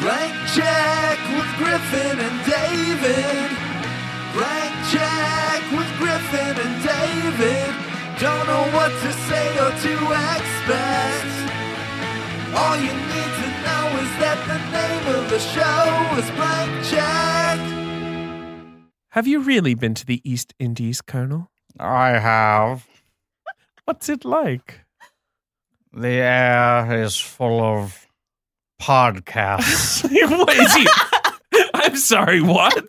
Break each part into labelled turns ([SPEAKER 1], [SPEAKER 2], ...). [SPEAKER 1] Blank check with Griffin and David. Blank check with Griffin and David. Don't know what to say or to expect. All you need to know is that the name of the show is Blank Check.
[SPEAKER 2] Have you really been to the East Indies, Colonel?
[SPEAKER 3] I have.
[SPEAKER 2] What's it like?
[SPEAKER 3] The air is full of podcasts.
[SPEAKER 2] what is he? I'm sorry, what?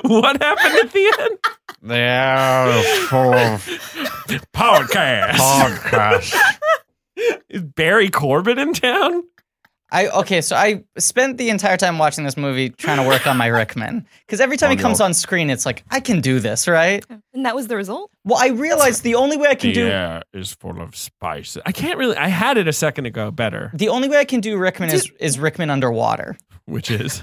[SPEAKER 2] What happened at the end?
[SPEAKER 3] the air is full of
[SPEAKER 2] Podcast.
[SPEAKER 3] podcasts.
[SPEAKER 2] Is Barry Corbin in town?
[SPEAKER 4] I okay, so I spent the entire time watching this movie trying to work on my Rickman because every time
[SPEAKER 3] Oh,
[SPEAKER 4] he comes
[SPEAKER 3] no.
[SPEAKER 4] on screen, it's like I can do this, right?
[SPEAKER 5] And that was the result?
[SPEAKER 4] Well, I realized the only way I can do
[SPEAKER 2] air is full of spices. I can't really. I had it a second ago. Better,
[SPEAKER 4] the only way I can do Rickman is is Rickman underwater.
[SPEAKER 2] which is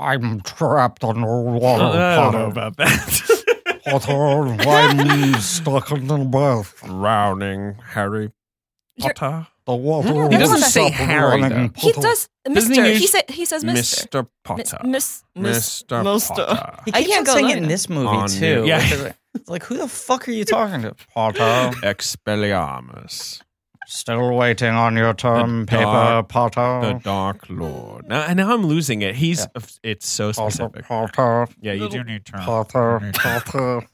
[SPEAKER 3] I'm trapped underwater.
[SPEAKER 2] I don't know
[SPEAKER 3] Potter.
[SPEAKER 2] about that.
[SPEAKER 3] Potter, I'm stuck in the bath.
[SPEAKER 2] Drowning Harry
[SPEAKER 5] You're-
[SPEAKER 2] Potter,
[SPEAKER 3] The water.
[SPEAKER 5] no,
[SPEAKER 3] will
[SPEAKER 5] he doesn't
[SPEAKER 3] stop
[SPEAKER 6] say Harry,
[SPEAKER 3] running,
[SPEAKER 5] He
[SPEAKER 3] Potter.
[SPEAKER 5] does,
[SPEAKER 2] Doesn't he
[SPEAKER 5] Mister. He,
[SPEAKER 2] use-
[SPEAKER 5] said he says Mister.
[SPEAKER 2] Mr.
[SPEAKER 5] Mi-
[SPEAKER 2] Potter,
[SPEAKER 5] Miss, miss.
[SPEAKER 2] Mr.
[SPEAKER 6] Mister.
[SPEAKER 2] Potter.
[SPEAKER 4] He
[SPEAKER 5] I
[SPEAKER 4] keeps
[SPEAKER 5] can't
[SPEAKER 4] on
[SPEAKER 5] go
[SPEAKER 4] saying it
[SPEAKER 5] alone.
[SPEAKER 4] in this movie
[SPEAKER 2] On
[SPEAKER 4] too.
[SPEAKER 2] you. Yeah.
[SPEAKER 4] It's like who the fuck are you talking to?
[SPEAKER 3] Potter,
[SPEAKER 2] Expelliarmus,
[SPEAKER 3] still waiting on your term
[SPEAKER 2] The
[SPEAKER 3] paper,
[SPEAKER 2] dark- the
[SPEAKER 3] Potter.
[SPEAKER 2] Dark Lord. Now, and now I'm losing it. He's it's so
[SPEAKER 3] Potter,
[SPEAKER 2] specific.
[SPEAKER 3] Potter,
[SPEAKER 2] Yeah, you do need terms.
[SPEAKER 3] Potter, Potter.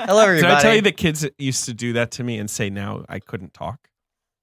[SPEAKER 4] Hello,
[SPEAKER 2] Did
[SPEAKER 4] everybody.
[SPEAKER 2] I tell you that kids used to do that to me and say now I couldn't talk?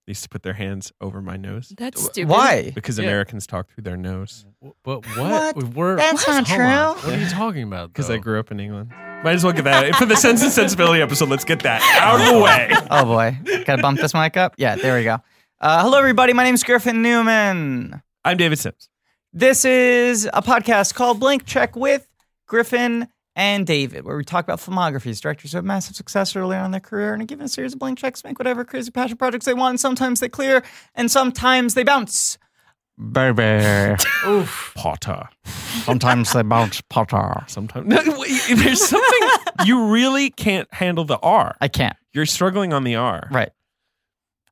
[SPEAKER 2] They used to put their hands over my nose
[SPEAKER 5] That's stupid.
[SPEAKER 4] Why?
[SPEAKER 2] because
[SPEAKER 6] Yeah.
[SPEAKER 2] Americans talk through their nose.
[SPEAKER 6] But
[SPEAKER 4] What?
[SPEAKER 6] what? We're,
[SPEAKER 4] That's not
[SPEAKER 6] hold on.
[SPEAKER 4] true.
[SPEAKER 6] What are you talking about?
[SPEAKER 3] Oh.
[SPEAKER 2] Because I
[SPEAKER 6] though?
[SPEAKER 2] grew up in England. Might as well get that for the Sense and Sensibility episode. Let's get that out of the way.
[SPEAKER 4] Oh boy, gotta bump this mic up. Yeah, there we go. Uh, hello, everybody. My name's Griffin Newman.
[SPEAKER 2] I'm David Sims.
[SPEAKER 4] This is a podcast called Blank Check with Griffin and David, where we talk about filmographies, directors who have massive success earlier on in their career, and are given a series of blank checks, make whatever crazy passion projects they want, and sometimes they clear, and sometimes they bounce.
[SPEAKER 3] Baby.
[SPEAKER 2] Potter.
[SPEAKER 3] Sometimes they bounce Potter.
[SPEAKER 2] Sometimes No, wait, there's something you really can't handle the R.
[SPEAKER 4] I can't.
[SPEAKER 2] You're struggling on the R.
[SPEAKER 4] Right.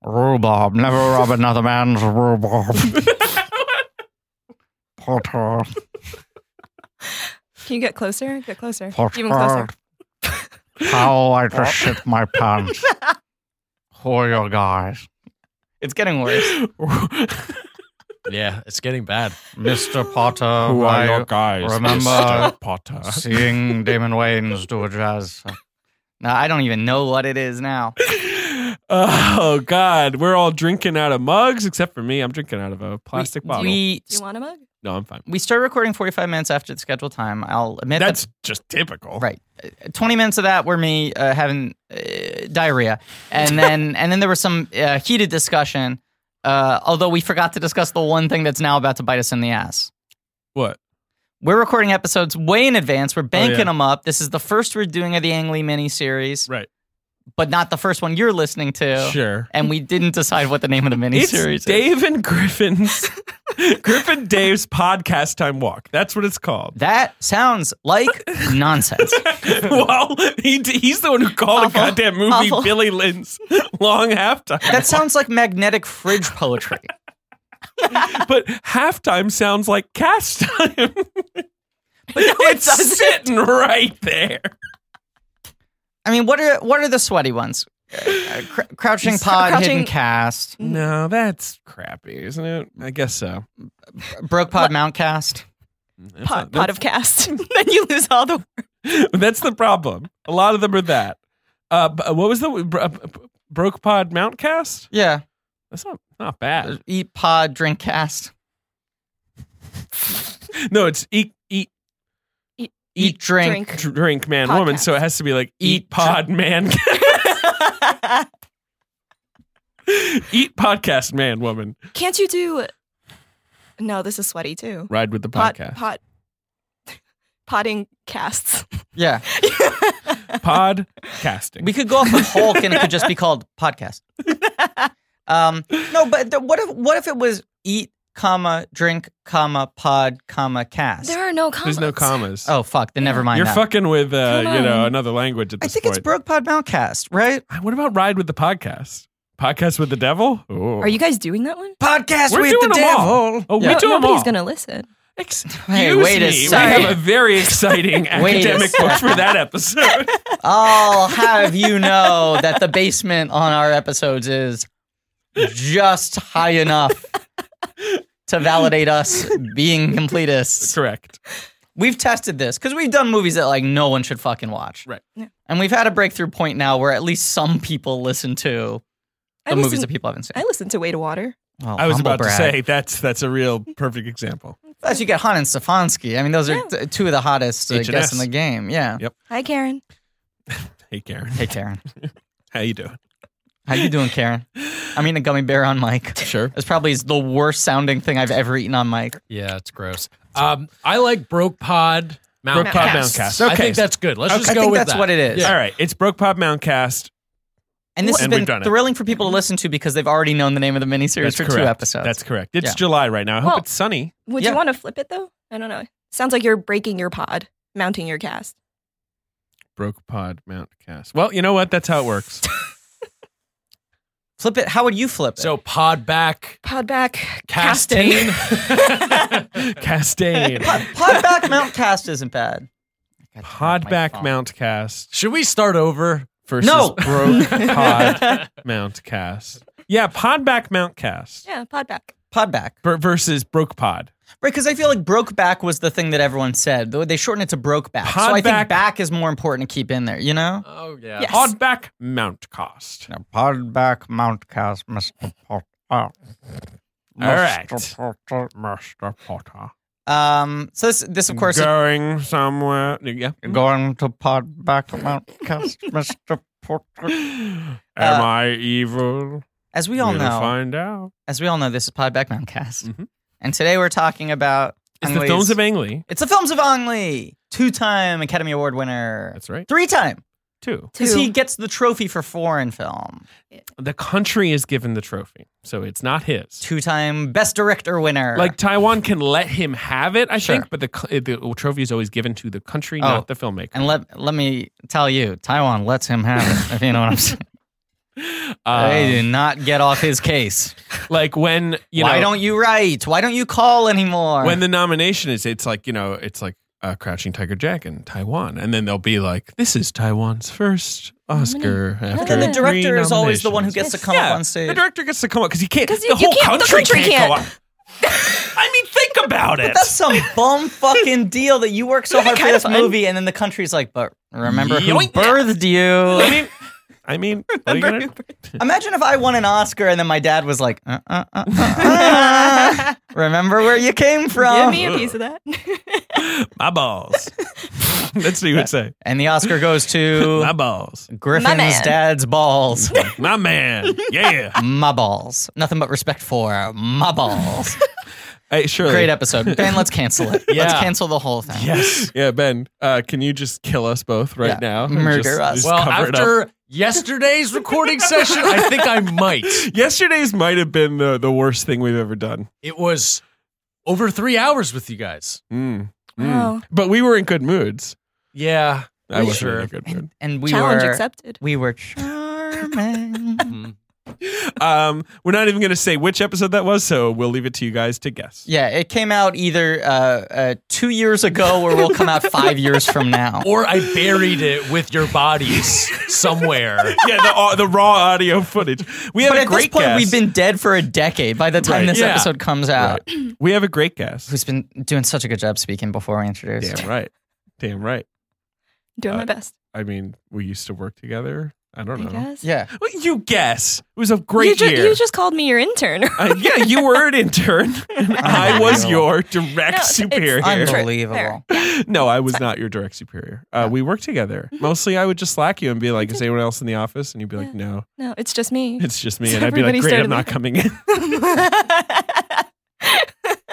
[SPEAKER 3] Rhubarb. Never rob another man's rhubarb. Potter.
[SPEAKER 5] Can you get closer? Get closer.
[SPEAKER 3] Potter.
[SPEAKER 5] Even closer.
[SPEAKER 3] How I just shit my pants. Who are your guys?
[SPEAKER 4] It's getting worse.
[SPEAKER 6] Yeah, it's getting bad.
[SPEAKER 3] Mr. Potter.
[SPEAKER 2] Who are
[SPEAKER 3] I
[SPEAKER 2] your guys?
[SPEAKER 3] remember-
[SPEAKER 2] Mr. Potter.
[SPEAKER 3] Seeing Damon Wayans do a jazz.
[SPEAKER 4] No, I don't even know what it is now.
[SPEAKER 2] Oh God, we're all drinking out of mugs except for me. I'm drinking out of a plastic bottle.
[SPEAKER 4] We
[SPEAKER 5] Do you want a mug?
[SPEAKER 2] no, I'm fine.
[SPEAKER 4] we started recording 45 minutes after the scheduled time. I'll admit that
[SPEAKER 2] That's just typical.
[SPEAKER 4] Right. Uh, 20 minutes of that were me uh, having uh, diarrhea. And then and then there was some uh, heated discussion. Uh, although we forgot to discuss the one thing that's now about to bite us in the ass.
[SPEAKER 2] What?
[SPEAKER 4] We're recording episodes way in advance. We're banking
[SPEAKER 2] Oh, yeah.
[SPEAKER 4] them up. This is the first we're doing of the Ang Lee mini series,
[SPEAKER 2] Right.
[SPEAKER 4] but not the first one you're listening to.
[SPEAKER 2] Sure.
[SPEAKER 4] And we didn't decide what the name of the mini
[SPEAKER 2] It's
[SPEAKER 4] series is.
[SPEAKER 2] Dave and Griffin's Griffin Dave's podcast time walk. That's what it's called.
[SPEAKER 4] That sounds like nonsense.
[SPEAKER 2] well, he, he's the one who called
[SPEAKER 5] Awful.
[SPEAKER 2] a goddamn movie
[SPEAKER 5] Awful.
[SPEAKER 2] Billy Lynn's long halftime.
[SPEAKER 4] That sounds like magnetic fridge poetry.
[SPEAKER 2] but halftime sounds like cast time. it's
[SPEAKER 5] doesn't.
[SPEAKER 2] sitting right there.
[SPEAKER 4] I mean, what are what are the sweaty ones? Uh, cr- crouching pod,
[SPEAKER 5] Crouching-
[SPEAKER 4] hidden cast,
[SPEAKER 2] No, that's crappy, isn't it? I guess so.
[SPEAKER 4] broke pod, mount cast.
[SPEAKER 2] That's
[SPEAKER 5] Pot,
[SPEAKER 2] not-
[SPEAKER 5] pot of cast. then you lose all the.
[SPEAKER 2] That's the problem. A lot of them are that. Uh, b- what was the bro- broke pod mount cast?
[SPEAKER 4] Yeah,
[SPEAKER 2] That's not not bad.
[SPEAKER 4] eat pod, drink cast,
[SPEAKER 2] No, it's eat eat
[SPEAKER 4] eat,
[SPEAKER 5] Eat,
[SPEAKER 4] drink.
[SPEAKER 5] drink.
[SPEAKER 2] dr- drink man woman.
[SPEAKER 5] Podcast.
[SPEAKER 2] So it has to be like eat,
[SPEAKER 4] Eat
[SPEAKER 2] pod man eat podcast man woman.
[SPEAKER 5] Can't you do? No, this is sweaty too.
[SPEAKER 2] Ride with the
[SPEAKER 5] Pot,
[SPEAKER 2] podcast.
[SPEAKER 5] pot, potting casts.
[SPEAKER 4] Yeah,
[SPEAKER 2] Pod casting.
[SPEAKER 4] we could go off the Hulk, and it could just be called podcast. Um, no, but th- what if what if it was eat, comma, drink, comma, pod, comma, cast?
[SPEAKER 5] There are no commas.
[SPEAKER 2] There's no commas.
[SPEAKER 4] oh fuck, then never mind.
[SPEAKER 2] You're
[SPEAKER 4] that.
[SPEAKER 2] fucking with uh,
[SPEAKER 5] Come
[SPEAKER 2] you know
[SPEAKER 5] on.
[SPEAKER 2] another language at
[SPEAKER 4] I
[SPEAKER 2] this
[SPEAKER 4] think
[SPEAKER 2] point. Ah,
[SPEAKER 4] it's broke pod, mount cast, right?
[SPEAKER 2] what about ride with the podcast? Podcast with the devil? Ooh.
[SPEAKER 5] Are you guys doing that one?
[SPEAKER 4] Podcast
[SPEAKER 2] We're
[SPEAKER 4] with
[SPEAKER 2] doing
[SPEAKER 4] the
[SPEAKER 2] them
[SPEAKER 4] devil.
[SPEAKER 2] all. Oh,
[SPEAKER 4] Yeah.
[SPEAKER 2] we do them all.
[SPEAKER 5] Nobody's gonna listen.
[SPEAKER 2] Excuse
[SPEAKER 4] Hey, wait a
[SPEAKER 2] me.
[SPEAKER 4] second.
[SPEAKER 2] We have a very exciting
[SPEAKER 4] Wait a
[SPEAKER 2] academic book for that episode.
[SPEAKER 4] I'll Oh, have you know that the basement on our episodes is just high enough to validate us being completists.
[SPEAKER 2] Correct.
[SPEAKER 4] We've tested this because we've done movies that like no one should fucking watch.
[SPEAKER 2] Right.
[SPEAKER 5] Yeah.
[SPEAKER 4] And we've had a breakthrough point now where at least some people listen to the
[SPEAKER 5] I
[SPEAKER 4] movies
[SPEAKER 5] listen,
[SPEAKER 4] that people haven't seen.
[SPEAKER 5] I listen to Way to Water.
[SPEAKER 4] Well,
[SPEAKER 2] I was
[SPEAKER 4] humble
[SPEAKER 2] about
[SPEAKER 4] brag.
[SPEAKER 2] to say that's that's a real perfect example.
[SPEAKER 4] Plus, you get Han and Stefanski. I mean, those are
[SPEAKER 5] Yeah.
[SPEAKER 4] t- two of the hottest uh,
[SPEAKER 2] H&S.
[SPEAKER 4] guests in the game. Yeah.
[SPEAKER 2] Yep.
[SPEAKER 5] Hi, Karen.
[SPEAKER 2] Hey Karen,
[SPEAKER 4] Hey, Karen.
[SPEAKER 2] how you doing?
[SPEAKER 4] How you doing, Karen? I mean, a gummy bear on mic.
[SPEAKER 6] Sure.
[SPEAKER 4] That's probably the worst sounding thing I've ever eaten on mic.
[SPEAKER 6] Yeah, it's gross. Um, I like Broke Pod Mount
[SPEAKER 5] Broke Pod
[SPEAKER 6] Cast.
[SPEAKER 2] Mountcast.
[SPEAKER 6] I
[SPEAKER 2] Okay.
[SPEAKER 6] think that's good. Let's
[SPEAKER 4] I
[SPEAKER 6] just go
[SPEAKER 4] think
[SPEAKER 6] with
[SPEAKER 4] that's
[SPEAKER 6] that.
[SPEAKER 4] what it is.
[SPEAKER 6] Yeah.
[SPEAKER 2] All right, it's Brokepop Mountcast.
[SPEAKER 4] And this
[SPEAKER 2] And we've
[SPEAKER 4] has
[SPEAKER 2] done
[SPEAKER 4] been
[SPEAKER 2] it.
[SPEAKER 4] thrilling for people to listen to because they've already known the name of the miniseries
[SPEAKER 2] That's
[SPEAKER 4] for
[SPEAKER 2] correct.
[SPEAKER 4] two episodes.
[SPEAKER 2] That's correct. It's
[SPEAKER 4] Yeah.
[SPEAKER 2] July right now. I hope
[SPEAKER 5] Well-
[SPEAKER 2] it's sunny.
[SPEAKER 5] Would
[SPEAKER 4] Yeah.
[SPEAKER 5] you want to flip it though? I don't know. Sounds like you're breaking your pod, mounting your cast.
[SPEAKER 2] Brokepod Mountcast. Well, you know what? That's how it works.
[SPEAKER 4] flip it. How would you flip it?
[SPEAKER 6] So Pod Back
[SPEAKER 5] Pod back,
[SPEAKER 6] Casting.
[SPEAKER 5] casting.
[SPEAKER 2] Castane.
[SPEAKER 4] Podback Mountcast isn't bad. God damn it, my
[SPEAKER 2] Podback
[SPEAKER 4] phone.
[SPEAKER 2] Mountcast
[SPEAKER 6] Should we start over?
[SPEAKER 2] versus
[SPEAKER 4] No.
[SPEAKER 2] Brokepod Mountcast. Yeah, Podback Mountcast
[SPEAKER 5] yeah, pod back.
[SPEAKER 4] Podback.
[SPEAKER 2] ver- versus Brokepod.
[SPEAKER 4] Right, because I feel like Brokeback was the thing that everyone said. Though They shortened it to Brokeback. So I
[SPEAKER 2] Podback-
[SPEAKER 4] think back is more important to keep in there, you know?
[SPEAKER 6] Oh yeah.
[SPEAKER 5] Yes.
[SPEAKER 2] Podback Mountcast.
[SPEAKER 3] Now, Podback Mountcast, Mr. Potter. All
[SPEAKER 2] right.
[SPEAKER 3] Mr. Potter, Mr. Potter.
[SPEAKER 4] Um, so this, this of course, is-
[SPEAKER 2] going somewhere. Yeah.
[SPEAKER 5] Hmm?
[SPEAKER 3] Going to Podback Mountcast, Mr. Potter.
[SPEAKER 2] Am
[SPEAKER 4] Uh,
[SPEAKER 2] I evil?
[SPEAKER 4] as we all
[SPEAKER 2] We'll
[SPEAKER 4] know,
[SPEAKER 2] Find out.
[SPEAKER 4] as we all know, this is Podback Mountcast.
[SPEAKER 2] Mhm.
[SPEAKER 4] And today we're talking about
[SPEAKER 2] It's
[SPEAKER 4] Ang
[SPEAKER 2] the
[SPEAKER 4] Lee's-
[SPEAKER 2] films of Ang Lee.
[SPEAKER 4] It's the films of Ang Lee, two-time Academy Award winner,
[SPEAKER 2] That's right.
[SPEAKER 4] three-time
[SPEAKER 2] Two.
[SPEAKER 4] because
[SPEAKER 5] Two.
[SPEAKER 4] he gets the trophy for foreign film,
[SPEAKER 2] The country is given the trophy, so it's not his.
[SPEAKER 4] two-time Best Director winner.
[SPEAKER 2] Like Taiwan can let him have it, I
[SPEAKER 4] Sure.
[SPEAKER 2] think, but the c- the trophy is always given to the country,
[SPEAKER 4] Oh.
[SPEAKER 2] not the filmmaker.
[SPEAKER 4] and let let me tell you, Taiwan lets him have it. if you know what I'm saying, they do
[SPEAKER 2] Um,
[SPEAKER 4] not get off his
[SPEAKER 2] Uh,
[SPEAKER 4] case.
[SPEAKER 2] like when you
[SPEAKER 4] Why
[SPEAKER 2] know
[SPEAKER 4] don't you write? Why don't you call anymore?
[SPEAKER 2] when the nomination is, it's like you know, it's like uh, Crouching Tiger Jack and Taiwan, and then they'll be like, "This is Taiwan's first Oscar."
[SPEAKER 5] And
[SPEAKER 4] and
[SPEAKER 2] After
[SPEAKER 4] then the
[SPEAKER 5] Three
[SPEAKER 4] director is always the one who
[SPEAKER 2] nominations."
[SPEAKER 4] gets to come
[SPEAKER 2] Yeah,
[SPEAKER 4] up on stage.
[SPEAKER 2] The director gets to come up because he can't.
[SPEAKER 5] 'Cause you-
[SPEAKER 2] the
[SPEAKER 5] you
[SPEAKER 2] whole
[SPEAKER 5] can't- the
[SPEAKER 2] country,
[SPEAKER 5] country
[SPEAKER 2] can't.
[SPEAKER 5] can't.
[SPEAKER 2] Go on. I mean, think about it.
[SPEAKER 4] That's some bum fucking deal that you work so
[SPEAKER 5] Isn't it
[SPEAKER 4] hard for
[SPEAKER 5] kinda
[SPEAKER 4] this
[SPEAKER 5] fun?
[SPEAKER 4] movie, and then the country's like, but remember who
[SPEAKER 2] Yoink.
[SPEAKER 4] birthed you?
[SPEAKER 2] I mean, I mean, what are you gonna-
[SPEAKER 4] Imagine if I won an Oscar and then my dad was like, uh, uh, uh, uh, uh, remember where you came
[SPEAKER 5] Give
[SPEAKER 4] from.
[SPEAKER 5] me a piece of that.
[SPEAKER 2] my balls. That's what you would say.
[SPEAKER 4] and the Oscar goes
[SPEAKER 2] My
[SPEAKER 4] to
[SPEAKER 2] balls.
[SPEAKER 4] Griffin's
[SPEAKER 5] man.
[SPEAKER 4] dad's balls.
[SPEAKER 2] My man. Yeah.
[SPEAKER 4] my balls. Nothing but respect for my balls.
[SPEAKER 2] Hey, Shirley.
[SPEAKER 4] Great episode. Ben, let's cancel it. Let's
[SPEAKER 6] Yeah.
[SPEAKER 4] cancel the whole thing.
[SPEAKER 2] Yes. Yeah, Ben. Uh, can you just kill us both right
[SPEAKER 4] Yeah.
[SPEAKER 2] now? and
[SPEAKER 4] Murder
[SPEAKER 2] just-
[SPEAKER 4] us.
[SPEAKER 2] just
[SPEAKER 6] Well,
[SPEAKER 2] cover it up?
[SPEAKER 6] after yesterday's recording session, I think I might.
[SPEAKER 2] Yesterday's might have been the, the worst thing we've ever done.
[SPEAKER 6] It was over three hours with you guys.
[SPEAKER 2] Mm. Mm.
[SPEAKER 5] Wow.
[SPEAKER 2] But we were in good moods.
[SPEAKER 6] Yeah.
[SPEAKER 2] I
[SPEAKER 6] We
[SPEAKER 2] wasn't
[SPEAKER 6] sure.
[SPEAKER 2] in a good mood.
[SPEAKER 4] And we
[SPEAKER 5] Challenge
[SPEAKER 4] were
[SPEAKER 5] accepted.
[SPEAKER 4] we were charming.
[SPEAKER 2] Um, we're not even going to say which episode that was, so we'll leave it to you guys to guess.
[SPEAKER 4] yeah, it came out either uh, uh, two years ago or will come out five years from now.
[SPEAKER 6] Or I buried it with your bodies somewhere.
[SPEAKER 2] yeah, the, au- the raw audio footage. We have
[SPEAKER 4] But
[SPEAKER 2] a
[SPEAKER 4] at this
[SPEAKER 2] great
[SPEAKER 4] point,
[SPEAKER 2] guest.
[SPEAKER 4] we've been dead for a decade by the time
[SPEAKER 2] Right.
[SPEAKER 4] this
[SPEAKER 6] Yeah.
[SPEAKER 4] episode comes out.
[SPEAKER 2] we have a great guest.
[SPEAKER 4] Who's been doing such a good job speaking before we introduce?
[SPEAKER 2] Damn right. Damn right.
[SPEAKER 5] Doing
[SPEAKER 2] Uh,
[SPEAKER 5] my best.
[SPEAKER 2] I mean, we used to work together. I
[SPEAKER 5] I
[SPEAKER 2] don't know.
[SPEAKER 5] guess.
[SPEAKER 4] Yeah.
[SPEAKER 2] Well, you guess. It was a great
[SPEAKER 5] you, ju-
[SPEAKER 2] year.
[SPEAKER 5] you just called me your intern.
[SPEAKER 2] Uh, yeah, you were an intern. and I was
[SPEAKER 4] Unbelievable.
[SPEAKER 2] your direct
[SPEAKER 5] No, it's
[SPEAKER 2] superior.
[SPEAKER 4] Unbelievable.
[SPEAKER 2] No, I was not your direct superior. Uh, We worked together.
[SPEAKER 5] Mm-hmm.
[SPEAKER 2] Mostly, I would just slack you and be like, "Is anyone else in the office?" And you'd be like, "No,
[SPEAKER 5] no, it's just me.
[SPEAKER 2] it's just me."
[SPEAKER 5] So
[SPEAKER 2] And I'd be like, "Great,
[SPEAKER 5] everybody started
[SPEAKER 2] I'm not
[SPEAKER 5] laughing.
[SPEAKER 2] coming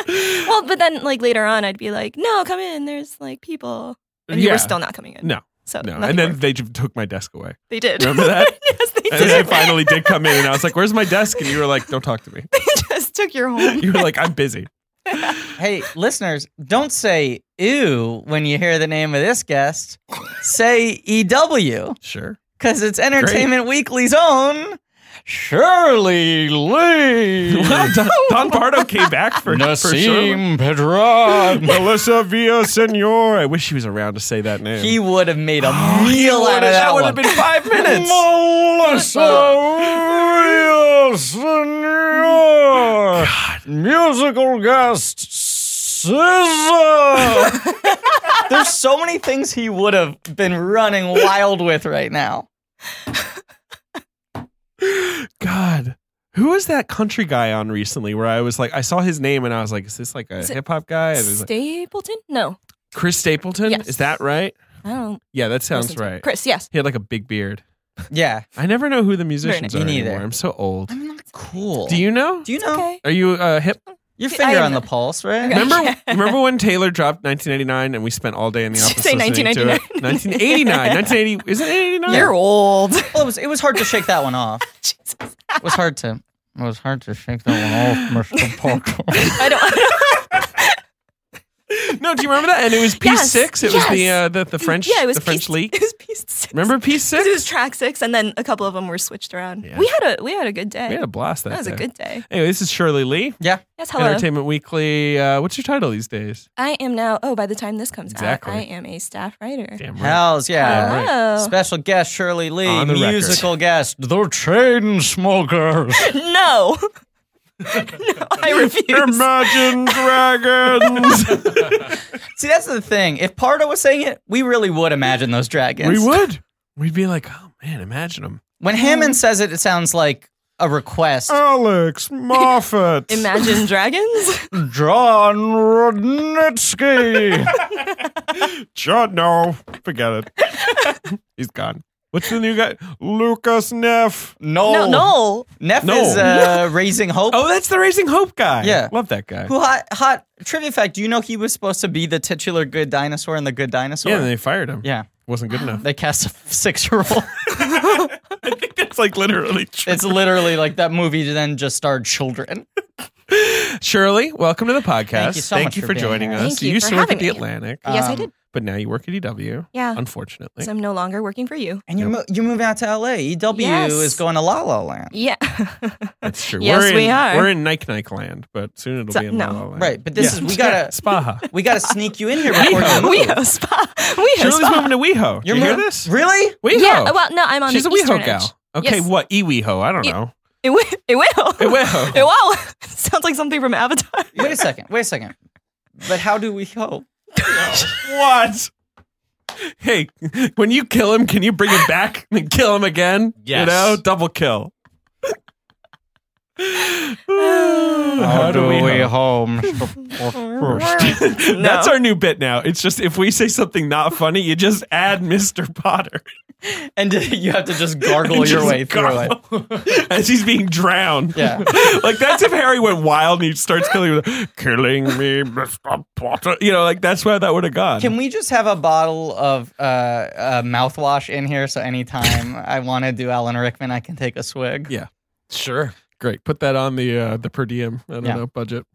[SPEAKER 2] in."
[SPEAKER 5] well, but then like later on, I'd be like, no, come in. There's like people, and you
[SPEAKER 2] Yeah.
[SPEAKER 5] were still not coming in.
[SPEAKER 2] No,
[SPEAKER 5] so
[SPEAKER 2] no.
[SPEAKER 5] nothing
[SPEAKER 2] And then
[SPEAKER 5] worked.
[SPEAKER 2] they ju- took my desk away.
[SPEAKER 5] they did.
[SPEAKER 2] Remember that?
[SPEAKER 5] yes, they
[SPEAKER 2] And then I
[SPEAKER 5] did.
[SPEAKER 2] finally did come in, and I was like, "Where's my desk?" And you were like, "Don't talk to me."
[SPEAKER 5] they just took your home.
[SPEAKER 2] You were like, "I'm busy."
[SPEAKER 4] Hey, listeners, don't say ew when you hear the name of this guest. Say EW,
[SPEAKER 2] Sure.
[SPEAKER 4] because it's Entertainment Weekly's own
[SPEAKER 3] Shirley Lee,
[SPEAKER 2] Wow, Don, Don Pardo came back for, for sure.
[SPEAKER 3] Nassim Pedron.
[SPEAKER 2] Melissa Villasenor. I wish he was around to say that name.
[SPEAKER 4] He would have made a meal out of that,
[SPEAKER 2] Oh, that would
[SPEAKER 4] one.
[SPEAKER 2] have been five minutes.
[SPEAKER 6] Uh,
[SPEAKER 3] Melissa Villasenor, musical guest SZA.
[SPEAKER 4] There's so many things he would have been running wild with right now.
[SPEAKER 2] God. Who was that country guy on recently where I was like, I saw his name and I was like, is this like a
[SPEAKER 5] Is it
[SPEAKER 2] hip hop guy? And it was like,
[SPEAKER 5] Stapleton? No.
[SPEAKER 2] Chris Stapleton?
[SPEAKER 5] Yes.
[SPEAKER 2] Is that right?
[SPEAKER 5] I don't
[SPEAKER 2] Yeah, that sounds
[SPEAKER 5] listen to-
[SPEAKER 2] right.
[SPEAKER 5] Chris, yes.
[SPEAKER 2] He had like a big beard.
[SPEAKER 4] Yeah.
[SPEAKER 2] I never know who the musicians
[SPEAKER 4] nice.
[SPEAKER 2] are
[SPEAKER 4] Me neither.
[SPEAKER 2] anymore. I'm so old.
[SPEAKER 4] I'm not cool.
[SPEAKER 2] Do you know?
[SPEAKER 4] Do you
[SPEAKER 5] It's
[SPEAKER 4] know?
[SPEAKER 5] okay.
[SPEAKER 2] Are you uh, hip?
[SPEAKER 4] Your
[SPEAKER 5] I
[SPEAKER 4] finger
[SPEAKER 5] am-
[SPEAKER 4] on the pulse, right?
[SPEAKER 5] Okay.
[SPEAKER 2] Remember, remember when Taylor dropped 1989 and we spent all day in the
[SPEAKER 5] Did you
[SPEAKER 2] office
[SPEAKER 5] say
[SPEAKER 2] listening to it? 1989, 1980. Is it 89?
[SPEAKER 5] You're old.
[SPEAKER 4] Well, it was it was hard to shake that one off.
[SPEAKER 5] Jesus.
[SPEAKER 4] It was hard to.
[SPEAKER 3] It was hard to shake that one off, Mr. Parker.
[SPEAKER 5] I don't.
[SPEAKER 2] No, do you remember that? And it was P6.
[SPEAKER 5] Yes,
[SPEAKER 2] it was the,
[SPEAKER 5] yes.
[SPEAKER 2] uh, the the French
[SPEAKER 5] yeah, it was
[SPEAKER 2] the French
[SPEAKER 5] piece,
[SPEAKER 2] leak.
[SPEAKER 5] It was piece six.
[SPEAKER 2] Remember P6?
[SPEAKER 5] 'Cause It was track six, and then a couple of them were switched around.
[SPEAKER 2] Yeah.
[SPEAKER 5] We had a we had a good day.
[SPEAKER 2] we had a blast that
[SPEAKER 5] that was a
[SPEAKER 2] day.
[SPEAKER 5] good day.
[SPEAKER 2] Anyway, this is Shirley Lee,
[SPEAKER 4] Yeah.
[SPEAKER 5] Yes, hello.
[SPEAKER 2] Entertainment Weekly. Uh, what's your title these days?
[SPEAKER 5] I am now. Oh, by the time this comes
[SPEAKER 2] Exactly.
[SPEAKER 5] out, I am a staff writer.
[SPEAKER 2] Damn
[SPEAKER 4] Hells yeah.
[SPEAKER 2] right.
[SPEAKER 5] Hello.
[SPEAKER 4] Special guest Shirley Lee,
[SPEAKER 2] On the record.
[SPEAKER 4] musical guest.
[SPEAKER 3] the chain smokers.
[SPEAKER 5] No. no, I refuse.
[SPEAKER 2] Imagine Dragons.
[SPEAKER 4] See, that's the thing. If Pardo was saying it, we really would imagine those dragons.
[SPEAKER 2] we would. We'd be like, oh man, imagine them.
[SPEAKER 4] When Hammond says it, it sounds like a request.
[SPEAKER 2] Uh, Alex Moffat.
[SPEAKER 5] Imagine Dragons.
[SPEAKER 3] John Rudnitsky.
[SPEAKER 2] John, no, forget it. He's gone. What's the new guy? Lucas Neff.
[SPEAKER 4] No.
[SPEAKER 5] No, no.
[SPEAKER 4] Neff
[SPEAKER 2] No.
[SPEAKER 4] is uh, raising hope.
[SPEAKER 2] Oh, that's the Raising Hope guy.
[SPEAKER 4] Yeah.
[SPEAKER 2] love that guy.
[SPEAKER 4] Who hot hot trivia fact? Do you know he was supposed to be the titular good dinosaur in the Good Dinosaur?
[SPEAKER 2] Yeah, and they fired him.
[SPEAKER 4] Yeah.
[SPEAKER 2] wasn't good enough.
[SPEAKER 4] They cast a six year old.
[SPEAKER 2] I think that's like literally true.
[SPEAKER 4] it's literally like that movie then just starred children.
[SPEAKER 2] Shirley, welcome to the podcast.
[SPEAKER 4] Thank you so much for being
[SPEAKER 2] joining
[SPEAKER 4] here.
[SPEAKER 2] us.
[SPEAKER 5] Thank you
[SPEAKER 2] used
[SPEAKER 5] for
[SPEAKER 2] to work at
[SPEAKER 5] having
[SPEAKER 2] the
[SPEAKER 5] me.
[SPEAKER 2] Atlantic,
[SPEAKER 5] yes, I
[SPEAKER 4] Um,
[SPEAKER 5] did.
[SPEAKER 2] but now you work at EW.
[SPEAKER 5] Yeah.
[SPEAKER 2] unfortunately.
[SPEAKER 5] So I'm no longer working for you.
[SPEAKER 4] And you're, mo- you're moving out to LA. EW
[SPEAKER 5] Yes.
[SPEAKER 4] is going to La La Land.
[SPEAKER 5] Yeah.
[SPEAKER 2] That's true.
[SPEAKER 5] Yes,
[SPEAKER 2] we're in,
[SPEAKER 5] we are.
[SPEAKER 2] We're in Nike Nike land, but soon it'll
[SPEAKER 5] So-
[SPEAKER 2] be in La
[SPEAKER 5] no.
[SPEAKER 2] La Land.
[SPEAKER 4] Right, but this is- we gotta-
[SPEAKER 2] Spaha.
[SPEAKER 4] We got to sneak you in here before you move.
[SPEAKER 5] we have spa. We have
[SPEAKER 2] Shirley's
[SPEAKER 5] spa.
[SPEAKER 2] moving to WeHo. Do you
[SPEAKER 4] You're
[SPEAKER 2] hear
[SPEAKER 4] mo-
[SPEAKER 2] this?
[SPEAKER 4] Really?
[SPEAKER 2] WeHo.
[SPEAKER 5] Yeah. Well, no, I'm on
[SPEAKER 2] She's
[SPEAKER 5] the
[SPEAKER 2] a WeHo
[SPEAKER 5] Eastern edge.
[SPEAKER 2] gal. Okay,
[SPEAKER 5] Yes.
[SPEAKER 2] what? E-WeHo. I don't know.
[SPEAKER 5] It will. It will.
[SPEAKER 2] It will.
[SPEAKER 5] It will. Sounds like something from Avatar.
[SPEAKER 4] Wait a second. Wait a second. But how do we hope?
[SPEAKER 2] What? Hey, when you kill him, can you bring him back and kill him again? You
[SPEAKER 6] Yes.
[SPEAKER 2] know, double kill.
[SPEAKER 3] How
[SPEAKER 2] How
[SPEAKER 3] do we
[SPEAKER 2] hope?
[SPEAKER 3] home, Mr. Parker?
[SPEAKER 2] That's our new bit now. It's just if we say something not funny, you just add Mr. Potter
[SPEAKER 4] And you have to just gargle your
[SPEAKER 2] Just
[SPEAKER 4] way through it.
[SPEAKER 2] gargle as he's being drowned.
[SPEAKER 4] Yeah.
[SPEAKER 2] like that's if Harry went wild and he starts killing, with, killing me, Mr. Potter. You know, like that's where that would have gone.
[SPEAKER 4] Can we just have a bottle of uh, uh, mouthwash in here so anytime I want to do Alan Rickman, I can take a swig?
[SPEAKER 2] Yeah.
[SPEAKER 6] Sure.
[SPEAKER 2] Great. Put that on the uh, the per diem. I don't
[SPEAKER 4] Yeah.
[SPEAKER 2] know budget.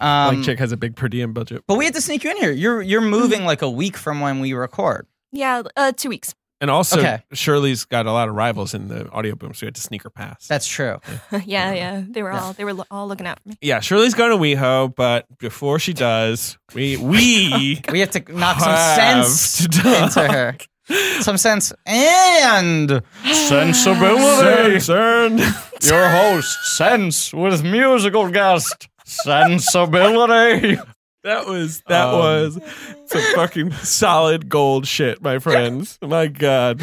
[SPEAKER 4] Um,
[SPEAKER 2] Blank Chick has a big per diem budget.
[SPEAKER 4] But we had to sneak you in here. You're you're
[SPEAKER 2] Mm-hmm.
[SPEAKER 4] moving like a week from when we record.
[SPEAKER 5] yeah. Uh, two weeks.
[SPEAKER 2] And also,
[SPEAKER 4] Okay.
[SPEAKER 2] Shirley's got a lot of rivals in the audio boom, so we had to sneak her past.
[SPEAKER 4] That's true.
[SPEAKER 5] yeah. Yeah. They were all. They were lo- all looking out for me.
[SPEAKER 2] yeah, Shirley's going to WeHo, but before she does, we we
[SPEAKER 4] We have to knock some
[SPEAKER 2] Have
[SPEAKER 4] sense
[SPEAKER 2] to talk. Uh,
[SPEAKER 4] into her. Some sense and Oh,
[SPEAKER 3] Sensibility.
[SPEAKER 2] Concerned.
[SPEAKER 3] Your host, Sense, with musical guest, Sensibility.
[SPEAKER 2] That was that
[SPEAKER 6] Um.
[SPEAKER 2] was some fucking solid gold shit, my friends. My God.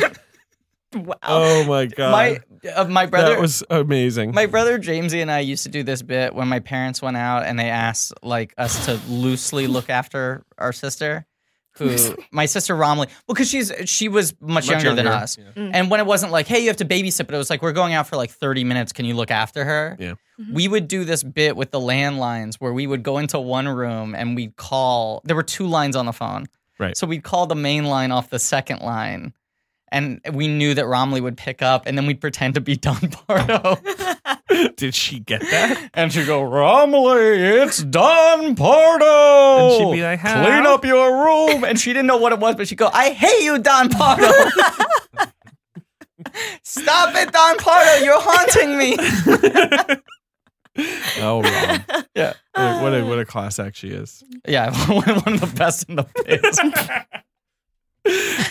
[SPEAKER 5] Wow.
[SPEAKER 2] Oh my God.
[SPEAKER 4] my uh, my
[SPEAKER 2] that
[SPEAKER 4] brother
[SPEAKER 2] was amazing.
[SPEAKER 4] my brother Jamesy and I used to do this bit when my parents went out and they asked like us to loosely look after our sister. Who my sister Romley? Well, because she's she was much, younger, than
[SPEAKER 2] younger,
[SPEAKER 4] us,
[SPEAKER 5] Mm.
[SPEAKER 4] and when it wasn't like, hey, you have to babysit, but it was like we're going out for like thirty minutes. Can you look after her?
[SPEAKER 2] Yeah.
[SPEAKER 5] Mhm.
[SPEAKER 4] We would do this bit with the landlines where we would go into one room and we'd call. There were two lines on the phone,
[SPEAKER 2] Right.
[SPEAKER 4] So we'd call the main line off the second line, and we knew that Romley would pick up, and then we'd pretend to be Don Pardo.
[SPEAKER 2] Did she get that?
[SPEAKER 3] And she go, Romilly, it's Don Pardo.
[SPEAKER 2] And she'd be like, "Huh?"
[SPEAKER 3] clean up your room.
[SPEAKER 4] and she didn't know what it was, but she'd go, I hate you, Don Pardo. Stop it, Don Pardo. You're haunting me.
[SPEAKER 2] Oh, Rob.
[SPEAKER 4] Yeah.
[SPEAKER 2] Like, what, a, what a class act she is.
[SPEAKER 4] Yeah, one of the best in the biz.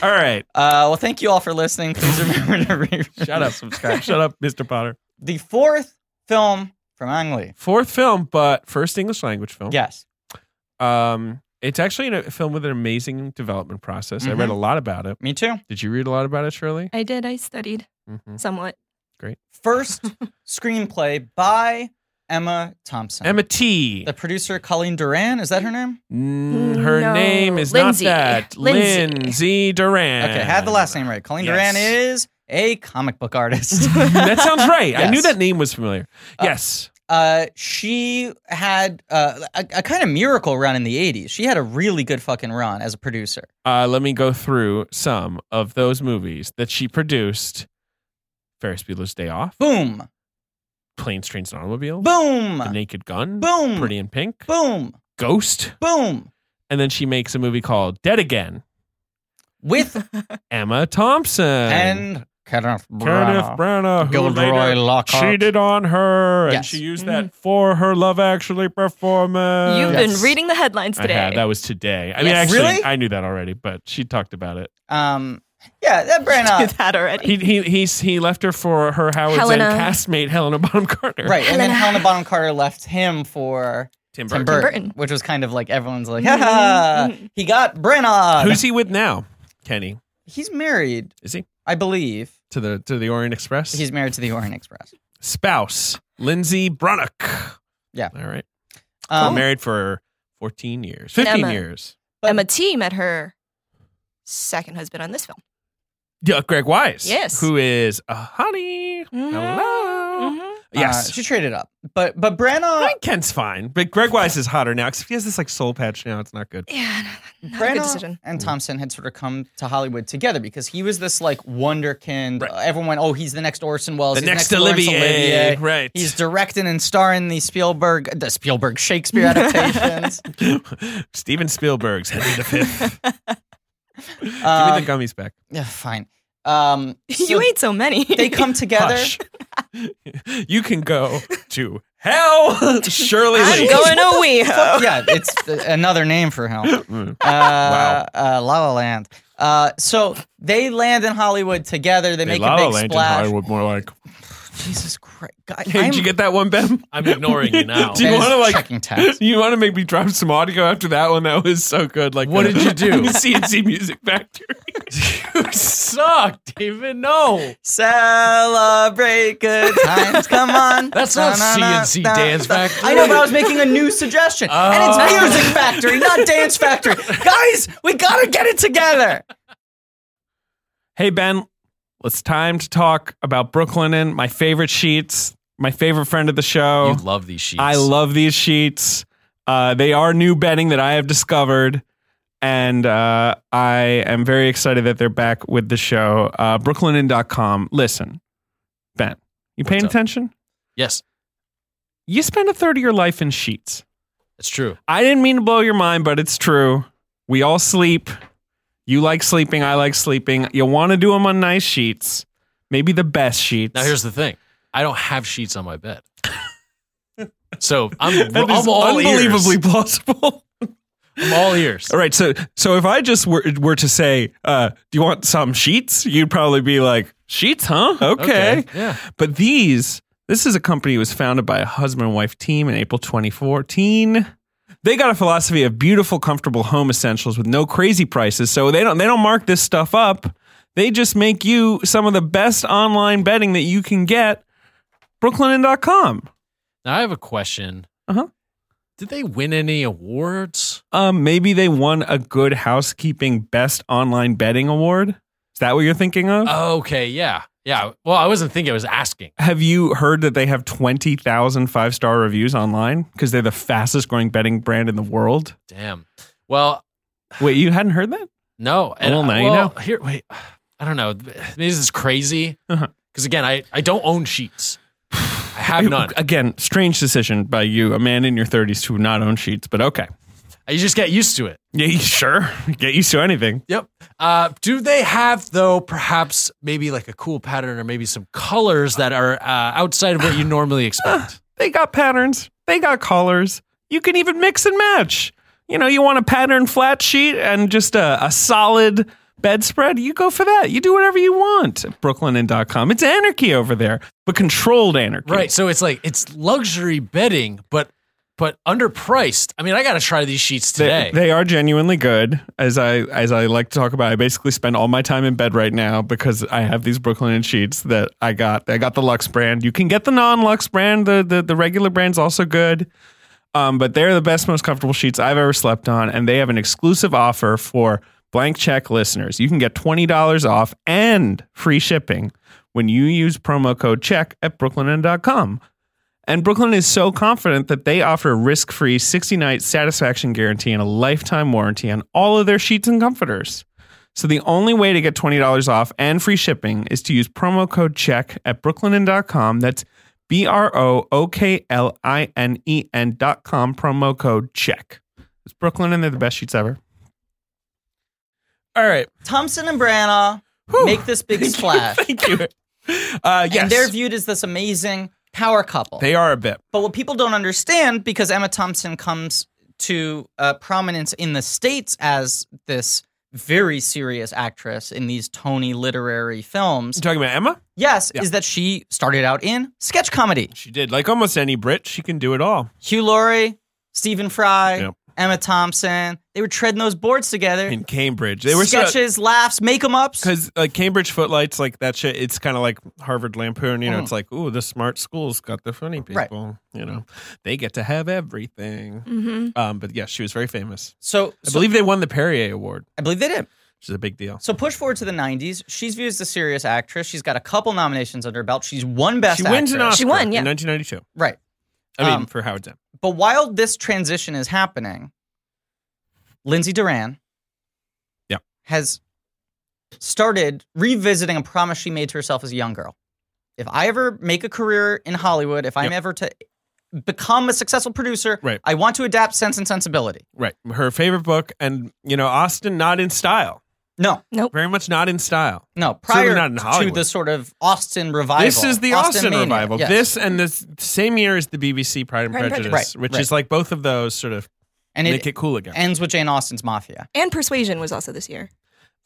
[SPEAKER 2] All right.
[SPEAKER 4] Uh, well, thank you all for listening. Please remember to re-
[SPEAKER 2] Shut up.
[SPEAKER 4] subscribe.
[SPEAKER 2] Shut up, Mr. Potter.
[SPEAKER 4] The fourth film from Ang Lee.
[SPEAKER 2] Fourth film, but first English language film.
[SPEAKER 4] Yes.
[SPEAKER 2] Um, it's actually a film with an amazing development process. I
[SPEAKER 4] Mm-hmm.
[SPEAKER 2] read a lot about it.
[SPEAKER 4] Me too.
[SPEAKER 2] Did you read a lot about it, Shirley?
[SPEAKER 5] I did. I studied
[SPEAKER 2] Mm-hmm.
[SPEAKER 5] somewhat.
[SPEAKER 4] First screenplay by Emma Thompson.
[SPEAKER 2] Emma T.
[SPEAKER 4] The producer Colleen Duran, is that her name?
[SPEAKER 2] Mm, her
[SPEAKER 5] No.
[SPEAKER 2] name is
[SPEAKER 5] Lindsay.
[SPEAKER 2] not that.
[SPEAKER 5] Lindsay.
[SPEAKER 2] Lindsay Duran.
[SPEAKER 4] Okay, had the last name right. Colleen Duran
[SPEAKER 2] Yes.
[SPEAKER 4] is a comic book artist.
[SPEAKER 2] that sounds right. I knew
[SPEAKER 4] Yes.
[SPEAKER 2] that name was familiar.
[SPEAKER 4] Uh,
[SPEAKER 2] yes.
[SPEAKER 4] uh, she had uh, a, a kind of miracle run in the 80s. She had a really good fucking run as a producer.
[SPEAKER 2] Uh, let me go through some of those movies that she produced. Ferris Bueller's Day Off,
[SPEAKER 4] Boom.
[SPEAKER 2] Planes, Trains, and Automobiles, The
[SPEAKER 4] Boom.
[SPEAKER 2] Naked Gun,
[SPEAKER 4] Boom.
[SPEAKER 2] Pretty in Pink,
[SPEAKER 4] Boom.
[SPEAKER 2] Ghost,
[SPEAKER 4] Boom.
[SPEAKER 2] and then she makes a movie called Dead Again.
[SPEAKER 4] With
[SPEAKER 2] Emma Thompson
[SPEAKER 4] and Kenneth
[SPEAKER 2] Kenneth
[SPEAKER 4] Branagh.
[SPEAKER 2] Branagh, who
[SPEAKER 4] Gilderoy
[SPEAKER 2] later
[SPEAKER 4] Lockhart.
[SPEAKER 2] cheated on her, and
[SPEAKER 4] Yes.
[SPEAKER 2] she used
[SPEAKER 5] Mm-hmm.
[SPEAKER 2] that for her Love Actually performance.
[SPEAKER 5] You've
[SPEAKER 4] yes.
[SPEAKER 5] been reading the headlines today.
[SPEAKER 2] Uh, I had. That was today. I mean,
[SPEAKER 4] Yes.
[SPEAKER 2] actually,
[SPEAKER 4] Really?
[SPEAKER 2] I knew that already, but she talked about it.
[SPEAKER 4] Um, yeah, that
[SPEAKER 5] Do
[SPEAKER 4] Branagh.
[SPEAKER 5] that
[SPEAKER 2] He
[SPEAKER 5] already.
[SPEAKER 2] he he's, he left her for her Howard Zinn
[SPEAKER 5] Helena.
[SPEAKER 2] castmate Helena Bonham Carter.
[SPEAKER 4] Right, and then
[SPEAKER 5] Helena.
[SPEAKER 4] Helena Bonham Carter left him for
[SPEAKER 2] Tim Burton.
[SPEAKER 4] Tim Burton,
[SPEAKER 5] Burton.
[SPEAKER 4] which was kind of like everyone's like, "Ha ha, ha, he got Branagh.
[SPEAKER 2] Who's he with now? Kenny
[SPEAKER 4] He's married,
[SPEAKER 2] is he
[SPEAKER 4] I believe.
[SPEAKER 2] to the to the Orient Express?
[SPEAKER 4] He's married to the Orient Express.
[SPEAKER 2] spouse Lindsay Brunnock.
[SPEAKER 4] Yeah.
[SPEAKER 2] All right. Been
[SPEAKER 4] Um,
[SPEAKER 2] married for 14 years, 15
[SPEAKER 5] Emma.
[SPEAKER 2] years.
[SPEAKER 4] but-
[SPEAKER 5] Emma T met her second husband on this film.
[SPEAKER 2] Yeah, Greg Wise.
[SPEAKER 5] Yes. Mm-hmm.
[SPEAKER 2] Who is a honey. Hello.
[SPEAKER 4] uh,
[SPEAKER 2] Yes.
[SPEAKER 4] she traded up, but but Branagh,
[SPEAKER 2] I think Ken's fine, but Greg Wise is hotter now because he has this like soul patch now. It's not good.
[SPEAKER 5] Yeah, no, not a good
[SPEAKER 4] Branagh
[SPEAKER 5] decision.
[SPEAKER 4] and Thompson had sort of come to Hollywood together because he was this like wonderkind.
[SPEAKER 2] Right.
[SPEAKER 4] Everyone went, "Oh, he's the next Orson Welles,
[SPEAKER 2] The
[SPEAKER 4] he's
[SPEAKER 2] next,
[SPEAKER 4] Laurence
[SPEAKER 2] Olivier,
[SPEAKER 4] Olivier."
[SPEAKER 2] right?
[SPEAKER 4] He's directing and starring the Spielberg, the Spielberg Shakespeare adaptations.
[SPEAKER 2] Steven Spielberg's Henry V. Give me
[SPEAKER 4] Um,
[SPEAKER 2] the gummies back.
[SPEAKER 4] yeah, fine. Um,
[SPEAKER 5] you
[SPEAKER 4] so
[SPEAKER 5] ate so many.
[SPEAKER 4] they come together.
[SPEAKER 2] Hush. you can go to hell, Shirley
[SPEAKER 5] I'm
[SPEAKER 2] Lee.
[SPEAKER 5] going away.
[SPEAKER 4] Fuck yeah, it's th- another name for hell. Uh,
[SPEAKER 2] Mm.
[SPEAKER 4] uh, La La Land. Uh, so they land in Hollywood together. They, make a big splash.
[SPEAKER 2] more like.
[SPEAKER 4] Jesus Christ! God,
[SPEAKER 2] Hey,
[SPEAKER 4] I'm-
[SPEAKER 2] did you get that one, Ben?
[SPEAKER 6] I'm ignoring you now.
[SPEAKER 2] Do you
[SPEAKER 4] Ben's
[SPEAKER 2] want to like
[SPEAKER 4] checking tabs.
[SPEAKER 2] You want to make me drop some audio after that one? That was so good. Like,
[SPEAKER 6] What
[SPEAKER 2] the-
[SPEAKER 6] did you do?
[SPEAKER 2] CNC Music Factory.
[SPEAKER 6] you suck, David. No.
[SPEAKER 4] celebrate good times. Come on.
[SPEAKER 6] That's not
[SPEAKER 4] Na-na-na-na.
[SPEAKER 6] CNC Dance Factory.
[SPEAKER 4] I know, but I was making a new suggestion, and it's Music Factory, not Dance Factory. Guys, we gotta get it together.
[SPEAKER 2] hey Ben, it's time to talk about Brooklyn and my favorite sheets. My favorite friend of the show.
[SPEAKER 6] You love these sheets.
[SPEAKER 2] I love these sheets. Uh, they are new bedding that I have discovered, and uh, I am very excited that they're back with the show. Uh, Brooklinen.com. Listen, Ben, you paying
[SPEAKER 6] What's up?
[SPEAKER 2] attention?
[SPEAKER 6] Yes,
[SPEAKER 2] You spend a third of your life in sheets.
[SPEAKER 6] it's true.
[SPEAKER 2] I didn't mean to blow your mind, but it's true. We all sleep. You like sleeping. I like sleeping. You want to do them on nice sheets, maybe the best sheets.
[SPEAKER 6] Now here's the thing. I don't have sheets on my bed. So I'm,
[SPEAKER 2] That is
[SPEAKER 6] I'm all
[SPEAKER 2] unbelievably
[SPEAKER 6] ears.
[SPEAKER 2] plausible.
[SPEAKER 6] I'm all ears.
[SPEAKER 2] All right, so so if I just were were to say, uh, "Do you want some sheets?" You'd probably be like, "Sheets, huh? Okay."
[SPEAKER 6] Yeah.
[SPEAKER 2] But these, this is a company that was founded by a husband and wife team in April 2014. They got a philosophy of beautiful, comfortable home essentials with no crazy prices, so they don't they don't mark this stuff up. They just make you some of the best online bedding that you can get. Brooklinen.com.
[SPEAKER 6] Now I have a question.
[SPEAKER 2] Uh-huh.
[SPEAKER 6] Did they win any awards?
[SPEAKER 2] Um, maybe they won a good housekeeping best online betting award. Is that what you're thinking of?
[SPEAKER 6] Uh, Okay. Yeah. Yeah. Well, I wasn't thinking. I was asking.
[SPEAKER 2] have you heard that they have 20,000 five star reviews online because they're the fastest growing betting brand in the world?
[SPEAKER 6] Damn. Well,
[SPEAKER 2] Wait, you hadn't heard that?
[SPEAKER 6] no.
[SPEAKER 2] Well, now you
[SPEAKER 6] well, Here, wait. I don't know. This is crazy. Because
[SPEAKER 2] Uh-huh.
[SPEAKER 6] again, I, I don't own sheets. I have none.
[SPEAKER 2] Again, strange decision by you, a man in your 30s, to not own sheets, but okay.
[SPEAKER 6] You just get used to it.
[SPEAKER 2] Yeah, you- sure. Get used to anything.
[SPEAKER 6] Yep. Uh, do they have though perhaps maybe like a cool pattern or maybe some colors that are uh, outside of what you normally expect?
[SPEAKER 2] They got patterns. They got colors. You can even mix and match. You know, you want a pattern flat sheet and just a, a solid bedspread. You go for that. You do whatever you want. at Brooklinen.com. It's anarchy over there, but controlled anarchy.
[SPEAKER 6] right. So it's like it's luxury bedding, but but underpriced. I mean, I got to try these sheets today.
[SPEAKER 2] They, they are genuinely good. As I as I like to talk about, I basically spend all my time in bed right now because I have these Brooklyn sheets that I got. I got the Lux brand. You can get the non-Lux brand. The the, the regular brand's also good. Um, but they're the best, most comfortable sheets I've ever slept on, and they have an exclusive offer for blank check listeners. You can get twenty dollars off and free shipping when you use promo code check at brooklinen.com. And Brooklyn is so confident that they offer a risk free 60 night satisfaction guarantee and a lifetime warranty on all of their sheets and comforters. So the only way to get $20 off and free shipping is to use promo code check at brooklinen.com. That's B R O O K L I N E N.com, promo code check. It's Brooklyn and they're the best sheets ever. All right.
[SPEAKER 4] Thompson and Branagh make this big splash.
[SPEAKER 2] Thank you. Uh,
[SPEAKER 4] And they're
[SPEAKER 2] yes.
[SPEAKER 4] viewed as this amazing power couple.
[SPEAKER 2] They are a bit.
[SPEAKER 4] But what people don't understand, because Emma Thompson comes to uh, prominence in the States as this very serious actress in these Tony literary films,
[SPEAKER 2] You talking about Emma?
[SPEAKER 4] yes, is that she started out in sketch comedy.
[SPEAKER 2] She did. Like almost any Brit, she can do it all.
[SPEAKER 4] Hugh Laurie, Stephen Fry,
[SPEAKER 2] Yep.
[SPEAKER 4] Emma Thompson, they were treading those boards together.
[SPEAKER 2] in Cambridge. They were
[SPEAKER 4] Sketches, laughs, make em ups.
[SPEAKER 2] because like uh, Cambridge Footlights, like that shit. It's kind of like Harvard Lampoon. You know, it's like, ooh, the smart school's got the funny people.
[SPEAKER 4] Mm-hmm. Right.
[SPEAKER 2] You know, they get to have everything.
[SPEAKER 5] Mm-hmm.
[SPEAKER 2] Um, but yeah, she was very famous.
[SPEAKER 4] So,
[SPEAKER 2] I
[SPEAKER 4] so-
[SPEAKER 2] believe they won the Perrier Award,
[SPEAKER 4] I believe they did.
[SPEAKER 2] which is a big deal.
[SPEAKER 4] So push forward to the 90s. She's viewed as a serious actress. She's got a couple nominations under her belt. She's won Best
[SPEAKER 2] she wins an
[SPEAKER 4] Actress.
[SPEAKER 2] Oscar.
[SPEAKER 5] She won, yeah.
[SPEAKER 2] in 1992.
[SPEAKER 4] Right.
[SPEAKER 2] I mean,
[SPEAKER 4] Um,
[SPEAKER 2] for Howard Zinn.
[SPEAKER 4] But while this transition is happening, Lindsay Duran
[SPEAKER 2] Yep.
[SPEAKER 4] has started revisiting a promise she made to herself as a young girl. If I ever make a career in Hollywood, if I'm
[SPEAKER 2] Yep.
[SPEAKER 4] ever to become a successful producer,
[SPEAKER 2] Right.
[SPEAKER 4] I want to adapt Sense and Sensibility.
[SPEAKER 2] Right, her favorite book, and you know, Austin not in style.
[SPEAKER 4] No,
[SPEAKER 2] Very much not in style.
[SPEAKER 4] no.
[SPEAKER 2] Certainly
[SPEAKER 4] Prior
[SPEAKER 2] not in
[SPEAKER 4] to
[SPEAKER 2] Hollywood.
[SPEAKER 4] the sort of Austin revival.
[SPEAKER 2] This is the Austin,
[SPEAKER 4] Mania,
[SPEAKER 2] revival.
[SPEAKER 4] yes.
[SPEAKER 2] This and this same year as the BBC Pride and
[SPEAKER 5] Pride and
[SPEAKER 2] Prejudice,
[SPEAKER 4] Prejudice. Right,
[SPEAKER 2] which
[SPEAKER 4] right.
[SPEAKER 2] is like both of those sort of
[SPEAKER 4] and
[SPEAKER 2] make
[SPEAKER 4] it
[SPEAKER 2] it cool again.
[SPEAKER 4] ends with Jane Austen's Mafia.
[SPEAKER 5] And Persuasion was also this year.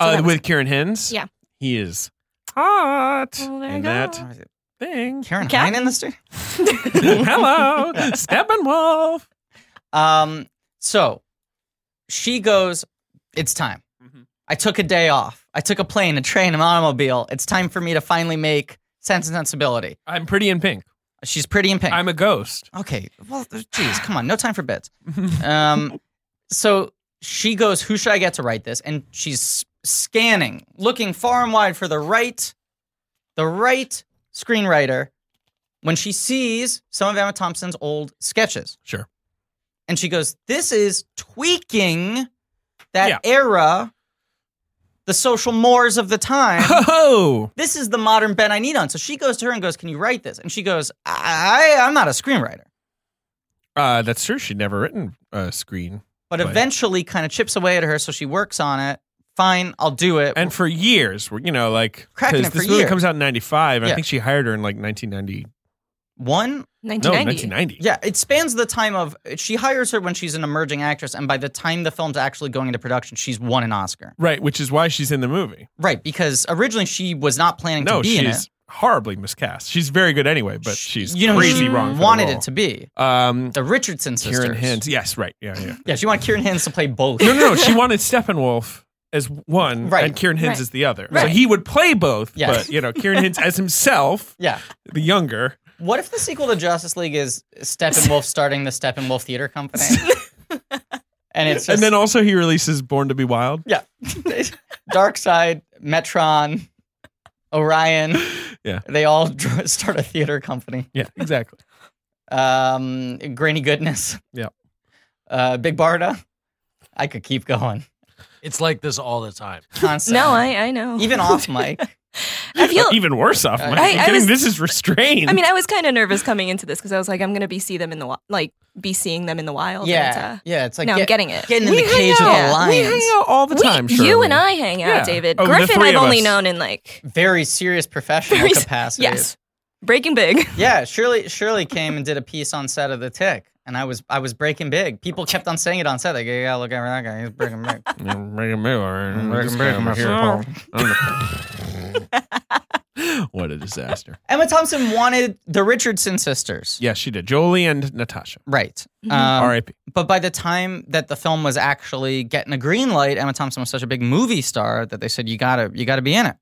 [SPEAKER 5] So
[SPEAKER 2] Uh,
[SPEAKER 5] that was-
[SPEAKER 2] with Kieran Hines.
[SPEAKER 5] Yeah.
[SPEAKER 2] He is hot.
[SPEAKER 5] Oh my
[SPEAKER 2] in
[SPEAKER 5] God.
[SPEAKER 2] that thing.
[SPEAKER 4] Karen
[SPEAKER 5] Cat-
[SPEAKER 4] Hine in the story.
[SPEAKER 2] Hello, Steppenwolf.
[SPEAKER 4] Um, so she goes, It's time.
[SPEAKER 2] Mhm.
[SPEAKER 4] I took a day off. I took a plane, a train, an automobile. It's time for me to finally make Sense and Sensibility.
[SPEAKER 2] I'm pretty in pink.
[SPEAKER 4] She's pretty and pink.
[SPEAKER 2] I'm a ghost.
[SPEAKER 4] okay. Well, geez, come on. No time for bits. Um, so she goes, Who should I get to write this? And she's scanning, looking far and wide for the right, the right screenwriter when she sees some of Emma Thompson's old sketches.
[SPEAKER 2] Sure.
[SPEAKER 4] And she goes, This is tweaking that
[SPEAKER 2] Yeah.
[SPEAKER 4] era, the social mores of the time.
[SPEAKER 2] Oh,
[SPEAKER 4] this is the modern Ben I need on. So she goes to her and goes, Can you write this? And she goes, I, I, I'm not a screenwriter.
[SPEAKER 2] uh, that's true. She'd never written a screen,
[SPEAKER 4] But
[SPEAKER 2] Right.
[SPEAKER 4] eventually kind of chips away at her. So she works on it. Fine, I'll do it.
[SPEAKER 2] and for years, you know, like
[SPEAKER 4] Cracking it
[SPEAKER 2] this
[SPEAKER 4] for
[SPEAKER 2] movie
[SPEAKER 4] years.
[SPEAKER 2] comes out in '95. I
[SPEAKER 4] Yeah.
[SPEAKER 2] think she hired her in like 1990.
[SPEAKER 4] One,
[SPEAKER 2] No,
[SPEAKER 5] 1990.
[SPEAKER 2] 1990.
[SPEAKER 4] yeah, it spans the time of she hires her when she's an emerging actress. And by the time the film's actually going into production, she's won an Oscar.
[SPEAKER 2] Right, which is why she's in the movie.
[SPEAKER 4] Right. Because originally she was not planning
[SPEAKER 2] No,
[SPEAKER 4] to be in it.
[SPEAKER 2] she's horribly miscast. She's very good anyway, but she's
[SPEAKER 4] you know, who
[SPEAKER 2] crazy
[SPEAKER 4] she
[SPEAKER 2] wrong.
[SPEAKER 4] Wanted it to be
[SPEAKER 2] to. Um,
[SPEAKER 4] the Richardson sisters.
[SPEAKER 2] Kieran Hines. Yes, right. Yeah, yeah.
[SPEAKER 4] Yeah, she wanted Kieran Hines to play both.
[SPEAKER 2] No, no, no. She wanted Steppenwolf as one,
[SPEAKER 4] Right.
[SPEAKER 2] and Kieran Hines
[SPEAKER 5] Right.
[SPEAKER 2] as the other. So
[SPEAKER 4] Right.
[SPEAKER 2] he would play both,
[SPEAKER 4] Yes.
[SPEAKER 2] but you know, Kieran Hines as himself,
[SPEAKER 4] Yeah.
[SPEAKER 2] the younger.
[SPEAKER 4] What if the sequel to Justice League is Steppenwolf starting the Steppenwolf Theater Company? and it's just
[SPEAKER 2] and then also he releases Born to Be Wild.
[SPEAKER 4] yeah, Dark Side, Metron, Orion.
[SPEAKER 2] Yeah.
[SPEAKER 4] They all dr- start a theater company.
[SPEAKER 2] Yeah, exactly.
[SPEAKER 4] Um, Granny Goodness.
[SPEAKER 2] Yeah.
[SPEAKER 4] Uh, Big Barda. I could keep going.
[SPEAKER 6] It's like this all the time.
[SPEAKER 4] Concept.
[SPEAKER 5] No, I, I know.
[SPEAKER 4] even off mic.
[SPEAKER 5] I feel.
[SPEAKER 2] Uh, even worse off.
[SPEAKER 4] Uh,
[SPEAKER 2] Mike.
[SPEAKER 5] I-
[SPEAKER 2] I'm
[SPEAKER 5] I
[SPEAKER 2] kidding.
[SPEAKER 5] was-
[SPEAKER 2] this is restrained.
[SPEAKER 5] I mean, I was kind of nervous coming into this because I was like, I'm gonna be see them in the wi- like be seeing them in the wild.
[SPEAKER 4] yeah,
[SPEAKER 5] And,
[SPEAKER 4] yeah. It's
[SPEAKER 5] uh,
[SPEAKER 4] like
[SPEAKER 5] no, I'm
[SPEAKER 4] get-
[SPEAKER 5] getting it.
[SPEAKER 4] getting in
[SPEAKER 2] We
[SPEAKER 4] the
[SPEAKER 2] hang
[SPEAKER 4] cage with
[SPEAKER 5] out.
[SPEAKER 4] the lions.
[SPEAKER 2] we hang out all the
[SPEAKER 5] We-
[SPEAKER 2] time.
[SPEAKER 5] you
[SPEAKER 2] Shirley.
[SPEAKER 5] and I hang out,
[SPEAKER 2] Yeah.
[SPEAKER 5] David.
[SPEAKER 2] Oh, the
[SPEAKER 5] Griffin,
[SPEAKER 2] three
[SPEAKER 5] I've
[SPEAKER 2] of
[SPEAKER 5] only
[SPEAKER 2] us.
[SPEAKER 5] known in like
[SPEAKER 4] Very serious professional
[SPEAKER 5] Very-
[SPEAKER 4] capacity.
[SPEAKER 5] yes, Breaking Big.
[SPEAKER 4] Yeah, Shirley Shirley came and did a piece on set of the Tick, and I was I was breaking big. People kept on saying it on set. Like, yeah, yeah, look over that guy. He's breaking big.
[SPEAKER 2] what a disaster.
[SPEAKER 4] Emma Thompson wanted the Richardson sisters.
[SPEAKER 2] Yeah, she did. Jolie and Natasha.
[SPEAKER 4] Right.
[SPEAKER 5] Mhm.
[SPEAKER 4] Um,
[SPEAKER 2] R.I.P.
[SPEAKER 4] But by the time that the film was actually getting a green light, Emma Thompson was such a big movie star that they said you gotta you gotta be in it.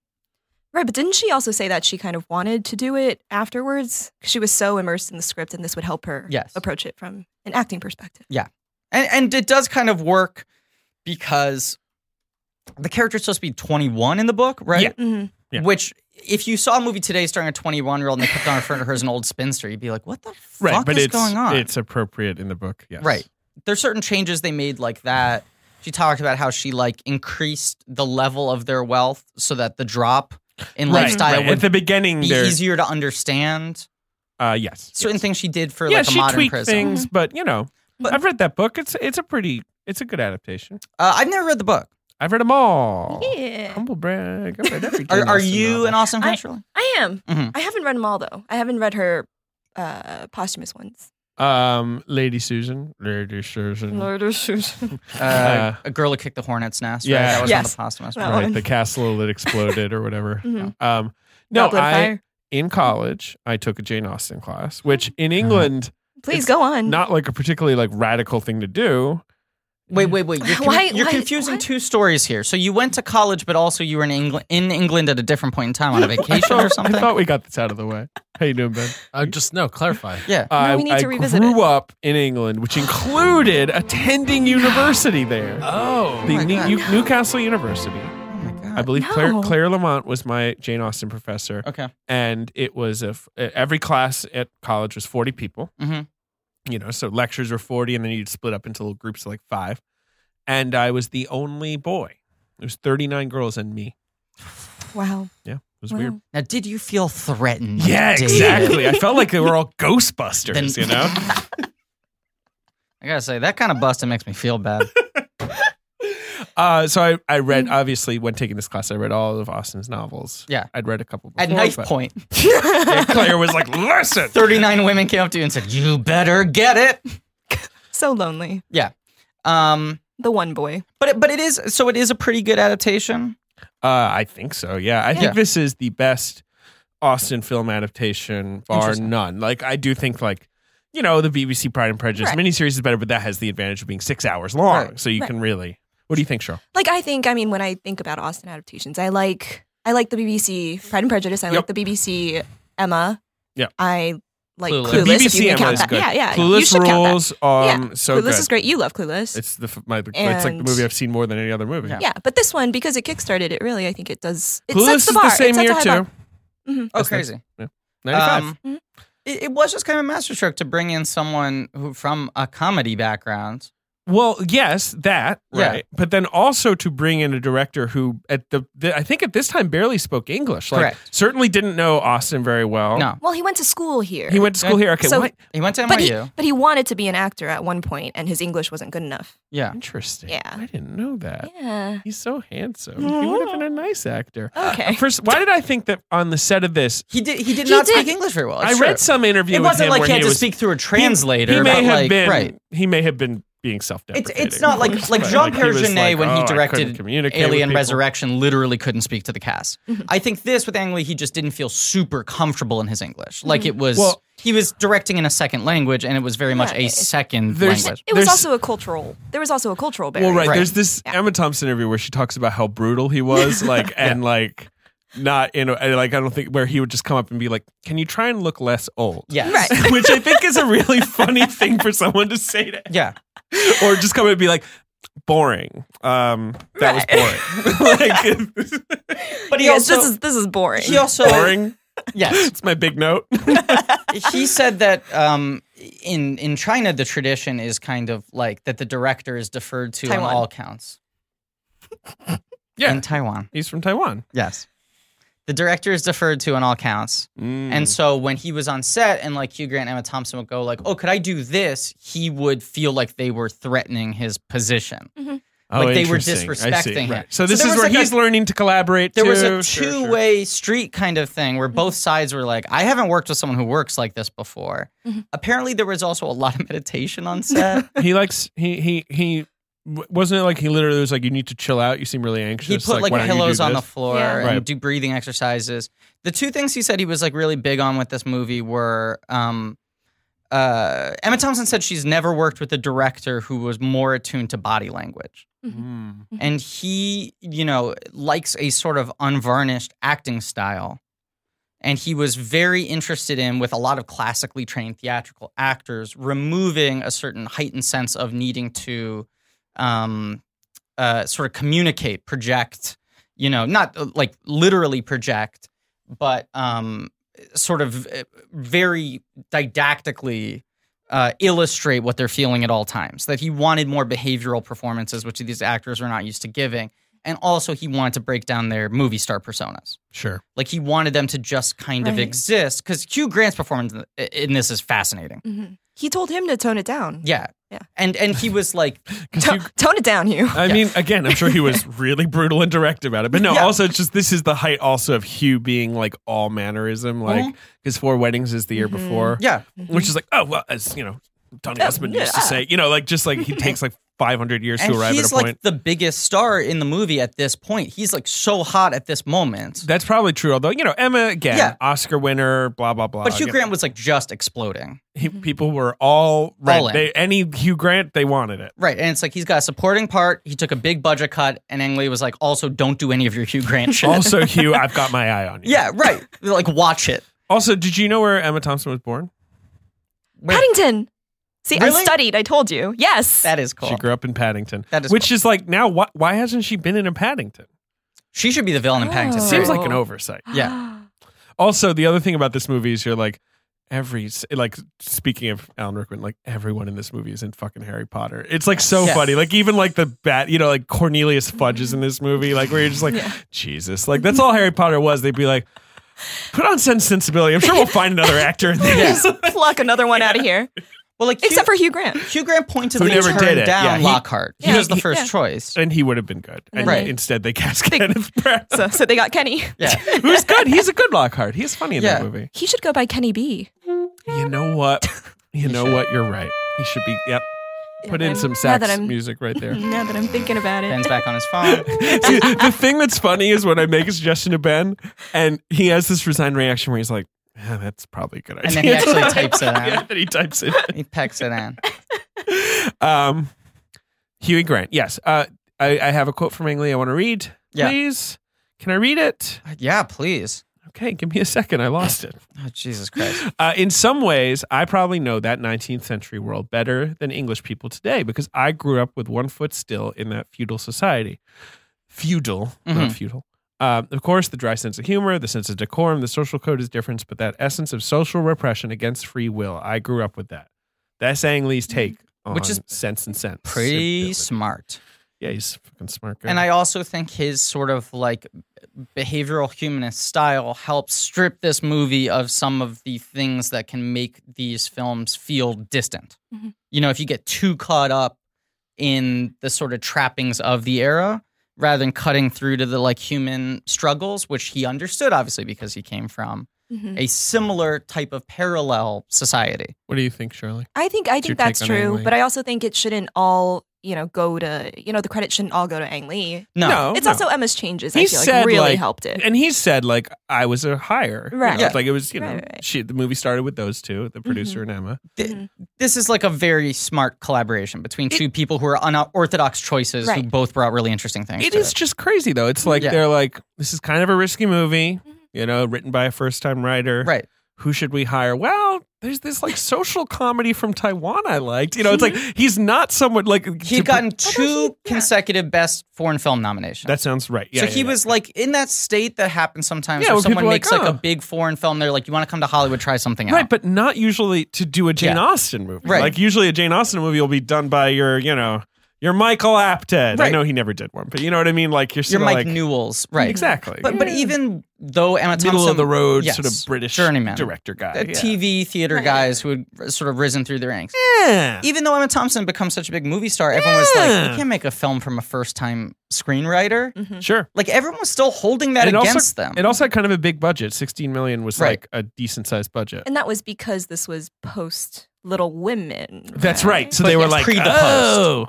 [SPEAKER 5] Right, but didn't she also say that she kind of wanted to do it afterwards? 'Cause She was so immersed in the script, and this would help her
[SPEAKER 4] Yes.
[SPEAKER 5] approach it from an acting perspective.
[SPEAKER 4] And and it does kind of work because the character's supposed to be 21 in the book, right?
[SPEAKER 2] Yeah.
[SPEAKER 5] hmm
[SPEAKER 2] Yeah.
[SPEAKER 4] Which if you saw a movie today starring a 21 year old and they kept on referring to her as an old spinster, you'd be like, what the fuck
[SPEAKER 2] Right, but
[SPEAKER 4] is
[SPEAKER 2] it's
[SPEAKER 4] going on?
[SPEAKER 2] it's appropriate in the book. Yes.
[SPEAKER 4] Right. There's certain changes they made like that. She talked about how she like increased the level of their wealth so that the drop in
[SPEAKER 2] Right,
[SPEAKER 4] lifestyle
[SPEAKER 2] right.
[SPEAKER 4] would
[SPEAKER 2] At the beginning,
[SPEAKER 4] be
[SPEAKER 2] there's
[SPEAKER 4] easier to understand.
[SPEAKER 2] uh, yes,
[SPEAKER 4] Certain
[SPEAKER 2] yes.
[SPEAKER 4] things she did for
[SPEAKER 2] yeah,
[SPEAKER 4] like a
[SPEAKER 2] she
[SPEAKER 4] modern
[SPEAKER 2] tweaked
[SPEAKER 4] prison.
[SPEAKER 2] things, but you know,
[SPEAKER 4] But-
[SPEAKER 2] I've read that book. It's it's a pretty, it's a good adaptation.
[SPEAKER 4] Uh, I've never read the book.
[SPEAKER 2] I've read them all.
[SPEAKER 5] Yeah,
[SPEAKER 2] Humble brag. I've read every
[SPEAKER 4] Are,
[SPEAKER 2] Jane
[SPEAKER 4] are
[SPEAKER 2] Austen
[SPEAKER 4] you an
[SPEAKER 2] novel.
[SPEAKER 4] Austin fan,
[SPEAKER 5] I-
[SPEAKER 4] Shirley?
[SPEAKER 5] I am.
[SPEAKER 4] Mhm.
[SPEAKER 5] I haven't read them all though. I haven't read her uh, posthumous ones.
[SPEAKER 2] um Lady Susan? Lady Susan.
[SPEAKER 5] Lord of shoes.
[SPEAKER 4] Uh,
[SPEAKER 2] Uh,
[SPEAKER 4] a girl who kicked the hornet's nest. Right?
[SPEAKER 2] yeah.
[SPEAKER 4] That was
[SPEAKER 5] Yes.
[SPEAKER 4] on the posthumous.
[SPEAKER 5] Well,
[SPEAKER 4] one.
[SPEAKER 5] That
[SPEAKER 2] right,
[SPEAKER 5] one.
[SPEAKER 2] the castle that exploded or whatever.
[SPEAKER 5] Mhm.
[SPEAKER 2] Um, no,
[SPEAKER 5] Goblet of
[SPEAKER 2] I
[SPEAKER 5] Fire. Mm-hmm.
[SPEAKER 2] in college I took a Jane Austen class, which in England
[SPEAKER 5] Please
[SPEAKER 2] it's
[SPEAKER 5] go on.
[SPEAKER 2] not like a particularly like radical thing to do.
[SPEAKER 4] Wait, wait, wait. You're, con-
[SPEAKER 5] Why-
[SPEAKER 4] you're
[SPEAKER 5] why-
[SPEAKER 4] confusing
[SPEAKER 5] what?
[SPEAKER 4] two stories here. So you went to college, but also you were in England in England at a different point in time on a
[SPEAKER 2] I
[SPEAKER 4] vacation
[SPEAKER 2] thought,
[SPEAKER 4] or something.
[SPEAKER 2] I thought we got this out of the way. How you doing, Ben?
[SPEAKER 6] Uh, just no, clarify.
[SPEAKER 4] yeah.
[SPEAKER 2] I,
[SPEAKER 5] we need
[SPEAKER 2] Uh, I
[SPEAKER 5] to revisit
[SPEAKER 2] grew
[SPEAKER 5] it.
[SPEAKER 2] up in England, which included attending university there.
[SPEAKER 6] Oh,
[SPEAKER 2] the
[SPEAKER 4] my
[SPEAKER 2] New-
[SPEAKER 4] God.
[SPEAKER 2] New- Newcastle University.
[SPEAKER 4] oh my
[SPEAKER 2] I
[SPEAKER 4] god.
[SPEAKER 2] believe Claire,
[SPEAKER 5] No.
[SPEAKER 2] Claire Lamont was my Jane Austen professor.
[SPEAKER 4] Okay.
[SPEAKER 2] and it was a f- e, every class at college was 40 people
[SPEAKER 4] Mhm.
[SPEAKER 2] you know so lectures were 40 and then you'd split up into little groups of like five and i was the only boy there was 39 girls and me
[SPEAKER 5] wow.
[SPEAKER 2] yeah it was
[SPEAKER 5] Wow.
[SPEAKER 2] weird
[SPEAKER 4] Now, did you feel threatened?
[SPEAKER 2] yeah
[SPEAKER 4] David?
[SPEAKER 2] exactly i felt like they were all ghostbusters
[SPEAKER 4] Then-
[SPEAKER 2] you know
[SPEAKER 4] I gotta say that kind of busting makes me feel bad.
[SPEAKER 2] uh, so I, I read
[SPEAKER 5] Mm.
[SPEAKER 2] obviously when taking this class i read all of austin's novels
[SPEAKER 4] Yeah.
[SPEAKER 2] i'd read a couple before,
[SPEAKER 4] At knife
[SPEAKER 2] but-
[SPEAKER 4] point,
[SPEAKER 2] Yeah, claire was like listen
[SPEAKER 4] thirty-nine women came up to you and said, "You better get it."
[SPEAKER 5] So lonely.
[SPEAKER 4] Um,
[SPEAKER 5] The one boy.
[SPEAKER 4] but it, but it is so it is a pretty good adaptation.
[SPEAKER 2] Uh, I think so. Yeah, I
[SPEAKER 4] Yeah.
[SPEAKER 2] think this is the best Austin film adaptation, bar
[SPEAKER 4] Interesting.
[SPEAKER 2] none. Like, I do think like you know the BBC Pride and Prejudice
[SPEAKER 5] Right.
[SPEAKER 2] miniseries is better, but that has the advantage of being six hours long,
[SPEAKER 4] Right.
[SPEAKER 2] so you
[SPEAKER 5] Right.
[SPEAKER 2] can really. What do you think, Cheryl?
[SPEAKER 5] Like I think. I mean, when I think about Austin adaptations, I like I like the BBC Pride and Prejudice. I
[SPEAKER 2] Yep.
[SPEAKER 5] like the BBC Emma.
[SPEAKER 2] Yep.
[SPEAKER 5] I like
[SPEAKER 4] Clueless.
[SPEAKER 5] Clueless.
[SPEAKER 2] the
[SPEAKER 5] if you
[SPEAKER 2] BBC
[SPEAKER 5] can
[SPEAKER 2] Emma
[SPEAKER 5] count
[SPEAKER 2] is
[SPEAKER 5] that.
[SPEAKER 2] good.
[SPEAKER 5] Yeah, yeah. you
[SPEAKER 2] Clueless
[SPEAKER 5] should count that.
[SPEAKER 2] rules. Um, so
[SPEAKER 5] Clueless
[SPEAKER 2] good.
[SPEAKER 5] is great. You love Clueless.
[SPEAKER 2] It's the f- my. It's like the
[SPEAKER 5] And-
[SPEAKER 2] movie I've seen more than any other movie.
[SPEAKER 4] Yeah.
[SPEAKER 5] yeah, but this one because it kickstarted it. Really, I think it does. It
[SPEAKER 2] Clueless
[SPEAKER 5] sets
[SPEAKER 2] is
[SPEAKER 5] the bar.
[SPEAKER 2] the same
[SPEAKER 5] it sets
[SPEAKER 2] year
[SPEAKER 5] a high
[SPEAKER 2] too.
[SPEAKER 5] bar. Mm-hmm.
[SPEAKER 4] Oh,
[SPEAKER 2] That's
[SPEAKER 4] crazy. Um,
[SPEAKER 2] Ninety-five.
[SPEAKER 5] Mhm.
[SPEAKER 4] it, it was just kind of a masterstroke to bring in someone who from a comedy background.
[SPEAKER 2] Well, yes, that
[SPEAKER 4] Yeah.
[SPEAKER 2] right, but then also to bring in a director who at the, the I think at this time barely spoke English. Like,
[SPEAKER 4] Correct.
[SPEAKER 2] Certainly didn't know Austin very well.
[SPEAKER 4] No,
[SPEAKER 5] Well, he went to school here.
[SPEAKER 2] He went to school here. Okay,
[SPEAKER 5] So-
[SPEAKER 2] what?
[SPEAKER 4] he went to NYU.
[SPEAKER 5] but he, but he wanted to be an actor at one point, and his English wasn't good enough.
[SPEAKER 4] yeah,
[SPEAKER 2] Interesting.
[SPEAKER 5] Yeah.
[SPEAKER 2] I didn't know that.
[SPEAKER 5] Yeah.
[SPEAKER 2] He's so handsome. He would have been
[SPEAKER 4] Oh.
[SPEAKER 2] a nice actor. Uh,
[SPEAKER 5] Okay.
[SPEAKER 2] First, why did I think that on the set of this?
[SPEAKER 4] he did. He did
[SPEAKER 5] He
[SPEAKER 4] not
[SPEAKER 5] did-
[SPEAKER 4] speak English very well.
[SPEAKER 2] I
[SPEAKER 4] it's true.
[SPEAKER 2] read some interview.
[SPEAKER 4] It
[SPEAKER 2] with
[SPEAKER 4] wasn't
[SPEAKER 2] him
[SPEAKER 4] like
[SPEAKER 2] where
[SPEAKER 4] he had to
[SPEAKER 2] was-
[SPEAKER 4] speak through a
[SPEAKER 2] he-
[SPEAKER 4] translator.
[SPEAKER 2] He, may
[SPEAKER 4] but
[SPEAKER 2] have
[SPEAKER 4] like,
[SPEAKER 2] been.
[SPEAKER 4] right.
[SPEAKER 2] He may have been being
[SPEAKER 4] It's
[SPEAKER 2] self-deprecating.
[SPEAKER 4] it's not like like
[SPEAKER 2] But,
[SPEAKER 4] Jean
[SPEAKER 2] he
[SPEAKER 4] Pierre
[SPEAKER 2] was
[SPEAKER 4] Jeunet
[SPEAKER 2] like,
[SPEAKER 4] when
[SPEAKER 2] "Oh, I
[SPEAKER 4] he
[SPEAKER 2] couldn't
[SPEAKER 4] directed
[SPEAKER 2] communicate with
[SPEAKER 4] Alien
[SPEAKER 2] people."
[SPEAKER 4] Resurrection literally couldn't speak to the cast.
[SPEAKER 5] Mm-hmm.
[SPEAKER 4] I think this with Ang Lee, he just didn't feel super comfortable in his English. Like it was
[SPEAKER 2] Well-
[SPEAKER 4] he was directing in a second language, and it was very much
[SPEAKER 5] Mm-hmm. Yeah,
[SPEAKER 4] a
[SPEAKER 5] it-
[SPEAKER 4] second
[SPEAKER 2] There's-
[SPEAKER 4] language.
[SPEAKER 5] It was
[SPEAKER 2] There's-
[SPEAKER 5] also a cultural. There was also a cultural barrier.
[SPEAKER 2] Well, right.
[SPEAKER 4] Right.
[SPEAKER 2] There's this
[SPEAKER 5] Yeah.
[SPEAKER 2] Emma Thompson interview where she talks about how brutal he was, like, and like, not in, a, and, like, I don't think where he would just come up and be like, "Can you try and look less old?"
[SPEAKER 4] Yes.
[SPEAKER 5] Right.
[SPEAKER 2] Which I think is a really funny thing for someone to say to,
[SPEAKER 4] Yeah.
[SPEAKER 2] or just come up and be like, "Boring." Um, that was boring. like,
[SPEAKER 4] But he
[SPEAKER 5] Yes,
[SPEAKER 4] also
[SPEAKER 5] this is this is boring.
[SPEAKER 4] he also
[SPEAKER 2] boring.
[SPEAKER 4] yes.
[SPEAKER 2] It's my big note.
[SPEAKER 4] he said that um, in in China the tradition is kind of like that the director is deferred to on
[SPEAKER 5] Taiwan.
[SPEAKER 4] all counts.
[SPEAKER 2] yeah,
[SPEAKER 4] In Taiwan.
[SPEAKER 2] he's from Taiwan.
[SPEAKER 4] Yes. the director is deferred to on all counts.
[SPEAKER 2] Mm.
[SPEAKER 4] And so when he was on set and like Hugh Grant and Emma Thompson would go like, "Oh, could I do this?" he would feel like they were threatening his position.
[SPEAKER 2] Oh,
[SPEAKER 4] like, they were
[SPEAKER 2] interesting. I see.
[SPEAKER 4] disrespecting him.
[SPEAKER 2] So
[SPEAKER 4] So
[SPEAKER 2] this
[SPEAKER 4] there
[SPEAKER 2] is
[SPEAKER 4] was,
[SPEAKER 2] where
[SPEAKER 4] like,
[SPEAKER 2] he's
[SPEAKER 4] a-
[SPEAKER 2] learning to collaborate.
[SPEAKER 4] There was
[SPEAKER 2] too.
[SPEAKER 4] a
[SPEAKER 2] Sure, Mm-hmm. sure.
[SPEAKER 4] two-way street kind of thing where both sides were like, "I haven't worked with someone who works like this before."
[SPEAKER 2] Mm-hmm.
[SPEAKER 4] Apparently there was also a lot of meditation on set.
[SPEAKER 2] He likes he he he. w- Wasn't it like he literally was like, "You need to chill out. You seem really anxious."
[SPEAKER 4] he put like,
[SPEAKER 2] why don't you do
[SPEAKER 4] pillows on the
[SPEAKER 2] this?
[SPEAKER 4] floor
[SPEAKER 5] Yeah.
[SPEAKER 4] and
[SPEAKER 2] Right.
[SPEAKER 4] do breathing exercises. The two things he said he was like really big on with this movie were um, uh, Emma Thompson said she's never worked with a director who was more attuned to body language. mm-hmm.
[SPEAKER 2] Mm.
[SPEAKER 4] And he, you know, likes a sort of unvarnished acting style. And he was very interested in, with a lot of classically trained theatrical actors, removing a certain heightened sense of needing to um, uh, sort of communicate, project, you know, not uh, like literally project, but um, sort of uh, very didactically uh, illustrate what they're feeling at all times. That he wanted more behavioral performances, which these actors are not used to giving. And also, he wanted to break down their movie star personas.
[SPEAKER 6] Sure.
[SPEAKER 4] Like, he wanted them to just kind of
[SPEAKER 5] Right.
[SPEAKER 4] exist. Because Hugh Grant's performance in th- in this is fascinating.
[SPEAKER 5] Mhm. He told him to tone it down.
[SPEAKER 4] Yeah.
[SPEAKER 5] Yeah.
[SPEAKER 4] And and he was like,
[SPEAKER 2] 'Cause
[SPEAKER 5] To-
[SPEAKER 2] you-
[SPEAKER 5] tone it down, Hugh.
[SPEAKER 2] I
[SPEAKER 4] Yeah.
[SPEAKER 2] mean, again, I'm sure he was really brutal and direct about it, but no.
[SPEAKER 5] Yeah.
[SPEAKER 2] Also, it's just this is the height also of Hugh being like all mannerism, like his four weddings is the year before,
[SPEAKER 4] Mm-hmm. yeah, Mm-hmm.
[SPEAKER 2] which is like, oh well, as you know, Tony Husband used to
[SPEAKER 5] yeah.
[SPEAKER 2] say, you know, like just like he takes like 500 years
[SPEAKER 4] and
[SPEAKER 2] to arrive at a
[SPEAKER 4] he's
[SPEAKER 2] point.
[SPEAKER 4] like the biggest star in the movie at this point. He's like so hot at this moment.
[SPEAKER 2] That's probably true. Although you know, Emma again,
[SPEAKER 4] Yeah.
[SPEAKER 2] Oscar winner, blah blah blah.
[SPEAKER 4] But
[SPEAKER 2] You
[SPEAKER 4] Hugh
[SPEAKER 2] know,
[SPEAKER 4] Grant was like just exploding.
[SPEAKER 2] he- people were all
[SPEAKER 4] All
[SPEAKER 2] right.
[SPEAKER 4] in.
[SPEAKER 2] They, any Hugh Grant, they wanted it.
[SPEAKER 4] Right. And it's like he's got a supporting part. He took a big budget cut. And Ang Lee was like, also, don't do any of your Hugh Grant shit.
[SPEAKER 2] Also, Hugh, I've got my eye on you.
[SPEAKER 4] yeah, right. Like, watch it.
[SPEAKER 2] Also, did you know where Emma Thompson was born?
[SPEAKER 4] Wait,
[SPEAKER 5] Paddington. See, I
[SPEAKER 4] Really?
[SPEAKER 5] studied. I told you. Yes.
[SPEAKER 4] that is cool.
[SPEAKER 2] She grew up in Paddington,
[SPEAKER 4] That is
[SPEAKER 2] which is like now. Why, why hasn't she been in a Paddington?
[SPEAKER 4] She should be the villain in
[SPEAKER 5] Oh.
[SPEAKER 4] Paddington.
[SPEAKER 2] Seems
[SPEAKER 4] right?
[SPEAKER 2] like an oversight.
[SPEAKER 4] yeah.
[SPEAKER 2] Also, the other thing about this movie is you're like every s- like speaking of Alan Rickman, like everyone in this movie is in fucking Harry Potter. It's like so
[SPEAKER 4] Yeah.
[SPEAKER 2] funny. Like even like the bat, you know, like Cornelius
[SPEAKER 5] Mm-hmm.
[SPEAKER 2] Fudge is in this movie. Like where you're just like Jesus. Like that's all Harry Potter was. They'd be like, put on Sense and Sensibility. I'm sure we'll find another actor. In this.
[SPEAKER 5] Pluck another one out of here.
[SPEAKER 4] Well, like,
[SPEAKER 5] Except
[SPEAKER 4] Hugh,
[SPEAKER 5] for Hugh Grant.
[SPEAKER 4] Hugh Grant pointed
[SPEAKER 2] Who
[SPEAKER 4] to
[SPEAKER 2] never
[SPEAKER 4] turn
[SPEAKER 2] did it.
[SPEAKER 4] down
[SPEAKER 2] Yeah, he-
[SPEAKER 4] Lockhart. He,
[SPEAKER 5] Yeah.
[SPEAKER 4] was the
[SPEAKER 2] He-
[SPEAKER 4] first
[SPEAKER 5] yeah.
[SPEAKER 4] choice.
[SPEAKER 2] And he would have been good. And
[SPEAKER 4] Right.
[SPEAKER 2] instead, they cast
[SPEAKER 5] They-
[SPEAKER 2] Kenneth Branagh,
[SPEAKER 5] So, so they got Kenny.
[SPEAKER 4] Yeah.
[SPEAKER 2] who's good. He's a good Lockhart. He's funny in that
[SPEAKER 4] Yeah.
[SPEAKER 2] movie.
[SPEAKER 5] He should go by Kenny B.
[SPEAKER 2] You know what? You know what? You're right. He should be. Yep. Put in
[SPEAKER 5] I'm-
[SPEAKER 2] some
[SPEAKER 5] now that
[SPEAKER 2] sax
[SPEAKER 5] I'm-
[SPEAKER 2] music right there.
[SPEAKER 5] Now that I'm thinking about it.
[SPEAKER 4] Ben's back on his phone.
[SPEAKER 2] See, the thing that's funny is when I make a suggestion to Ben, and he has this resigned reaction where he's like, "Yeah, "That's probably a good idea."
[SPEAKER 4] And then he actually types it
[SPEAKER 2] yeah,
[SPEAKER 4] out.
[SPEAKER 2] then he types it.
[SPEAKER 4] He pecks it in.
[SPEAKER 2] Um, Huey Grant. Yes, uh, I, I have a quote from Angley I want to read.
[SPEAKER 4] Yeah.
[SPEAKER 2] Please, can I read it?
[SPEAKER 4] Yeah, please.
[SPEAKER 2] Okay, give me a second. I lost it.
[SPEAKER 4] Oh, Jesus Christ.
[SPEAKER 2] Uh, in some ways, I probably know that 19th century world better than English people today because I grew up with one foot still in that feudal society. Feudal, not
[SPEAKER 4] Mhm.
[SPEAKER 2] feudal. Um, of course, the dry sense of humor, the sense of decorum, the social code is different, but that essence of social repression against free will, I grew up with that. That's Ang Lee's take on
[SPEAKER 4] Mm-hmm. Which is
[SPEAKER 2] sense and sense.
[SPEAKER 4] Pretty smart.
[SPEAKER 2] Yeah, he's a fucking smart guy.
[SPEAKER 4] And I also think his sort of like behavioral humanist style helps strip this movie of some of the things that can make these films feel distant.
[SPEAKER 5] Mhm.
[SPEAKER 4] You know, if you get too caught up in the sort of trappings of the era rather than cutting through to the like human struggles, which he understood obviously because he came from
[SPEAKER 5] Mhm.
[SPEAKER 4] a similar type of parallel society.
[SPEAKER 2] what do you think, Shirley?
[SPEAKER 5] I think I
[SPEAKER 2] your
[SPEAKER 5] think that's
[SPEAKER 2] take on Ang
[SPEAKER 5] true,
[SPEAKER 2] Lee?
[SPEAKER 5] but I also think it shouldn't all, you know, go to you know, the credit shouldn't all go to Ang Lee.
[SPEAKER 4] No.
[SPEAKER 5] it's
[SPEAKER 2] Oh, no.
[SPEAKER 5] also Emma's changes, I
[SPEAKER 2] He
[SPEAKER 5] feel
[SPEAKER 2] said,
[SPEAKER 5] like really
[SPEAKER 2] like-
[SPEAKER 5] helped it.
[SPEAKER 2] And he said, like, I was a hire. You
[SPEAKER 5] Right.
[SPEAKER 2] know, it's
[SPEAKER 4] Yeah.
[SPEAKER 2] Like, it was, you know,
[SPEAKER 5] Right, right, right.
[SPEAKER 2] She, the movie started with those two,
[SPEAKER 4] Mm-hmm.
[SPEAKER 2] the producer and Emma.
[SPEAKER 4] Th-
[SPEAKER 5] Mhm.
[SPEAKER 4] This is like a very smart collaboration between two people who are unorthodox choices who
[SPEAKER 5] Right.
[SPEAKER 4] both brought really interesting things.
[SPEAKER 2] It
[SPEAKER 4] to
[SPEAKER 2] is just crazy, though. It's like,
[SPEAKER 4] Yeah. Mm-hmm.
[SPEAKER 2] they're like, this is kind of a risky movie, you know, written by a first time writer.
[SPEAKER 4] right.
[SPEAKER 2] Who should we hire? Well, there's this like social comedy from Taiwan I liked. You know, it's like, he's not someone like.
[SPEAKER 4] Mm-hmm. He
[SPEAKER 2] to-
[SPEAKER 4] had gotten two
[SPEAKER 5] he- yeah.
[SPEAKER 4] consecutive best foreign film nominations.
[SPEAKER 2] That sounds right. Yeah.
[SPEAKER 4] so
[SPEAKER 2] yeah,
[SPEAKER 4] he
[SPEAKER 2] yeah.
[SPEAKER 4] was like in that state that happens sometimes
[SPEAKER 2] Yeah,
[SPEAKER 4] where
[SPEAKER 2] when people
[SPEAKER 4] someone
[SPEAKER 2] are like,
[SPEAKER 4] makes like,
[SPEAKER 2] "Oh."
[SPEAKER 4] a big foreign film, they're like, You want to come to Hollywood, try something
[SPEAKER 2] Right,
[SPEAKER 4] out.
[SPEAKER 2] but not usually to do a Jane
[SPEAKER 4] Yeah.
[SPEAKER 2] Austen movie.
[SPEAKER 4] Right.
[SPEAKER 2] Like usually a Jane Austen movie will be done by your, you know, You're Michael Apted. I
[SPEAKER 4] Right.
[SPEAKER 2] know he never did one, but you know what I mean. Like you're
[SPEAKER 4] You're
[SPEAKER 2] sort
[SPEAKER 4] Mike
[SPEAKER 2] of like Mm-hmm.
[SPEAKER 4] Newells, right?
[SPEAKER 2] exactly.
[SPEAKER 4] But but
[SPEAKER 2] Yeah.
[SPEAKER 4] even though Emma Thompson,
[SPEAKER 2] middle of the road
[SPEAKER 4] yes,
[SPEAKER 2] sort of British
[SPEAKER 4] journeyman
[SPEAKER 2] director guy.
[SPEAKER 4] uh,
[SPEAKER 2] yeah.
[SPEAKER 4] TV theater
[SPEAKER 5] Right.
[SPEAKER 4] guys who had sort of risen through the ranks.
[SPEAKER 2] Yeah.
[SPEAKER 4] Even though Emma Thompson becomes such a big movie star, everyone was like,
[SPEAKER 2] Yeah.
[SPEAKER 4] "You can't make a film from a first-time screenwriter."
[SPEAKER 2] Sure.
[SPEAKER 4] Like everyone was still holding that
[SPEAKER 2] And it also-
[SPEAKER 4] against them.
[SPEAKER 2] It also had kind of a big budget. 16 million was
[SPEAKER 4] Right.
[SPEAKER 2] like a decent sized budget.
[SPEAKER 5] And that was because this was post Little Women.
[SPEAKER 2] That's right. So
[SPEAKER 4] But
[SPEAKER 2] they were
[SPEAKER 4] it's
[SPEAKER 2] like,
[SPEAKER 4] pre the post.
[SPEAKER 2] oh,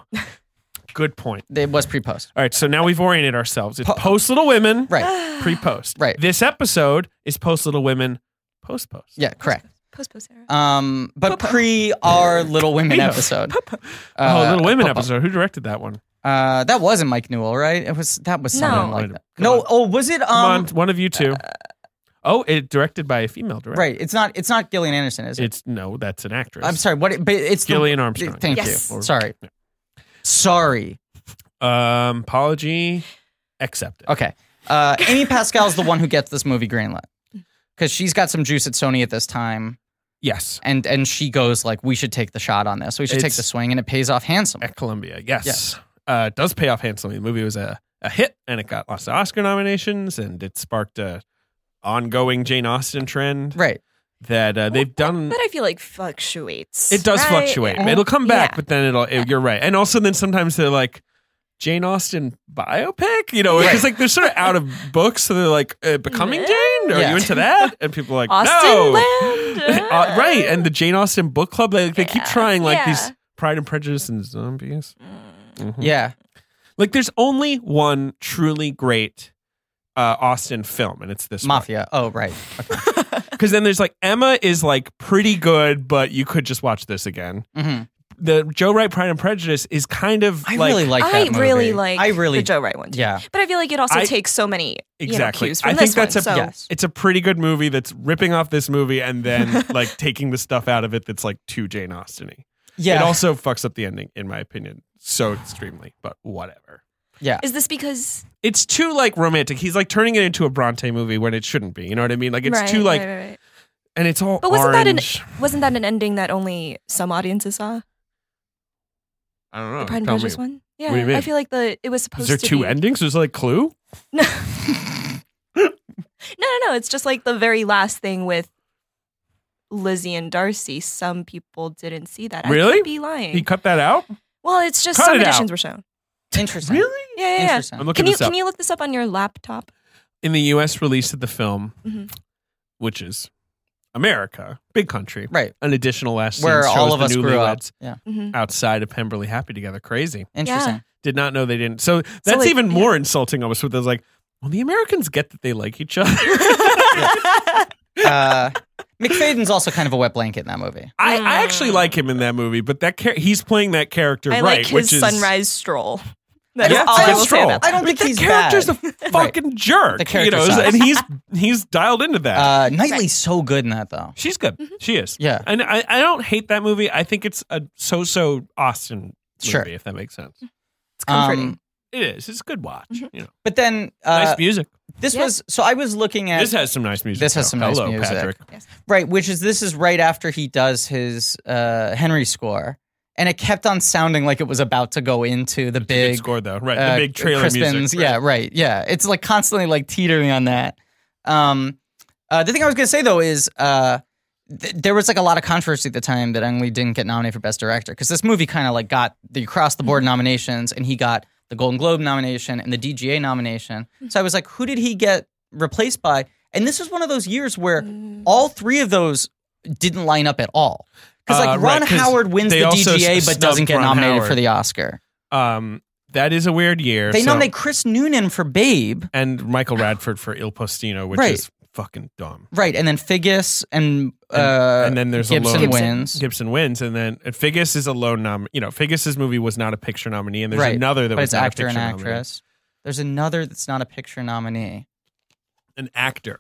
[SPEAKER 2] good point.
[SPEAKER 4] it was pre-post,
[SPEAKER 2] All right. So now we've oriented ourselves. It's
[SPEAKER 4] Po-
[SPEAKER 2] post Little Women,
[SPEAKER 4] right?
[SPEAKER 2] pre post.
[SPEAKER 4] Right.
[SPEAKER 2] This episode is post Little Women, post post.
[SPEAKER 4] Yeah, correct.
[SPEAKER 5] Post post era.
[SPEAKER 4] Um, but pre our Little Women episode.
[SPEAKER 2] Oh,
[SPEAKER 4] Uh,
[SPEAKER 2] Little Women
[SPEAKER 4] Popo.
[SPEAKER 2] episode. Who directed that one?
[SPEAKER 4] Uh, that wasn't Mike Newell, right? It was that was
[SPEAKER 5] No.
[SPEAKER 4] someone like
[SPEAKER 2] Wait,
[SPEAKER 4] that.
[SPEAKER 2] come
[SPEAKER 4] No,
[SPEAKER 2] on.
[SPEAKER 4] oh, was it? Um, uh,
[SPEAKER 2] Come on, one of you two. oh, it directed by a female director.
[SPEAKER 4] right. It's not. It's not Gillian Anderson, is it?
[SPEAKER 2] It's no, that's an actress.
[SPEAKER 4] I'm sorry. What? It, but it's the-
[SPEAKER 2] Gillian Armstrong.
[SPEAKER 4] Thank
[SPEAKER 5] Yes.
[SPEAKER 4] you.
[SPEAKER 2] Or-
[SPEAKER 4] sorry. Sorry.
[SPEAKER 2] Um, apology accepted.
[SPEAKER 4] Okay. Uh, Amy Pascal's the one who gets this movie greenlit because she's got some juice at Sony at this time,
[SPEAKER 2] Yes.
[SPEAKER 4] and and she goes like, "We should take the shot on this. We should take
[SPEAKER 2] It's-
[SPEAKER 4] the swing," and it pays off handsomely.
[SPEAKER 2] At Columbia. Yes. Uh, it does pay off handsomely. The movie was a, a hit and it got lots of Oscar nominations and it sparked a ongoing Jane Austen trend
[SPEAKER 4] Right.
[SPEAKER 2] that uh, they've done.
[SPEAKER 5] But I feel like fluctuates.
[SPEAKER 2] It does
[SPEAKER 5] right?
[SPEAKER 2] fluctuate.
[SPEAKER 5] Yeah.
[SPEAKER 2] It'll come back,
[SPEAKER 5] Yeah.
[SPEAKER 2] but then it'll, it- you're right. And also then sometimes they're like, Jane Austen biopic, you know, because like they're sort of out of books, so they're like uh, becoming
[SPEAKER 5] Yeah.
[SPEAKER 2] Jane. Are
[SPEAKER 4] Yeah.
[SPEAKER 2] you into that? And people are like,
[SPEAKER 5] Austin
[SPEAKER 2] no,
[SPEAKER 5] Land.
[SPEAKER 2] Uh, right, and the Jane Austen book club, they, they keep
[SPEAKER 5] Yeah,
[SPEAKER 2] trying like these
[SPEAKER 5] yeah.
[SPEAKER 2] Pride and Prejudice and zombies. Mhm.
[SPEAKER 4] Yeah.
[SPEAKER 2] Like, there's only one truly great uh, Austen film, and it's this
[SPEAKER 4] Mafia. Oh, right.
[SPEAKER 2] Because then there's like Emma is like pretty good, but you could just watch this again.
[SPEAKER 4] Mhm.
[SPEAKER 2] The Joe Wright Pride and Prejudice is kind of
[SPEAKER 4] I
[SPEAKER 2] like
[SPEAKER 4] really like.
[SPEAKER 5] Mm-hmm. I
[SPEAKER 4] that
[SPEAKER 5] really
[SPEAKER 4] movie.
[SPEAKER 5] like
[SPEAKER 4] I really.
[SPEAKER 5] the Joe Wright one. too.
[SPEAKER 4] yeah.
[SPEAKER 5] But I feel like it also
[SPEAKER 2] I-
[SPEAKER 5] takes so many you know,
[SPEAKER 2] exactly.
[SPEAKER 5] cues from
[SPEAKER 2] I
[SPEAKER 5] this
[SPEAKER 2] think that's
[SPEAKER 5] one,
[SPEAKER 2] a
[SPEAKER 5] so.
[SPEAKER 4] yes.
[SPEAKER 2] it's a pretty good movie that's ripping off this movie and then like taking the stuff out of it that's like too Jane Austen-y.
[SPEAKER 4] Yeah.
[SPEAKER 2] It also fucks up the ending, in my opinion, so extremely, but whatever.
[SPEAKER 4] yeah.
[SPEAKER 5] Is this because
[SPEAKER 2] It's too like romantic. He's like turning it into a Bronte movie when it shouldn't be. You know what I mean? Like it's
[SPEAKER 5] right,
[SPEAKER 2] too like,
[SPEAKER 5] right, right, right.
[SPEAKER 2] and it's all.
[SPEAKER 5] But wasn't that an-
[SPEAKER 2] orange.
[SPEAKER 5] wasn't that an ending that only some audiences saw?
[SPEAKER 2] I don't know.
[SPEAKER 5] The Pride and
[SPEAKER 2] Oh, Tell
[SPEAKER 5] Prejudice
[SPEAKER 2] me.
[SPEAKER 5] one. Yeah,
[SPEAKER 2] do you mean?
[SPEAKER 5] I feel like the it was supposed
[SPEAKER 2] Is there
[SPEAKER 5] to
[SPEAKER 2] two
[SPEAKER 5] be.
[SPEAKER 2] endings? There's like Clue.
[SPEAKER 5] No. no, no, no. It's just like the very last thing with Lizzie and Darcy. Some people didn't see that. I
[SPEAKER 2] Really?
[SPEAKER 5] could be lying.
[SPEAKER 2] He cut that out.
[SPEAKER 5] well, it's just
[SPEAKER 2] Cut
[SPEAKER 5] some
[SPEAKER 2] it out.
[SPEAKER 5] editions were shown.
[SPEAKER 4] Interesting.
[SPEAKER 5] Yeah, yeah, yeah.
[SPEAKER 4] Interesting.
[SPEAKER 2] I'm looking
[SPEAKER 5] Can you
[SPEAKER 2] this up.
[SPEAKER 5] can you look this up on your laptop?
[SPEAKER 2] in the U.S. release of the film,
[SPEAKER 5] Mhm.
[SPEAKER 2] which is America, big country,
[SPEAKER 4] Right.
[SPEAKER 2] an additional last scene
[SPEAKER 4] Where
[SPEAKER 2] shows
[SPEAKER 4] all of
[SPEAKER 2] the
[SPEAKER 4] us grew up.
[SPEAKER 2] newlyweds
[SPEAKER 4] Yeah.
[SPEAKER 5] hmm
[SPEAKER 2] outside of Pemberley Happy together. Crazy.
[SPEAKER 4] Interesting.
[SPEAKER 2] Did not know they didn't. So that's
[SPEAKER 5] like,
[SPEAKER 2] even
[SPEAKER 5] yeah.
[SPEAKER 2] more insulting. Almost with those like, well, the Americans get that they like each other.
[SPEAKER 4] uh, McFadden's also kind of a wet blanket in that movie.
[SPEAKER 2] I, I actually like him in that movie, but that char- he's playing that character
[SPEAKER 5] I
[SPEAKER 2] right,
[SPEAKER 5] like his
[SPEAKER 2] which is
[SPEAKER 5] sunrise stroll. That's
[SPEAKER 2] Yeah,
[SPEAKER 5] all
[SPEAKER 2] it's a
[SPEAKER 5] I
[SPEAKER 2] good
[SPEAKER 5] will
[SPEAKER 2] stroll.
[SPEAKER 5] say about
[SPEAKER 4] I
[SPEAKER 5] that.
[SPEAKER 4] don't think
[SPEAKER 2] the
[SPEAKER 4] he's
[SPEAKER 2] character's
[SPEAKER 4] bad.
[SPEAKER 2] a fucking jerk,
[SPEAKER 4] The character
[SPEAKER 2] you know,
[SPEAKER 4] sucks.
[SPEAKER 2] and he's he's dialed into that.
[SPEAKER 4] Uh, Knightley's
[SPEAKER 5] Right.
[SPEAKER 4] so good in that though.
[SPEAKER 2] She's good. She is.
[SPEAKER 4] Yeah.
[SPEAKER 2] And I, I don't hate that movie. I think it's a so so Austin movie,
[SPEAKER 4] Sure.
[SPEAKER 2] if that makes sense.
[SPEAKER 5] It's comforting.
[SPEAKER 4] Um,
[SPEAKER 2] It is. It's a good watch. You know,
[SPEAKER 4] but then uh,
[SPEAKER 2] nice music.
[SPEAKER 4] this
[SPEAKER 5] Yeah.
[SPEAKER 4] was so I was looking at
[SPEAKER 2] This has some nice music.
[SPEAKER 4] this has
[SPEAKER 2] though.
[SPEAKER 4] some nice
[SPEAKER 2] Hello,
[SPEAKER 4] music.
[SPEAKER 2] Patrick.
[SPEAKER 4] right, which is this is right after he does his uh, Henry score, and it kept on sounding like it was about to go into the
[SPEAKER 2] Good
[SPEAKER 4] big
[SPEAKER 2] score though. Right.
[SPEAKER 4] uh,
[SPEAKER 2] the big trailer
[SPEAKER 4] Crispin's.
[SPEAKER 2] music. right.
[SPEAKER 4] Yeah, right. Yeah, it's like constantly like teetering on that. Um, uh, the thing I was gonna say though is uh, th- there was like a lot of controversy at the time that Ang Lee didn't get nominated for best director because this movie kind of like got the across the board nominations and he got the Golden Globe nomination and the DGA nomination. So I was like, who did he get replaced by? And this was one of those years where all three of those didn't line up at all. Because like
[SPEAKER 2] Uh, right,
[SPEAKER 4] Ron
[SPEAKER 2] 'cause
[SPEAKER 4] Howard wins
[SPEAKER 2] they
[SPEAKER 4] the
[SPEAKER 2] also
[SPEAKER 4] DGA but
[SPEAKER 2] snubbed
[SPEAKER 4] doesn't get
[SPEAKER 2] Ron
[SPEAKER 4] nominated
[SPEAKER 2] Howard.
[SPEAKER 4] for the Oscar.
[SPEAKER 2] Um that is a weird year.
[SPEAKER 4] They
[SPEAKER 2] so-
[SPEAKER 4] nominate Chris Noonan for Babe.
[SPEAKER 2] and Michael Radford for Il Postino, which
[SPEAKER 4] Right.
[SPEAKER 2] is fucking dumb.
[SPEAKER 4] Right, and then Figgis and uh,
[SPEAKER 2] and then there's a
[SPEAKER 4] Gibson
[SPEAKER 2] lone-
[SPEAKER 4] wins.
[SPEAKER 2] Gibson wins, and then and Figgis is a lone nom. You know, Figgis's movie was not a picture nominee, and there's
[SPEAKER 4] right,
[SPEAKER 2] another that
[SPEAKER 4] but
[SPEAKER 2] was
[SPEAKER 4] it's
[SPEAKER 2] not
[SPEAKER 4] actor
[SPEAKER 2] a
[SPEAKER 4] and
[SPEAKER 2] picture nominee.
[SPEAKER 4] actress. There's another that's not a picture nominee.
[SPEAKER 2] An actor,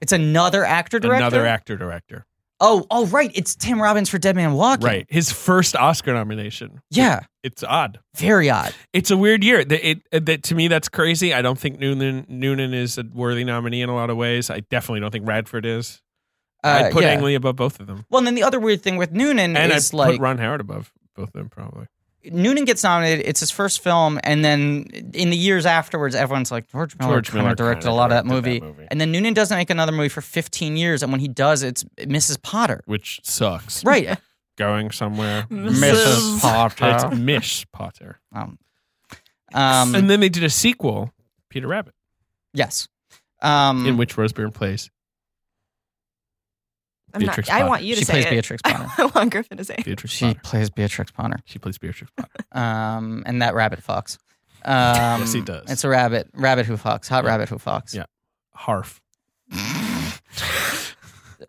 [SPEAKER 4] It's another actor director.
[SPEAKER 2] another actor director.
[SPEAKER 4] Oh, oh, right. It's Tim Robbins for Dead Man Walking.
[SPEAKER 2] Right. His first Oscar nomination.
[SPEAKER 4] Yeah.
[SPEAKER 2] It's odd.
[SPEAKER 4] Very odd.
[SPEAKER 2] It's a weird year. That it, uh, that to me that's crazy. I don't think Noonan Noonan is a worthy nominee in a lot of ways. I definitely don't think Radford is.
[SPEAKER 4] Uh,
[SPEAKER 2] I'd put
[SPEAKER 4] yeah.
[SPEAKER 2] Angley above both of them.
[SPEAKER 4] Well, and then the other weird thing with Noonan
[SPEAKER 2] And I'd
[SPEAKER 4] is like
[SPEAKER 2] put Ron Howard above both of them probably.
[SPEAKER 4] Noonan gets nominated. It's his first film, and then in the years afterwards, everyone's like George Miller,
[SPEAKER 2] George
[SPEAKER 4] kinda
[SPEAKER 2] Miller
[SPEAKER 4] directed
[SPEAKER 2] kinda
[SPEAKER 4] a lot of that
[SPEAKER 2] directed
[SPEAKER 4] movie.
[SPEAKER 2] that movie.
[SPEAKER 4] And then Noonan doesn't make another movie for 15 years, and when he does, it's Mrs. Potter.
[SPEAKER 2] which sucks.
[SPEAKER 4] Right.
[SPEAKER 2] Going somewhere.
[SPEAKER 3] Mrs.
[SPEAKER 2] It's
[SPEAKER 3] Potter.
[SPEAKER 2] Mish Potter.
[SPEAKER 4] um, um,
[SPEAKER 2] and then they did a sequel, Peter Rabbit,
[SPEAKER 4] yes. Um,
[SPEAKER 2] in which Rose Byrne plays
[SPEAKER 5] I'm not,
[SPEAKER 2] Beatrix
[SPEAKER 5] I
[SPEAKER 2] Potter.
[SPEAKER 5] want you to
[SPEAKER 4] she
[SPEAKER 5] say
[SPEAKER 4] plays
[SPEAKER 5] it.
[SPEAKER 4] Beatrix Potter.
[SPEAKER 5] I want Griffin to say it.
[SPEAKER 2] Beatrix
[SPEAKER 4] she
[SPEAKER 2] Potter.
[SPEAKER 4] plays Beatrix Potter.
[SPEAKER 2] She plays Beatrix Potter.
[SPEAKER 4] um, and that rabbit fucks. Um,
[SPEAKER 2] Yes, he does.
[SPEAKER 4] It's a rabbit, rabbit who fucks, hot rabbit who fucks.
[SPEAKER 2] Yeah. Harf.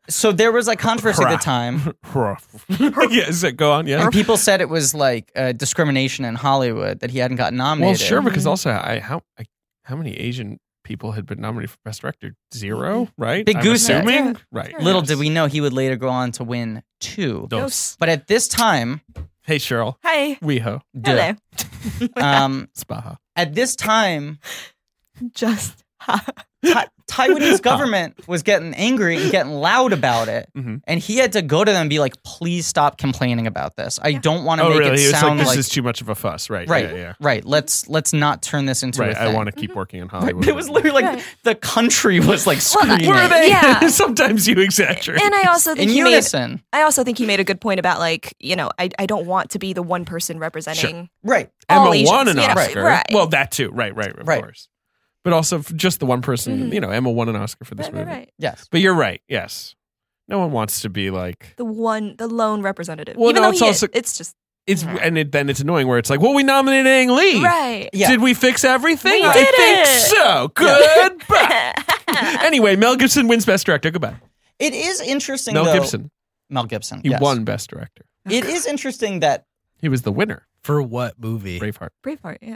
[SPEAKER 4] So there was like controversy at the
[SPEAKER 2] Crap.
[SPEAKER 4] time,
[SPEAKER 2] Harf. yeah, so go on. Yeah.
[SPEAKER 4] and people said it was like uh, discrimination in Hollywood that he hadn't gotten
[SPEAKER 2] Well,
[SPEAKER 4] nominated.
[SPEAKER 2] sure, because
[SPEAKER 5] Mm-hmm.
[SPEAKER 2] also I how I, how many Asian people had been nominated for Best Director? Zero,
[SPEAKER 5] Mm-hmm.
[SPEAKER 2] right?
[SPEAKER 4] Big
[SPEAKER 2] I'm
[SPEAKER 4] goose egg.
[SPEAKER 2] assuming,
[SPEAKER 5] Yeah.
[SPEAKER 2] right?
[SPEAKER 4] little
[SPEAKER 2] yes.
[SPEAKER 4] did we know he would later go on to win two.
[SPEAKER 2] Dos.
[SPEAKER 4] But at this time,
[SPEAKER 2] Hey, Cheryl.
[SPEAKER 5] Hi.
[SPEAKER 2] WeHo.
[SPEAKER 5] Hello.
[SPEAKER 4] um,
[SPEAKER 2] Spaha.
[SPEAKER 4] at this time,
[SPEAKER 5] Just ha.
[SPEAKER 4] Tha-
[SPEAKER 2] Oh.
[SPEAKER 4] Taiwanese government was getting angry and getting loud about it,
[SPEAKER 2] Mhm.
[SPEAKER 4] and he had to go to them and be like, "Please stop complaining about this. I don't want to
[SPEAKER 2] Oh,
[SPEAKER 4] make
[SPEAKER 2] really?
[SPEAKER 4] it
[SPEAKER 2] It's like
[SPEAKER 4] sound
[SPEAKER 2] this
[SPEAKER 4] like
[SPEAKER 2] is too much of a fuss, right?
[SPEAKER 4] right,
[SPEAKER 2] Yeah, yeah.
[SPEAKER 4] right. Let's let's not turn this into
[SPEAKER 2] Right.
[SPEAKER 4] a thing.
[SPEAKER 2] I want to
[SPEAKER 5] Mm-hmm.
[SPEAKER 2] keep working in Hollywood.
[SPEAKER 4] It was literally like
[SPEAKER 5] Right.
[SPEAKER 4] the country was like
[SPEAKER 5] Well,
[SPEAKER 4] screaming
[SPEAKER 5] were they? Yeah.
[SPEAKER 2] Sometimes you exaggerate.
[SPEAKER 5] And I also
[SPEAKER 4] in
[SPEAKER 5] think he made.
[SPEAKER 4] unison.
[SPEAKER 5] I also think he made a good point about like you know I, I don't want to be the one person representing.
[SPEAKER 4] Right.
[SPEAKER 5] all
[SPEAKER 2] Emma won
[SPEAKER 5] Asians,
[SPEAKER 2] an
[SPEAKER 5] you know,
[SPEAKER 2] Oscar.
[SPEAKER 5] right.
[SPEAKER 2] Well, that too. Right, right, of
[SPEAKER 4] Right.
[SPEAKER 2] course. But also f- just the one person,
[SPEAKER 5] Mhm.
[SPEAKER 2] you know, Emma won an Oscar for this
[SPEAKER 5] Right, right,
[SPEAKER 2] movie.
[SPEAKER 5] right.
[SPEAKER 4] Yes.
[SPEAKER 2] But you're right. Yes. No one wants to be like
[SPEAKER 5] The one, the lone representative.
[SPEAKER 2] Well,
[SPEAKER 5] Even
[SPEAKER 2] no,
[SPEAKER 5] though
[SPEAKER 2] it's
[SPEAKER 5] he
[SPEAKER 2] also-
[SPEAKER 5] is, it's just
[SPEAKER 2] it's and it, then it's annoying where it's like, "Well, we nominated Ang Lee.
[SPEAKER 5] right.
[SPEAKER 4] Yeah.
[SPEAKER 2] Did we fix everything?
[SPEAKER 5] We
[SPEAKER 2] I
[SPEAKER 5] did
[SPEAKER 2] think
[SPEAKER 5] it.
[SPEAKER 2] so. Goodbye. anyway, Mel Gibson wins best director. Goodbye.
[SPEAKER 4] It is interesting
[SPEAKER 2] Mel
[SPEAKER 4] though-
[SPEAKER 2] Gibson.
[SPEAKER 4] Mel Gibson.
[SPEAKER 2] He
[SPEAKER 4] yes.
[SPEAKER 2] won best director.
[SPEAKER 4] It is interesting that
[SPEAKER 2] He was the winner.
[SPEAKER 6] For what movie? Uh,
[SPEAKER 2] Braveheart.
[SPEAKER 5] Braveheart. Yeah.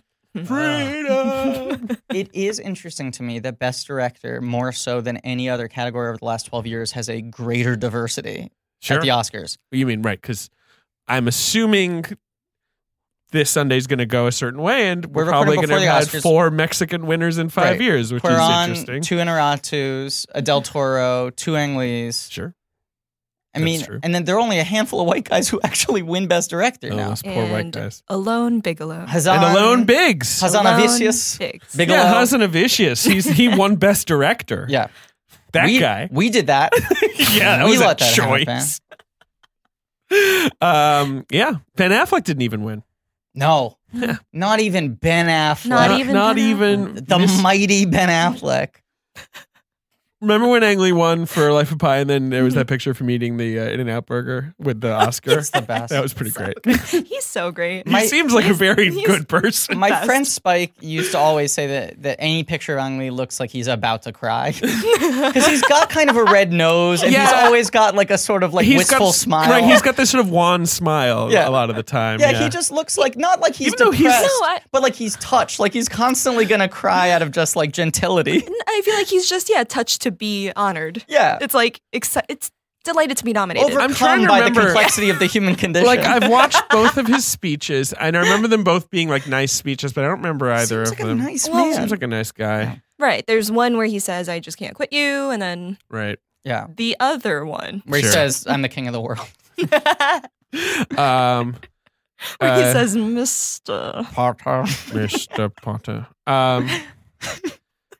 [SPEAKER 2] Freedom.
[SPEAKER 4] it is interesting to me that best director more so than any other category over the last 12 years has a greater diversity
[SPEAKER 2] sure.
[SPEAKER 4] at the Oscars.
[SPEAKER 2] You mean right? Because I'm assuming this Sunday's going to go a certain way, and we're,
[SPEAKER 4] We're
[SPEAKER 2] probably
[SPEAKER 4] recording
[SPEAKER 2] going to
[SPEAKER 4] before
[SPEAKER 2] have
[SPEAKER 4] the Oscars.
[SPEAKER 2] four Mexican winners in five
[SPEAKER 4] Right.
[SPEAKER 2] years, which is
[SPEAKER 4] Quaron,
[SPEAKER 2] interesting.
[SPEAKER 4] two Inarritus, a Del Toro, two Ang Lees.
[SPEAKER 2] sure.
[SPEAKER 4] I
[SPEAKER 2] That's
[SPEAKER 4] mean,
[SPEAKER 2] true.
[SPEAKER 4] and then there are only a handful of white guys who actually win best director
[SPEAKER 2] Oh,
[SPEAKER 4] now.
[SPEAKER 2] those poor white
[SPEAKER 5] And
[SPEAKER 2] guys.
[SPEAKER 5] Alone Bigelow.
[SPEAKER 4] Hazan,
[SPEAKER 2] And alone, Biggs.
[SPEAKER 4] Hazan
[SPEAKER 5] Alone
[SPEAKER 4] Avicius.
[SPEAKER 5] Biggs.
[SPEAKER 4] Bigelow.
[SPEAKER 2] Yeah, Hazanavicius. He's he won best director.
[SPEAKER 4] Yeah.
[SPEAKER 2] that
[SPEAKER 4] we,
[SPEAKER 2] guy.
[SPEAKER 4] We did that.
[SPEAKER 2] yeah, that
[SPEAKER 4] we
[SPEAKER 2] was
[SPEAKER 4] let
[SPEAKER 2] a
[SPEAKER 4] that
[SPEAKER 2] choice. um, yeah, Ben Affleck didn't even win.
[SPEAKER 4] No, not even Ben Affleck.
[SPEAKER 5] Not even
[SPEAKER 2] Not
[SPEAKER 5] Ben
[SPEAKER 2] even
[SPEAKER 4] the
[SPEAKER 2] Miss-
[SPEAKER 4] mighty Ben Affleck.
[SPEAKER 2] Remember when Ang Lee won for Life of Pi, and then there was that picture from eating the uh, In and Out Burger with the Oscar?
[SPEAKER 4] Mm-hmm. It's the best.
[SPEAKER 2] that was pretty great.
[SPEAKER 5] He's so great.
[SPEAKER 2] He
[SPEAKER 4] My-
[SPEAKER 2] seems like a
[SPEAKER 5] he's-
[SPEAKER 2] very
[SPEAKER 5] he's-
[SPEAKER 2] good person.
[SPEAKER 4] My
[SPEAKER 5] best.
[SPEAKER 4] friend Spike used to always say that, that any picture of Ang Lee looks like he's about to cry because he's got kind of a red nose and he's
[SPEAKER 2] Yeah.
[SPEAKER 4] always got like a sort of like
[SPEAKER 2] He's
[SPEAKER 4] wistful smile.
[SPEAKER 2] Right, he's got this sort of wan smile
[SPEAKER 4] Yeah.
[SPEAKER 2] a lot of the time.
[SPEAKER 4] yeah,
[SPEAKER 2] Yeah,
[SPEAKER 4] he just looks like not like he's
[SPEAKER 2] Even though he's-
[SPEAKER 4] depressed,
[SPEAKER 5] No, I-
[SPEAKER 4] but like he's touched. Like he's constantly gonna cry out of just like gentility.
[SPEAKER 5] I feel like he's just yeah touched to be honored.
[SPEAKER 4] Yeah,
[SPEAKER 5] It's like exci- it's delighted to be nominated.
[SPEAKER 4] overcome
[SPEAKER 2] trying to
[SPEAKER 4] by
[SPEAKER 2] remember-
[SPEAKER 4] the complexity of the human condition.
[SPEAKER 2] like I've watched both of his speeches, and I remember them both being like nice speeches, but I don't remember either
[SPEAKER 4] seems
[SPEAKER 2] of
[SPEAKER 4] like a
[SPEAKER 2] them.
[SPEAKER 4] nice
[SPEAKER 5] Well,
[SPEAKER 4] man.
[SPEAKER 2] Seems like a nice guy,
[SPEAKER 5] Right. There's one where he says, "I just can't quit you," and then
[SPEAKER 2] right?
[SPEAKER 4] yeah,
[SPEAKER 5] the other one
[SPEAKER 4] where he
[SPEAKER 2] Sure.
[SPEAKER 4] says, "I'm the king of the world."
[SPEAKER 2] Um,
[SPEAKER 5] where he
[SPEAKER 2] uh,
[SPEAKER 5] says, "Mister."
[SPEAKER 3] Potter.
[SPEAKER 2] Mr. Potter. Um,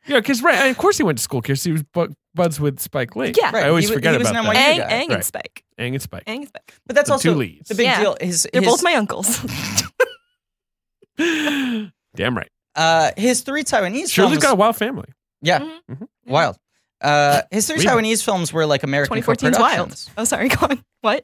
[SPEAKER 2] yeah, because right, and of course he went to school because he was bu- buds with Spike Lee.
[SPEAKER 5] Yeah. Right,
[SPEAKER 2] I always
[SPEAKER 4] he wa-
[SPEAKER 2] forget
[SPEAKER 4] he was
[SPEAKER 2] about
[SPEAKER 4] an
[SPEAKER 2] that.
[SPEAKER 4] NYU
[SPEAKER 5] Ang,
[SPEAKER 4] guy.
[SPEAKER 5] Ang
[SPEAKER 2] Right.
[SPEAKER 5] and Spike.
[SPEAKER 2] Ang and Spike.
[SPEAKER 5] Ang and Spike.
[SPEAKER 4] But that's
[SPEAKER 2] The
[SPEAKER 4] also
[SPEAKER 2] two leads.
[SPEAKER 4] the big
[SPEAKER 5] Yeah.
[SPEAKER 4] deal. His,
[SPEAKER 5] They're
[SPEAKER 4] his-
[SPEAKER 5] both my uncles.
[SPEAKER 2] Damn right.
[SPEAKER 4] uh, his three
[SPEAKER 2] Shirley's
[SPEAKER 4] Taiwanese films.
[SPEAKER 2] got a wild family.
[SPEAKER 4] yeah,
[SPEAKER 5] Mhm.
[SPEAKER 2] Mhm.
[SPEAKER 4] wild. Uh, his three
[SPEAKER 2] Weird.
[SPEAKER 4] Taiwanese films were like American
[SPEAKER 5] 2014's wild.
[SPEAKER 4] co-productions.
[SPEAKER 5] Oh, sorry. Go on. What?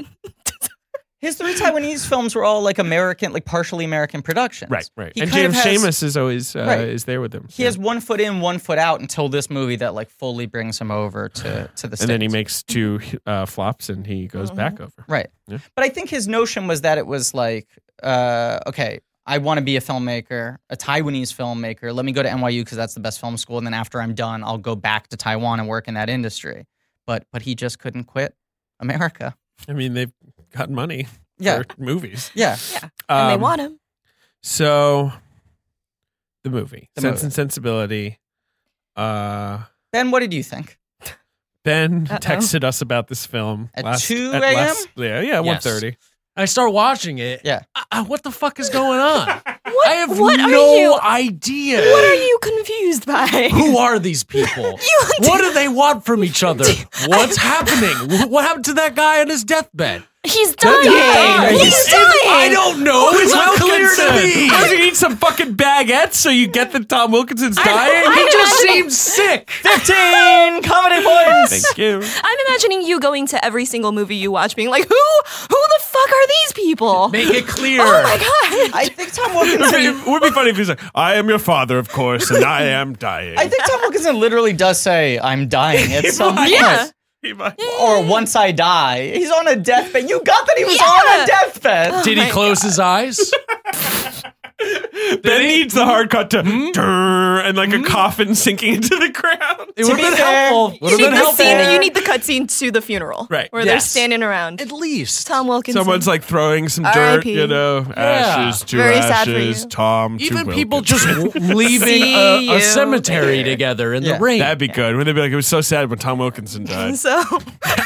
[SPEAKER 4] His three Taiwanese films were all like American, like partially American productions.
[SPEAKER 2] Right, right.
[SPEAKER 4] He
[SPEAKER 2] and
[SPEAKER 4] kind of
[SPEAKER 2] James
[SPEAKER 4] has-
[SPEAKER 2] Seamus is always uh,
[SPEAKER 4] Right.
[SPEAKER 2] is there with him.
[SPEAKER 4] He has one foot in, one foot out until this movie that like fully brings him over to to the.
[SPEAKER 2] and then he
[SPEAKER 4] States.
[SPEAKER 2] makes two uh, flops and he goes
[SPEAKER 4] Mm-hmm.
[SPEAKER 2] back over.
[SPEAKER 4] Right.
[SPEAKER 2] Yeah.
[SPEAKER 4] But I think his notion was that it was like, uh, okay, I want to be a filmmaker, a Taiwanese filmmaker. Let me go to NYU because that's the best film school. And then after I'm done, I'll go back to Taiwan and work in that industry. But but he just couldn't quit America.
[SPEAKER 2] I mean, they've got money
[SPEAKER 4] Yeah.
[SPEAKER 2] for movies.
[SPEAKER 4] Yeah.
[SPEAKER 5] and they
[SPEAKER 2] Um,
[SPEAKER 5] want him.
[SPEAKER 2] So, the movie,
[SPEAKER 4] The
[SPEAKER 2] Sense
[SPEAKER 4] movie.
[SPEAKER 2] and Sensibility. Uh,
[SPEAKER 4] Ben, what did you think?
[SPEAKER 2] Ben
[SPEAKER 5] Uh-oh.
[SPEAKER 2] texted us about this film
[SPEAKER 4] At
[SPEAKER 2] last-
[SPEAKER 4] 2
[SPEAKER 2] at
[SPEAKER 4] a.m.?
[SPEAKER 2] last- Yeah, yeah,
[SPEAKER 6] Yes.
[SPEAKER 2] one thirty.
[SPEAKER 6] I start watching it.
[SPEAKER 4] Yeah.
[SPEAKER 6] I- I- Uh, what the fuck is going on?
[SPEAKER 5] What,
[SPEAKER 6] I have
[SPEAKER 5] what
[SPEAKER 6] no
[SPEAKER 5] are you?
[SPEAKER 6] idea.
[SPEAKER 5] What are you confused by?
[SPEAKER 6] Who are these people?
[SPEAKER 5] You-
[SPEAKER 6] what do they want from each other? What's happening? Wh- What happened to that guy on his deathbed?
[SPEAKER 5] He's dying.
[SPEAKER 6] It's-
[SPEAKER 5] He's
[SPEAKER 6] it's- I
[SPEAKER 5] dying.
[SPEAKER 6] don't know. It's not clear to me.
[SPEAKER 2] How do you eat some fucking baguettes so you get that Tom Wilkinson's dying?
[SPEAKER 5] I-
[SPEAKER 6] He just
[SPEAKER 5] I-
[SPEAKER 6] seems sick.
[SPEAKER 4] 15 comedy points.
[SPEAKER 2] Thank you.
[SPEAKER 5] I'm imagining you going to every single movie you watch, being like, "Who? Who the fuck are these people?"
[SPEAKER 6] Make it clear.
[SPEAKER 5] oh my god!
[SPEAKER 4] I think Tom
[SPEAKER 2] It'd be,
[SPEAKER 4] Wilkinson.
[SPEAKER 2] it would be funny if he's like, I am your father, of course, and I am dying.
[SPEAKER 4] I think Tom Wilkinson literally does say, "I'm dying" at
[SPEAKER 5] Oh
[SPEAKER 4] some point,
[SPEAKER 5] Yeah.
[SPEAKER 2] He might-
[SPEAKER 4] or "Once I die." He's on a deathbed. You got that he was
[SPEAKER 5] Yeah.
[SPEAKER 4] on a deathbed.
[SPEAKER 6] Did
[SPEAKER 5] Oh
[SPEAKER 6] he
[SPEAKER 5] my
[SPEAKER 6] close his eyes?
[SPEAKER 2] Ben needs the hard cut to
[SPEAKER 6] Hmm?
[SPEAKER 2] "Durr," and like a coffin sinking into the ground.
[SPEAKER 6] It would
[SPEAKER 4] be
[SPEAKER 6] have been
[SPEAKER 4] fair,
[SPEAKER 6] helpful. Would
[SPEAKER 5] You
[SPEAKER 6] have
[SPEAKER 5] need
[SPEAKER 6] been
[SPEAKER 5] the
[SPEAKER 6] helpful.
[SPEAKER 5] scene. You need the cutscene to the funeral,
[SPEAKER 2] Right.
[SPEAKER 5] Where they're
[SPEAKER 6] Yes.
[SPEAKER 5] standing around.
[SPEAKER 6] At least.
[SPEAKER 5] Tom Wilkinson.
[SPEAKER 2] Someone's like throwing some dirt,
[SPEAKER 5] R.I.P..
[SPEAKER 2] you know, ashes to
[SPEAKER 5] Very sad for
[SPEAKER 2] ashes,
[SPEAKER 5] you.
[SPEAKER 2] Tom to
[SPEAKER 6] Even people just
[SPEAKER 2] Wilkinson.
[SPEAKER 6] leaving
[SPEAKER 5] See
[SPEAKER 6] a, a
[SPEAKER 5] you
[SPEAKER 6] cemetery
[SPEAKER 5] there.
[SPEAKER 6] together in
[SPEAKER 4] Yeah.
[SPEAKER 6] the rain.
[SPEAKER 2] That'd be good. Wouldn't they be like, it was so sad when Tom Wilkinson died?
[SPEAKER 5] so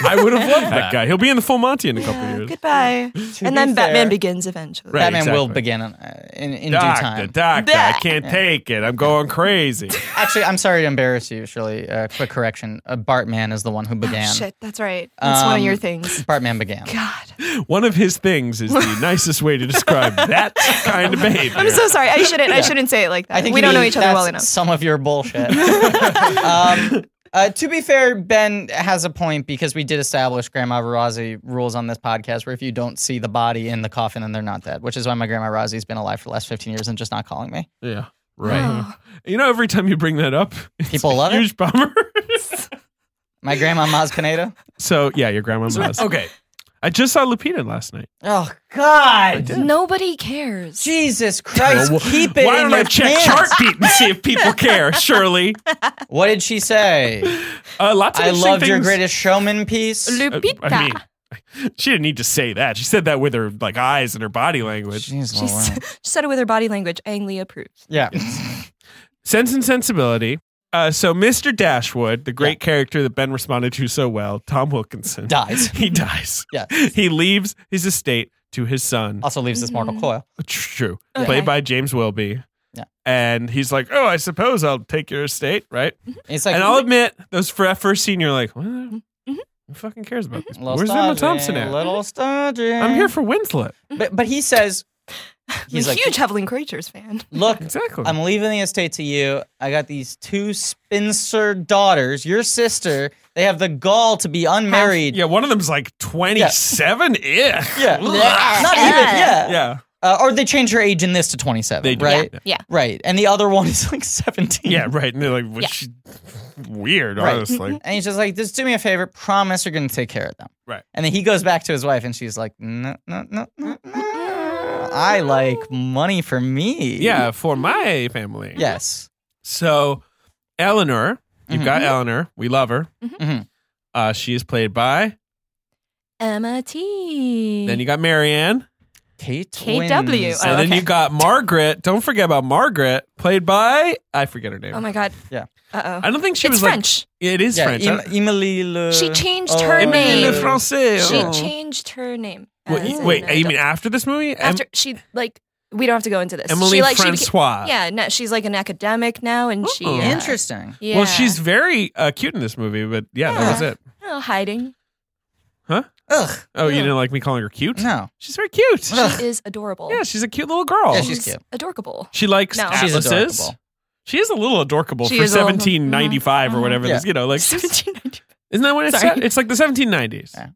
[SPEAKER 6] I would have loved
[SPEAKER 2] that
[SPEAKER 6] that.
[SPEAKER 2] guy. He'll be in the full Monty in a couple
[SPEAKER 5] yeah,
[SPEAKER 2] years.
[SPEAKER 5] goodbye. And then
[SPEAKER 4] fair-
[SPEAKER 5] Batman begins eventually.
[SPEAKER 2] Right.
[SPEAKER 4] Batman will
[SPEAKER 2] exactly.
[SPEAKER 4] begin uh, in, in due
[SPEAKER 2] Doctor,
[SPEAKER 4] time.
[SPEAKER 2] doctor, I
[SPEAKER 5] Yeah.
[SPEAKER 2] can't take it. I'm going crazy.
[SPEAKER 4] Actually, I'm sorry to embarrass you, Shirley. Uh, quick correction: uh, Bartman is the one who began.
[SPEAKER 5] Oh, Shit, that's right. That's one
[SPEAKER 4] Um,
[SPEAKER 5] of your things.
[SPEAKER 4] Bartman began.
[SPEAKER 5] God,
[SPEAKER 2] One of his things is the nicest way to describe that kind of behavior.
[SPEAKER 5] I'm so sorry. I shouldn't. I shouldn't say it like that.
[SPEAKER 4] I think
[SPEAKER 5] we
[SPEAKER 4] you
[SPEAKER 5] don't know
[SPEAKER 4] need-
[SPEAKER 5] each other well
[SPEAKER 4] that's
[SPEAKER 5] enough.
[SPEAKER 4] Some of your bullshit. um, uh, to be fair, Ben has a point because we did establish Grandma Razi rules on this podcast, where if you don't see the body in the coffin and they're not dead, which is why my Grandma Razi's been alive for the last fifteen years and just not calling me.
[SPEAKER 2] Yeah. Right. You know, every time you bring that up, it's
[SPEAKER 4] People
[SPEAKER 2] a
[SPEAKER 4] love it?
[SPEAKER 2] huge bummer.
[SPEAKER 4] My Grandma Maz Pinedo.
[SPEAKER 2] so yeah, your grandma was.
[SPEAKER 6] Okay.
[SPEAKER 2] I just saw Lupita last night.
[SPEAKER 4] Oh God,
[SPEAKER 5] Nobody cares.
[SPEAKER 4] Jesus Christ! keep it
[SPEAKER 2] Why
[SPEAKER 4] in
[SPEAKER 2] don't
[SPEAKER 4] your
[SPEAKER 2] I check
[SPEAKER 4] pants.
[SPEAKER 2] Chartbeat and see if people care? Shirley,
[SPEAKER 4] What did she say?
[SPEAKER 2] uh, lots of
[SPEAKER 4] I
[SPEAKER 2] interesting
[SPEAKER 4] loved your
[SPEAKER 2] things-
[SPEAKER 4] Greatest Showman piece.
[SPEAKER 2] Uh,
[SPEAKER 5] Lupita.
[SPEAKER 2] I mean, she didn't need to say that. She said that with her like eyes and her body language.
[SPEAKER 4] Jeez,
[SPEAKER 5] she, s-
[SPEAKER 4] Lord.
[SPEAKER 5] she said it with her body language. Ang Lee approves.
[SPEAKER 4] Yeah.
[SPEAKER 2] Sense and Sensibility. Uh, so Mr. Dashwood, the great character that Ben responded to so well, Tom Wilkinson
[SPEAKER 4] Dies.
[SPEAKER 2] He dies.
[SPEAKER 4] Yeah. Oh.
[SPEAKER 2] He leaves his estate to his son. Uh,
[SPEAKER 4] Also leaves this mortal coil.
[SPEAKER 2] True.
[SPEAKER 5] Okay.
[SPEAKER 2] Played by James Wilby.
[SPEAKER 4] Yeah.
[SPEAKER 2] And he's like, "Oh, I suppose I'll take your estate, right?"
[SPEAKER 4] It's like
[SPEAKER 2] and I'll admit, those for at first scene, you're like, "Well, "Who fucking cares about this?
[SPEAKER 4] Mm-hmm. Little
[SPEAKER 2] Where's Emma
[SPEAKER 4] stodgy,
[SPEAKER 2] Thompson at?
[SPEAKER 4] Little stodgy.
[SPEAKER 2] I'm here for Winslet."
[SPEAKER 4] But, but he says, he's
[SPEAKER 5] I'm a
[SPEAKER 4] like,
[SPEAKER 5] huge Howling Creatures fan.
[SPEAKER 4] look,
[SPEAKER 2] Exactly.
[SPEAKER 4] I'm leaving the estate to you. I got these two Spencer daughters, your sister. They have the gall to be unmarried.
[SPEAKER 2] yeah, one of them's like 27. Yeah.
[SPEAKER 4] Yeah. Not even. Yeah.
[SPEAKER 2] Yeah.
[SPEAKER 4] Uh, or they change her age in this to 27.
[SPEAKER 2] They do.
[SPEAKER 4] Right.
[SPEAKER 5] Yeah.
[SPEAKER 4] Right. And the other one is like 17.
[SPEAKER 2] Yeah, right. And they're like, well,
[SPEAKER 5] Yeah.
[SPEAKER 2] she- weird,
[SPEAKER 4] Right. Mm-hmm.
[SPEAKER 2] honestly.
[SPEAKER 4] And he's just like, just do me a favor. Promise you're going to take care of them.
[SPEAKER 2] Right.
[SPEAKER 4] And then he goes back to his wife, and she's like, no, no, no, no, no. I like money for me.
[SPEAKER 2] Yeah, for my family.
[SPEAKER 4] Yes.
[SPEAKER 2] So, Eleanor, you've got
[SPEAKER 5] Mm-hmm.
[SPEAKER 2] Eleanor. We love her.
[SPEAKER 4] Mhm.
[SPEAKER 2] Uh, she is played by.
[SPEAKER 5] Emma T.
[SPEAKER 2] Then you got Marianne.
[SPEAKER 4] Kate.
[SPEAKER 5] KW.
[SPEAKER 4] wins.
[SPEAKER 5] Oh,
[SPEAKER 2] and then
[SPEAKER 5] okay.
[SPEAKER 2] you got Margaret. Don't forget about Margaret, played by. I forget her name.
[SPEAKER 5] oh my god.
[SPEAKER 4] Yeah.
[SPEAKER 5] Uh oh.
[SPEAKER 2] I don't think she
[SPEAKER 5] It's
[SPEAKER 2] was
[SPEAKER 5] French.
[SPEAKER 2] like. It is
[SPEAKER 4] Yeah,
[SPEAKER 2] French.
[SPEAKER 4] Em- Emily Le- Oh,
[SPEAKER 5] She changed her
[SPEAKER 4] Emily
[SPEAKER 5] name.
[SPEAKER 4] Le-
[SPEAKER 2] Francais.
[SPEAKER 5] she
[SPEAKER 4] oh.
[SPEAKER 5] changed her name. as
[SPEAKER 2] Wait,
[SPEAKER 5] an
[SPEAKER 2] e- wait you mean
[SPEAKER 5] adult.
[SPEAKER 2] after this movie? Em-
[SPEAKER 5] after she like we don't have to go into this.
[SPEAKER 2] Emily
[SPEAKER 5] she, like, She beca-
[SPEAKER 2] Francois.
[SPEAKER 5] yeah, no, she's like an academic now, and she
[SPEAKER 2] Ooh.
[SPEAKER 5] uh,
[SPEAKER 4] Interesting.
[SPEAKER 5] Yeah.
[SPEAKER 2] Well, she's very uh, cute in this movie, but yeah, that was
[SPEAKER 5] Yeah.
[SPEAKER 2] it.
[SPEAKER 5] Oh, hiding.
[SPEAKER 4] Ugh.
[SPEAKER 2] Oh, you
[SPEAKER 5] Yeah.
[SPEAKER 2] didn't like me calling her cute?
[SPEAKER 4] No.
[SPEAKER 2] She's very cute.
[SPEAKER 4] Ugh.
[SPEAKER 5] She is adorable.
[SPEAKER 2] Yeah, she's a cute little girl.
[SPEAKER 4] Yeah, she's cute.
[SPEAKER 5] Adorable.
[SPEAKER 2] she likes
[SPEAKER 5] No.
[SPEAKER 4] She's
[SPEAKER 2] atlases.
[SPEAKER 4] adorable.
[SPEAKER 2] She is a little adorable
[SPEAKER 5] She
[SPEAKER 2] for
[SPEAKER 5] is a little-
[SPEAKER 2] 1795 or
[SPEAKER 5] Mhm.
[SPEAKER 2] whatever.
[SPEAKER 4] Yeah.
[SPEAKER 2] This, you know, like isn't
[SPEAKER 5] 1790.
[SPEAKER 2] that when it's
[SPEAKER 5] Sorry.
[SPEAKER 2] set? It's like the 1790s,
[SPEAKER 4] Yeah.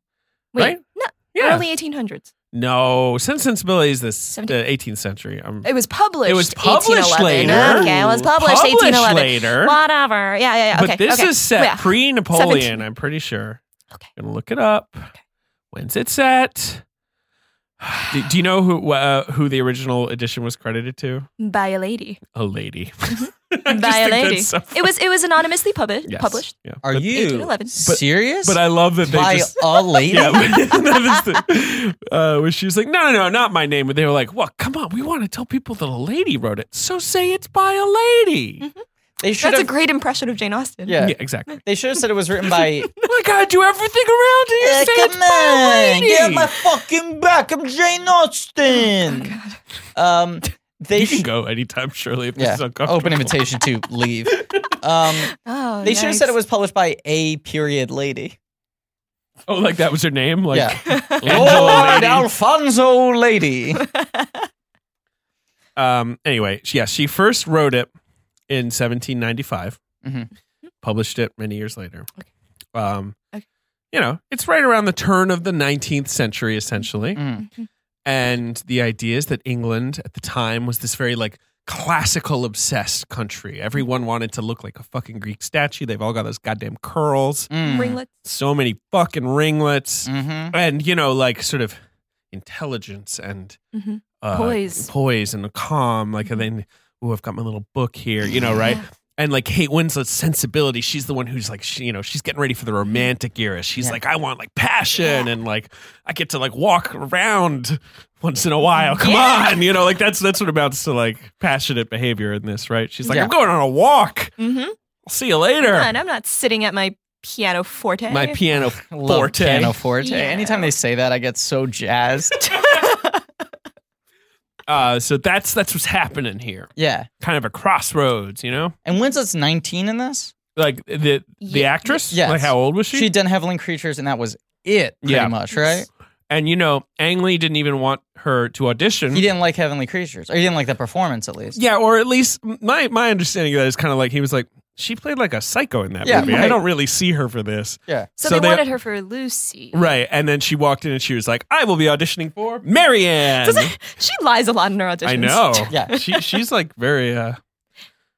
[SPEAKER 5] Wait,
[SPEAKER 2] right?
[SPEAKER 5] no,
[SPEAKER 2] Yeah.
[SPEAKER 5] early 1800s.
[SPEAKER 2] no, Sense and Sensibility is the s- the
[SPEAKER 5] 17
[SPEAKER 2] 18th century. I'm
[SPEAKER 5] It was published.
[SPEAKER 2] It was published
[SPEAKER 5] 1811.
[SPEAKER 2] later.
[SPEAKER 5] Okay, it was published,
[SPEAKER 2] Published
[SPEAKER 5] 1811.
[SPEAKER 2] later.
[SPEAKER 5] Whatever. Yeah, yeah, yeah.
[SPEAKER 2] But
[SPEAKER 5] okay,
[SPEAKER 2] this
[SPEAKER 5] okay.
[SPEAKER 2] is set
[SPEAKER 5] Yeah.
[SPEAKER 2] pre-Napoleon,
[SPEAKER 5] 17.
[SPEAKER 2] I'm pretty sure.
[SPEAKER 5] Okay.
[SPEAKER 2] Gonna look it up. When's it set? Do, do you know who uh, who the original edition was credited to?
[SPEAKER 5] by a lady.
[SPEAKER 2] A lady.
[SPEAKER 5] Mm-hmm. By a lady. it was it was anonymously published. Published.
[SPEAKER 2] Yeah.
[SPEAKER 4] Are
[SPEAKER 2] but,
[SPEAKER 4] you
[SPEAKER 5] 1811. But-
[SPEAKER 4] serious?
[SPEAKER 2] But I love that they
[SPEAKER 4] By
[SPEAKER 2] just.
[SPEAKER 4] a lady?
[SPEAKER 2] Yeah, but- that is the, uh, where she was like, no, no, no, not my name. But they were like, well, come on, we want to tell people that a lady wrote it, so say it's by a lady.
[SPEAKER 4] They should
[SPEAKER 5] That's a
[SPEAKER 4] have,
[SPEAKER 5] great impression of Jane Austen.
[SPEAKER 4] yeah.
[SPEAKER 2] Yeah, exactly.
[SPEAKER 4] They should have said it was written by.
[SPEAKER 2] I gotta do everything around here.
[SPEAKER 4] Uh,
[SPEAKER 2] say it's
[SPEAKER 4] come
[SPEAKER 2] by a
[SPEAKER 4] on, get
[SPEAKER 2] lady.
[SPEAKER 4] my fucking back. I'm Jane Austen.
[SPEAKER 5] Oh,
[SPEAKER 4] Um, they
[SPEAKER 2] you can
[SPEAKER 4] should
[SPEAKER 2] go anytime, Shirley. If this
[SPEAKER 4] yeah.
[SPEAKER 2] is uncomfortable.
[SPEAKER 4] Open invitation to leave. Um,
[SPEAKER 5] Oh,
[SPEAKER 4] they should have said
[SPEAKER 5] yikes.
[SPEAKER 4] it was published by a period lady.
[SPEAKER 2] Oh, like that was her name. Like
[SPEAKER 4] yeah.
[SPEAKER 2] Angela
[SPEAKER 4] Lord
[SPEAKER 2] Lady.
[SPEAKER 4] Alfonso Lady.
[SPEAKER 2] Um, anyway, she- yes, she first wrote it in 1795,
[SPEAKER 4] Mhm.
[SPEAKER 2] published it many years later.
[SPEAKER 5] Okay.
[SPEAKER 2] Um,
[SPEAKER 5] Okay.
[SPEAKER 2] You know, it's right around the turn of the 19th century, essentially.
[SPEAKER 4] Mm.
[SPEAKER 2] And the idea is that England at the time was this very like classical obsessed country. Everyone wanted to look like a fucking Greek statue. They've all got those goddamn curls,
[SPEAKER 4] Mm.
[SPEAKER 5] ringlets.
[SPEAKER 2] so many fucking ringlets,
[SPEAKER 4] Mhm.
[SPEAKER 2] and, you know, like sort of intelligence and
[SPEAKER 4] Mm-hmm.
[SPEAKER 5] hmm
[SPEAKER 2] uh,
[SPEAKER 5] Poise.
[SPEAKER 2] poise and calm. Like, and then, ooh, I've got my little book here, you know, right? And like Kate Winslet's sensibility, she's the one who's like, she, you know, she's getting ready for the romantic era. She's
[SPEAKER 4] Yeah.
[SPEAKER 2] like, I want like passion and like I get to like walk around once in a while. Come on, you know, like that's that's what amounts to like passionate behavior in this, right? She's like,
[SPEAKER 4] Yeah. Mm-hmm.
[SPEAKER 2] I'm going on a walk.
[SPEAKER 5] hmm
[SPEAKER 2] I'll see you later.
[SPEAKER 5] Come on, I'm not sitting at my piano forte.
[SPEAKER 2] My piano
[SPEAKER 4] Love
[SPEAKER 2] forte.
[SPEAKER 4] eh? Piano forte.
[SPEAKER 5] Yeah.
[SPEAKER 4] Anytime they say that, I get so jazzed.
[SPEAKER 2] Uh, so that's that's what's happening here.
[SPEAKER 4] yeah.
[SPEAKER 2] Kind of a crossroads, you know.
[SPEAKER 4] And Winslet's 19 in this.
[SPEAKER 2] Like the the
[SPEAKER 5] Ye-
[SPEAKER 2] actress.
[SPEAKER 4] yes.
[SPEAKER 2] Like how old was
[SPEAKER 4] She did Heavenly Creatures, and that was it, pretty
[SPEAKER 2] Yeah. Mm-hmm.
[SPEAKER 4] much, right?
[SPEAKER 2] And you know, Ang Lee didn't even want her to audition.
[SPEAKER 4] He didn't like Heavenly Creatures, or he didn't like the performance, at least.
[SPEAKER 2] Yeah, or at least my my understanding of that is kind of like he was like, she played like a psycho in that
[SPEAKER 4] Yeah,
[SPEAKER 2] movie. I
[SPEAKER 4] right.
[SPEAKER 2] don't really see her for this.
[SPEAKER 4] Yeah.
[SPEAKER 5] so,
[SPEAKER 2] so
[SPEAKER 5] they,
[SPEAKER 2] they-
[SPEAKER 5] wanted her for Lucy.
[SPEAKER 2] Right. And then she walked in and she was like, I will be auditioning for Marianne.
[SPEAKER 5] She lies a lot in her auditions.
[SPEAKER 2] I know.
[SPEAKER 4] Yeah.
[SPEAKER 2] She she's like very uh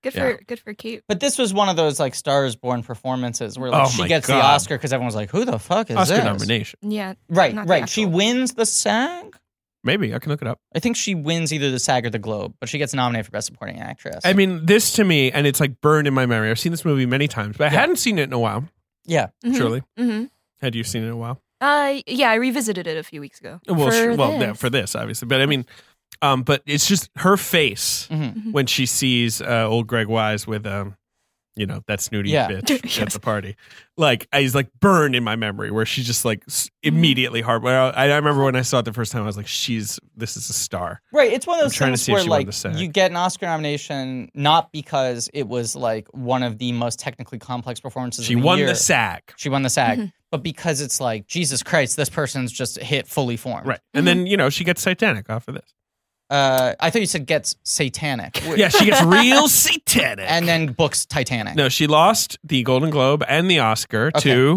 [SPEAKER 5] good
[SPEAKER 2] Yeah.
[SPEAKER 5] for good for Kate.
[SPEAKER 4] But this was one of those like Stars Born performances where like
[SPEAKER 2] Oh
[SPEAKER 4] she
[SPEAKER 2] my
[SPEAKER 4] gets the
[SPEAKER 2] God.
[SPEAKER 4] Oscar because everyone's like, "Who the fuck is
[SPEAKER 2] Oscar
[SPEAKER 4] this?"
[SPEAKER 2] nomination.
[SPEAKER 5] Yeah.
[SPEAKER 4] Right,
[SPEAKER 5] Not the
[SPEAKER 4] right. She
[SPEAKER 5] actual-
[SPEAKER 4] wins the SAG.
[SPEAKER 2] Maybe I can look it up.
[SPEAKER 4] I think she wins either the SAG or the Globe, but she gets nominated for Best Supporting Actress.
[SPEAKER 2] I mean, this to me, and it's like burned in my memory. I've seen this movie many times, but I hadn't seen it in a while.
[SPEAKER 4] yeah,
[SPEAKER 5] Mhm,
[SPEAKER 2] Surely,
[SPEAKER 5] mhm.
[SPEAKER 2] had you seen it in a while?
[SPEAKER 5] Uh, yeah, I revisited it a few weeks ago.
[SPEAKER 2] Well,
[SPEAKER 5] for
[SPEAKER 2] sure, well,
[SPEAKER 5] this.
[SPEAKER 2] yeah, for this, obviously, but I mean, um, but it's just her face
[SPEAKER 5] Mm-hmm.
[SPEAKER 4] Mhm.
[SPEAKER 2] when she sees uh, old Greg Wise with um, you know, that snooty
[SPEAKER 4] Yeah.
[SPEAKER 2] bitch at
[SPEAKER 5] Yes.
[SPEAKER 2] the party. Like, I is like burned in my memory where she's just like s-
[SPEAKER 5] Mm-hmm.
[SPEAKER 2] immediately hard. Well, I, I remember when I saw it the first time, I was like, she's this is a star.
[SPEAKER 4] right. It's one of
[SPEAKER 2] I'm
[SPEAKER 4] those
[SPEAKER 2] trying to
[SPEAKER 4] things
[SPEAKER 2] see if
[SPEAKER 4] where
[SPEAKER 2] she won
[SPEAKER 4] like
[SPEAKER 2] the SAG.
[SPEAKER 4] you get an Oscar nomination not because it was like one of the most technically complex performances.
[SPEAKER 2] She
[SPEAKER 4] of the
[SPEAKER 2] won
[SPEAKER 4] year.
[SPEAKER 2] the sack,
[SPEAKER 4] She won the SAG, but because it's like Jesus Christ, this person's just hit fully formed.
[SPEAKER 2] right? And then you know she gets satanic off of this.
[SPEAKER 4] Uh, I thought you said gets satanic.
[SPEAKER 2] Yeah, she gets real satanic.
[SPEAKER 4] And then books Titanic.
[SPEAKER 2] no, she lost the Golden Globe and the Oscar
[SPEAKER 4] Okay.
[SPEAKER 2] to,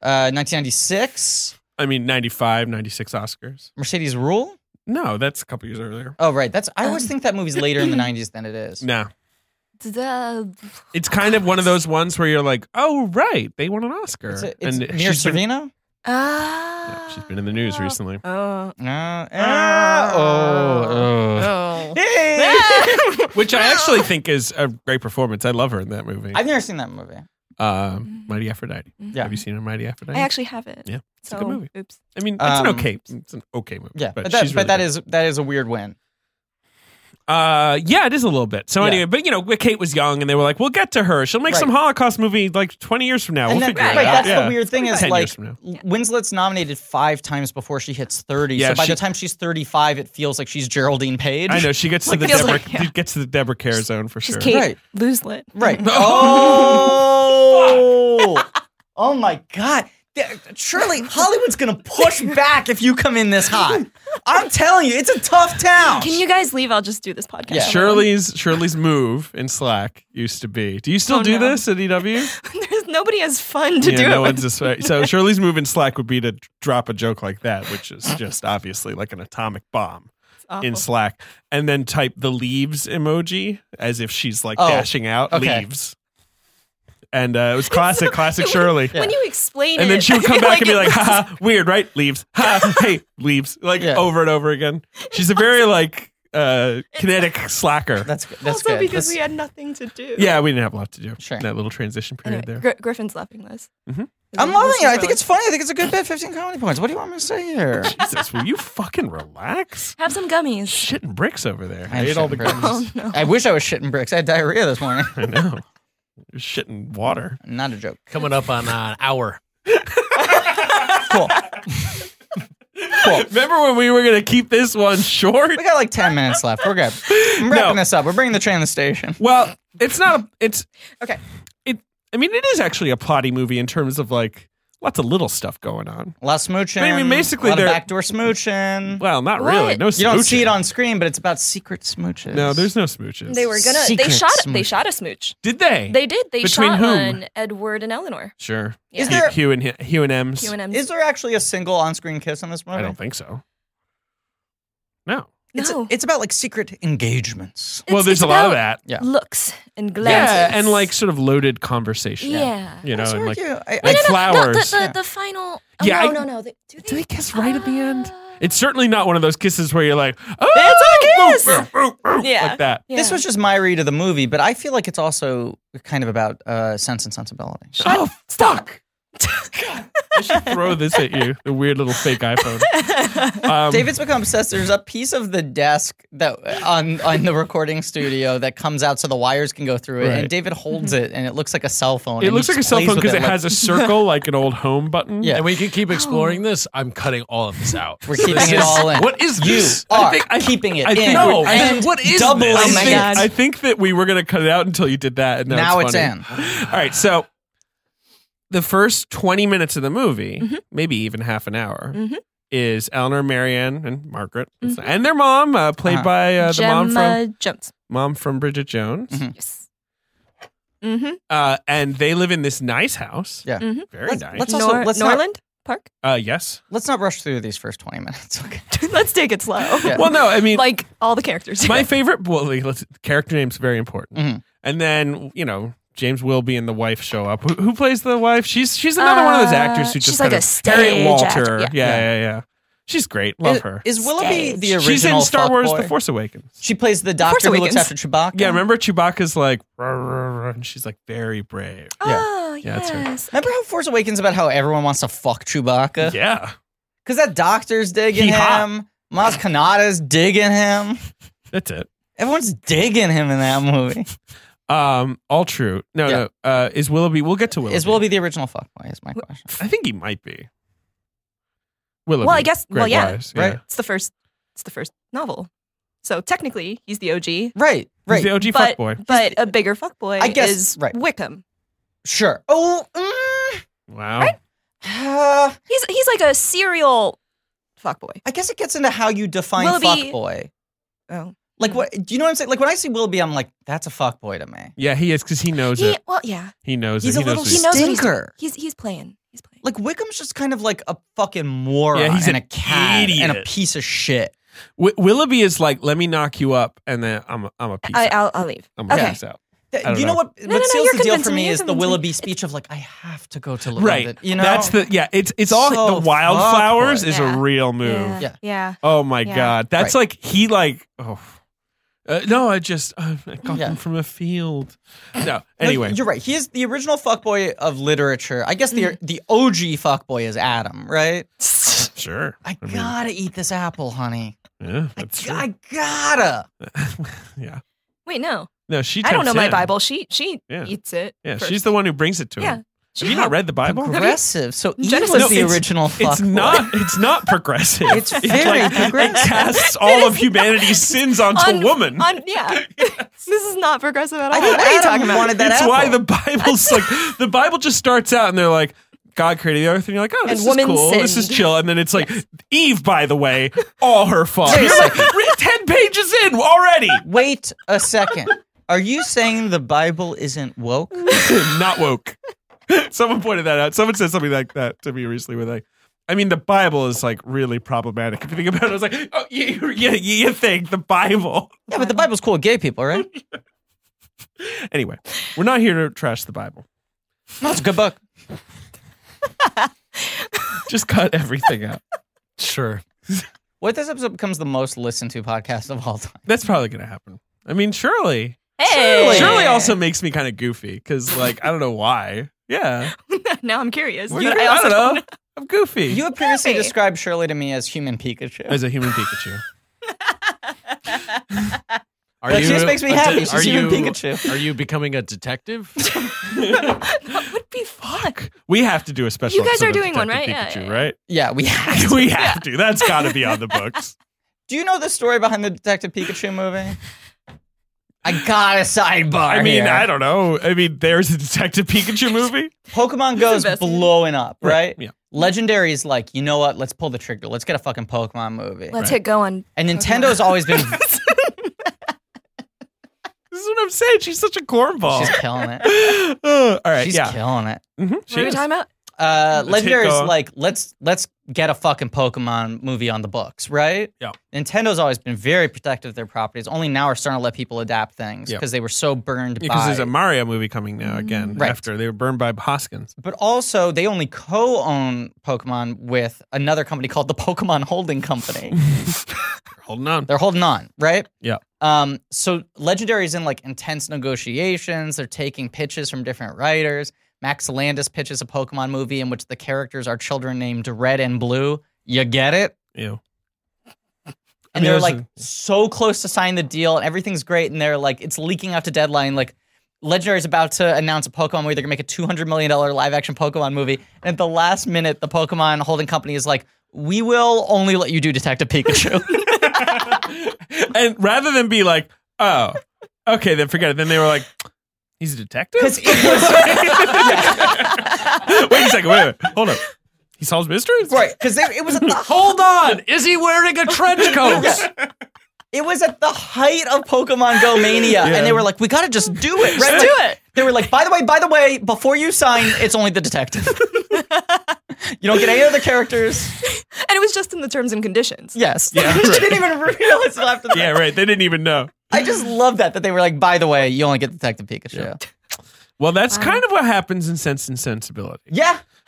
[SPEAKER 4] Uh, 1996,
[SPEAKER 2] I mean, 95, 96 Oscars.
[SPEAKER 4] Mercedes Rule.
[SPEAKER 2] No, that's a couple years earlier.
[SPEAKER 4] Oh, right. That's I always
[SPEAKER 5] Um,
[SPEAKER 4] think that movie's later in the 90s than it is.
[SPEAKER 2] No.
[SPEAKER 5] The-
[SPEAKER 2] It's kind of one of those ones where you're like, oh, right, they won an Oscar.
[SPEAKER 4] It's, a- it's Mira
[SPEAKER 2] she's been,
[SPEAKER 4] Sorvino?
[SPEAKER 5] Ah.
[SPEAKER 2] yeah, she's been in the news recently.
[SPEAKER 5] Oh.
[SPEAKER 4] Uh,
[SPEAKER 2] Ah!
[SPEAKER 4] uh, oh, oh.
[SPEAKER 5] Oh.
[SPEAKER 4] Hey!
[SPEAKER 5] Ah.
[SPEAKER 2] Which I actually think is a great performance. I love her in that movie.
[SPEAKER 4] I've never seen that movie.
[SPEAKER 2] Um, Mighty Aphrodite.
[SPEAKER 5] Mhm.
[SPEAKER 4] Yeah.
[SPEAKER 2] Have you seen her Mighty Aphrodite?
[SPEAKER 5] I actually have it.
[SPEAKER 2] Yeah,
[SPEAKER 5] It's
[SPEAKER 2] a
[SPEAKER 5] so,
[SPEAKER 2] good movie.
[SPEAKER 5] Oops.
[SPEAKER 2] I mean, it's an
[SPEAKER 4] Um,
[SPEAKER 2] okay, it's an okay movie.
[SPEAKER 4] Yeah, but, that,
[SPEAKER 2] she's
[SPEAKER 4] but
[SPEAKER 2] really
[SPEAKER 4] that
[SPEAKER 2] good.
[SPEAKER 4] is that is a weird win.
[SPEAKER 2] uh, yeah, it is a little bit. So
[SPEAKER 4] Yeah.
[SPEAKER 2] anyway, but you know, Kate was young, and they were like, "We'll get to her. She'll make
[SPEAKER 4] Right.
[SPEAKER 2] some Holocaust movie like twenty years from now. We'll
[SPEAKER 4] And that-
[SPEAKER 2] figure it
[SPEAKER 4] right,
[SPEAKER 2] out."
[SPEAKER 4] that's
[SPEAKER 2] yeah.
[SPEAKER 4] the weird thing is
[SPEAKER 2] 10
[SPEAKER 4] like
[SPEAKER 2] years from now.
[SPEAKER 4] L- Winslet's nominated five times before she hits 30.
[SPEAKER 2] Yeah,
[SPEAKER 4] so by
[SPEAKER 2] she-
[SPEAKER 4] the time she's 35, it feels like she's Geraldine Page.
[SPEAKER 2] I know she gets to
[SPEAKER 5] Like,
[SPEAKER 2] the
[SPEAKER 5] feels
[SPEAKER 2] Deborah,
[SPEAKER 5] like- yeah.
[SPEAKER 2] gets to the Deborah Kerr zone for
[SPEAKER 5] She's
[SPEAKER 2] sure.
[SPEAKER 5] Kate
[SPEAKER 4] Right.
[SPEAKER 5] Looslet.
[SPEAKER 4] Right. Oh. oh my God. Th- Surely Hollywood's gonna push back if you come in this hot. I'm telling you, it's a tough town.
[SPEAKER 5] Can you guys leave? I'll just do this podcast.
[SPEAKER 4] Yeah.
[SPEAKER 5] on my
[SPEAKER 2] Shirley's Shirley's move in Slack used to be. Do you still
[SPEAKER 5] Oh,
[SPEAKER 2] do
[SPEAKER 5] no.
[SPEAKER 2] this at EW?
[SPEAKER 5] own. There's nobody has fun to
[SPEAKER 2] yeah,
[SPEAKER 5] do
[SPEAKER 2] no
[SPEAKER 5] it.
[SPEAKER 2] one's
[SPEAKER 5] With.
[SPEAKER 2] this way. So Shirley's move in Slack would be to drop a joke like that, which is just obviously like an atomic bomb
[SPEAKER 5] It's awful.
[SPEAKER 2] in Slack, and then type the leaves emoji as if she's like
[SPEAKER 4] Oh,
[SPEAKER 2] dashing out
[SPEAKER 4] okay.
[SPEAKER 2] leaves. And uh, it was classic, classic
[SPEAKER 5] When-
[SPEAKER 2] Shirley.
[SPEAKER 5] When you explain it,
[SPEAKER 2] And then she would
[SPEAKER 5] I
[SPEAKER 2] come
[SPEAKER 5] feel
[SPEAKER 2] back and be
[SPEAKER 5] it
[SPEAKER 2] like,
[SPEAKER 5] was-
[SPEAKER 2] "Ha, ha, weird, right? Leaves. Ha, hey, leaves." Like
[SPEAKER 4] Yeah.
[SPEAKER 2] over and over again. She's a very like uh, kinetic slacker.
[SPEAKER 4] That's good. That's
[SPEAKER 5] also
[SPEAKER 4] good.
[SPEAKER 5] because
[SPEAKER 4] That's-
[SPEAKER 5] we had nothing to do.
[SPEAKER 2] Yeah, we didn't have a lot to do.
[SPEAKER 4] Sure.
[SPEAKER 2] That little transition
[SPEAKER 5] Anyway,
[SPEAKER 2] period there.
[SPEAKER 5] Gr- Griffin's loving this.
[SPEAKER 2] Mhm.
[SPEAKER 4] I'm loving it. I think it's funny. I think it's a good bet. 15 comedy points. What do you want me to say here?
[SPEAKER 2] Jesus, will you fucking relax?
[SPEAKER 5] Have some gummies.
[SPEAKER 2] Shitting bricks over there.
[SPEAKER 4] I am
[SPEAKER 2] ate all the
[SPEAKER 4] shitting bricks.
[SPEAKER 2] gummies.
[SPEAKER 5] Oh no.
[SPEAKER 4] I wish I was shitting bricks. I had diarrhea this morning.
[SPEAKER 2] I know. You're shitting water.
[SPEAKER 4] Not a joke.
[SPEAKER 6] Coming up on uh, an hour.
[SPEAKER 4] Cool. cool.
[SPEAKER 2] Remember when we were going to keep this one short?
[SPEAKER 4] We got like 10 minutes left. We're good. I'm wrapping
[SPEAKER 2] No.
[SPEAKER 4] this up. We're bringing the train to the station.
[SPEAKER 2] Well, it's not a. It's
[SPEAKER 5] Okay.
[SPEAKER 2] It. I mean, it is actually a plotty movie in terms of like lots of little stuff going on.
[SPEAKER 4] A lot of smooching.
[SPEAKER 2] I mean, basically
[SPEAKER 4] a lot of
[SPEAKER 2] they're-
[SPEAKER 4] backdoor smooching.
[SPEAKER 2] Well, not
[SPEAKER 5] What?
[SPEAKER 2] really. No,
[SPEAKER 4] You don't see
[SPEAKER 2] smooching.
[SPEAKER 4] it on screen, but it's about secret smooches.
[SPEAKER 2] No, there's no smooches.
[SPEAKER 5] They were gonna.
[SPEAKER 4] Secret
[SPEAKER 5] they shot. They
[SPEAKER 4] smooch.
[SPEAKER 5] shot a smooch.
[SPEAKER 2] Did they?
[SPEAKER 5] They did. They
[SPEAKER 2] Between
[SPEAKER 5] shot
[SPEAKER 2] whom?
[SPEAKER 5] one. Edward and Eleanor.
[SPEAKER 2] Sure.
[SPEAKER 5] Yeah.
[SPEAKER 4] Is
[SPEAKER 2] Hugh-
[SPEAKER 4] there-
[SPEAKER 2] Hugh and Hugh and M's?
[SPEAKER 5] Q and M.
[SPEAKER 4] Is there actually a single on-screen kiss in this movie?
[SPEAKER 2] I don't think so. No.
[SPEAKER 4] It's,
[SPEAKER 5] No.
[SPEAKER 4] it's about like secret engagements.
[SPEAKER 5] It's-
[SPEAKER 2] well, there's
[SPEAKER 5] it's
[SPEAKER 2] a lot of
[SPEAKER 5] about
[SPEAKER 2] that.
[SPEAKER 4] Yeah.
[SPEAKER 5] Looks and
[SPEAKER 2] Yeah,
[SPEAKER 5] glances.
[SPEAKER 2] and like sort of loaded conversation.
[SPEAKER 5] Yeah.
[SPEAKER 2] You know,
[SPEAKER 4] That's
[SPEAKER 2] and
[SPEAKER 4] very
[SPEAKER 2] like
[SPEAKER 4] cute. I-
[SPEAKER 2] like
[SPEAKER 4] I-
[SPEAKER 5] No, the,
[SPEAKER 2] flowers.
[SPEAKER 5] the,
[SPEAKER 4] Yeah.
[SPEAKER 5] the final. Oh,
[SPEAKER 2] Yeah,
[SPEAKER 5] No,
[SPEAKER 2] I-
[SPEAKER 5] no, no. They, do, they,
[SPEAKER 2] Do they kiss right at the end?
[SPEAKER 5] Ah.
[SPEAKER 2] It's certainly not one of those kisses where you're like, oh,
[SPEAKER 5] It's a
[SPEAKER 2] woof,
[SPEAKER 5] kiss!"
[SPEAKER 2] woof, woof, woof,
[SPEAKER 5] Yeah.
[SPEAKER 2] like that.
[SPEAKER 5] Yeah.
[SPEAKER 4] This was just my read of the movie, but I feel like it's also kind of about uh, sense and sensibility.
[SPEAKER 2] oh, fuck. I should throw this at you, the weird little fake iPhone. Um,
[SPEAKER 4] David's become obsessed. There's a piece of the desk that on on the recording studio that comes out so the wires can go through it,
[SPEAKER 2] Right.
[SPEAKER 4] and David holds it, and it looks like a cell phone.
[SPEAKER 2] it
[SPEAKER 4] and
[SPEAKER 2] looks
[SPEAKER 4] he
[SPEAKER 2] like a
[SPEAKER 4] just
[SPEAKER 2] cell
[SPEAKER 4] plays
[SPEAKER 2] phone
[SPEAKER 4] with
[SPEAKER 2] because it
[SPEAKER 4] like-
[SPEAKER 2] has a circle like an old home button.
[SPEAKER 4] Yeah. Oh.
[SPEAKER 6] And we can keep exploring this. I'm cutting all of this out.
[SPEAKER 4] We're
[SPEAKER 6] So
[SPEAKER 4] keeping
[SPEAKER 6] this
[SPEAKER 4] it
[SPEAKER 6] is-
[SPEAKER 4] all in.
[SPEAKER 6] What is
[SPEAKER 4] You
[SPEAKER 6] this?
[SPEAKER 4] are
[SPEAKER 2] think- I-
[SPEAKER 4] keeping it
[SPEAKER 2] I think
[SPEAKER 4] in.
[SPEAKER 2] No, we- I
[SPEAKER 4] and
[SPEAKER 6] think- what is
[SPEAKER 4] doubling
[SPEAKER 6] this?
[SPEAKER 5] Oh my
[SPEAKER 2] I think-
[SPEAKER 5] God.
[SPEAKER 2] I think that we were going to cut it out until you did that. And now,
[SPEAKER 4] now it's,
[SPEAKER 2] it's funny.
[SPEAKER 4] in.
[SPEAKER 2] All right, so the first 20 minutes of the movie,
[SPEAKER 5] Mm-hmm.
[SPEAKER 2] maybe even half an hour,
[SPEAKER 5] Mhm.
[SPEAKER 2] is Eleanor, Marianne, and Margaret, and their mom, uh, played
[SPEAKER 4] Uh-huh.
[SPEAKER 2] by uh, the mom from
[SPEAKER 5] Mm-hmm. Gemma Jones.
[SPEAKER 2] mom from Bridget Jones,
[SPEAKER 4] Mhm.
[SPEAKER 5] Yes. Mm-hmm.
[SPEAKER 2] uh, and they live in this nice house.
[SPEAKER 4] Yeah.
[SPEAKER 5] Mhm.
[SPEAKER 2] very
[SPEAKER 4] Let's-
[SPEAKER 2] nice.
[SPEAKER 4] let's- also-
[SPEAKER 5] Nor-
[SPEAKER 4] let's not-
[SPEAKER 5] Norland Park.
[SPEAKER 2] uh, yes.
[SPEAKER 4] Let's not rush through these first twenty minutes. Okay.
[SPEAKER 5] let's take it slow.
[SPEAKER 4] Yeah.
[SPEAKER 2] Well, no, I mean,
[SPEAKER 5] Like all the characters.
[SPEAKER 2] my favorite. Well, like, let's, character name's very important,
[SPEAKER 4] Mhm.
[SPEAKER 2] and then you know. James Wilby and the wife show up. Who, who plays the wife? She's she's another one of those
[SPEAKER 5] Uh,
[SPEAKER 2] actors who
[SPEAKER 5] she's
[SPEAKER 2] just
[SPEAKER 5] like
[SPEAKER 2] kind
[SPEAKER 5] a
[SPEAKER 2] of Harriet
[SPEAKER 5] stage
[SPEAKER 2] Walter.
[SPEAKER 5] actor.
[SPEAKER 2] Yeah. yeah, yeah, She's great. Love
[SPEAKER 4] Is-
[SPEAKER 2] her.
[SPEAKER 4] Is, Willoughby
[SPEAKER 5] Stage.
[SPEAKER 4] the original?
[SPEAKER 2] She's in Star
[SPEAKER 4] fuck
[SPEAKER 2] Wars:
[SPEAKER 4] boy?
[SPEAKER 2] The Force Awakens.
[SPEAKER 4] She plays the doctor who looks
[SPEAKER 5] Awakens.
[SPEAKER 4] after Chewbacca.
[SPEAKER 2] Yeah, remember Chewbacca's like, "Rah, rah, rah," and she's like very brave.
[SPEAKER 5] Oh
[SPEAKER 2] Yeah, that's her.
[SPEAKER 5] yes.
[SPEAKER 4] Remember how Force Awakens about how everyone wants to fuck Chewbacca?
[SPEAKER 2] Yeah,
[SPEAKER 4] Because that doctor's digging
[SPEAKER 2] He hot.
[SPEAKER 4] him. Maz Kanata's digging him.
[SPEAKER 2] that's it.
[SPEAKER 4] Everyone's digging him in that movie.
[SPEAKER 2] Um, all true. No,
[SPEAKER 4] Yeah.
[SPEAKER 2] no. Uh, is Willoughby? We'll get to Willoughby.
[SPEAKER 4] Is Willoughby the original fuckboy? Is my question.
[SPEAKER 2] I think he might be. Willoughby.
[SPEAKER 5] Well, I guess-
[SPEAKER 2] Greg
[SPEAKER 5] well, yeah.
[SPEAKER 2] Wise,
[SPEAKER 4] Right.
[SPEAKER 5] It's the first. It's the first novel. So technically, he's the OG.
[SPEAKER 4] Right,
[SPEAKER 2] He's
[SPEAKER 4] right,
[SPEAKER 2] the OG
[SPEAKER 5] but
[SPEAKER 2] fuckboy.
[SPEAKER 5] but a bigger fuckboy
[SPEAKER 4] I guess-
[SPEAKER 5] is
[SPEAKER 4] right.
[SPEAKER 5] Wickham.
[SPEAKER 4] sure. Oh, mm,
[SPEAKER 2] Wow.
[SPEAKER 4] uh,
[SPEAKER 5] He's he's like a serial fuckboy.
[SPEAKER 4] I guess it gets into how you define
[SPEAKER 5] Willoughby-
[SPEAKER 4] fuckboy.
[SPEAKER 5] Oh,
[SPEAKER 4] Like, what do you know what I'm saying? Like, when I see Willoughby, I'm like, that's a fuckboy to me.
[SPEAKER 2] Yeah, he is because he knows
[SPEAKER 5] he,
[SPEAKER 2] it.
[SPEAKER 5] well, yeah,
[SPEAKER 2] He knows
[SPEAKER 4] He's
[SPEAKER 2] it.
[SPEAKER 4] a
[SPEAKER 2] he knows
[SPEAKER 4] little
[SPEAKER 2] what he's-
[SPEAKER 5] knows what he's doing.
[SPEAKER 4] stinker.
[SPEAKER 5] he's he's playing. He's playing.
[SPEAKER 4] Like, Wickham's just kind of like a fucking moron
[SPEAKER 2] Yeah, he's
[SPEAKER 4] and
[SPEAKER 2] an
[SPEAKER 4] a cat and a
[SPEAKER 2] idiot.
[SPEAKER 4] piece of shit.
[SPEAKER 2] Wi- Willoughby is like, let me knock you up, and then I'm a, I'm a piece.
[SPEAKER 5] I,
[SPEAKER 2] out.
[SPEAKER 5] I'll I'll leave.
[SPEAKER 2] I'm a
[SPEAKER 5] okay.
[SPEAKER 2] piece out.
[SPEAKER 4] That-
[SPEAKER 2] I don't
[SPEAKER 4] you know,
[SPEAKER 2] know.
[SPEAKER 4] what?
[SPEAKER 5] No,
[SPEAKER 4] what
[SPEAKER 5] no, no,
[SPEAKER 4] seals
[SPEAKER 5] you're
[SPEAKER 4] the deal for
[SPEAKER 5] convincing me,
[SPEAKER 4] me
[SPEAKER 5] you're
[SPEAKER 4] is the
[SPEAKER 5] convincing me.
[SPEAKER 4] Willoughby speech of like, I have to go to London.
[SPEAKER 2] Right.
[SPEAKER 4] You know,
[SPEAKER 2] That's the yeah. It's it's all
[SPEAKER 4] So
[SPEAKER 2] the wildflowers
[SPEAKER 4] fuckboy.
[SPEAKER 2] is
[SPEAKER 5] Yeah.
[SPEAKER 2] a real move.
[SPEAKER 5] Yeah.
[SPEAKER 4] Yeah.
[SPEAKER 5] Yeah.
[SPEAKER 2] Oh my
[SPEAKER 5] Yeah.
[SPEAKER 2] god, that's
[SPEAKER 4] Right.
[SPEAKER 2] like he like oh. Uh, no, I just uh, I got
[SPEAKER 4] Yeah.
[SPEAKER 2] them from a field. No,
[SPEAKER 4] No,
[SPEAKER 2] anyway,
[SPEAKER 4] you're right. He is the original fuckboy of literature. I guess the
[SPEAKER 2] Mm-hmm.
[SPEAKER 4] the OG fuckboy is Adam, right?
[SPEAKER 2] sure.
[SPEAKER 4] I
[SPEAKER 2] mean,
[SPEAKER 4] gotta eat this apple, honey.
[SPEAKER 2] yeah,
[SPEAKER 4] I,
[SPEAKER 2] that's
[SPEAKER 4] g- I gotta.
[SPEAKER 2] true. yeah.
[SPEAKER 5] Wait, no,
[SPEAKER 2] No, she.
[SPEAKER 5] I don't know
[SPEAKER 2] tempts
[SPEAKER 5] my
[SPEAKER 2] him.
[SPEAKER 5] Bible. She she
[SPEAKER 2] Yeah.
[SPEAKER 5] eats it.
[SPEAKER 2] Yeah,
[SPEAKER 5] first.
[SPEAKER 2] she's the one who brings it to
[SPEAKER 5] Yeah.
[SPEAKER 2] him.
[SPEAKER 5] She
[SPEAKER 2] Have you not read the Bible?
[SPEAKER 4] Progressive. So Eve
[SPEAKER 5] Genesis-
[SPEAKER 4] was
[SPEAKER 5] No,
[SPEAKER 4] the
[SPEAKER 2] it's-
[SPEAKER 4] original fuckboy.
[SPEAKER 2] It's not. It's not progressive.
[SPEAKER 4] It's very progressive.
[SPEAKER 2] It casts all of humanity's sins onto
[SPEAKER 5] on
[SPEAKER 2] woman.
[SPEAKER 5] On, yeah, this is not progressive at all.
[SPEAKER 4] I think
[SPEAKER 5] what are you
[SPEAKER 4] Adam
[SPEAKER 5] talking about?
[SPEAKER 4] wanted that
[SPEAKER 2] That's
[SPEAKER 4] apple.
[SPEAKER 2] why the Bible's like the Bible just starts out and they're like God created the earth and you're like oh
[SPEAKER 5] And
[SPEAKER 2] this is
[SPEAKER 5] woman
[SPEAKER 2] cool this is
[SPEAKER 5] sinned.
[SPEAKER 2] chill and then it's like Eve by the way all her fault.
[SPEAKER 4] Wait a
[SPEAKER 2] You're like "We're ten pages in already
[SPEAKER 4] Wait a second. Are you saying the Bible isn't woke?
[SPEAKER 2] not woke. Someone pointed that out. Someone said something like that to me recently where like. I mean, the Bible is like really problematic. If you think about it, I was like, oh, you, you, you think the Bible.
[SPEAKER 4] Yeah, but the Bible's cool with gay people, right?
[SPEAKER 2] Anyway, we're not here to trash the Bible.
[SPEAKER 4] No, it's a good book.
[SPEAKER 2] Just cut everything out.
[SPEAKER 6] Sure.
[SPEAKER 4] What if this episode becomes the most listened to podcast of all time?
[SPEAKER 2] That's probably going to happen. I mean, surely.
[SPEAKER 5] Hey,
[SPEAKER 4] Surely.
[SPEAKER 2] Surely also makes me kind of goofy because, like, I don't know why. Yeah.
[SPEAKER 5] now I'm curious.
[SPEAKER 2] We're
[SPEAKER 5] but
[SPEAKER 2] gonna-
[SPEAKER 5] I also
[SPEAKER 2] don't know. I'm goofy.
[SPEAKER 4] You had previously
[SPEAKER 5] Hey.
[SPEAKER 4] described Shirley to me as human Pikachu.
[SPEAKER 2] As a human Pikachu.
[SPEAKER 6] Are
[SPEAKER 4] That just makes me happy. She's
[SPEAKER 6] are
[SPEAKER 4] even
[SPEAKER 6] you
[SPEAKER 4] Pikachu.
[SPEAKER 6] Are you becoming a detective?
[SPEAKER 5] that would be fuck.
[SPEAKER 2] We have to do a special.
[SPEAKER 5] You guys
[SPEAKER 2] episode
[SPEAKER 5] are
[SPEAKER 2] of
[SPEAKER 5] doing one,
[SPEAKER 2] Detective
[SPEAKER 5] right?
[SPEAKER 2] Pikachu, right?
[SPEAKER 4] yeah,
[SPEAKER 5] Yeah, yeah.
[SPEAKER 4] we have.
[SPEAKER 2] We have to. That's got to be on the books.
[SPEAKER 4] Do you know the story behind the Detective Pikachu movie? I got a sidebar.
[SPEAKER 2] I mean,
[SPEAKER 4] here.
[SPEAKER 2] I don't know. I mean, there's a Detective Pikachu movie.
[SPEAKER 4] Pokemon Go's
[SPEAKER 5] investment.
[SPEAKER 4] blowing up, right?
[SPEAKER 2] yeah.
[SPEAKER 4] Legendary is like, you know what? Let's pull the trigger. Let's get a fucking Pokemon movie.
[SPEAKER 5] Let's get going.
[SPEAKER 4] and Nintendo's always been
[SPEAKER 2] This is what I'm saying. She's such a cornball.
[SPEAKER 4] she's killing it.
[SPEAKER 2] Ugh. all Oh. right,
[SPEAKER 4] She's
[SPEAKER 2] yeah.
[SPEAKER 4] killing it.
[SPEAKER 2] Mhm,
[SPEAKER 5] What are
[SPEAKER 2] she
[SPEAKER 5] we
[SPEAKER 2] is.
[SPEAKER 5] talking about?
[SPEAKER 4] Uh,
[SPEAKER 2] Let's
[SPEAKER 4] Legendary
[SPEAKER 2] hit
[SPEAKER 4] is
[SPEAKER 2] go.
[SPEAKER 4] like, let's let's get a fucking Pokemon movie on the books, right?
[SPEAKER 2] Yeah.
[SPEAKER 4] Nintendo's always been very protective of their properties. Only now are starting to let people adapt things
[SPEAKER 2] Yeah.
[SPEAKER 4] because they were so burned
[SPEAKER 2] Because
[SPEAKER 4] by.
[SPEAKER 2] there's a Mario movie coming now again
[SPEAKER 4] Right.
[SPEAKER 2] after they were burned by Hoskins.
[SPEAKER 4] but also, they only co-own Pokemon with another company called the Pokemon Holding Company.
[SPEAKER 2] Holding on.
[SPEAKER 4] They're holding on, right?
[SPEAKER 2] Yeah.
[SPEAKER 4] Um, so Legendary is in like intense negotiations. They're taking pitches from different writers. Max Landis pitches a Pokemon movie in which the characters are children named Red and Blue. You get it?
[SPEAKER 2] Ew. I
[SPEAKER 4] And
[SPEAKER 2] mean,
[SPEAKER 4] they're
[SPEAKER 2] there's
[SPEAKER 4] like
[SPEAKER 2] a-
[SPEAKER 4] so close to signing the deal, and everything's great. And they're like, it's leaking out to deadline. Like, Legendary is about to announce a Pokemon movie. They're gonna make a two hundred million dollar live action Pokemon movie. And at the last minute, the Pokemon holding company is like, we will only let you do Detective Pikachu.
[SPEAKER 2] and rather than be like, oh, okay, then forget it. Then they were like, he's a detective.
[SPEAKER 4] Because it was
[SPEAKER 2] wait a second. Wait a minute. Hold up. He solves mysteries.
[SPEAKER 4] right because it was at the
[SPEAKER 6] Hold on. Is he wearing a trench coat?
[SPEAKER 4] It was at the height of Pokemon Go mania, and they were like, "We gotta just do it, right?
[SPEAKER 5] do it.
[SPEAKER 4] They were like, "By the way, by the way, before you sign, it's only the detective. you don't get any other characters."
[SPEAKER 5] And it was just in the terms and conditions.
[SPEAKER 4] Yes,
[SPEAKER 2] Yeah,
[SPEAKER 4] she
[SPEAKER 2] right.
[SPEAKER 4] didn't even realize until after that.
[SPEAKER 2] Yeah, right. They didn't even know.
[SPEAKER 4] I just love that that they were like, "By the way, you only get Detective Pikachu." Yeah,
[SPEAKER 2] Well, that's kind of what happens in Sense and Sensibility.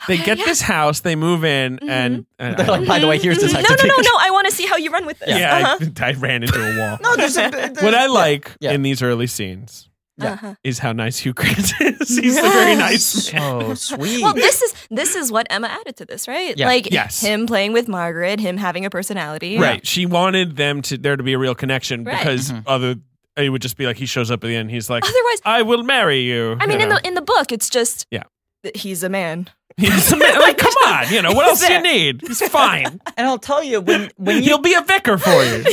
[SPEAKER 2] They get this house, they move in, and, and
[SPEAKER 4] Mm-hmm. they're like, "By the way, here's
[SPEAKER 5] Mhm.
[SPEAKER 4] Detective
[SPEAKER 5] No, no, no,
[SPEAKER 4] Pikachu."
[SPEAKER 5] no. I want to see how you run with this.
[SPEAKER 2] yeah,
[SPEAKER 5] Uh-huh.
[SPEAKER 2] I, I ran into a wall.
[SPEAKER 4] no, there's a, there's,
[SPEAKER 2] what I like
[SPEAKER 4] yeah.
[SPEAKER 2] in these early scenes
[SPEAKER 4] Yeah.
[SPEAKER 5] Uh-huh.
[SPEAKER 2] is how nice Hugh Grant is. He's a very nice man.
[SPEAKER 4] so Oh, sweet.
[SPEAKER 5] Well, this is this is what Emma added to this, right?
[SPEAKER 4] Yeah.
[SPEAKER 5] Like
[SPEAKER 2] Yes.
[SPEAKER 5] him playing with Margaret, him having a personality.
[SPEAKER 2] Right. She wanted them to there to be a real connection
[SPEAKER 5] Right.
[SPEAKER 2] because
[SPEAKER 4] Mm-hmm.
[SPEAKER 2] other it would just be like he shows up at the end. He's like,
[SPEAKER 5] Otherwise,
[SPEAKER 2] I will marry you.
[SPEAKER 5] I mean,
[SPEAKER 2] you
[SPEAKER 5] in
[SPEAKER 2] know.
[SPEAKER 5] the in the book, it's just
[SPEAKER 2] Yeah.
[SPEAKER 5] that he's a man.
[SPEAKER 2] He's a man. like, come on, you know what else do you
[SPEAKER 5] there.
[SPEAKER 2] need? He's fine.
[SPEAKER 4] and I'll tell you when when you
[SPEAKER 2] He'll be a vicar for you.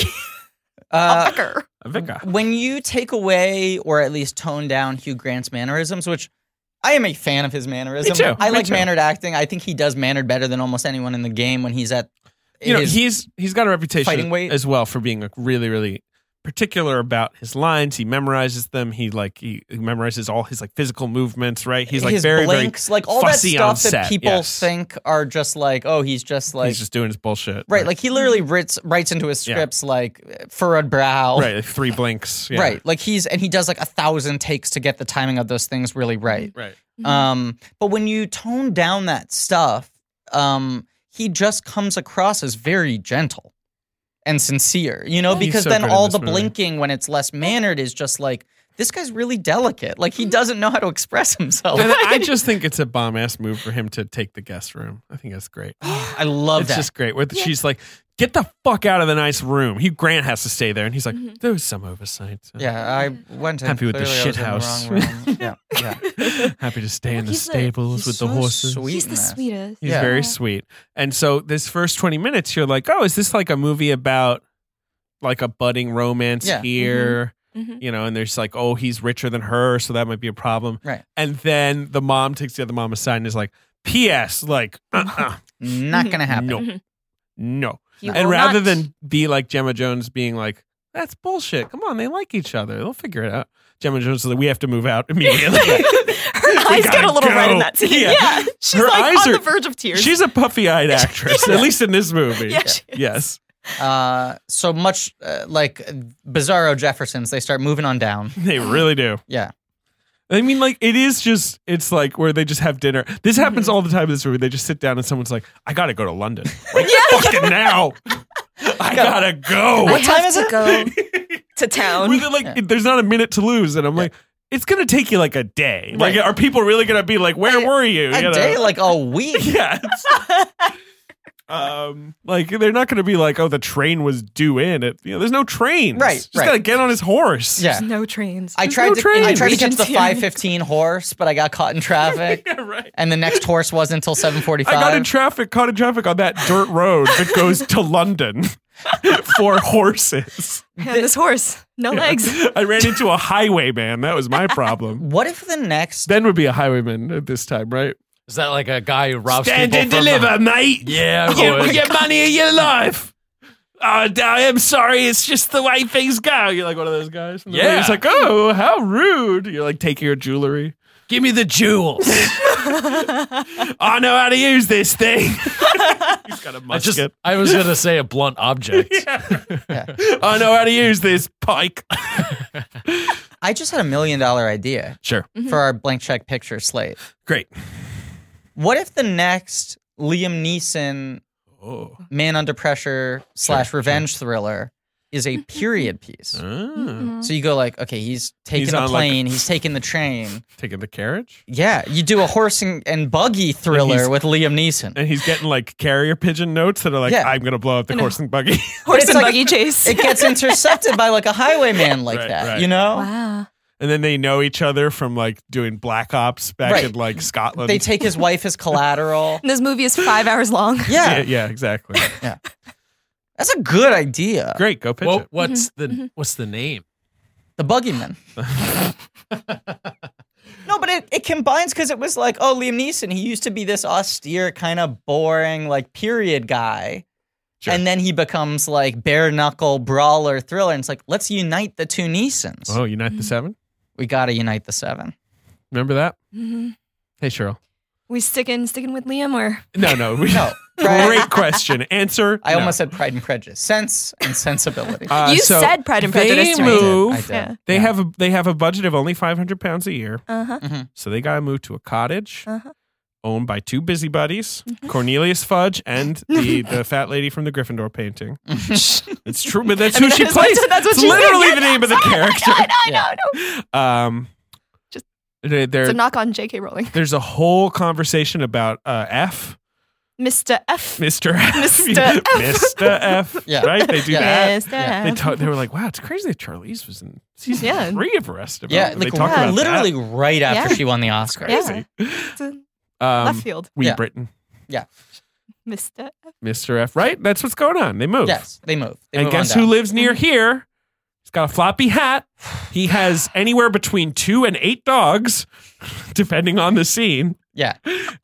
[SPEAKER 4] uh,
[SPEAKER 5] Fucker.
[SPEAKER 2] A vicar.
[SPEAKER 4] when you take away or at least tone down Hugh Grant's mannerisms, which I am a fan of his mannerism.
[SPEAKER 2] Me too,
[SPEAKER 4] I
[SPEAKER 2] me
[SPEAKER 4] like
[SPEAKER 2] too.
[SPEAKER 4] mannered acting. I think he does mannered better than almost anyone in the game when he's at
[SPEAKER 2] you know
[SPEAKER 4] his-
[SPEAKER 2] he's he's got a
[SPEAKER 4] Fighting
[SPEAKER 2] reputation
[SPEAKER 4] weight.
[SPEAKER 2] as well for being like really really particular about his lines he memorizes them he like he he memorizes all his like physical movements right he's like
[SPEAKER 4] his
[SPEAKER 2] very
[SPEAKER 4] blinks, like all that
[SPEAKER 2] fussy on
[SPEAKER 4] stuff that
[SPEAKER 2] set,
[SPEAKER 4] people
[SPEAKER 2] yes.
[SPEAKER 4] think are just like, oh, he's just
[SPEAKER 2] very
[SPEAKER 4] like
[SPEAKER 2] he's just doing his bullshit
[SPEAKER 4] right. Like he literally writes writes into his
[SPEAKER 2] Mm-hmm. Yeah.
[SPEAKER 4] scripts like furrowed brow.
[SPEAKER 2] right like three blinks yeah.
[SPEAKER 4] Right. Like he's and he does like a thousand takes to get the timing of those things really right.
[SPEAKER 2] right
[SPEAKER 5] Mm-hmm.
[SPEAKER 4] Um, but when you tone down that stuff, um, he just comes across as very gentle and sincere, you know,
[SPEAKER 2] He's
[SPEAKER 4] because
[SPEAKER 2] so
[SPEAKER 4] then
[SPEAKER 2] good in
[SPEAKER 4] all
[SPEAKER 2] this
[SPEAKER 4] the
[SPEAKER 2] movie.
[SPEAKER 4] blinking when it's less mannered is just like, this guy's really delicate. Like
[SPEAKER 5] Mm-hmm.
[SPEAKER 4] he doesn't know how to express himself.
[SPEAKER 2] and i just think it's a bomb ass move for him to take the guest room i think that's great
[SPEAKER 4] I love
[SPEAKER 2] it's
[SPEAKER 4] that.
[SPEAKER 2] just great where the- she's like get the fuck out of the nice room hugh grant has to stay there and he's like
[SPEAKER 4] Mm-hmm.
[SPEAKER 2] there was some oversight
[SPEAKER 4] yeah, I went in,
[SPEAKER 2] Happy with the
[SPEAKER 4] clearly I was
[SPEAKER 2] shithouse.
[SPEAKER 4] in wrong room. yeah, yeah.
[SPEAKER 2] happy to stay in the
[SPEAKER 5] He's a-
[SPEAKER 2] stables
[SPEAKER 4] He's
[SPEAKER 2] with
[SPEAKER 4] so
[SPEAKER 2] the horses
[SPEAKER 4] sweet
[SPEAKER 5] He's
[SPEAKER 4] in
[SPEAKER 5] the
[SPEAKER 4] this.
[SPEAKER 5] sweetest.
[SPEAKER 2] He's
[SPEAKER 4] Yeah.
[SPEAKER 2] very sweet. And so this first 20 minutes, you're like, oh, is this like a movie about like a budding romance
[SPEAKER 4] Yeah. Mm-hmm.
[SPEAKER 2] here?
[SPEAKER 5] Mhm.
[SPEAKER 2] You know, and there's like, oh, he's richer than her, so that might be a problem.
[SPEAKER 4] Right.
[SPEAKER 2] And then the mom takes the other mom aside and is like, P.S. Like, uh-uh,
[SPEAKER 4] Not gonna happen.
[SPEAKER 2] no, no.
[SPEAKER 5] You
[SPEAKER 2] and
[SPEAKER 5] will
[SPEAKER 2] rather
[SPEAKER 5] Mm-hmm. not-
[SPEAKER 2] than be like Gemma Jones being like, that's bullshit. Come on, they like each other. They'll figure it out. Gemma Jones is like, we have to move out immediately.
[SPEAKER 5] her eyes get
[SPEAKER 2] gotta
[SPEAKER 5] a little
[SPEAKER 2] go.
[SPEAKER 5] red in that scene.
[SPEAKER 2] Yeah.
[SPEAKER 5] Yeah, she's
[SPEAKER 2] Her
[SPEAKER 5] like
[SPEAKER 2] eyes
[SPEAKER 5] on
[SPEAKER 2] are-
[SPEAKER 5] the verge of tears.
[SPEAKER 2] She's a puffy eyed actress, at least in this movie.
[SPEAKER 5] Yeah, she is.
[SPEAKER 2] yes.
[SPEAKER 4] Uh, so much uh, like Bizarro Jeffersons, they start moving on down.
[SPEAKER 2] They really do.
[SPEAKER 4] Yeah.
[SPEAKER 2] I mean, like, it is just, it's like where they just have dinner. This
[SPEAKER 5] Mm-hmm.
[SPEAKER 2] happens all the time in this movie. They just sit down and someone's like, I got to go to London. Like, fucking now. I gotta go.
[SPEAKER 5] I have
[SPEAKER 4] time is
[SPEAKER 5] to
[SPEAKER 4] it?
[SPEAKER 5] go to town.
[SPEAKER 2] With it, like,
[SPEAKER 4] Yeah.
[SPEAKER 2] there's not a minute to lose, and I'm like, it's gonna take you like a day. Like,
[SPEAKER 4] Right.
[SPEAKER 2] are people really gonna be like, where
[SPEAKER 4] A-
[SPEAKER 2] were you? you
[SPEAKER 4] A
[SPEAKER 2] know?
[SPEAKER 4] day, like a week.
[SPEAKER 2] yeah. it's- um, like they're not gonna be like, oh, the train was due in. It, you know, there's no train.
[SPEAKER 4] Right,
[SPEAKER 2] Just
[SPEAKER 4] right.
[SPEAKER 2] gotta get on his horse.
[SPEAKER 4] Yeah.
[SPEAKER 5] There's no trains.
[SPEAKER 4] I
[SPEAKER 2] There's
[SPEAKER 4] tried
[SPEAKER 2] no
[SPEAKER 4] to
[SPEAKER 2] trains.
[SPEAKER 4] I tried to catch the
[SPEAKER 5] Regions here.
[SPEAKER 4] 515 horse, but I got caught in traffic.
[SPEAKER 2] Yeah, right.
[SPEAKER 4] And the next horse wasn't until 745.
[SPEAKER 2] I got in traffic, caught in traffic on that dirt road that goes to London for horses.
[SPEAKER 5] and this horse, no legs.
[SPEAKER 2] I ran into a highwayman. That was my problem.
[SPEAKER 4] what if the next
[SPEAKER 2] Ben would be a highwayman at this time, right?
[SPEAKER 6] Is that like a guy who robs people from
[SPEAKER 2] mate.
[SPEAKER 6] Yeah,
[SPEAKER 2] Your-
[SPEAKER 6] boy.
[SPEAKER 2] your money and your life. Oh, d- I am sorry. It's just the way things go. You're like one of those guys. And the
[SPEAKER 6] Yeah.
[SPEAKER 2] lady's like, oh, how rude. You're like taking your jewelry.
[SPEAKER 6] Give me the jewels.
[SPEAKER 2] I know how to use this thing. He's got a
[SPEAKER 6] I just
[SPEAKER 2] musket.
[SPEAKER 6] I was gonna say a blunt object.
[SPEAKER 2] I know how to use this pike.
[SPEAKER 4] I just had a million dollar idea
[SPEAKER 2] Sure. Mm-hmm.
[SPEAKER 4] for our blank check picture slate.
[SPEAKER 2] Great.
[SPEAKER 4] What if the next Liam Neeson
[SPEAKER 2] Oh.
[SPEAKER 4] Man Under Pressure slash revenge thriller is
[SPEAKER 2] Mm-hmm.
[SPEAKER 4] a period piece?
[SPEAKER 2] Ah.
[SPEAKER 4] So you go like, okay, he's taking
[SPEAKER 2] He's
[SPEAKER 4] the
[SPEAKER 2] on, like-
[SPEAKER 4] plane, he's taking the train.
[SPEAKER 2] Taking the carriage.
[SPEAKER 4] Yeah, you do a horse and, and buggy thriller
[SPEAKER 2] He's-
[SPEAKER 4] with Liam Neeson.
[SPEAKER 2] And he's getting like carrier pigeon notes that are like,
[SPEAKER 4] Yeah.
[SPEAKER 2] I'm going to blow up the horse and buggy.
[SPEAKER 5] Horse
[SPEAKER 4] it's
[SPEAKER 5] and
[SPEAKER 4] like-
[SPEAKER 5] buggy chase.
[SPEAKER 4] It gets intercepted by like a highwayman like
[SPEAKER 2] Right,
[SPEAKER 4] that,
[SPEAKER 2] right.
[SPEAKER 4] you know?
[SPEAKER 5] wow.
[SPEAKER 2] and then they know each other from like doing black ops back
[SPEAKER 4] Right.
[SPEAKER 2] in like Scotland.
[SPEAKER 4] They take his wife as collateral.
[SPEAKER 5] And this movie is five hours long.
[SPEAKER 2] yeah,
[SPEAKER 4] Yeah,
[SPEAKER 2] yeah, exactly.
[SPEAKER 4] that's a good idea.
[SPEAKER 2] Great, go pitch
[SPEAKER 6] What,
[SPEAKER 2] it.
[SPEAKER 6] what's
[SPEAKER 4] Mm-hmm.
[SPEAKER 6] the what's the name?
[SPEAKER 4] The Buggyman. no, but it, it combines because it was like, oh, Liam Neeson, he used to be this austere, kind of boring, like period guy.
[SPEAKER 2] Sure.
[SPEAKER 4] And then he becomes like bare knuckle brawler thriller. And it's like, let's unite the two Neesons.
[SPEAKER 2] Oh, Unite the Seven.
[SPEAKER 4] We got to unite the seven.
[SPEAKER 2] Remember that?
[SPEAKER 5] Mm-hmm.
[SPEAKER 2] Hey, Cheryl.
[SPEAKER 5] We sticking sticking with Liam or
[SPEAKER 2] No, no, we,
[SPEAKER 4] No, Pride-
[SPEAKER 2] Great question. Answer.
[SPEAKER 4] I
[SPEAKER 2] no.
[SPEAKER 4] almost said Pride and Prejudice. Sense and sensibility.
[SPEAKER 2] Uh,
[SPEAKER 5] you
[SPEAKER 2] so
[SPEAKER 5] said Pride and
[SPEAKER 2] they
[SPEAKER 5] Prejudice to
[SPEAKER 4] I
[SPEAKER 5] me.
[SPEAKER 4] did,
[SPEAKER 2] move-
[SPEAKER 4] I did.
[SPEAKER 5] Yeah.
[SPEAKER 2] They have a they have a budget of only five hundred pounds a year,
[SPEAKER 5] Uh-huh.
[SPEAKER 4] Mm-hmm.
[SPEAKER 2] so they got to move to a cottage
[SPEAKER 5] Uh-huh. Mm-hmm.
[SPEAKER 2] owned by two busybodies, Cornelius Fudge and the, the fat lady from the Gryffindor painting. it's true, but that's
[SPEAKER 5] I mean,
[SPEAKER 2] who
[SPEAKER 5] that
[SPEAKER 2] she
[SPEAKER 5] is what-
[SPEAKER 2] plays.
[SPEAKER 5] that's what
[SPEAKER 2] it's
[SPEAKER 5] she's
[SPEAKER 2] literally
[SPEAKER 5] thinking.
[SPEAKER 2] the name of the character.
[SPEAKER 4] Yeah.
[SPEAKER 2] Um,
[SPEAKER 5] Just-
[SPEAKER 2] they-
[SPEAKER 5] It's
[SPEAKER 2] they're-
[SPEAKER 5] a knock on J.K. Rowling.
[SPEAKER 2] there's a whole conversation about uh, F,
[SPEAKER 5] Mr. F.
[SPEAKER 2] Mr. F,
[SPEAKER 5] Mr. F.
[SPEAKER 2] Mr. F,
[SPEAKER 4] Yeah.
[SPEAKER 2] right? They do
[SPEAKER 4] Yeah.
[SPEAKER 2] that.
[SPEAKER 5] Mr.
[SPEAKER 4] Yeah.
[SPEAKER 2] They,
[SPEAKER 5] F.
[SPEAKER 2] ta- they were like, wow, it's crazy that Charlize was in season
[SPEAKER 5] Yeah.
[SPEAKER 2] three of Arrested
[SPEAKER 4] Yeah,
[SPEAKER 2] Development.
[SPEAKER 4] like
[SPEAKER 2] they talk
[SPEAKER 5] yeah,
[SPEAKER 2] about that.
[SPEAKER 4] literally right after
[SPEAKER 5] Yeah.
[SPEAKER 4] she won the Oscar.
[SPEAKER 5] Yeah.
[SPEAKER 2] crazy.
[SPEAKER 5] It's a
[SPEAKER 2] Um,
[SPEAKER 5] left field.
[SPEAKER 2] we
[SPEAKER 4] Yeah.
[SPEAKER 2] Britain,
[SPEAKER 5] Mr. F.
[SPEAKER 2] Mr. F, right? That's what's going on. They move.
[SPEAKER 4] Yes, they move. They
[SPEAKER 2] and
[SPEAKER 4] move on
[SPEAKER 2] guess
[SPEAKER 4] down.
[SPEAKER 2] who lives
[SPEAKER 5] Mm.
[SPEAKER 2] near here? He's got a floppy hat. He has anywhere between two and eight dogs, depending on the scene.
[SPEAKER 4] Yeah.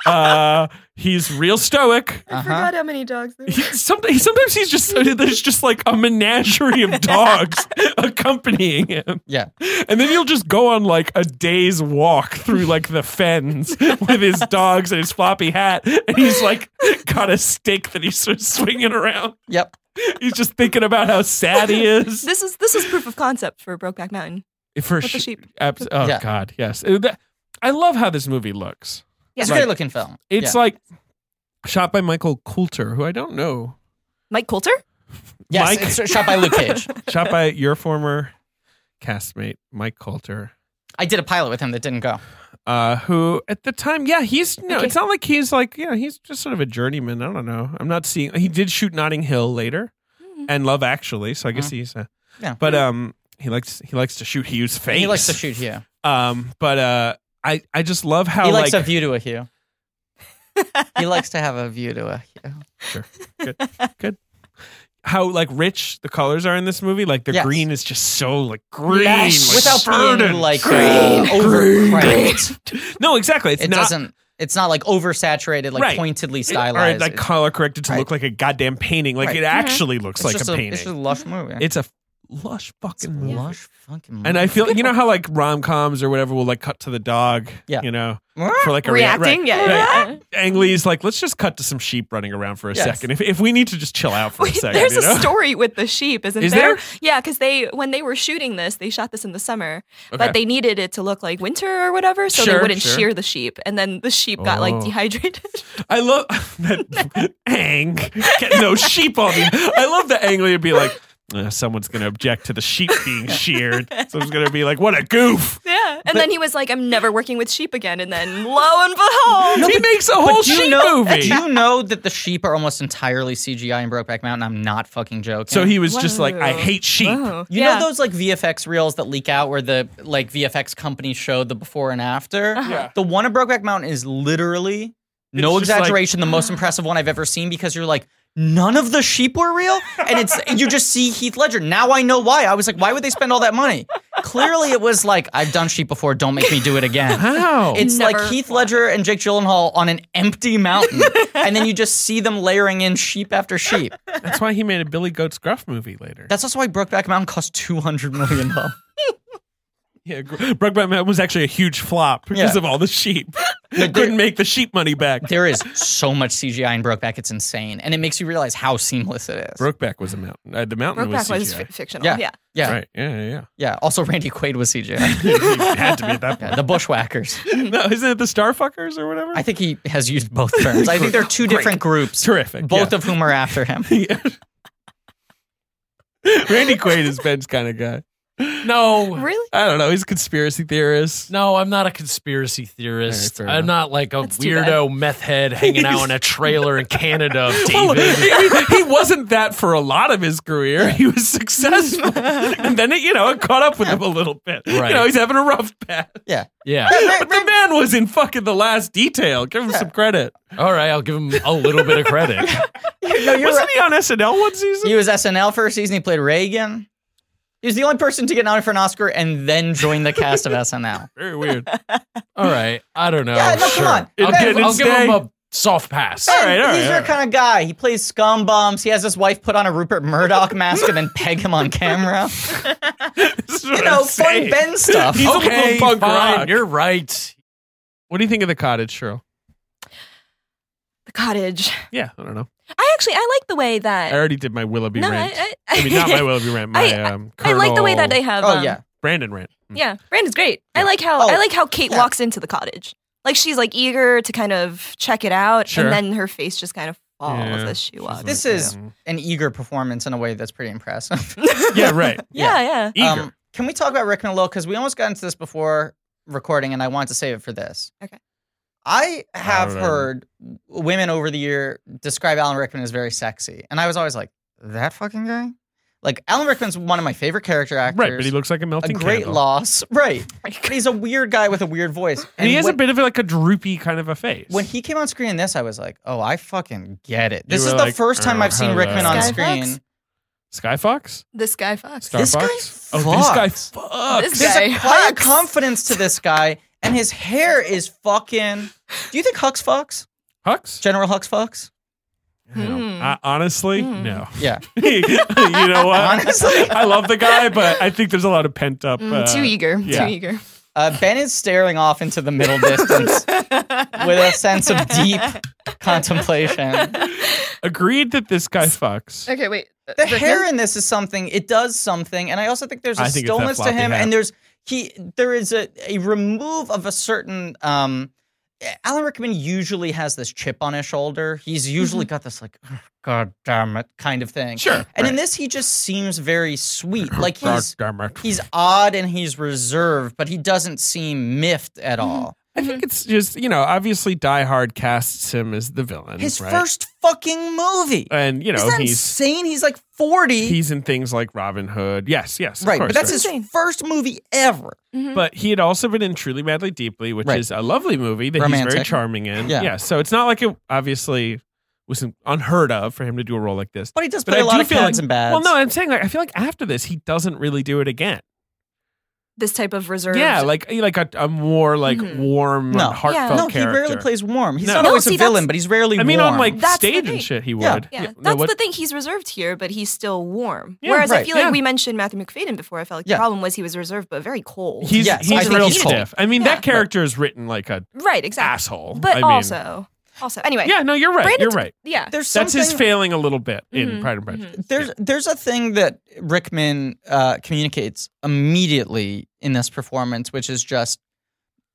[SPEAKER 2] Uh, he's real stoic.
[SPEAKER 5] I forgot how many dogs there
[SPEAKER 2] He- Sometimes, sometimes he's just there's just like a menagerie of dogs accompanying him,
[SPEAKER 4] Yeah.
[SPEAKER 2] and then he'll just go on like a day's walk through like the fens with his dogs and his floppy hat, and he's like got a stick that he's sort of swinging around.
[SPEAKER 4] Yep.
[SPEAKER 2] He's just thinking about how sad he is.
[SPEAKER 5] This is this is proof of concept for Brokeback Mountain.
[SPEAKER 2] For
[SPEAKER 5] With the
[SPEAKER 2] sh-
[SPEAKER 5] sheep.
[SPEAKER 2] abs- oh
[SPEAKER 4] Yeah.
[SPEAKER 2] God, yes. Uh, that- I love how this movie looks.
[SPEAKER 5] Yeah.
[SPEAKER 4] It's a great looking film.
[SPEAKER 2] It's
[SPEAKER 4] yeah.
[SPEAKER 2] like shot by Michael Coulter, who I don't know.
[SPEAKER 5] Mike Coulter?
[SPEAKER 4] yes,
[SPEAKER 2] Mike-
[SPEAKER 4] it's shot by Luke Cage.
[SPEAKER 2] Shot by your former castmate Mike Coulter,
[SPEAKER 4] I did a pilot with him that didn't go.
[SPEAKER 2] uh, who at the time, yeah, he's no.
[SPEAKER 5] Okay.
[SPEAKER 2] It's not like he's like you know he's just sort of a journeyman. I don't know. I'm not seeing. He did shoot Notting Hill later, and Love Actually. So I guess he's a.
[SPEAKER 4] Mm-hmm. Yeah.
[SPEAKER 2] But um, he likes he likes to shoot Hugh's face.
[SPEAKER 4] He likes to shoot Hugh.
[SPEAKER 2] Um, but uh, I I just love how
[SPEAKER 4] he likes
[SPEAKER 2] like
[SPEAKER 4] a view to a Hugh. he likes to have a view to a Hugh.
[SPEAKER 2] how like rich the colors are in this movie. Like the
[SPEAKER 4] Yes.
[SPEAKER 2] green is just so like green, like,
[SPEAKER 4] Without
[SPEAKER 2] verdant.
[SPEAKER 4] being like uh, overcrowded.
[SPEAKER 2] no, exactly. It's
[SPEAKER 4] It
[SPEAKER 2] not
[SPEAKER 4] doesn't. It's not like oversaturated, like
[SPEAKER 2] Right.
[SPEAKER 4] pointedly
[SPEAKER 2] it- or,
[SPEAKER 4] stylized.
[SPEAKER 2] like color corrected to
[SPEAKER 4] Right.
[SPEAKER 2] look like a goddamn painting. Like
[SPEAKER 4] Right. Mm-hmm.
[SPEAKER 2] it actually looks
[SPEAKER 4] it's
[SPEAKER 2] like
[SPEAKER 4] just
[SPEAKER 2] a
[SPEAKER 4] It's just
[SPEAKER 2] painting.
[SPEAKER 4] a lush movie.
[SPEAKER 2] It's a lush fucking movie.
[SPEAKER 4] Lush fucking.
[SPEAKER 2] And I feel you know how like rom coms or whatever will like cut to the dog.
[SPEAKER 4] Yeah.
[SPEAKER 2] You know
[SPEAKER 4] I,
[SPEAKER 2] for like a rea-
[SPEAKER 5] Reacting,
[SPEAKER 2] right.
[SPEAKER 5] yeah.
[SPEAKER 2] Right. Ang Lee's like, let's just cut to some sheep running around for a
[SPEAKER 4] Yes.
[SPEAKER 2] second. If, if we need to just chill out for a
[SPEAKER 5] Wait,
[SPEAKER 2] second,
[SPEAKER 5] there's
[SPEAKER 2] you know?
[SPEAKER 5] a story with the sheep, isn't
[SPEAKER 2] Is
[SPEAKER 5] there?
[SPEAKER 2] there?
[SPEAKER 5] Yeah, because they when they were shooting this, they shot this in the summer,
[SPEAKER 2] Okay.
[SPEAKER 5] but they needed it to look like winter or whatever, so
[SPEAKER 2] Sure,
[SPEAKER 5] they wouldn't
[SPEAKER 2] sure.
[SPEAKER 5] shear the sheep, and then the sheep got
[SPEAKER 2] Oh.
[SPEAKER 5] like dehydrated.
[SPEAKER 2] I love that Ang get no sheep on me. I love that Ang Lee would be like, "Uh, someone's going to object to the sheep being sheared. Someone's going to be like, what a goof.
[SPEAKER 5] yeah, and then he was like, "I'm never working with sheep again," and then lo and behold, Oh,
[SPEAKER 2] he makes a whole
[SPEAKER 4] do you
[SPEAKER 2] sheep
[SPEAKER 4] know,
[SPEAKER 2] movie.
[SPEAKER 4] Do you know that the sheep are almost entirely CGI in Brokeback Mountain? I'm not fucking joking.
[SPEAKER 2] so he was just like, I
[SPEAKER 5] Whoa.
[SPEAKER 2] hate sheep.
[SPEAKER 5] Whoa.
[SPEAKER 4] You
[SPEAKER 5] yeah.
[SPEAKER 4] know those like VFX reels that leak out where the like VFX company showed the before and after?
[SPEAKER 2] Yeah.
[SPEAKER 4] The one at Brokeback Mountain is literally, no
[SPEAKER 2] It's just like-
[SPEAKER 4] exaggeration, the most impressive one I've ever seen because you're like, none of the sheep were real. And it's you just see Heath Ledger. Now I know why. I was like, why would they spend all that money? Clearly it was like, I've done sheep before, don't make me do it again.
[SPEAKER 2] Wow.
[SPEAKER 4] It's
[SPEAKER 5] Never
[SPEAKER 4] like Heath Ledger and Jake Gyllenhaal on an empty mountain, and then you just see them layering in sheep after sheep.
[SPEAKER 2] That's why he made a Billy Goat's Gruff movie later.
[SPEAKER 4] That's also why Brokeback Mountain cost two hundred million dollars.
[SPEAKER 2] yeah, Gr- Brokeback Mountain was actually a huge flop because
[SPEAKER 4] Yeah.
[SPEAKER 2] of all the sheep. They couldn't make the sheep money back.
[SPEAKER 4] There is so much CGI in Brokeback, it's insane, and it makes you realize how seamless it is.
[SPEAKER 2] Brokeback was a mountain. Uh, the mountain
[SPEAKER 5] Brokeback
[SPEAKER 2] was
[SPEAKER 5] was
[SPEAKER 2] CGI.
[SPEAKER 5] fi- fictional.
[SPEAKER 4] Yeah.
[SPEAKER 5] Yeah.
[SPEAKER 4] yeah,
[SPEAKER 2] Right. Yeah, yeah,
[SPEAKER 4] yeah. Also, Randy Quaid was CGI.
[SPEAKER 2] yeah. It had to be at that point.
[SPEAKER 4] Yeah, the Bushwhackers.
[SPEAKER 2] No, isn't it the Starfuckers or whatever?
[SPEAKER 4] I think he has used both terms. I think there are two different groups,
[SPEAKER 2] Terrific.
[SPEAKER 4] both
[SPEAKER 2] yeah.
[SPEAKER 4] of whom are after him.
[SPEAKER 2] Randy Quaid is Ben's kind of guy.
[SPEAKER 6] No,
[SPEAKER 5] Really?
[SPEAKER 2] I don't know. He's a conspiracy theorist.
[SPEAKER 6] no, I'm not a conspiracy theorist.
[SPEAKER 2] All right, fair
[SPEAKER 6] I'm not like a
[SPEAKER 5] That's too bad.
[SPEAKER 6] weirdo meth head hanging out in a trailer in Canada. Of
[SPEAKER 2] Well,
[SPEAKER 6] David.
[SPEAKER 2] he, he wasn't that for a lot of his career. He was successful, and then it, you know it caught up with him a little bit.
[SPEAKER 6] Right.
[SPEAKER 2] You know he's having a rough patch.
[SPEAKER 4] Yeah.
[SPEAKER 6] Yeah.
[SPEAKER 2] But the man was in fucking the last detail. Give him some credit.
[SPEAKER 6] All right, I'll give him a little bit of credit.
[SPEAKER 4] No, you're
[SPEAKER 2] Wasn't
[SPEAKER 4] right.
[SPEAKER 2] he on SNL one season?
[SPEAKER 4] He was SNL first season. He played Reagan. He was the only person to get nominated for an Oscar and then join the cast of SNL.
[SPEAKER 2] Very weird.
[SPEAKER 6] All right, I don't know.
[SPEAKER 4] Yeah, no, come
[SPEAKER 6] sure.
[SPEAKER 4] on.
[SPEAKER 6] I'll,
[SPEAKER 2] Independence
[SPEAKER 6] give, I'll give him
[SPEAKER 2] Day.
[SPEAKER 6] a soft pass.
[SPEAKER 2] All right, all right,
[SPEAKER 4] He's
[SPEAKER 2] all
[SPEAKER 4] your
[SPEAKER 2] right.
[SPEAKER 4] kind of guy. He plays scum bums. He has his wife put on a Rupert Murdoch mask and then peg him on camera.
[SPEAKER 2] This is
[SPEAKER 4] You
[SPEAKER 2] what
[SPEAKER 4] know,
[SPEAKER 2] I'm
[SPEAKER 4] fun
[SPEAKER 2] saying.
[SPEAKER 4] Ben stuff.
[SPEAKER 2] He's a
[SPEAKER 6] okay,
[SPEAKER 2] little punk
[SPEAKER 6] fine.
[SPEAKER 2] rock.
[SPEAKER 6] You're right.
[SPEAKER 2] What do you think of the cottage, Cheryl?
[SPEAKER 5] The cottage.
[SPEAKER 2] Yeah, I don't know.
[SPEAKER 5] I actually I like the way
[SPEAKER 2] I
[SPEAKER 5] that.
[SPEAKER 2] already did my Willoughby
[SPEAKER 5] no,
[SPEAKER 2] rant.
[SPEAKER 5] I, I,
[SPEAKER 2] I mean, not my Willoughby rant. My
[SPEAKER 5] I-
[SPEAKER 2] um,
[SPEAKER 5] I like the way that
[SPEAKER 2] Colonel
[SPEAKER 5] they have.
[SPEAKER 4] Oh
[SPEAKER 5] um,
[SPEAKER 4] yeah.
[SPEAKER 2] Brandon rant.
[SPEAKER 5] Yeah, Brandon's great. I like how
[SPEAKER 4] Oh,
[SPEAKER 5] I like how Kate
[SPEAKER 4] yeah.
[SPEAKER 5] walks into the cottage. Like she's like eager to kind of check it out,
[SPEAKER 2] Sure.
[SPEAKER 5] and then her face just kind of falls
[SPEAKER 2] Yeah.
[SPEAKER 5] as she walks.
[SPEAKER 4] This
[SPEAKER 5] Yeah.
[SPEAKER 4] is an eager performance in a way that's pretty impressive.
[SPEAKER 2] "Mm." yeah,
[SPEAKER 4] Um,
[SPEAKER 2] right.
[SPEAKER 5] yeah, yeah.
[SPEAKER 2] Eager.
[SPEAKER 4] can we talk about Rick and Lil? Because we almost got into this before recording, and I want to save it for this.
[SPEAKER 5] Okay.
[SPEAKER 4] I have
[SPEAKER 2] All right.
[SPEAKER 4] heard women over the year describe Alan Rickman as very sexy, and I was always like, "That fucking guy." Like Alan Rickman's one of my favorite character actors.
[SPEAKER 2] right, but he looks like a
[SPEAKER 4] a
[SPEAKER 2] melting
[SPEAKER 4] great
[SPEAKER 2] candle.
[SPEAKER 4] loss. Right. But he's a weird guy with a weird voice.
[SPEAKER 2] And he has
[SPEAKER 4] when,
[SPEAKER 2] a bit of like a droopy kind of a face.
[SPEAKER 4] when he came on screen in this, I was like, "Oh, I fucking get it." This
[SPEAKER 2] were
[SPEAKER 4] is the
[SPEAKER 2] like,
[SPEAKER 4] first time
[SPEAKER 2] "Oh,
[SPEAKER 4] I've seen
[SPEAKER 2] hello."
[SPEAKER 4] Rickman on
[SPEAKER 5] Skybox?
[SPEAKER 4] screen.
[SPEAKER 2] Sky Fox?
[SPEAKER 5] This guy Fox.
[SPEAKER 2] Star
[SPEAKER 4] This guy
[SPEAKER 2] Fox? oh, this guy
[SPEAKER 4] fucks.
[SPEAKER 6] Uh,
[SPEAKER 2] fucks.
[SPEAKER 5] This
[SPEAKER 4] There's
[SPEAKER 5] guy
[SPEAKER 4] a quiet
[SPEAKER 5] Hux.
[SPEAKER 4] confidence to this guy, and his hair is fucking. Do you think Hux fucks?
[SPEAKER 2] Hux?
[SPEAKER 4] General Hux fucks?
[SPEAKER 2] I don't-
[SPEAKER 5] Hmm.
[SPEAKER 2] I- honestly,
[SPEAKER 5] Hmm.
[SPEAKER 2] no.
[SPEAKER 4] Yeah.
[SPEAKER 2] you know what?
[SPEAKER 4] Honestly?
[SPEAKER 2] I love the guy, but I think there's a lot of pent up. uh,
[SPEAKER 5] Mm, too eager.
[SPEAKER 2] yeah.
[SPEAKER 5] Too eager.
[SPEAKER 4] Uh, ben is staring off into the middle distance with a sense of deep contemplation.
[SPEAKER 2] agreed that this guy fucks.
[SPEAKER 4] er,
[SPEAKER 5] Okay, wait. Uh,
[SPEAKER 4] The
[SPEAKER 5] Rickman?
[SPEAKER 4] hair in this is something. It does something, and I also think there's a
[SPEAKER 2] I think it's that
[SPEAKER 4] stillness to
[SPEAKER 2] floppy
[SPEAKER 4] him,
[SPEAKER 2] hat.
[SPEAKER 4] and there's he. There is a a remove of a certain. um Alan Rickman usually has this chip on his shoulder. He's usually got this like, "Oh, God damn it, kind of thing.
[SPEAKER 2] Sure.
[SPEAKER 4] And in this, he just seems very sweet. Like
[SPEAKER 2] God
[SPEAKER 4] he's
[SPEAKER 2] damn it.
[SPEAKER 4] he's odd and he's reserved, but he doesn't seem miffed at
[SPEAKER 2] Mm-hmm.
[SPEAKER 4] all.
[SPEAKER 2] I think it's just, you know, obviously Die Hard casts him as the villain.
[SPEAKER 4] His
[SPEAKER 2] right?
[SPEAKER 4] first fucking movie.
[SPEAKER 2] And, you
[SPEAKER 4] Isn't
[SPEAKER 2] know,
[SPEAKER 4] that
[SPEAKER 2] he's
[SPEAKER 4] insane? He's like forty.
[SPEAKER 2] he's in things like Robin Hood. Yes, yes. of
[SPEAKER 4] right,
[SPEAKER 2] course,
[SPEAKER 4] but that's
[SPEAKER 2] right.
[SPEAKER 4] his
[SPEAKER 5] Insane.
[SPEAKER 4] first movie ever.
[SPEAKER 5] Mm-hmm.
[SPEAKER 2] But he had also been in Truly Madly Deeply, which
[SPEAKER 4] Right.
[SPEAKER 2] is a lovely movie that he's
[SPEAKER 4] Romantic.
[SPEAKER 2] very charming in.
[SPEAKER 4] Yeah.
[SPEAKER 2] Yeah. So it's not like it obviously was unheard of for him to do a role like this.
[SPEAKER 4] But he does
[SPEAKER 2] But
[SPEAKER 4] play a
[SPEAKER 2] I
[SPEAKER 4] lot
[SPEAKER 2] do
[SPEAKER 4] of
[SPEAKER 2] feel
[SPEAKER 4] pads
[SPEAKER 2] like-
[SPEAKER 4] and bads.
[SPEAKER 2] Well, no, I'm saying like I feel like after this he doesn't really do it again.
[SPEAKER 5] this type of reserve.
[SPEAKER 2] Yeah, like like a, a more like warm,
[SPEAKER 4] Mm-hmm. No.
[SPEAKER 2] heartfelt
[SPEAKER 4] no,
[SPEAKER 2] character.
[SPEAKER 4] he rarely plays warm. He's
[SPEAKER 2] No.
[SPEAKER 4] not
[SPEAKER 2] No,
[SPEAKER 4] always
[SPEAKER 5] see,
[SPEAKER 4] a villain,
[SPEAKER 5] that's-
[SPEAKER 4] but he's rarely
[SPEAKER 2] I mean,
[SPEAKER 4] warm.
[SPEAKER 2] on like
[SPEAKER 5] That's the
[SPEAKER 2] stage
[SPEAKER 5] thing.
[SPEAKER 2] and shit, he would.
[SPEAKER 4] Yeah.
[SPEAKER 5] yeah,
[SPEAKER 2] no,
[SPEAKER 5] that's
[SPEAKER 2] what-
[SPEAKER 5] the thing. He's reserved here, but he's still warm.
[SPEAKER 2] Yeah,
[SPEAKER 5] Whereas
[SPEAKER 4] right,
[SPEAKER 5] I feel like
[SPEAKER 2] yeah.
[SPEAKER 5] we mentioned Matthew McFadden before. I felt like
[SPEAKER 4] Yeah.
[SPEAKER 5] the problem was he was reserved but very cold.
[SPEAKER 2] He's
[SPEAKER 4] Yes, I
[SPEAKER 2] he's
[SPEAKER 4] think
[SPEAKER 2] real
[SPEAKER 4] he's cold.
[SPEAKER 2] stiff. I mean,
[SPEAKER 5] Yeah.
[SPEAKER 2] that character is written like a
[SPEAKER 5] right, exactly.
[SPEAKER 2] asshole. I
[SPEAKER 5] But
[SPEAKER 2] mean-
[SPEAKER 5] also, also anyway.
[SPEAKER 2] yeah, no, you're right.
[SPEAKER 5] Brandon
[SPEAKER 2] you're
[SPEAKER 5] t-
[SPEAKER 2] right.
[SPEAKER 5] yeah.
[SPEAKER 4] there's
[SPEAKER 2] That's his
[SPEAKER 4] something- Mm-hmm.
[SPEAKER 2] failing a little bit in
[SPEAKER 5] Mhm,
[SPEAKER 2] Pride and Prejudice.
[SPEAKER 4] There's there's a thing that Rickman uh, communicates immediately in this performance, which is just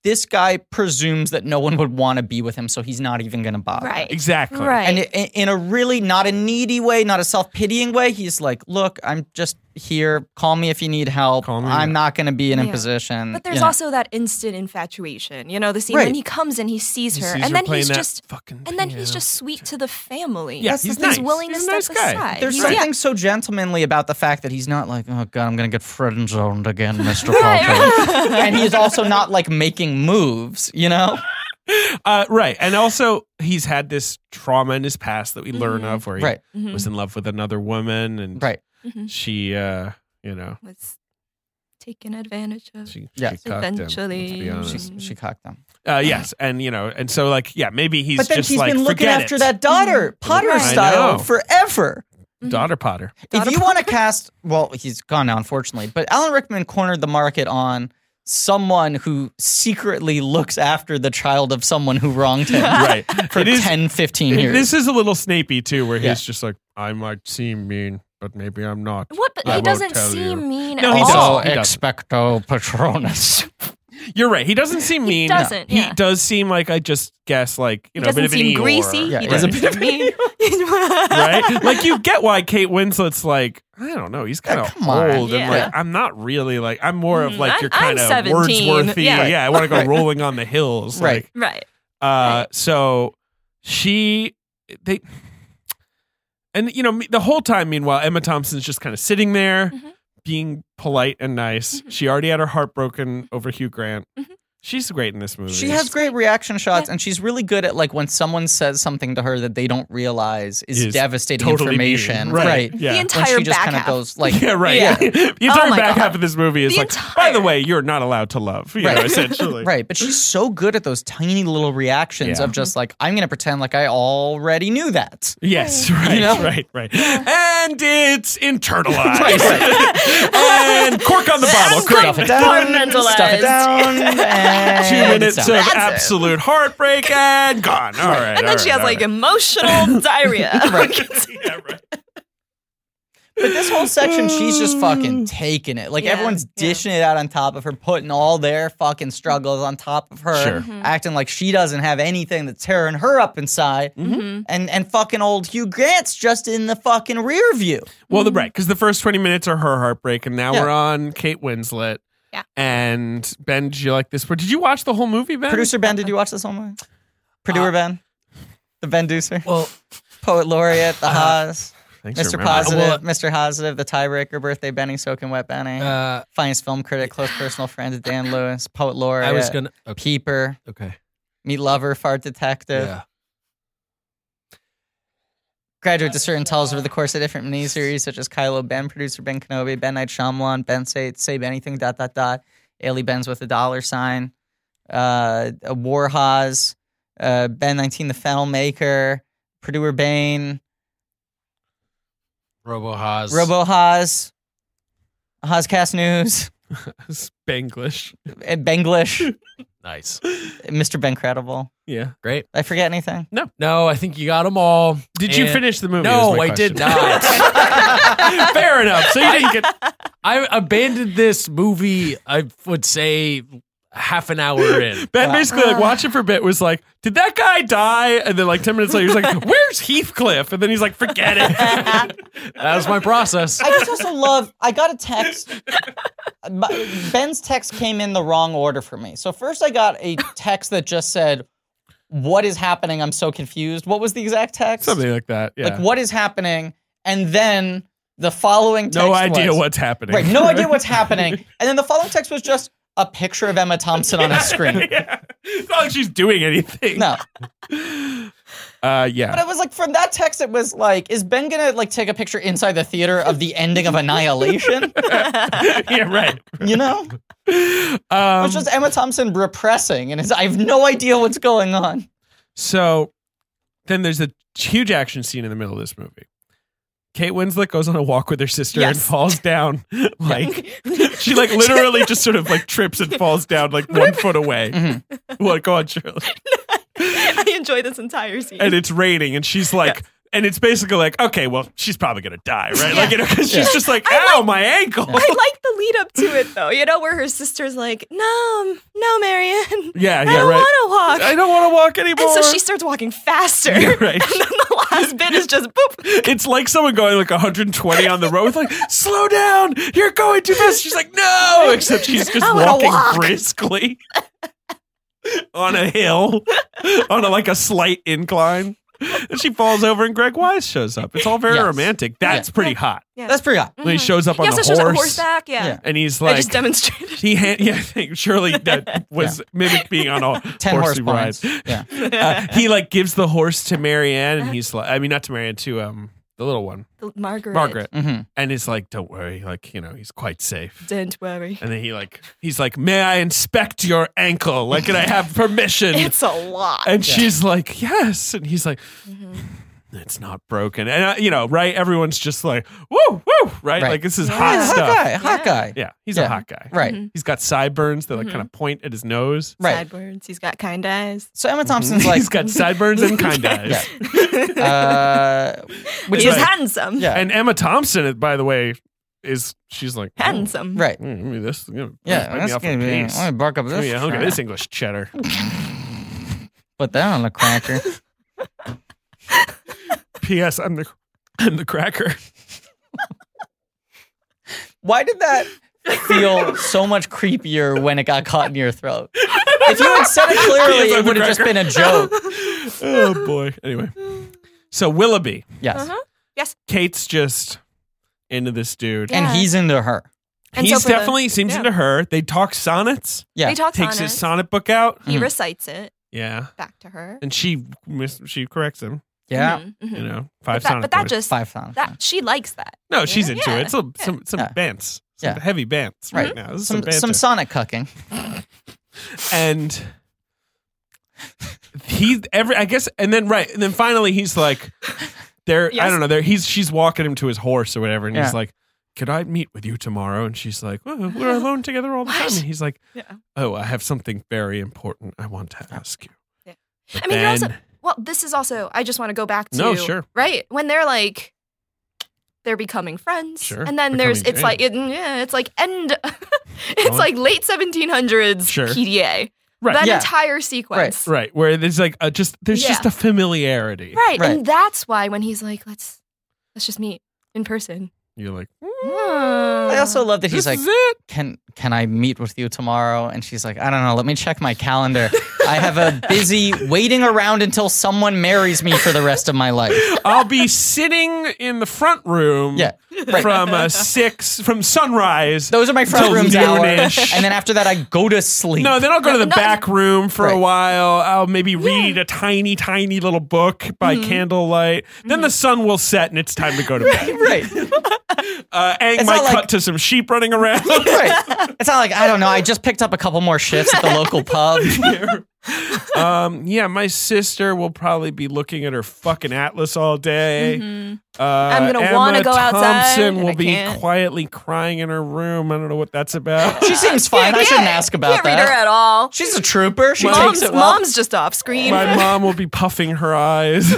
[SPEAKER 4] this guy presumes that no one would want to be with him, so he's not even going to bother.
[SPEAKER 5] Right.
[SPEAKER 2] Exactly.
[SPEAKER 5] Right.
[SPEAKER 4] And i- i- in a really not a needy way, not a self pitying way, he's like, "Look, I'm just here. Call me if you need help.
[SPEAKER 2] Call me,
[SPEAKER 4] I'm
[SPEAKER 2] yeah.
[SPEAKER 4] not going to be in
[SPEAKER 5] Yeah.
[SPEAKER 4] a position."
[SPEAKER 5] But
[SPEAKER 2] Mm,
[SPEAKER 4] you
[SPEAKER 5] there's
[SPEAKER 4] know.
[SPEAKER 5] also that instant infatuation, you know, the scene
[SPEAKER 4] Right.
[SPEAKER 5] when he comes and he sees
[SPEAKER 2] He
[SPEAKER 5] her,
[SPEAKER 2] sees
[SPEAKER 5] and then
[SPEAKER 2] playing
[SPEAKER 5] he's
[SPEAKER 2] that
[SPEAKER 5] just,
[SPEAKER 2] fucking.
[SPEAKER 5] and then he's
[SPEAKER 2] piano.
[SPEAKER 5] just sweet to the family.
[SPEAKER 2] Yeah,
[SPEAKER 4] That's the
[SPEAKER 2] he's
[SPEAKER 4] thing.
[SPEAKER 2] nice.
[SPEAKER 5] he's willing
[SPEAKER 2] He's
[SPEAKER 5] to
[SPEAKER 2] a
[SPEAKER 5] step
[SPEAKER 2] nice guy.
[SPEAKER 5] aside.
[SPEAKER 4] There's
[SPEAKER 5] He's-
[SPEAKER 4] something
[SPEAKER 5] yeah.
[SPEAKER 4] so gentlemanly about the fact that he's not like, oh god, I'm gonna get friend zoned again, Mr.
[SPEAKER 5] Right,
[SPEAKER 4] Pompey. and he's also not like making moves, you know?
[SPEAKER 2] Uh, right, and also he's had this trauma in his past that we learn
[SPEAKER 5] Mhm.
[SPEAKER 2] of, where he
[SPEAKER 4] Mm-hmm. Right,
[SPEAKER 5] Mhm.
[SPEAKER 2] was in love with another woman, and
[SPEAKER 4] right.
[SPEAKER 5] Mhm.
[SPEAKER 2] she, uh, you know,
[SPEAKER 5] was taken advantage of.
[SPEAKER 2] she,
[SPEAKER 4] Yeah.
[SPEAKER 2] she cocked him. Let's
[SPEAKER 5] Eventually.
[SPEAKER 2] be honest.
[SPEAKER 4] She's, she cocked them.
[SPEAKER 2] Uh, yes, and you know, and so like, yeah, maybe he's
[SPEAKER 4] but then
[SPEAKER 2] just
[SPEAKER 4] he's
[SPEAKER 2] like
[SPEAKER 4] been looking
[SPEAKER 2] "Forget
[SPEAKER 4] after
[SPEAKER 2] it."
[SPEAKER 4] that daughter, Potter
[SPEAKER 5] Right. I
[SPEAKER 4] style,
[SPEAKER 2] know.
[SPEAKER 4] forever.
[SPEAKER 2] daughter Potter.
[SPEAKER 4] if you want to cast, well, he's gone now, unfortunately. But Alan Rickman cornered the market on someone who secretly looks after the child of someone who wronged him
[SPEAKER 2] Right,
[SPEAKER 4] for
[SPEAKER 2] It is-
[SPEAKER 4] 10, 15 years.
[SPEAKER 2] This is a little Snapey too, where
[SPEAKER 4] Yeah.
[SPEAKER 2] he's just like, I might seem mean, but maybe I'm not.
[SPEAKER 5] What? But
[SPEAKER 2] I
[SPEAKER 5] he
[SPEAKER 2] won't
[SPEAKER 5] doesn't
[SPEAKER 2] tell
[SPEAKER 5] seem
[SPEAKER 2] you.
[SPEAKER 5] mean
[SPEAKER 2] No,
[SPEAKER 5] at
[SPEAKER 2] he
[SPEAKER 5] all.
[SPEAKER 2] doesn't.
[SPEAKER 3] Also,
[SPEAKER 2] he doesn't.
[SPEAKER 3] expecto patronus.
[SPEAKER 2] You're right. He doesn't seem mean.
[SPEAKER 5] doesn't,
[SPEAKER 2] He
[SPEAKER 5] yeah.
[SPEAKER 2] does seem like I just guess like you
[SPEAKER 5] He
[SPEAKER 2] know a bit
[SPEAKER 5] doesn't
[SPEAKER 2] of an
[SPEAKER 5] seem
[SPEAKER 2] Eeyore,
[SPEAKER 5] greasy.
[SPEAKER 4] Yeah,
[SPEAKER 5] he
[SPEAKER 4] yeah.
[SPEAKER 5] doesn't
[SPEAKER 2] He's a
[SPEAKER 5] seem mean.
[SPEAKER 2] right? like you get why Kate Winslet's like I don't know. He's kind
[SPEAKER 4] Yeah,
[SPEAKER 2] of
[SPEAKER 4] come on.
[SPEAKER 2] old and
[SPEAKER 5] Yeah.
[SPEAKER 2] like I'm not really like I'm more of
[SPEAKER 5] Mhm.
[SPEAKER 2] like
[SPEAKER 5] I'm-
[SPEAKER 2] your kind of
[SPEAKER 5] I'm 17.
[SPEAKER 2] Wordsworthy. Yeah,
[SPEAKER 5] Yeah.
[SPEAKER 2] I want to go rolling on the hills.
[SPEAKER 4] Right.
[SPEAKER 2] Like,
[SPEAKER 5] Right.
[SPEAKER 2] uh, so she they and you know me- the whole time meanwhile Emma Thompson's just kind of sitting there
[SPEAKER 5] Mhm.
[SPEAKER 2] being polite and nice.
[SPEAKER 5] Mhm.
[SPEAKER 2] She already had her heart broken over Hugh Grant.
[SPEAKER 5] Mhm.
[SPEAKER 2] She's great in this movie.
[SPEAKER 4] She has great reaction shots, and she's really good at like when someone says something to her that they don't realize is
[SPEAKER 2] Is
[SPEAKER 4] devastating
[SPEAKER 2] totally
[SPEAKER 4] information.
[SPEAKER 2] mean.
[SPEAKER 4] Right.
[SPEAKER 2] Yeah.
[SPEAKER 5] The
[SPEAKER 4] When
[SPEAKER 5] entire
[SPEAKER 4] she just
[SPEAKER 5] back
[SPEAKER 4] kind of
[SPEAKER 5] half.
[SPEAKER 4] goes like,
[SPEAKER 2] yeah, right.
[SPEAKER 5] Yeah.
[SPEAKER 2] the
[SPEAKER 5] Oh
[SPEAKER 2] entire
[SPEAKER 5] my
[SPEAKER 2] back
[SPEAKER 5] God.
[SPEAKER 2] half of this movie is
[SPEAKER 5] The
[SPEAKER 2] like, by the
[SPEAKER 5] entire-
[SPEAKER 2] way, you're not allowed to love, you know,
[SPEAKER 4] Right.
[SPEAKER 2] essentially.
[SPEAKER 4] right. But she's so good at those tiny little reactions
[SPEAKER 2] Yeah.
[SPEAKER 4] of just like, I'm going to pretend like I already knew that.
[SPEAKER 2] Yes, right,
[SPEAKER 4] know?
[SPEAKER 2] right, right. And it's internalized.
[SPEAKER 4] Right,
[SPEAKER 2] and cork on the bottle.
[SPEAKER 4] Stuff
[SPEAKER 2] Great.
[SPEAKER 4] it down. Stuff it
[SPEAKER 5] Compartmentalized.
[SPEAKER 4] down. and
[SPEAKER 2] Two minutes
[SPEAKER 4] it's
[SPEAKER 2] of
[SPEAKER 4] done.
[SPEAKER 5] That's it.
[SPEAKER 2] absolute heartbreak and gone. All right.
[SPEAKER 5] And then she has like emotional diarrhea.
[SPEAKER 2] yeah, right.
[SPEAKER 4] But this whole section, she's just fucking taking it. Like
[SPEAKER 5] Yeah,
[SPEAKER 4] everyone's
[SPEAKER 5] yeah.
[SPEAKER 4] dishing it out on top of her, putting all their fucking struggles on top of her,
[SPEAKER 2] Sure.
[SPEAKER 4] acting like she doesn't have anything that's tearing her up inside.
[SPEAKER 2] Mm-hmm.
[SPEAKER 5] Mhm.
[SPEAKER 4] And and fucking old Hugh Grant's just in the fucking rear view.
[SPEAKER 2] Well, the right, because the first 20 minutes are her heartbreak, and now
[SPEAKER 4] Yeah.
[SPEAKER 2] we're on Kate Winslet.
[SPEAKER 5] Yeah.
[SPEAKER 2] And Ben, did you like this? Did you watch the whole movie, Ben?
[SPEAKER 4] Producer Ben, did you watch this whole movie? Producer Ben, the Ben Deucer,
[SPEAKER 6] Well,
[SPEAKER 4] poet laureate, the Haas,
[SPEAKER 2] Thanks for
[SPEAKER 4] Mr.
[SPEAKER 2] remembering.
[SPEAKER 4] Positive,
[SPEAKER 6] Well-
[SPEAKER 4] Mr. Positive, the tiebreaker, birthday Benny, soaking wet Benny,
[SPEAKER 6] uh,
[SPEAKER 4] finest film critic, close personal friend to Dan Lewis, poet laureate,
[SPEAKER 6] I was gonna. Okay.
[SPEAKER 4] peeper.
[SPEAKER 6] okay.
[SPEAKER 4] Meat Lover, Fart Detective,
[SPEAKER 6] Yeah.
[SPEAKER 4] graduate discern tells over the course of different miniseries such as Kylo Ben, producer Ben Kenobi, Ben Knight Shyamalan, Ben Sate, Save Anything, dot, dot, dot, Ailey Benz with a dollar sign, uh, Warhaz, uh, Ben 19 the Fennel Maker, Purdue Bane,
[SPEAKER 6] Robo Haas.
[SPEAKER 4] RoboHaz, Hazcast News,
[SPEAKER 2] Spanglish.
[SPEAKER 4] Benglish,
[SPEAKER 6] Nice.
[SPEAKER 4] Mr. Ben Credible.
[SPEAKER 2] Yeah.
[SPEAKER 6] Great.
[SPEAKER 4] Did I forget anything?
[SPEAKER 6] No, I think you got them all.
[SPEAKER 2] Did you
[SPEAKER 6] And-
[SPEAKER 2] finish the movie?
[SPEAKER 6] No,
[SPEAKER 2] is my
[SPEAKER 6] I did
[SPEAKER 2] question.
[SPEAKER 6] not.
[SPEAKER 2] Fair enough. So you didn't get
[SPEAKER 6] I abandoned this movie. I would say half an hour in.
[SPEAKER 5] Uh,
[SPEAKER 2] Ben basically like watching for a bit was like, did that guy die? And then like ten minutes later, he's like, where's Heathcliff? And then he's like, forget it.
[SPEAKER 6] That was my process.
[SPEAKER 4] I just also love. I got a text. My- Ben's text came in the wrong order for me. So first, I got a text that just said, "What is happening? I'm so confused." What was the exact text?
[SPEAKER 2] Something like that. Yeah.
[SPEAKER 4] Like, "What is happening?" And then the following text
[SPEAKER 2] no idea
[SPEAKER 4] was,
[SPEAKER 2] what's happening.
[SPEAKER 4] Right, no idea what's happening. And then the following text was just a picture of Emma Thompson on a screen.
[SPEAKER 2] yeah. It's not like she's doing anything.
[SPEAKER 4] No,
[SPEAKER 2] Uh, yeah.
[SPEAKER 4] but it was like from that text, it was like, "Is Ben gonna like take a picture inside the theater of the ending of Annihilation?"
[SPEAKER 2] yeah. Right.
[SPEAKER 4] You know?
[SPEAKER 2] Um,
[SPEAKER 4] it's just Emma Thompson repressing, and it's, I have no idea what's going on.
[SPEAKER 2] So then there's a huge action scene in the middle of this movie. Kate Winslet goes on a walk with her sister and
[SPEAKER 4] Yes.
[SPEAKER 2] falls down. Like she like literally just sort of like trips and falls down like one foot away. What? Go on, Shirley.
[SPEAKER 5] I enjoy this entire scene.
[SPEAKER 2] And it's raining, and she's like, and it's basically like, okay, well, she's probably gonna die, right? Like, you know, because she's just like, ow, my ankle.
[SPEAKER 5] I like the lead up to it though, you know, where her sister's like, "No, no, Marion,
[SPEAKER 2] Yeah, yeah,
[SPEAKER 5] I don't
[SPEAKER 2] right.
[SPEAKER 5] want to walk."
[SPEAKER 2] I don't want to walk
[SPEAKER 5] And
[SPEAKER 2] anymore.
[SPEAKER 5] so she starts walking faster.
[SPEAKER 2] Yeah, right.
[SPEAKER 5] And then the last bit is just boop.
[SPEAKER 2] It's like someone going like 120 on the road, with like slow down, you're going too fast. She's like, no, except she's just
[SPEAKER 5] I wanna
[SPEAKER 2] walking
[SPEAKER 5] walk.
[SPEAKER 2] briskly on a hill, on a, like a slight incline, and she falls over, and Greg Wise shows up. It's all very
[SPEAKER 4] Yes.
[SPEAKER 2] romantic. That's pretty hot.
[SPEAKER 5] Yeah.
[SPEAKER 4] That's pretty odd.
[SPEAKER 5] Mm.
[SPEAKER 2] When he shows up on
[SPEAKER 5] yeah,
[SPEAKER 2] the
[SPEAKER 5] so she's
[SPEAKER 2] horse,
[SPEAKER 5] on horseback. Yeah.
[SPEAKER 4] Yeah.
[SPEAKER 2] and he's
[SPEAKER 5] I
[SPEAKER 2] like.
[SPEAKER 5] just demonstrated.
[SPEAKER 2] He hand, yeah, I think surely that was mimic being on a
[SPEAKER 4] Ten horse
[SPEAKER 2] horsey ride.
[SPEAKER 4] points. Yeah.
[SPEAKER 2] Uh, he like gives the horse to Marianne, and he's like, I mean, not to Marianne, to um the little one,
[SPEAKER 5] Margaret.
[SPEAKER 2] Margaret
[SPEAKER 4] hmm
[SPEAKER 2] and it's like, "Don't worry, like you know, he's quite safe."
[SPEAKER 5] Don't worry.
[SPEAKER 2] And then he like, he's like, "May I inspect your ankle? Like, can I have permission?"
[SPEAKER 5] It's a lot.
[SPEAKER 2] and she's like, "Yes," and he's like,
[SPEAKER 4] Mm-hmm.
[SPEAKER 2] "It's not broken." And uh, you know, right? Everyone's just like, "Woo, woo!" Right?
[SPEAKER 4] Right.
[SPEAKER 2] Like this is
[SPEAKER 4] Yeah,
[SPEAKER 2] hot
[SPEAKER 4] hot
[SPEAKER 2] stuff.
[SPEAKER 4] guy. Hot guy.
[SPEAKER 2] Yeah, he's a
[SPEAKER 4] Yeah.
[SPEAKER 2] hot guy.
[SPEAKER 4] Right.
[SPEAKER 5] Mm-hmm.
[SPEAKER 4] Mm-hmm.
[SPEAKER 2] He's got sideburns that like kind of point at his nose.
[SPEAKER 4] Right.
[SPEAKER 5] Sideburns. He's got kind eyes.
[SPEAKER 4] So
[SPEAKER 2] Mm-hmm.
[SPEAKER 4] Emma Thompson's like,
[SPEAKER 2] he's got sideburns and kind eyes.
[SPEAKER 4] Yeah. uh, which
[SPEAKER 5] He's
[SPEAKER 4] is
[SPEAKER 2] right.
[SPEAKER 5] handsome.
[SPEAKER 4] yeah,
[SPEAKER 2] And Emma Thompson, uh, by the way, is she's like, oh,
[SPEAKER 5] Handsome.
[SPEAKER 4] right.
[SPEAKER 2] mm, give me this. you know,
[SPEAKER 4] Yeah,
[SPEAKER 2] bite me
[SPEAKER 4] that's
[SPEAKER 2] off a
[SPEAKER 4] gonna be. I'm
[SPEAKER 2] piece.
[SPEAKER 4] gonna bark up
[SPEAKER 2] Give
[SPEAKER 4] this.
[SPEAKER 2] me a hunk of
[SPEAKER 4] tree.
[SPEAKER 2] this English cheddar.
[SPEAKER 4] Put that on the cracker.
[SPEAKER 2] P.S. I'm the I'm the cracker.
[SPEAKER 4] Why did that feel so much creepier when it got caught in your throat? If you had said it clearly,
[SPEAKER 2] Yes, I'm
[SPEAKER 4] it would
[SPEAKER 2] the
[SPEAKER 4] have just
[SPEAKER 2] cracker.
[SPEAKER 4] been a joke.
[SPEAKER 2] oh boy. Anyway, so Willoughby,
[SPEAKER 4] Yes.
[SPEAKER 5] Uh-huh.
[SPEAKER 2] Kate's just into this dude.
[SPEAKER 5] Yeah.
[SPEAKER 4] And he's into her.
[SPEAKER 5] And so
[SPEAKER 2] He's
[SPEAKER 5] for the-
[SPEAKER 2] definitely seems
[SPEAKER 5] yeah.
[SPEAKER 2] into her. They talk sonnets.
[SPEAKER 4] Yeah.
[SPEAKER 5] He talks
[SPEAKER 2] takes
[SPEAKER 5] on
[SPEAKER 2] his Mm-hmm.
[SPEAKER 5] it.
[SPEAKER 2] sonnet book out.
[SPEAKER 5] He
[SPEAKER 4] Mm.
[SPEAKER 5] recites it
[SPEAKER 2] Yeah,
[SPEAKER 5] back to her.
[SPEAKER 2] and she mis- she corrects him.
[SPEAKER 4] Yeah.
[SPEAKER 5] Mhm, mhm.
[SPEAKER 2] You know, five
[SPEAKER 5] But that,
[SPEAKER 2] sonnet.
[SPEAKER 5] but that
[SPEAKER 2] points.
[SPEAKER 5] just
[SPEAKER 4] Five times.
[SPEAKER 5] that she likes that.
[SPEAKER 2] no, she's into
[SPEAKER 5] Yeah. Mm-hmm.
[SPEAKER 2] it. It's a, some some
[SPEAKER 4] Yeah.
[SPEAKER 2] bants, some
[SPEAKER 4] Yeah.
[SPEAKER 2] heavy bants right,
[SPEAKER 4] Right.
[SPEAKER 2] now. This is some,
[SPEAKER 4] Some
[SPEAKER 2] banter.
[SPEAKER 4] some Sonic cucking.
[SPEAKER 2] and he every I guess and then right and then finally he's like there I
[SPEAKER 5] Yes.
[SPEAKER 2] don't know there he's she's walking him to his horse or whatever and
[SPEAKER 4] Yeah.
[SPEAKER 2] he's like could I meet with you tomorrow and she's like well, we're alone together all the time
[SPEAKER 5] What?
[SPEAKER 2] and he's like
[SPEAKER 5] Yeah.
[SPEAKER 2] oh I have something very important I want to ask you
[SPEAKER 5] Yeah.
[SPEAKER 2] But
[SPEAKER 5] I mean, you're also
[SPEAKER 2] then-
[SPEAKER 5] well. This is also. I just want to go back to
[SPEAKER 2] No, sure.
[SPEAKER 5] right when they're like they're becoming friends,
[SPEAKER 2] Sure,
[SPEAKER 5] and then there's
[SPEAKER 2] becoming
[SPEAKER 5] it's like it, yeah, it's like end. it's
[SPEAKER 2] Well-
[SPEAKER 5] like late 1700s
[SPEAKER 2] Sure.
[SPEAKER 5] PDA.
[SPEAKER 2] Right.
[SPEAKER 5] That
[SPEAKER 4] Yeah.
[SPEAKER 5] entire sequence.
[SPEAKER 2] right where there's like a just there's
[SPEAKER 5] Yeah.
[SPEAKER 2] just a familiarity
[SPEAKER 5] Right,
[SPEAKER 4] Right.
[SPEAKER 5] And that's why when he's like, let's let's just meet in person.
[SPEAKER 2] you're like
[SPEAKER 5] Mm.
[SPEAKER 2] "Mm,
[SPEAKER 4] I also
[SPEAKER 5] Uh-huh.
[SPEAKER 4] love that
[SPEAKER 2] this
[SPEAKER 4] he's like,
[SPEAKER 2] is it
[SPEAKER 4] can can I meet with you tomorrow? And she's like, I don't know. Let me check my calendar. I have a busy waiting around until someone marries me for the rest of my life.
[SPEAKER 2] I'll be sitting in the front room
[SPEAKER 4] Yeah,
[SPEAKER 2] from uh, six from sunrise
[SPEAKER 4] Those are my front
[SPEAKER 2] Till
[SPEAKER 4] rooms hour,
[SPEAKER 2] noon-ish.
[SPEAKER 4] and then after that, I go to sleep.
[SPEAKER 2] No, then I'll go to the
[SPEAKER 5] No, no.
[SPEAKER 2] back room for a
[SPEAKER 4] Right.
[SPEAKER 2] while. I'll maybe read a tiny, tiny little book by
[SPEAKER 5] Mm-hmm.
[SPEAKER 2] candlelight. Then the sun will set and it's time to go to bed.
[SPEAKER 4] right,
[SPEAKER 2] Uh, Ang
[SPEAKER 4] It's
[SPEAKER 2] might
[SPEAKER 4] not like-
[SPEAKER 2] cut to some sheep running around.
[SPEAKER 4] right. It's not like I don't know. I just picked up a couple more shifts at the local pub.
[SPEAKER 2] um, yeah, my sister will probably be looking at her fucking atlas all day. Uh, I'm
[SPEAKER 5] Mm-hmm. gonna wanna go outside,
[SPEAKER 2] Thompson
[SPEAKER 5] and
[SPEAKER 2] will
[SPEAKER 5] I
[SPEAKER 2] be
[SPEAKER 5] can't.
[SPEAKER 2] quietly crying in her room. I don't know what that's about.
[SPEAKER 4] She seems fine. I shouldn't ask about
[SPEAKER 5] Can't read her
[SPEAKER 4] that.
[SPEAKER 5] at all.
[SPEAKER 4] She's a trooper. She
[SPEAKER 5] mom's,
[SPEAKER 4] takes it well.
[SPEAKER 5] mom's just off screen.
[SPEAKER 2] my mom will be puffing her eyes.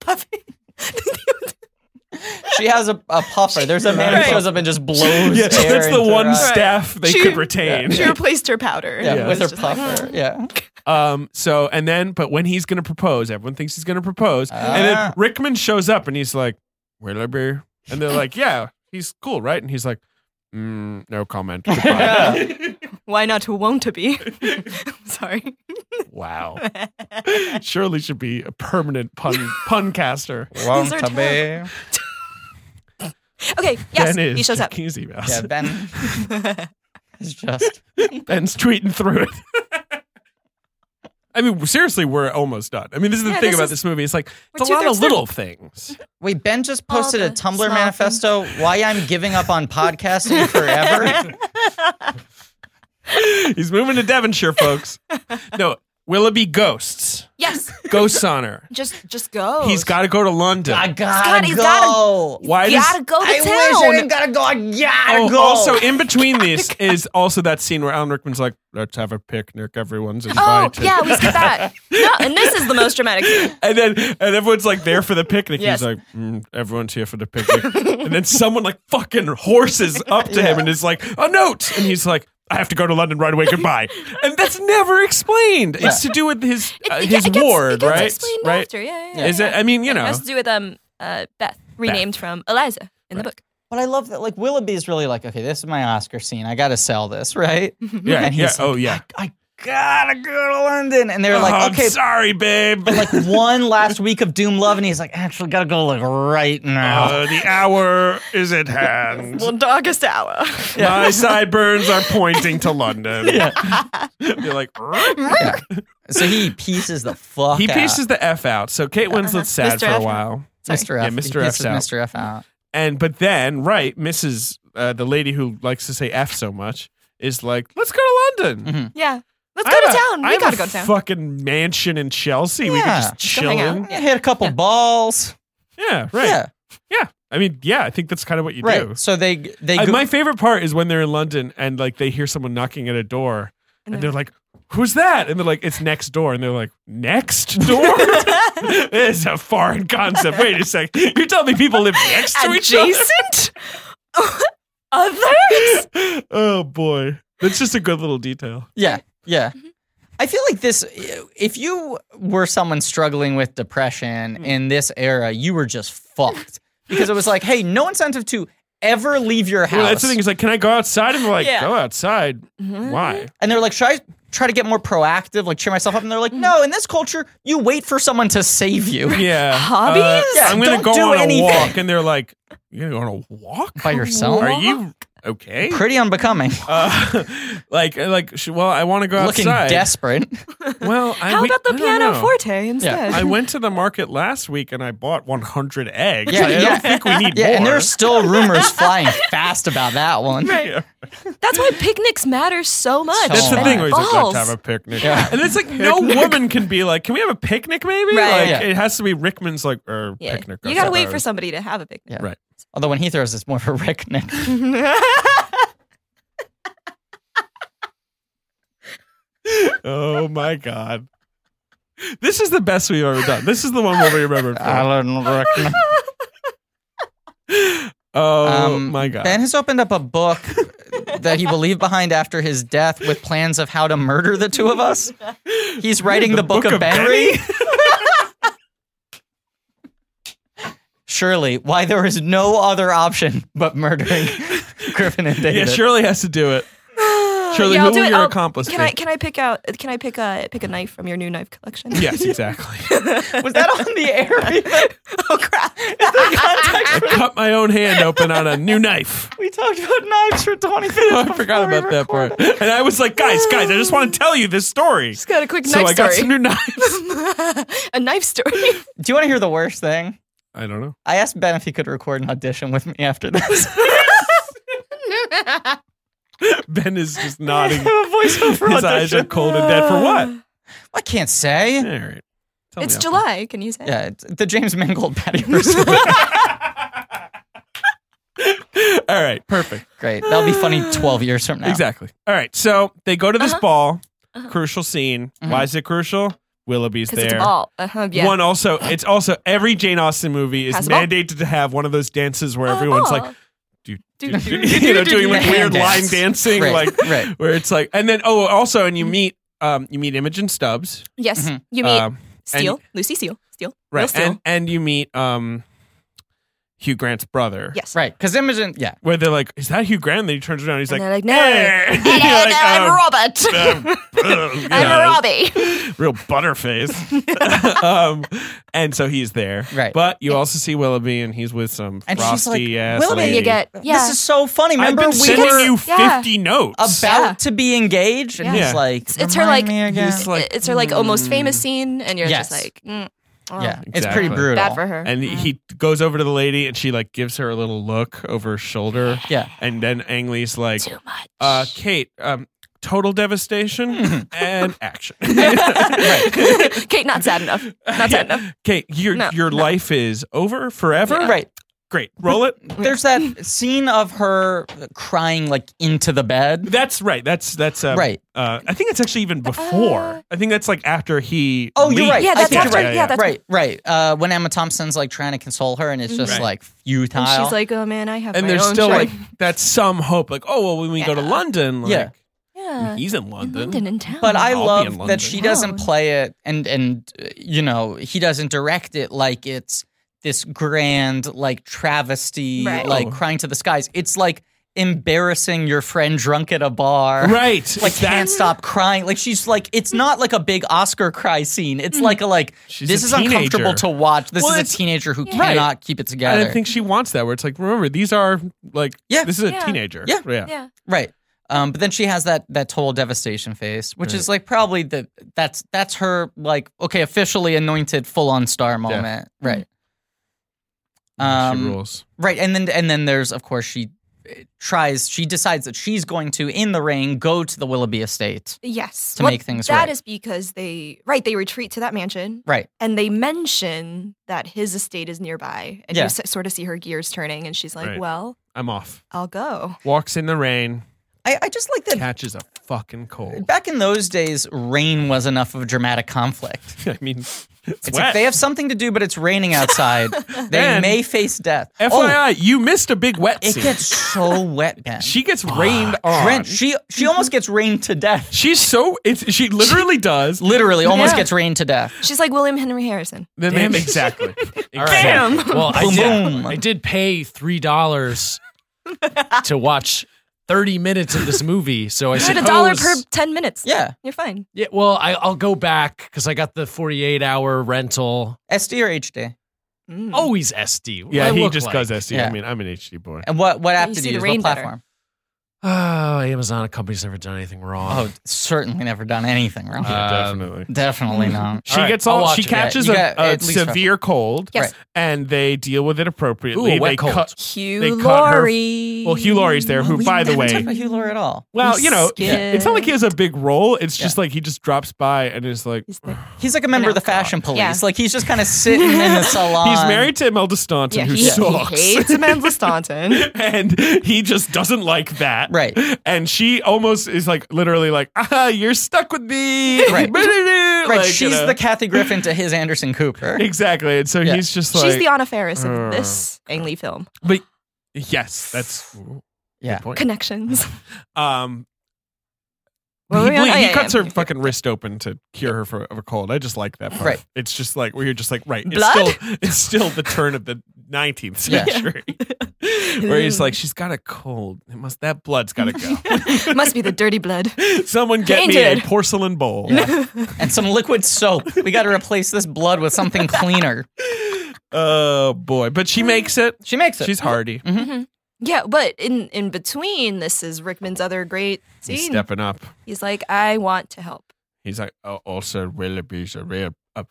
[SPEAKER 5] Puffy.
[SPEAKER 4] She has a, a puffer. There's a man
[SPEAKER 5] Right.
[SPEAKER 4] who shows up and just blows
[SPEAKER 2] yeah,
[SPEAKER 4] air.
[SPEAKER 2] that's the
[SPEAKER 4] into her
[SPEAKER 2] one
[SPEAKER 4] eyes.
[SPEAKER 2] staff they
[SPEAKER 5] She-
[SPEAKER 2] could retain.
[SPEAKER 5] She replaced her powder.
[SPEAKER 4] Yeah,
[SPEAKER 2] Yeah.
[SPEAKER 4] with her
[SPEAKER 5] It's just like, oh.
[SPEAKER 4] puffer. yeah.
[SPEAKER 2] Um, so and then, but when he's gonna propose, everyone thinks he's gonna propose, and then
[SPEAKER 4] Ah.
[SPEAKER 2] Rickman shows up and he's like, "Willoughby," and they're like, "Yeah, he's cool, right?" And he's like, mm, "No comment." Goodbye."
[SPEAKER 5] "Ah, Why not who won't to be? Sorry.
[SPEAKER 2] wow, surely should be a permanent pun pun caster.
[SPEAKER 5] These are terrible. Okay, yes,
[SPEAKER 2] ben is
[SPEAKER 5] he shows up.
[SPEAKER 2] checking his emails.
[SPEAKER 4] Yeah, Ben is just
[SPEAKER 2] Ben's tweeting through it. I mean, seriously, we're almost done. I mean, this is the
[SPEAKER 5] Yeah,
[SPEAKER 2] thing
[SPEAKER 5] this
[SPEAKER 2] about
[SPEAKER 5] is-
[SPEAKER 2] this movie. It's like
[SPEAKER 5] we're
[SPEAKER 2] it's a lot
[SPEAKER 5] two-thirds
[SPEAKER 2] of
[SPEAKER 5] through.
[SPEAKER 2] little things.
[SPEAKER 4] wait. Ben just
[SPEAKER 5] All
[SPEAKER 4] posted a
[SPEAKER 5] the
[SPEAKER 4] Tumblr
[SPEAKER 5] small
[SPEAKER 4] manifesto. Why I'm giving up on podcasting forever.
[SPEAKER 2] He's moving to Devonshire, folks. No, Willoughby ghosts.
[SPEAKER 5] Yes,
[SPEAKER 2] Ghosts on her.
[SPEAKER 5] just just go.
[SPEAKER 2] He's got to go to London.
[SPEAKER 4] I gotta
[SPEAKER 5] Scott, he's gotta-
[SPEAKER 4] go.
[SPEAKER 2] Why does
[SPEAKER 5] gotta go to
[SPEAKER 4] I wish I
[SPEAKER 5] town.
[SPEAKER 4] didn't gotta go. I gotta
[SPEAKER 2] Oh,
[SPEAKER 4] go.
[SPEAKER 2] also in between this is also that scene where Alan Rickman's like, "Let's have a picnic. Everyone's
[SPEAKER 5] oh
[SPEAKER 2] invited."
[SPEAKER 5] yeah, we skip that. No, and this is the most dramatic. scene.
[SPEAKER 2] And then and everyone's like there for the picnic.
[SPEAKER 5] Yes.
[SPEAKER 2] He's like, "Mm, "Everyone's here for the picnic." and then someone like fucking horses up to him and is like, "A note," and he's like. I have to go to London right away. Goodbye. and that's never explained. It's to do with his
[SPEAKER 5] It-
[SPEAKER 2] uh,
[SPEAKER 5] it-
[SPEAKER 2] his
[SPEAKER 5] it gets- it
[SPEAKER 2] ward,
[SPEAKER 5] gets
[SPEAKER 2] right?
[SPEAKER 5] explained
[SPEAKER 2] right?
[SPEAKER 5] after. Yeah, yeah, yeah,
[SPEAKER 2] Is
[SPEAKER 5] yeah.
[SPEAKER 2] it? I mean, you
[SPEAKER 5] It
[SPEAKER 2] know,
[SPEAKER 5] has to do with um uh, Beth, renamed from Eliza in the book.
[SPEAKER 4] But I love that, like, Willoughby's really like, okay, this is my Oscar scene. I gotta sell this, right?
[SPEAKER 2] yeah,
[SPEAKER 4] and
[SPEAKER 2] yeah.
[SPEAKER 4] he's
[SPEAKER 2] oh yeah.
[SPEAKER 4] I gotta go to London. And they're
[SPEAKER 2] oh,
[SPEAKER 4] like,
[SPEAKER 2] I'm
[SPEAKER 4] okay,
[SPEAKER 2] sorry, babe.
[SPEAKER 4] like one last week of Doom Love. And he's like, actually, gotta go, like, right now.
[SPEAKER 2] Uh, the hour is at hand.
[SPEAKER 5] darkest hour.
[SPEAKER 2] My sideburns are pointing to London. You're like,
[SPEAKER 4] so he pieces the fuck
[SPEAKER 2] he
[SPEAKER 4] out.
[SPEAKER 2] pieces the F out. So Kate Winslet's sad
[SPEAKER 5] Mr.
[SPEAKER 2] for
[SPEAKER 5] Uh-huh. F.
[SPEAKER 2] a while.
[SPEAKER 4] Mr. F.
[SPEAKER 2] Yeah,
[SPEAKER 4] He
[SPEAKER 2] Mr. F's
[SPEAKER 4] pieces
[SPEAKER 2] out.
[SPEAKER 4] Mr. F out.
[SPEAKER 2] And, but then, right, Mrs., uh, the lady who likes to say F so much, is like, let's go to London.
[SPEAKER 5] Yeah, Mm-hmm. let's
[SPEAKER 2] I
[SPEAKER 5] go to
[SPEAKER 2] have a-
[SPEAKER 5] town.
[SPEAKER 2] I
[SPEAKER 5] We
[SPEAKER 2] have
[SPEAKER 5] gotta
[SPEAKER 2] a
[SPEAKER 5] go to town.
[SPEAKER 2] fucking mansion in Chelsea. We
[SPEAKER 4] Yeah.
[SPEAKER 2] can just
[SPEAKER 5] Go
[SPEAKER 2] chill
[SPEAKER 5] hang out.
[SPEAKER 2] in.
[SPEAKER 4] Yeah, hit a couple balls.
[SPEAKER 2] Yeah, right. Yeah.
[SPEAKER 4] Yeah,
[SPEAKER 2] I mean, yeah, I think that's kind of what you
[SPEAKER 4] right.
[SPEAKER 2] do.
[SPEAKER 4] So they they
[SPEAKER 2] Uh,
[SPEAKER 4] go,
[SPEAKER 2] my favorite part is when they're in London and like they hear someone knocking at a door and,
[SPEAKER 5] And
[SPEAKER 2] they're
[SPEAKER 5] they're
[SPEAKER 2] like, "Who's that?" And they're like, "It's next door." And they're like, "Next door? it's a foreign concept. Wait a sec. You're telling me people live next to each
[SPEAKER 5] Adjacent others.
[SPEAKER 2] other? oh boy, that's just a good little detail.
[SPEAKER 4] yeah yeah. I feel like this. If you were someone struggling with depression
[SPEAKER 2] Mm.
[SPEAKER 4] in this era, you were just fucked because it was like, hey, no incentive to ever leave your house.
[SPEAKER 2] Well, that's the thing. Is like, can I go outside? And they're like,
[SPEAKER 5] Yeah.
[SPEAKER 2] "Go outside? Why?"
[SPEAKER 4] And they're like, should I try to get more proactive, like cheer myself up? And they're like, no. In this culture, you wait for someone to save you.
[SPEAKER 2] Yeah,
[SPEAKER 5] Hobbies?
[SPEAKER 2] Uh,
[SPEAKER 4] Yeah,
[SPEAKER 2] I'm gonna
[SPEAKER 4] don't
[SPEAKER 2] go
[SPEAKER 4] do
[SPEAKER 2] on
[SPEAKER 4] anything.
[SPEAKER 2] a walk, and they're like, "You're gonna go on a walk
[SPEAKER 4] By yourself?
[SPEAKER 2] Are you okay?
[SPEAKER 4] Pretty unbecoming.
[SPEAKER 2] uh, like like sh- well i want to go
[SPEAKER 4] Looking
[SPEAKER 2] outside
[SPEAKER 4] desperate.
[SPEAKER 2] well I,
[SPEAKER 5] How
[SPEAKER 2] we-
[SPEAKER 5] about the
[SPEAKER 2] I don't know.
[SPEAKER 5] piano forte instead?
[SPEAKER 2] i went to the market last week and i bought 100 eggs
[SPEAKER 4] Yeah,
[SPEAKER 2] i
[SPEAKER 4] yeah.
[SPEAKER 2] don't think we need
[SPEAKER 4] Yeah,
[SPEAKER 2] more
[SPEAKER 4] and there's still rumors flying fast about that one.
[SPEAKER 2] Yeah.
[SPEAKER 5] That's why picnics matter so much.
[SPEAKER 2] that's the
[SPEAKER 5] And
[SPEAKER 4] Oh,
[SPEAKER 2] thing
[SPEAKER 4] my
[SPEAKER 2] where he's like,
[SPEAKER 5] balls.
[SPEAKER 2] let's have a picnic
[SPEAKER 4] Yeah.
[SPEAKER 2] and it's like no woman can be like can we have a picnic maybe
[SPEAKER 5] Right.
[SPEAKER 2] like
[SPEAKER 4] Yeah.
[SPEAKER 2] it has to be rickman's like er,
[SPEAKER 5] yeah.
[SPEAKER 2] picnic
[SPEAKER 5] You gotta wait for
[SPEAKER 2] outside.
[SPEAKER 5] somebody to have a picnic.
[SPEAKER 4] Yeah.
[SPEAKER 2] right
[SPEAKER 4] Although when he throws, it's more of a Rick Nick.
[SPEAKER 2] oh my god this is the best we've ever done this is the one we'll be remembered for
[SPEAKER 4] Um,
[SPEAKER 3] Alan Rickman.
[SPEAKER 2] oh
[SPEAKER 4] Um,
[SPEAKER 2] my god
[SPEAKER 4] Ben has opened up a book that he will leave behind after his death with plans of how to murder the two of us. He's writing the, Book, of, Benry. Surely, why there is no other option but murdering Griffin and David.
[SPEAKER 2] yeah shirley has to do it Shirley,
[SPEAKER 5] Yeah, I'll
[SPEAKER 2] who
[SPEAKER 5] do
[SPEAKER 2] will
[SPEAKER 5] it.
[SPEAKER 2] your
[SPEAKER 5] I'll-
[SPEAKER 2] accomplice
[SPEAKER 5] Can
[SPEAKER 2] be?
[SPEAKER 5] I can I pick out can I pick a pick a knife from your new knife collection?
[SPEAKER 2] Yes, exactly.
[SPEAKER 4] Was that on the air?
[SPEAKER 5] oh crap.
[SPEAKER 2] I cut my own hand open on a new knife.
[SPEAKER 4] we talked about knives for 20 minutes.
[SPEAKER 2] Oh, I forgot about that part. And I was like, guys, guys, I just want to tell you this story.
[SPEAKER 5] Just got a quick
[SPEAKER 2] So
[SPEAKER 5] knife
[SPEAKER 2] I got some new
[SPEAKER 5] story.
[SPEAKER 2] knives.
[SPEAKER 5] a knife story.
[SPEAKER 4] Do you want to hear the worst thing?
[SPEAKER 2] I don't know.
[SPEAKER 4] I asked Ben if he could record an audition with me after this.
[SPEAKER 2] Ben is just nodding.
[SPEAKER 4] a voiceover
[SPEAKER 2] His eyes are
[SPEAKER 4] audition.
[SPEAKER 2] cold and dead for what?
[SPEAKER 4] I can't say.
[SPEAKER 2] All right. Tell
[SPEAKER 5] It's
[SPEAKER 2] me
[SPEAKER 5] July. Can you say?
[SPEAKER 4] Yeah, it's the James Mangold Patty Purcell.
[SPEAKER 2] after. All right, perfect.
[SPEAKER 4] Great. That'll be funny 12 years from now.
[SPEAKER 2] Exactly. All right. So they go to this
[SPEAKER 5] Uh-huh.
[SPEAKER 2] ball.
[SPEAKER 5] Uh-huh.
[SPEAKER 2] Crucial scene.
[SPEAKER 4] Mhm.
[SPEAKER 2] Why is it crucial? Willoughby's
[SPEAKER 5] Because
[SPEAKER 2] there.
[SPEAKER 5] it's a ball. Uh-huh, yeah.
[SPEAKER 2] One also, it's also every Jane Austen movie is
[SPEAKER 5] Has a ball. Oh,
[SPEAKER 2] mandated to have one of those dances where everyone's like, do, do, do, you know, doing like
[SPEAKER 4] do,
[SPEAKER 2] weird
[SPEAKER 4] do.
[SPEAKER 2] line dancing,
[SPEAKER 4] Right,
[SPEAKER 2] like
[SPEAKER 4] right.
[SPEAKER 2] where it's like, and then oh, also, and you meet, um, you meet Imogen Stubbs,
[SPEAKER 5] Yes,
[SPEAKER 4] Mhm.
[SPEAKER 5] you Mm. meet
[SPEAKER 2] um,
[SPEAKER 5] Steele, Lucy Steele, Steele, Real
[SPEAKER 2] right,
[SPEAKER 5] Steele.
[SPEAKER 2] and and you meet um, Hugh Grant's brother,
[SPEAKER 5] yes,
[SPEAKER 4] Right. Because Imogen, yeah.
[SPEAKER 2] where they're like, is that Hugh Grant? And then he turns around, and he's
[SPEAKER 5] And
[SPEAKER 2] like,
[SPEAKER 5] they're like, no,
[SPEAKER 2] "Eh."
[SPEAKER 5] no,
[SPEAKER 2] You're
[SPEAKER 5] no,
[SPEAKER 2] like,
[SPEAKER 5] no, I'm
[SPEAKER 2] um,
[SPEAKER 5] Robert.
[SPEAKER 2] um, uh, you know,
[SPEAKER 5] I'm Robbie.
[SPEAKER 2] real butterface. um, and so he's there,
[SPEAKER 4] Right.
[SPEAKER 2] But you also see Willoughby, and he's with some
[SPEAKER 4] And she's
[SPEAKER 2] frosty
[SPEAKER 4] like,
[SPEAKER 2] ass
[SPEAKER 5] Willoughby,
[SPEAKER 2] lady.
[SPEAKER 5] you get yeah.
[SPEAKER 4] This is so funny. Remember,
[SPEAKER 2] I've been
[SPEAKER 4] we
[SPEAKER 2] sending
[SPEAKER 4] were
[SPEAKER 2] you
[SPEAKER 5] Yeah.
[SPEAKER 2] fifty notes
[SPEAKER 4] about
[SPEAKER 5] Yeah.
[SPEAKER 4] to be engaged, and
[SPEAKER 2] Yeah.
[SPEAKER 4] he's like,
[SPEAKER 5] it's, it's her
[SPEAKER 4] "Remind
[SPEAKER 5] like,
[SPEAKER 4] me again."
[SPEAKER 5] it's,
[SPEAKER 2] like, "Mm."
[SPEAKER 5] it's her like almost famous scene, and you're
[SPEAKER 4] Yes.
[SPEAKER 5] just like, mm, oh,
[SPEAKER 4] yeah, it's pretty
[SPEAKER 2] Exactly.
[SPEAKER 4] brutal.
[SPEAKER 5] bad for her.
[SPEAKER 2] And he goes over to the lady and she like gives her a little look over her shoulder.
[SPEAKER 4] Yeah.
[SPEAKER 2] And then Angley's like,
[SPEAKER 5] Too much.
[SPEAKER 2] uh, Kate, um, total devastation and action.
[SPEAKER 5] Kate, not sad enough. Not sad enough.
[SPEAKER 2] Kate, your
[SPEAKER 5] No,
[SPEAKER 2] your life is over forever.
[SPEAKER 4] Right.
[SPEAKER 2] Great. Roll it.
[SPEAKER 4] There's that scene of her crying like into the bed.
[SPEAKER 2] That's right. That's that's uh,
[SPEAKER 4] Right.
[SPEAKER 2] Uh, I think it's actually even before.
[SPEAKER 5] Uh,
[SPEAKER 2] I think that's like after he.
[SPEAKER 4] Oh, you're
[SPEAKER 2] leaves.
[SPEAKER 4] right.
[SPEAKER 5] Yeah,
[SPEAKER 4] I
[SPEAKER 5] that's
[SPEAKER 4] think
[SPEAKER 5] after.
[SPEAKER 2] you're
[SPEAKER 5] Yeah,
[SPEAKER 2] right.
[SPEAKER 5] that's
[SPEAKER 4] right, right. Uh, when Emma Thompson's like trying to console her and it's just
[SPEAKER 2] Right.
[SPEAKER 4] like futile.
[SPEAKER 5] Mm-hmm. And she's like, oh man, I have.
[SPEAKER 2] And
[SPEAKER 5] my
[SPEAKER 2] there's
[SPEAKER 5] own
[SPEAKER 2] still
[SPEAKER 5] trouble."
[SPEAKER 2] like that's some hope. Like oh well, when we go to
[SPEAKER 5] Yeah.
[SPEAKER 2] London, like,
[SPEAKER 4] Yeah.
[SPEAKER 5] yeah,
[SPEAKER 2] he's in
[SPEAKER 5] in
[SPEAKER 2] London.
[SPEAKER 5] London "Oh, in Oh. town.
[SPEAKER 4] but I
[SPEAKER 2] I'll be in
[SPEAKER 4] love
[SPEAKER 2] London.
[SPEAKER 4] that she
[SPEAKER 5] Wow.
[SPEAKER 4] doesn't play it and and uh, you know he doesn't direct it like it's this grand like travesty
[SPEAKER 5] Right.
[SPEAKER 4] like
[SPEAKER 2] No.
[SPEAKER 4] crying to the skies. It's like embarrassing your friend drunk at a bar.
[SPEAKER 2] Right.
[SPEAKER 4] Like
[SPEAKER 2] It's that-
[SPEAKER 4] can't stop crying. Like she's like it's not like a big Oscar cry scene.
[SPEAKER 5] Mm.
[SPEAKER 4] It's like a like
[SPEAKER 2] She's
[SPEAKER 4] this
[SPEAKER 2] a
[SPEAKER 4] is uncomfortable
[SPEAKER 2] teenager.
[SPEAKER 4] to watch. This
[SPEAKER 2] Well,
[SPEAKER 4] is
[SPEAKER 2] it's-
[SPEAKER 4] a teenager who
[SPEAKER 5] Yeah.
[SPEAKER 2] Right.
[SPEAKER 4] cannot keep it
[SPEAKER 2] And
[SPEAKER 4] together.
[SPEAKER 2] I think she wants that where it's like, remember, these are like
[SPEAKER 4] Yeah.
[SPEAKER 2] this is a
[SPEAKER 5] Yeah.
[SPEAKER 2] teenager.
[SPEAKER 4] Yeah.
[SPEAKER 2] Yeah.
[SPEAKER 5] yeah,
[SPEAKER 4] Right. Um, but then she has that that total devastation face, which is like probably the that's that's her like okay officially anointed full on star moment, right?
[SPEAKER 2] she
[SPEAKER 4] Um,
[SPEAKER 2] rules.
[SPEAKER 4] right, and then and then there's of course she uh, tries she decides that she's going to in the rain go to the Willoughby estate,
[SPEAKER 5] yes.
[SPEAKER 4] To make things
[SPEAKER 5] That
[SPEAKER 4] right.
[SPEAKER 5] is because they right they retreat to that mansion
[SPEAKER 4] right?
[SPEAKER 5] and they mention that his estate is nearby, and
[SPEAKER 4] Yeah.
[SPEAKER 5] you s- sort of see her gears turning, and she's like,
[SPEAKER 2] Right.
[SPEAKER 5] well,
[SPEAKER 2] I'm off.
[SPEAKER 5] I'll go.
[SPEAKER 2] Walks in the rain,
[SPEAKER 4] I, I just like that
[SPEAKER 2] catches a fucking cold.
[SPEAKER 4] back in those days, rain was enough of a dramatic conflict.
[SPEAKER 2] I mean, it's,
[SPEAKER 4] It's
[SPEAKER 2] wet.
[SPEAKER 4] like they have something to do, but it's raining outside. they
[SPEAKER 2] Then-
[SPEAKER 4] may face death. Oh,
[SPEAKER 2] FYI, you missed a big wet
[SPEAKER 4] It
[SPEAKER 2] scene.
[SPEAKER 4] gets so wet, Ben.
[SPEAKER 2] she gets rained on.
[SPEAKER 4] Drenched. She she almost gets rained to death.
[SPEAKER 2] She's so it's she literally does.
[SPEAKER 4] Literally, almost
[SPEAKER 5] Yeah.
[SPEAKER 4] gets rained to death.
[SPEAKER 5] She's like William Henry Harrison.
[SPEAKER 2] Then
[SPEAKER 6] Damn
[SPEAKER 2] they
[SPEAKER 6] it.
[SPEAKER 2] exactly.
[SPEAKER 6] All right.
[SPEAKER 5] Damn.
[SPEAKER 6] Well, I
[SPEAKER 4] Boom,
[SPEAKER 6] did,
[SPEAKER 4] boom.
[SPEAKER 6] I did pay three dollars to watch thirty minutes of this movie, so I
[SPEAKER 5] You
[SPEAKER 6] suppose
[SPEAKER 5] a dollar per ten minutes.
[SPEAKER 4] Yeah,
[SPEAKER 5] you're fine.
[SPEAKER 6] Yeah, well, I, I'll go back because I got the forty-eight hour rental.
[SPEAKER 4] SD or HD.
[SPEAKER 5] Mm.
[SPEAKER 2] Oh.
[SPEAKER 6] Always SD. What
[SPEAKER 2] Yeah,
[SPEAKER 6] do I
[SPEAKER 2] he
[SPEAKER 6] look
[SPEAKER 2] just
[SPEAKER 6] like?
[SPEAKER 2] does SD. I
[SPEAKER 4] Yeah.
[SPEAKER 2] mean, I'm an HD boy.
[SPEAKER 4] And what what app
[SPEAKER 5] you
[SPEAKER 4] did
[SPEAKER 5] see
[SPEAKER 4] you
[SPEAKER 5] the
[SPEAKER 4] use?
[SPEAKER 5] rain
[SPEAKER 4] What
[SPEAKER 5] better.
[SPEAKER 4] platform?
[SPEAKER 6] Oh, Amazon, a company's never done anything wrong.
[SPEAKER 4] Oh, certainly never done anything wrong.
[SPEAKER 6] Uh,
[SPEAKER 2] Yeah,
[SPEAKER 6] um,
[SPEAKER 2] definitely.
[SPEAKER 4] Definitely not.
[SPEAKER 2] She
[SPEAKER 6] right,
[SPEAKER 2] gets
[SPEAKER 6] I'll
[SPEAKER 2] all.
[SPEAKER 6] watch
[SPEAKER 2] She
[SPEAKER 6] it.
[SPEAKER 2] catches
[SPEAKER 4] Yeah, you got
[SPEAKER 2] a, a
[SPEAKER 4] at least rough.
[SPEAKER 2] severe cold.
[SPEAKER 5] Yes.
[SPEAKER 2] and they deal with it appropriately.
[SPEAKER 6] Ooh, a wet
[SPEAKER 2] they
[SPEAKER 6] cold.
[SPEAKER 2] cut.
[SPEAKER 5] Hugh
[SPEAKER 2] They cut her-
[SPEAKER 5] Laurie.
[SPEAKER 2] Well, Hugh Laurie's there, who,
[SPEAKER 4] We
[SPEAKER 2] by the
[SPEAKER 4] haven't talked
[SPEAKER 2] way,
[SPEAKER 4] about Hugh Laurie at all.
[SPEAKER 2] well, you know,
[SPEAKER 5] Skip.
[SPEAKER 2] it's not like he has a big role. It's just like he just drops by and is like,
[SPEAKER 5] He's there.
[SPEAKER 4] He's like a member of the
[SPEAKER 5] know.
[SPEAKER 4] fashion police.
[SPEAKER 5] Yeah.
[SPEAKER 4] Like he's just kind of sitting in the salon.
[SPEAKER 2] he's married to Imelda Staunton,
[SPEAKER 5] Yeah,
[SPEAKER 2] who
[SPEAKER 5] he, he
[SPEAKER 2] sucks.
[SPEAKER 5] hates Amanda Staunton.
[SPEAKER 2] and he just doesn't like that.
[SPEAKER 4] Right.
[SPEAKER 2] And she almost is like, literally, like, ah, you're stuck with me.
[SPEAKER 4] Right.
[SPEAKER 2] Right.
[SPEAKER 4] Right, she's the Kathy Griffin to his Anderson Cooper.
[SPEAKER 2] Exactly. And so
[SPEAKER 4] Yeah.
[SPEAKER 2] he's just like,
[SPEAKER 5] She's the Anna Faris
[SPEAKER 2] uh,
[SPEAKER 5] of this Ang Lee film.
[SPEAKER 2] but yes, that's good
[SPEAKER 4] Yeah.
[SPEAKER 2] point.
[SPEAKER 5] Connections.
[SPEAKER 2] Um,
[SPEAKER 5] Were
[SPEAKER 2] he
[SPEAKER 5] we on-
[SPEAKER 2] ble-
[SPEAKER 5] oh,
[SPEAKER 2] he
[SPEAKER 5] yeah,
[SPEAKER 2] cuts
[SPEAKER 5] yeah.
[SPEAKER 2] her fucking wrist open to cure her for of a cold. I just like that part.
[SPEAKER 4] Right.
[SPEAKER 2] It's just like where you're just like right. It's
[SPEAKER 5] Blood?
[SPEAKER 2] still it's still the turn of the 19th
[SPEAKER 4] Yeah.
[SPEAKER 2] century. where he's like, she's got a cold. It must that blood's got to go.
[SPEAKER 5] Must be the dirty blood.
[SPEAKER 2] Someone get me
[SPEAKER 5] Tainted.
[SPEAKER 2] a porcelain bowl.
[SPEAKER 4] And some liquid soap. We got to replace this blood with something cleaner.
[SPEAKER 2] Oh boy, but she makes it.
[SPEAKER 4] She makes it.
[SPEAKER 2] She's
[SPEAKER 5] mm-hmm.
[SPEAKER 2] hardy.
[SPEAKER 5] Yeah, but in in between, this is Rickman's other great
[SPEAKER 2] He's
[SPEAKER 5] scene.
[SPEAKER 2] stepping up.
[SPEAKER 5] He's like, I want to help.
[SPEAKER 2] He's like, oh, also Willoughby's a real. A,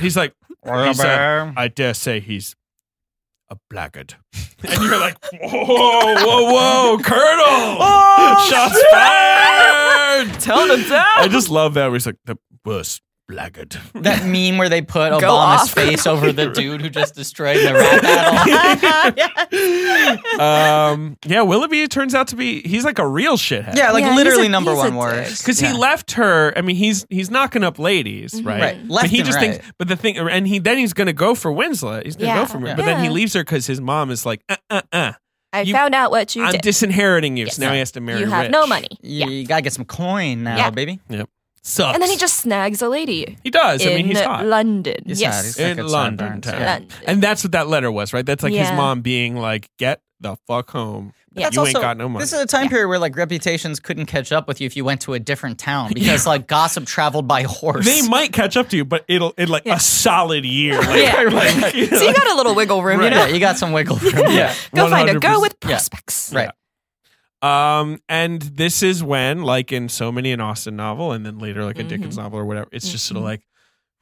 [SPEAKER 2] he's like, he's a- I dare say he's a blackguard. And you're like, whoa, whoa, whoa, Colonel!
[SPEAKER 4] Oh,
[SPEAKER 2] Shots fired!
[SPEAKER 5] Tell them down.
[SPEAKER 2] I just love that. where He's like, the worst blackguard.
[SPEAKER 4] That meme where they put
[SPEAKER 5] Go
[SPEAKER 4] Obama's
[SPEAKER 5] off.
[SPEAKER 4] face over the dude who just destroyed the rap battle.
[SPEAKER 2] um, yeah, Willoughby turns out to be, he's like a real shithead.
[SPEAKER 4] Yeah, like
[SPEAKER 5] Yeah, he's
[SPEAKER 4] literally
[SPEAKER 5] a-
[SPEAKER 4] number
[SPEAKER 5] he's a
[SPEAKER 4] one
[SPEAKER 5] dick.
[SPEAKER 4] worst.
[SPEAKER 2] Because
[SPEAKER 4] Yeah.
[SPEAKER 2] he left her, I mean, he's he's knocking up ladies, right?
[SPEAKER 4] Mm-hmm. Right.
[SPEAKER 2] But
[SPEAKER 4] Left
[SPEAKER 2] he
[SPEAKER 4] and
[SPEAKER 2] just
[SPEAKER 4] right.
[SPEAKER 2] thinks, but the thing, and he then he's gonna go for Winslet. He's gonna
[SPEAKER 5] Yeah.
[SPEAKER 2] go for her,
[SPEAKER 4] Yeah.
[SPEAKER 2] but then he
[SPEAKER 5] Yeah.
[SPEAKER 2] leaves her because his mom is like, uh, uh, uh.
[SPEAKER 5] I
[SPEAKER 2] You-
[SPEAKER 5] found out what you
[SPEAKER 2] I'm
[SPEAKER 5] did.
[SPEAKER 2] disinheriting you.
[SPEAKER 5] Yes.
[SPEAKER 2] So now he has to marry.
[SPEAKER 5] you have
[SPEAKER 2] rich.
[SPEAKER 5] no money.
[SPEAKER 4] You,
[SPEAKER 5] Yeah.
[SPEAKER 4] gotta get some coin now,
[SPEAKER 5] Yeah.
[SPEAKER 4] baby.
[SPEAKER 2] Sucks.
[SPEAKER 5] And then he just snags a lady
[SPEAKER 2] he does.
[SPEAKER 5] in
[SPEAKER 2] I mean, he's hot.
[SPEAKER 5] London.
[SPEAKER 4] He's
[SPEAKER 5] yes.
[SPEAKER 4] not, he's
[SPEAKER 2] in
[SPEAKER 4] Like it's
[SPEAKER 2] London
[SPEAKER 4] sideburns,
[SPEAKER 2] town.
[SPEAKER 4] yeah.
[SPEAKER 5] London.
[SPEAKER 2] And that's what that letter was, right? That's like his
[SPEAKER 5] Yeah.
[SPEAKER 2] mom being like, "Get the fuck home.
[SPEAKER 5] Yeah. That's
[SPEAKER 2] You ain't got no money."
[SPEAKER 4] This is a time period where like reputations couldn't catch up with you if you went to a different town because like gossip traveled by horse.
[SPEAKER 2] they might catch up to you, but it'll it like
[SPEAKER 5] Yeah.
[SPEAKER 2] a solid year. Like,
[SPEAKER 5] Yeah.
[SPEAKER 2] like, you know,
[SPEAKER 5] so you got a little wiggle room, you
[SPEAKER 2] Right.
[SPEAKER 5] know?
[SPEAKER 4] yeah, you got some wiggle room.
[SPEAKER 2] Yeah.
[SPEAKER 5] Go find a
[SPEAKER 2] 100%.
[SPEAKER 5] go with
[SPEAKER 4] Yeah.
[SPEAKER 5] prospects.
[SPEAKER 4] Right.
[SPEAKER 2] Um, and this is when, like in so many an Austin novel, and then later like
[SPEAKER 5] Mm-hmm.
[SPEAKER 2] a Dickens novel or whatever, it's just sort of like,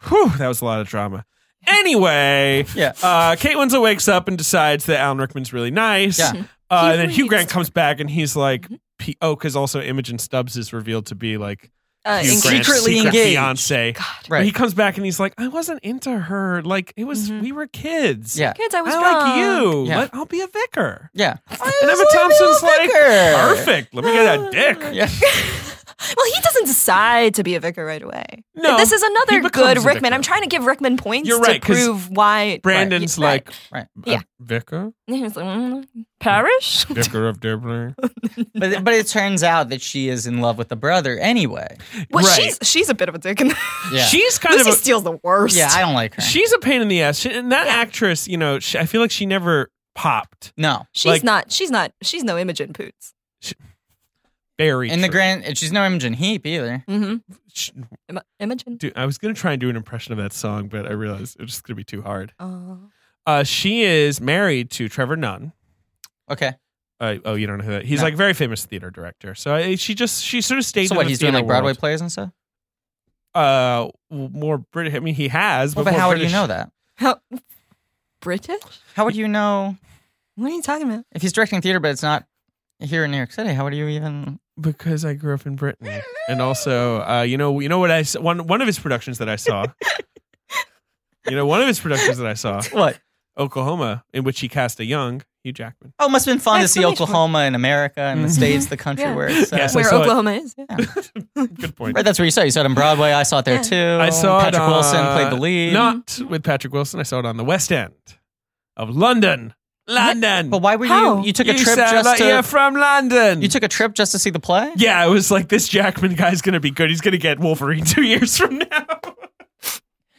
[SPEAKER 2] whew, that was a lot of drama. Anyway,
[SPEAKER 4] Yeah.
[SPEAKER 2] uh, Kate Winslet wakes up and decides that Alan Rickman's really nice.
[SPEAKER 4] Yeah.
[SPEAKER 2] Uh,
[SPEAKER 5] He
[SPEAKER 2] and then Hugh
[SPEAKER 5] really
[SPEAKER 2] Grant
[SPEAKER 5] is. Mm-hmm.
[SPEAKER 2] comes back and he's like, P- oh, because also Imogen Stubbs is revealed to be like
[SPEAKER 5] Uh,
[SPEAKER 2] Hugh
[SPEAKER 5] engaged.
[SPEAKER 2] Grant's
[SPEAKER 4] Secretly
[SPEAKER 2] secret
[SPEAKER 4] engaged.
[SPEAKER 2] fiance.
[SPEAKER 5] God.
[SPEAKER 2] But
[SPEAKER 4] Right.
[SPEAKER 2] He comes back and he's like, I wasn't into her. Like it was,
[SPEAKER 5] Mhm.
[SPEAKER 2] we were kids.
[SPEAKER 4] Yeah.
[SPEAKER 5] Kids, I was
[SPEAKER 2] I like
[SPEAKER 5] wrong.
[SPEAKER 2] you.
[SPEAKER 4] Yeah.
[SPEAKER 2] Let- I'll be a vicar.
[SPEAKER 4] Yeah.
[SPEAKER 2] And Emma Thompson's like, Uh, perfect. Let me get a dick.
[SPEAKER 4] Yeah.
[SPEAKER 5] Well, he doesn't decide to be a vicar right away.
[SPEAKER 2] No,
[SPEAKER 5] this is
[SPEAKER 2] he
[SPEAKER 5] another
[SPEAKER 2] becomes
[SPEAKER 5] good
[SPEAKER 2] a
[SPEAKER 5] Rickman.
[SPEAKER 2] vicar.
[SPEAKER 5] I'm trying to give Rickman points
[SPEAKER 2] You're right,
[SPEAKER 5] to
[SPEAKER 2] 'cause
[SPEAKER 5] prove why
[SPEAKER 2] Brandon's
[SPEAKER 5] Right.
[SPEAKER 2] like,
[SPEAKER 4] Right.
[SPEAKER 2] "A
[SPEAKER 5] Yeah.
[SPEAKER 2] vicar,
[SPEAKER 5] And he's like, mm, parish.
[SPEAKER 2] vicar of Dublin.
[SPEAKER 4] But but it turns out that she is in love with the brother anyway.
[SPEAKER 5] Well,
[SPEAKER 2] Right.
[SPEAKER 5] she's she's a bit of a dick. In that.
[SPEAKER 4] Yeah.
[SPEAKER 2] She's kind
[SPEAKER 5] Lucy
[SPEAKER 2] of a,
[SPEAKER 5] Steele's the worst.
[SPEAKER 4] yeah, I don't like her.
[SPEAKER 2] she's a pain in the ass. She, and that actress, you know, she, I feel like she never popped.
[SPEAKER 4] no.
[SPEAKER 5] she's
[SPEAKER 2] like-
[SPEAKER 5] not. She's not. She's no Imogen Poots.
[SPEAKER 2] Very
[SPEAKER 4] In the
[SPEAKER 2] true.
[SPEAKER 4] grand she's no Imogen Heap either.
[SPEAKER 5] Mm-hmm.
[SPEAKER 2] Sh-
[SPEAKER 5] Imogen.
[SPEAKER 2] Dude, I was gonna try and do an impression of that song, but I realized it was just gonna be too hard.
[SPEAKER 5] Oh.
[SPEAKER 2] Uh, she is married to Trevor Nunn.
[SPEAKER 4] Okay.
[SPEAKER 2] Uh, oh, you don't know who that? He's
[SPEAKER 4] No.
[SPEAKER 2] like a very famous theater director. So I, she just she sort of stayed.
[SPEAKER 4] So
[SPEAKER 2] in
[SPEAKER 4] what
[SPEAKER 2] the
[SPEAKER 4] he's doing
[SPEAKER 2] theater
[SPEAKER 4] like Broadway
[SPEAKER 2] world.
[SPEAKER 4] plays and stuff?
[SPEAKER 2] Uh, w- more British. I mean, he has.
[SPEAKER 4] Well,
[SPEAKER 2] but,
[SPEAKER 4] but
[SPEAKER 2] more
[SPEAKER 4] how would
[SPEAKER 2] British.
[SPEAKER 4] you know that?
[SPEAKER 5] How, British?
[SPEAKER 4] How would you know
[SPEAKER 5] What are you talking about?
[SPEAKER 4] if he's directing theater but it's not here in New York City, how would you even
[SPEAKER 2] Because I grew up in Britain, and also, uh, you know, you know what I s- one one of his productions that I saw. you know, one of his productions that I saw,
[SPEAKER 4] What?
[SPEAKER 2] Oklahoma, in which he cast a young Hugh Jackman.
[SPEAKER 4] Oh, it must have been fun
[SPEAKER 5] That's
[SPEAKER 4] to see
[SPEAKER 5] so much fun.
[SPEAKER 4] Oklahoma and America and the
[SPEAKER 2] Mhm.
[SPEAKER 4] States, the country
[SPEAKER 5] Yeah.
[SPEAKER 4] where it's uh,
[SPEAKER 2] Yes, I
[SPEAKER 5] Where
[SPEAKER 2] saw it.
[SPEAKER 5] Oklahoma is? Yeah.
[SPEAKER 2] Good point.
[SPEAKER 4] Right, that's where you saw. it. You saw it on Broadway. I saw it there
[SPEAKER 5] Yeah.
[SPEAKER 4] too.
[SPEAKER 2] I saw
[SPEAKER 4] Patrick
[SPEAKER 2] it on-
[SPEAKER 4] Wilson played the lead.
[SPEAKER 2] Not with Patrick Wilson. I saw it on the West End of London. London.
[SPEAKER 4] But why were
[SPEAKER 5] How?
[SPEAKER 4] you? You took a
[SPEAKER 2] You
[SPEAKER 4] trip
[SPEAKER 2] sound
[SPEAKER 4] just
[SPEAKER 2] like
[SPEAKER 4] to.
[SPEAKER 2] you're from London.
[SPEAKER 4] You took a trip just to see the play.
[SPEAKER 2] yeah, I was like, this Jackman guy's gonna be good. He's gonna get Wolverine two years from now.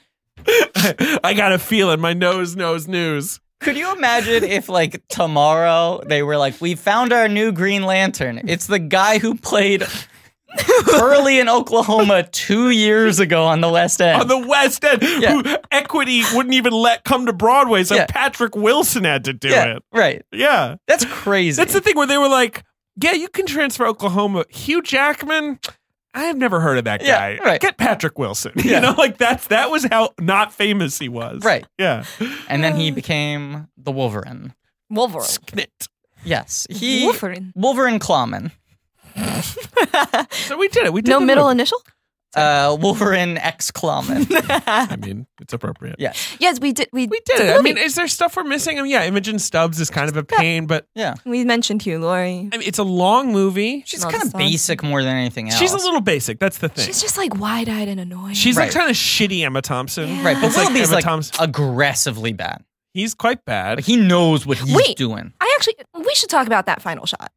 [SPEAKER 2] I got a feeling my nose knows news.
[SPEAKER 4] Could you imagine if, like, tomorrow they were like, "We found our new Green Lantern. It's the guy who played Burley in Oklahoma two years ago on the West End."
[SPEAKER 2] On the West End,
[SPEAKER 4] Yeah.
[SPEAKER 2] who equity wouldn't even let come to Broadway, so
[SPEAKER 4] Yeah.
[SPEAKER 2] Patrick Wilson had to do
[SPEAKER 4] yeah,
[SPEAKER 2] it.
[SPEAKER 4] right.
[SPEAKER 2] Yeah.
[SPEAKER 4] That's crazy.
[SPEAKER 2] That's the thing where they were like, "Yeah, you can transfer Oklahoma." Hugh Jackman, I have never heard of that
[SPEAKER 4] Yeah,
[SPEAKER 2] guy.
[SPEAKER 4] right.
[SPEAKER 2] Get Patrick Wilson.
[SPEAKER 4] Yeah.
[SPEAKER 2] You know, like that's that was how not famous he was.
[SPEAKER 4] right.
[SPEAKER 2] Yeah.
[SPEAKER 4] And then he became the Wolverine.
[SPEAKER 5] Wolverine.
[SPEAKER 2] Sknit.
[SPEAKER 4] Yes, he
[SPEAKER 5] Wolverine.
[SPEAKER 4] Wolverine Clawman.
[SPEAKER 2] So we did it. We did
[SPEAKER 5] No
[SPEAKER 2] the
[SPEAKER 5] middle
[SPEAKER 2] movie.
[SPEAKER 5] initial?
[SPEAKER 4] Uh, Wolverine X Clawman.
[SPEAKER 2] I mean, it's appropriate.
[SPEAKER 4] Yeah.
[SPEAKER 5] Yes, we did. We,
[SPEAKER 2] We did
[SPEAKER 5] the
[SPEAKER 2] it. I
[SPEAKER 5] movie.
[SPEAKER 2] mean, is there stuff we're missing? I mean, yeah, Imogen Stubbs is kind of a pain, but
[SPEAKER 4] Yeah,
[SPEAKER 5] we mentioned Hugh Laurie.
[SPEAKER 2] I mean, it's a long movie.
[SPEAKER 4] she's
[SPEAKER 5] Not
[SPEAKER 4] kind
[SPEAKER 5] a
[SPEAKER 4] of
[SPEAKER 5] song.
[SPEAKER 4] basic more than anything else.
[SPEAKER 2] She's a little basic. That's the thing.
[SPEAKER 5] She's
[SPEAKER 2] She's,
[SPEAKER 5] just like wide eyed and annoying.
[SPEAKER 2] like
[SPEAKER 4] Right.
[SPEAKER 2] kind of shitty Emma Thompson.
[SPEAKER 5] Yeah.
[SPEAKER 4] right, but
[SPEAKER 2] It's like
[SPEAKER 4] Willoughby's
[SPEAKER 2] Emma
[SPEAKER 4] like
[SPEAKER 2] Thompson.
[SPEAKER 4] aggressively bad.
[SPEAKER 2] He's quite bad.
[SPEAKER 4] Like he knows what he's
[SPEAKER 5] Wait.
[SPEAKER 4] doing.
[SPEAKER 5] I actually, we should talk about that final shot.